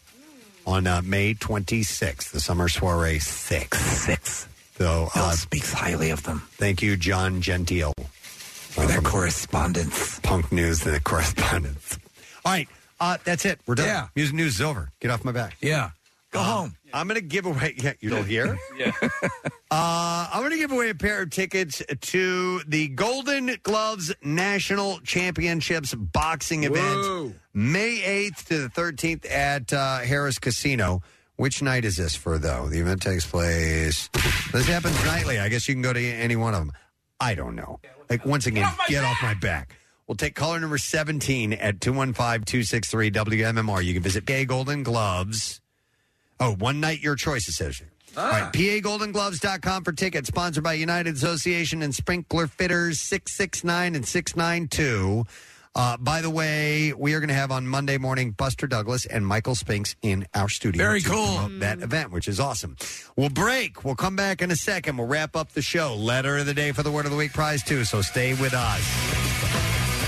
Speaker 3: on uh, May 26th, the summer soiree 6. 6. So, uh,
Speaker 5: speaks highly of them.
Speaker 3: Thank you, John Gentile. For
Speaker 5: their correspondence.
Speaker 3: Punk News, the correspondence. All right. Uh, that's it. We're done. Yeah. Music news is over. Get off my back.
Speaker 5: Yeah. Go home.
Speaker 3: I'm going to give away. Yeah, you don't hear?
Speaker 7: yeah.
Speaker 3: Uh, I'm going to give away a pair of tickets to the Golden Gloves National Championships boxing
Speaker 5: Whoa.
Speaker 3: event, May 8th to the 13th at uh, Harris Casino. Which night is this for, though? The event takes place. This happens nightly. I guess you can go to any one of them. I don't know. Like, once again, get off my back. We'll take caller number 17 at 215 263 WMMR. You can visit Gay Golden Gloves. Oh, one night your choice, it says here.
Speaker 5: Ah.
Speaker 3: All right, PAGoldenGloves.com for tickets. Sponsored by United Association and Sprinkler Fitters 669 and 692. Uh, by the way, we are going to have on Monday morning Buster Douglas and Michael Spinks in our studio.
Speaker 5: Very
Speaker 3: to
Speaker 5: cool. Mm.
Speaker 3: promote That event, which is awesome. We'll break. We'll come back in a second. We'll wrap up the show. Letter of the day for the Word of the Week prize, too. So stay with us.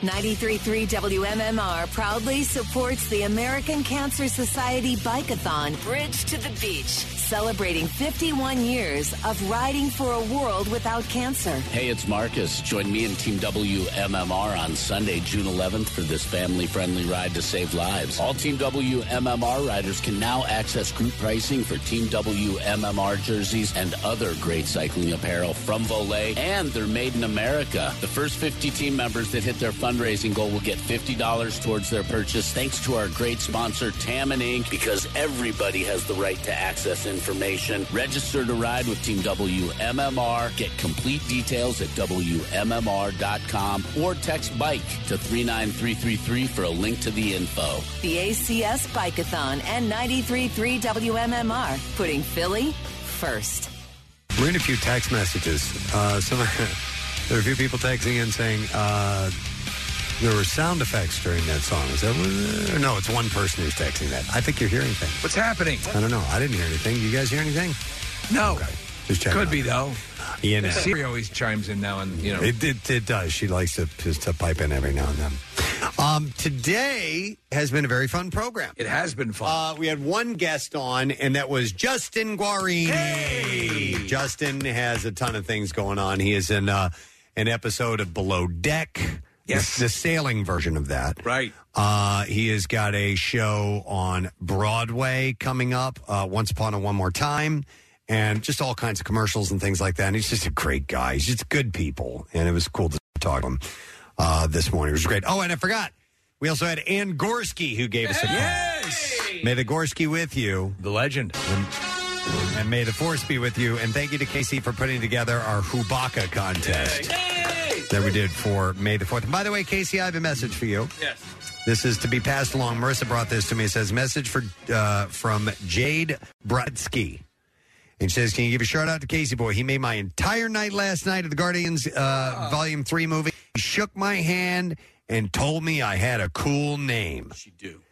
Speaker 23: 93.3 WMMR proudly supports the American Cancer Society Bikeathon Bridge to the Beach. celebrating 51 years of riding for a world without cancer.
Speaker 17: Hey, it's Marcus. Join me and Team WMMR on Sunday, June 11th for this family friendly ride to save lives. All Team WMMR riders can now access group pricing for Team WMMR jerseys and other great cycling apparel from Volet, and they're made in America. The first 50 team members that hit their fundraising goal will get $50 towards their purchase thanks to our great sponsor, Tammin Inc., because everybody has the right to access information. Register to ride with Team WMMR. Get complete details at WMMR.com or text BIKE to 39333 for a link to the info.
Speaker 23: The ACS Bikeathon and 93.3 WMMR, putting Philly first.
Speaker 3: We're in a few text messages. Uh, some, there are a few people texting in saying uh, there were sound effects during that song. Is that what, or no? It's one person who's texting that. I think you're hearing things.
Speaker 5: What's happening?
Speaker 3: I don't know. I didn't hear anything. You guys hear anything?
Speaker 5: No.
Speaker 3: Just checking.
Speaker 5: Could be though.
Speaker 3: Ian is-
Speaker 5: Siri always chimes in now and you know.
Speaker 3: It, it, it does. She likes to just to pipe in every now and then. Um, today has been a very fun program.
Speaker 5: It has been fun.
Speaker 3: Uh, we had one guest on, and that was Justin Guarini. Justin has a ton of things going on. He is in uh, an episode of Below Deck. Yes, the, the sailing version of that.
Speaker 5: Right.
Speaker 3: Uh, he has got a show on Broadway coming up. Uh, Once upon a one more time. And just all kinds of commercials and things like that. And he's just a great guy. He's just good people. And it was cool to talk to him uh, this morning. It was great. Oh, and I forgot. We also had Ann Gorski who gave us a call. May the Gorski with you.
Speaker 5: The legend.
Speaker 3: And, and may the force be with you. And thank you to Casey for putting together our Hubaka contest that we did for May the 4th. And by the way, Casey, I have a message for you.
Speaker 7: Yes.
Speaker 3: This is to be passed along. Marissa brought this to me. It says, message for uh, from Jade Brodsky. And she says, Can you give a shout out to Casey Boy? He made my entire night last night at the Guardians uh,
Speaker 5: Oh.
Speaker 3: Volume 3 movie. He shook my hand and told me I had a cool name. She do.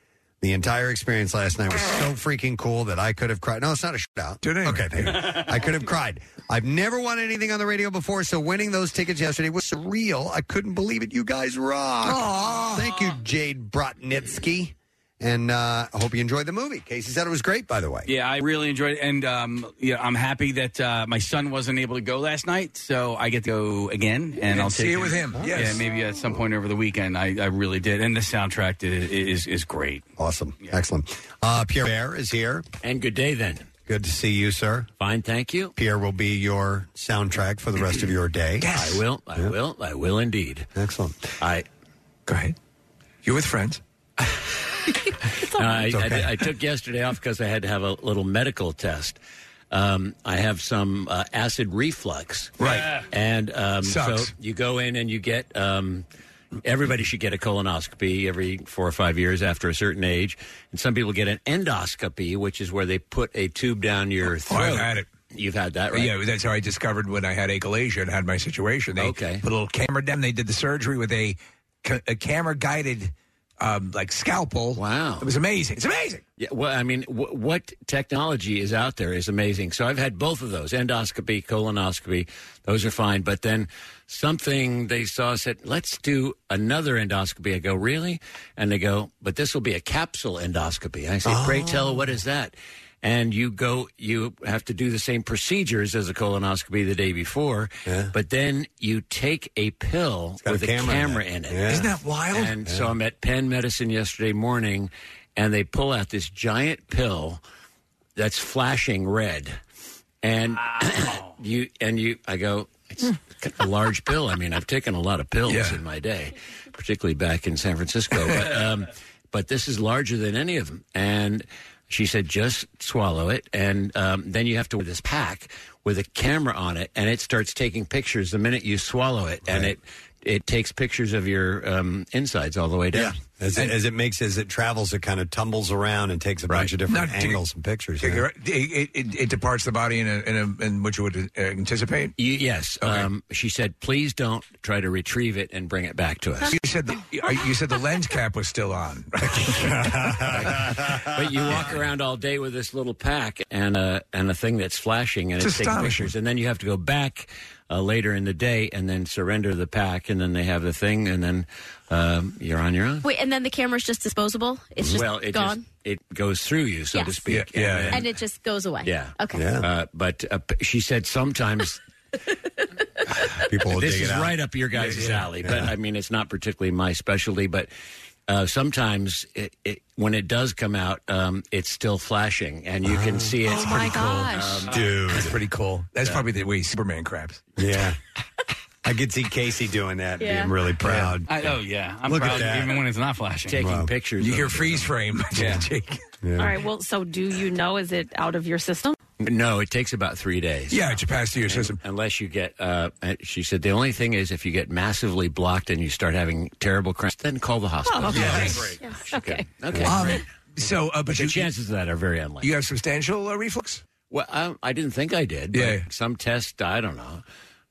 Speaker 3: The entire experience last night was so freaking cool that I could have cried. No, it's not a shout out. Okay, thank you. I could have cried. I've never won anything on the radio before, so winning those tickets yesterday was surreal. I couldn't believe it. You guys rock. Thank you, Jade Brotnitsky. And uh, I hope you enjoyed the movie. Casey said it was great, by the way.
Speaker 7: Yeah, I really enjoyed it, and um, yeah, I'm happy that uh, my son wasn't able to go last night, so I get to go again, and
Speaker 5: And
Speaker 7: I'll
Speaker 5: see
Speaker 7: take
Speaker 5: it with him. Yes.
Speaker 7: Yeah, maybe at some point over the weekend. I, I really did, and the soundtrack did, is is great.
Speaker 3: Awesome, excellent. Uh, Pierre Bear is here.
Speaker 17: And good day, then.
Speaker 3: Good to see you, sir.
Speaker 17: Fine, thank you.
Speaker 3: Pierre will be your soundtrack for the rest of your day.
Speaker 17: I will. I will. I will indeed.
Speaker 3: Excellent.
Speaker 17: I
Speaker 5: go ahead. You're with friends.
Speaker 17: I,
Speaker 5: It's
Speaker 17: I-
Speaker 5: okay.
Speaker 17: I took yesterday off because I had to have a little medical test. Um, I have some uh, acid reflux.
Speaker 5: Right. Yeah.
Speaker 17: And um, so
Speaker 5: Sucks.
Speaker 17: you go in and you get. Um, Everybody should get a colonoscopy every four or five years after a certain age, and some people get an endoscopy, which is where they put a tube down your
Speaker 5: Oh,
Speaker 17: throat.
Speaker 5: I've had it.
Speaker 17: You've had that, right?
Speaker 5: Yeah, that's how I discovered when I had achalasia and had my situation. They okay. put a little camera down. They did the surgery with a, ca- a camera guided, um, like scalpel. Wow, it was amazing. It's amazing.
Speaker 17: Yeah, well, I mean, w- what technology is out there is amazing. So I've had both of those endoscopy, colonoscopy. Those are fine. But then something they saw said, let's do another endoscopy. I go, really? And they go, but this will be a capsule endoscopy. I say, pray tell, what is that? And you go, you have to do the same procedures as a colonoscopy the day before, but then you take a pill
Speaker 3: got a
Speaker 17: with
Speaker 3: camera in it.
Speaker 17: in it.
Speaker 3: Yeah. Isn't that
Speaker 17: wild? And so I'm at Penn Medicine yesterday morning, and they pull out this giant pill that's flashing red, and you and you, I go, it's a large pill. I mean, I've taken a lot of pills
Speaker 5: Yeah.
Speaker 17: in my day, particularly back in San Francisco, but um, but this is larger than any of them, and. She said, "Just swallow it, and um, then you have to wear this pack with a camera on it, and it starts taking pictures the minute you swallow it, and it it takes pictures of your um, insides all the way down.
Speaker 3: As it, as it makes as it travels, it kind of tumbles around and takes a bunch of different angles and pictures.
Speaker 5: It,
Speaker 3: yeah.
Speaker 5: it, it, it departs the body in, a, in, a, in what you would uh, anticipate.
Speaker 17: You, yes, um, she said, please don't try to retrieve it and bring it back to us.
Speaker 5: You said the, uh, you said the lens cap was still on.
Speaker 17: but you walk around all day with this little pack and a and a thing that's flashing and
Speaker 5: It's
Speaker 17: it's, taking
Speaker 5: astonishing.
Speaker 17: pictures, and then you have to go back uh, later in the day and then surrender the pack, and then they have the thing, and then um, you're on your own.
Speaker 6: Wait, and then the camera's just disposable? It's just
Speaker 17: well, it
Speaker 6: gone?
Speaker 17: Just, it goes through you, so to
Speaker 6: Yes.
Speaker 17: speak.
Speaker 6: and, it just goes away?
Speaker 17: Yeah.
Speaker 6: Okay.
Speaker 17: Uh, but uh, p- she said sometimes.
Speaker 3: People
Speaker 17: this
Speaker 3: dig it
Speaker 17: is
Speaker 3: out.
Speaker 17: right up your guys'
Speaker 3: Yeah, yeah,
Speaker 17: alley,
Speaker 3: yeah.
Speaker 17: but I mean it's not particularly my specialty. But uh, sometimes it, it, when it does come out, um, it's still flashing, and you can see it's
Speaker 5: Oh, my
Speaker 17: pretty
Speaker 5: gosh.
Speaker 17: cool,
Speaker 5: Dude. That's
Speaker 17: pretty cool.
Speaker 5: That's probably the way Superman craps.
Speaker 14: Yeah. I could see Casey doing that,
Speaker 5: Yeah.
Speaker 14: being really proud.
Speaker 7: I, oh yeah, I'm
Speaker 14: Look at
Speaker 7: proud
Speaker 14: that.
Speaker 7: even when it's not
Speaker 17: Um,
Speaker 7: flashing.
Speaker 14: Taking Wow. pictures
Speaker 5: You
Speaker 14: of
Speaker 5: hear
Speaker 14: it.
Speaker 5: freeze frame.
Speaker 17: Yeah.
Speaker 4: All right. Well, so do you know? Is it out of your system?
Speaker 17: No, it takes about three days.
Speaker 5: Yeah, it's passed through your system.
Speaker 17: Unless you get, uh, uh, she said, the only thing is if you get massively blocked and you start having terrible cramps, then call the hospital.
Speaker 5: Oh, okay. Yes.
Speaker 17: Great.
Speaker 4: Okay.
Speaker 17: Okay.
Speaker 5: Um,
Speaker 17: great.
Speaker 5: so, uh, but,
Speaker 17: the
Speaker 5: you,
Speaker 17: chances of that are very unlikely.
Speaker 5: you have substantial uh, reflux?
Speaker 17: Well, I, I didn't think I did. But
Speaker 5: Yeah.
Speaker 17: Some test, I don't know.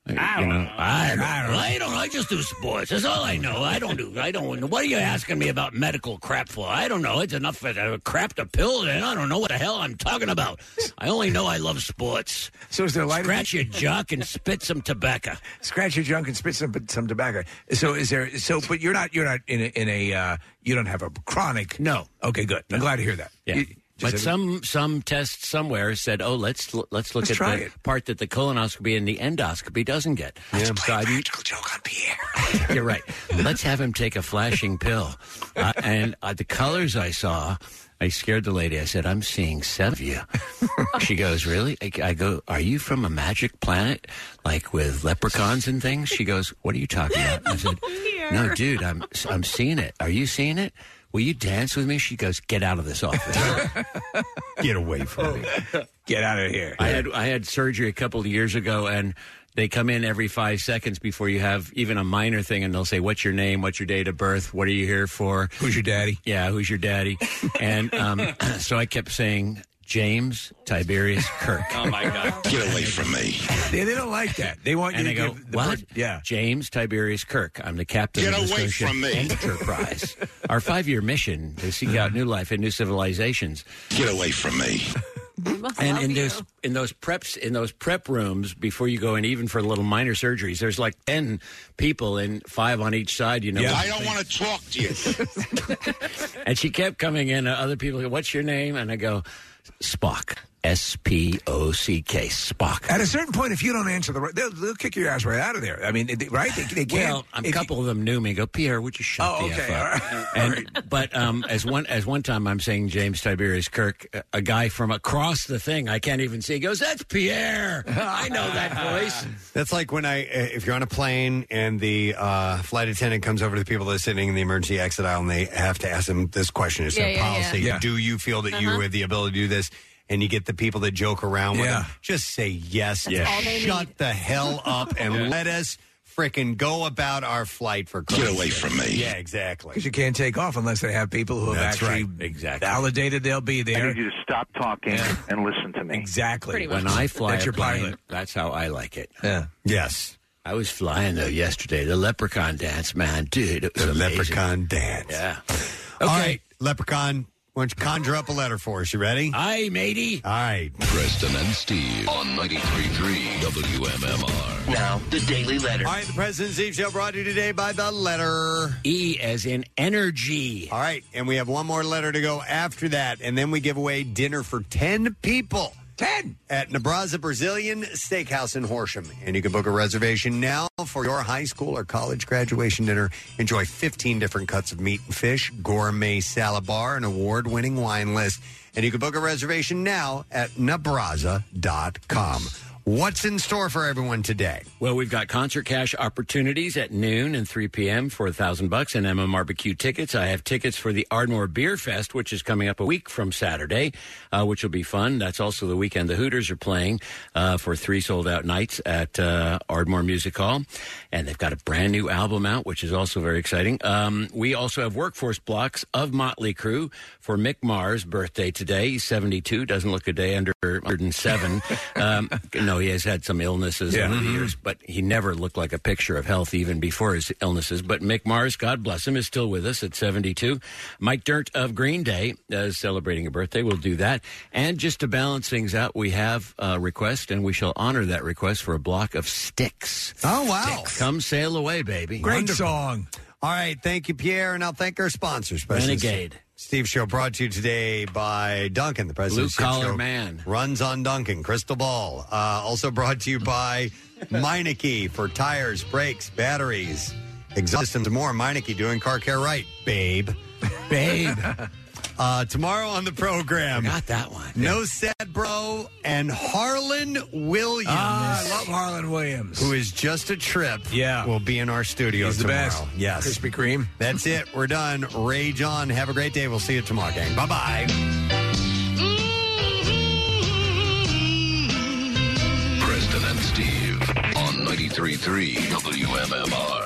Speaker 5: I
Speaker 17: you
Speaker 5: don't
Speaker 17: know,
Speaker 5: know.
Speaker 17: I, don't,
Speaker 5: I
Speaker 17: I
Speaker 5: don't
Speaker 17: don't.
Speaker 5: know.
Speaker 17: I just do sports. That's all I know. I don't do. I don't. What are you asking me about medical crap for? I don't know. It's enough of uh, crap to pill, and I don't know what the hell I'm talking about. I only know I love sports.
Speaker 5: So is there light?
Speaker 17: Scratch your junk and spit some tobacco.
Speaker 5: Scratch your junk and spit some some tobacco. So is there? So, but you're not you're not in a, in a uh, you don't have a chronic.
Speaker 17: No.
Speaker 5: Okay, good. I'm glad to hear that.
Speaker 17: Yeah.
Speaker 5: You-
Speaker 17: but
Speaker 5: just-
Speaker 17: some some test somewhere said, "Oh, let's l- let's look
Speaker 5: Let's
Speaker 17: at
Speaker 5: try
Speaker 17: the
Speaker 5: it.
Speaker 17: part that the colonoscopy and the endoscopy doesn't get." Let's play a practical
Speaker 5: joke on
Speaker 17: Pierre. You're right. Let's have him take a flashing pill. Uh, and uh, the colors I saw, I scared the lady. I said, "I'm seeing seven of you." she goes, "Really?" I, I go, "Are you from a magic planet, like with leprechauns and things?" She goes, "What are you talking about?" I said, "No, dude, I'm I'm seeing it. Are you seeing it?" Will you dance with me? She goes, "Get out of this office."
Speaker 14: Get away from me.
Speaker 5: Get out of here.
Speaker 17: I had I had surgery a couple of years ago and they come in every five seconds before you have even a minor thing and they'll say, What's your name? What's your date of birth? What are you here for?
Speaker 5: Who's your daddy?
Speaker 17: Yeah, who's your daddy? and um, so I kept saying James Tiberius Kirk.
Speaker 7: Oh my god.
Speaker 17: Get away from me.
Speaker 5: They, they don't like that. They want you
Speaker 17: And
Speaker 5: to
Speaker 17: I go,
Speaker 5: give the
Speaker 17: What?
Speaker 5: person- yeah.
Speaker 17: James Tiberius Kirk. I'm the captain
Speaker 5: Get
Speaker 17: of the
Speaker 5: away
Speaker 17: Scotia
Speaker 5: from me.
Speaker 17: Enterprise. Our five year mission to seek out new life and new civilizations. Get away from me. And in those in those preps in those prep rooms before you go in, even for little minor surgeries, there's like ten people and five on each side. You know,
Speaker 24: I don't want to talk to you.
Speaker 17: And she kept coming in. uh, Other people, go, what's your name? And I go, Spock, S P O C K, Spock.
Speaker 5: At a certain point, if you don't answer the right, they'll, they'll kick your ass right out of there. I mean, they, right? They, they can't.
Speaker 17: Well, a couple of them knew me. Go, Pierre, would you shut
Speaker 5: Oh,
Speaker 17: the
Speaker 5: okay,
Speaker 17: F up? And, But um, as one as one time, I'm saying James Tiberius Kirk, a- a guy from across the thing I can't even see, goes, "That's Pierre. I know that voice."
Speaker 3: That's like when I, uh, if you're on a plane and the uh, flight attendant comes over to the people that are sitting in the emergency exit aisle and they have to ask them this question. It's
Speaker 14: Yeah,
Speaker 3: their
Speaker 14: yeah, yeah.
Speaker 3: policy.
Speaker 14: Yeah.
Speaker 3: Do you feel that you
Speaker 14: Uh-huh.
Speaker 3: have the ability to do this? And you get the people that joke around with
Speaker 14: Yeah.
Speaker 3: them. Just say yes.
Speaker 14: That's all they
Speaker 3: Shut the hell up and
Speaker 14: Yeah.
Speaker 3: let us frickin' go about our flight for Get away from me. Yeah, exactly.
Speaker 5: Because you can't take off unless they have people who have
Speaker 3: That's
Speaker 5: actually
Speaker 3: right. Exactly.
Speaker 5: validated they'll be there.
Speaker 24: I need you to stop talking and listen to me.
Speaker 5: Exactly.
Speaker 17: When I fly
Speaker 5: That's
Speaker 17: a
Speaker 5: your
Speaker 17: plane,
Speaker 5: pilot.
Speaker 17: that's how I like it.
Speaker 5: Yeah.
Speaker 3: Yes.
Speaker 17: I was flying though yesterday. The leprechaun dance, man, dude. It was
Speaker 3: The
Speaker 17: amazing.
Speaker 3: leprechaun dance.
Speaker 17: Yeah.
Speaker 3: All right, Leprechaun, why don't you conjure up a letter for us? You ready?
Speaker 17: Aye, matey.
Speaker 3: All right.
Speaker 2: Preston and Steve on 93.3 WMMR.
Speaker 3: Now,
Speaker 2: the Daily Letter.
Speaker 3: All right, the President's Eve show brought to you today by the letter
Speaker 17: E as in energy.
Speaker 3: All right, and we have one more letter to go after that, and then we give away dinner for 10 people.
Speaker 5: 10
Speaker 3: at Nebraza Brazilian Steakhouse in Horsham. And you can book a reservation now for your high school or college graduation dinner. Enjoy 15 different cuts of meat and fish, gourmet salad bar, an award winning wine list. And you can book a reservation now at Nebraza.com. What's in store for everyone today?
Speaker 17: Well, we've got concert cash opportunities at noon and 3 p.m. for a thousand bucks and MMRBQ tickets. I have tickets for the Ardmore Beer Fest, which is coming up a week from Saturday, uh, which will be fun. That's also the weekend the Hooters are playing uh, for three sold out nights at uh, Ardmore Music Hall. And they've got a brand new album out, which is also very exciting. Um, we also have workforce blocks of Motley Crue for Mick Mars' birthday today. He's 72, doesn't look a day under 107. um, no, he has had some illnesses
Speaker 5: Yeah.
Speaker 17: over the
Speaker 5: Mhm.
Speaker 17: years, but he never looked like a picture of health even before his illnesses. But Mick Mars, God bless him, is still with us at 72. Mike Dirt of Green Day is celebrating a birthday. We'll do that. And just to balance things out, we have a request, and we shall honor that request for a block of sticks.
Speaker 3: Oh, wow.
Speaker 17: Come sail away, baby.
Speaker 5: Great song.
Speaker 3: All right. Thank you, Pierre. And I'll thank our sponsors.
Speaker 17: Renegade.
Speaker 3: Steve Show brought to you today by Duncan, the president.
Speaker 17: Blue-collar
Speaker 3: Show
Speaker 17: man.
Speaker 3: Runs on Duncan, Crystal Ball. Uh, also brought to you by Meineke for tires, brakes, batteries, exhaust systems, and more. Meineke doing car care right, babe. Babe. uh, tomorrow on the program. Got
Speaker 17: that one.
Speaker 3: No set, bro. And Harlan Williams.
Speaker 5: Ah, I love Harlan Williams.
Speaker 3: Who is just a trip. Yeah. Will be in our studio
Speaker 5: He's the
Speaker 3: tomorrow.
Speaker 5: best.
Speaker 3: Yes.
Speaker 5: Krispy Kreme.
Speaker 3: That's it. We're done. Rage on. Have a great day. We'll see you tomorrow, gang. Bye bye.
Speaker 2: Preston and Steve on 93.3 WMMR.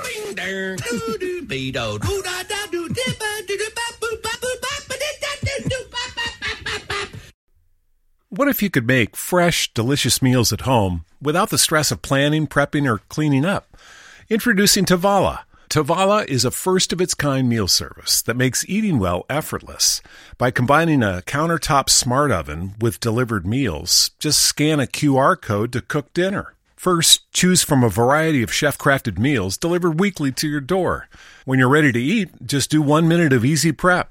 Speaker 19: What if you could make fresh, delicious meals at home without the stress of planning, prepping, or cleaning up? Introducing Tavala. Tavala is a first of its kind meal service that makes eating well effortless. By combining a countertop smart oven with delivered meals, just scan a QR code to cook dinner. First, choose from a variety of chef crafted meals delivered weekly to your door. When you're ready to eat, just do one minute of easy prep.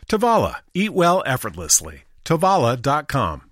Speaker 19: Tavala. Eat well effortlessly. Tavala.com.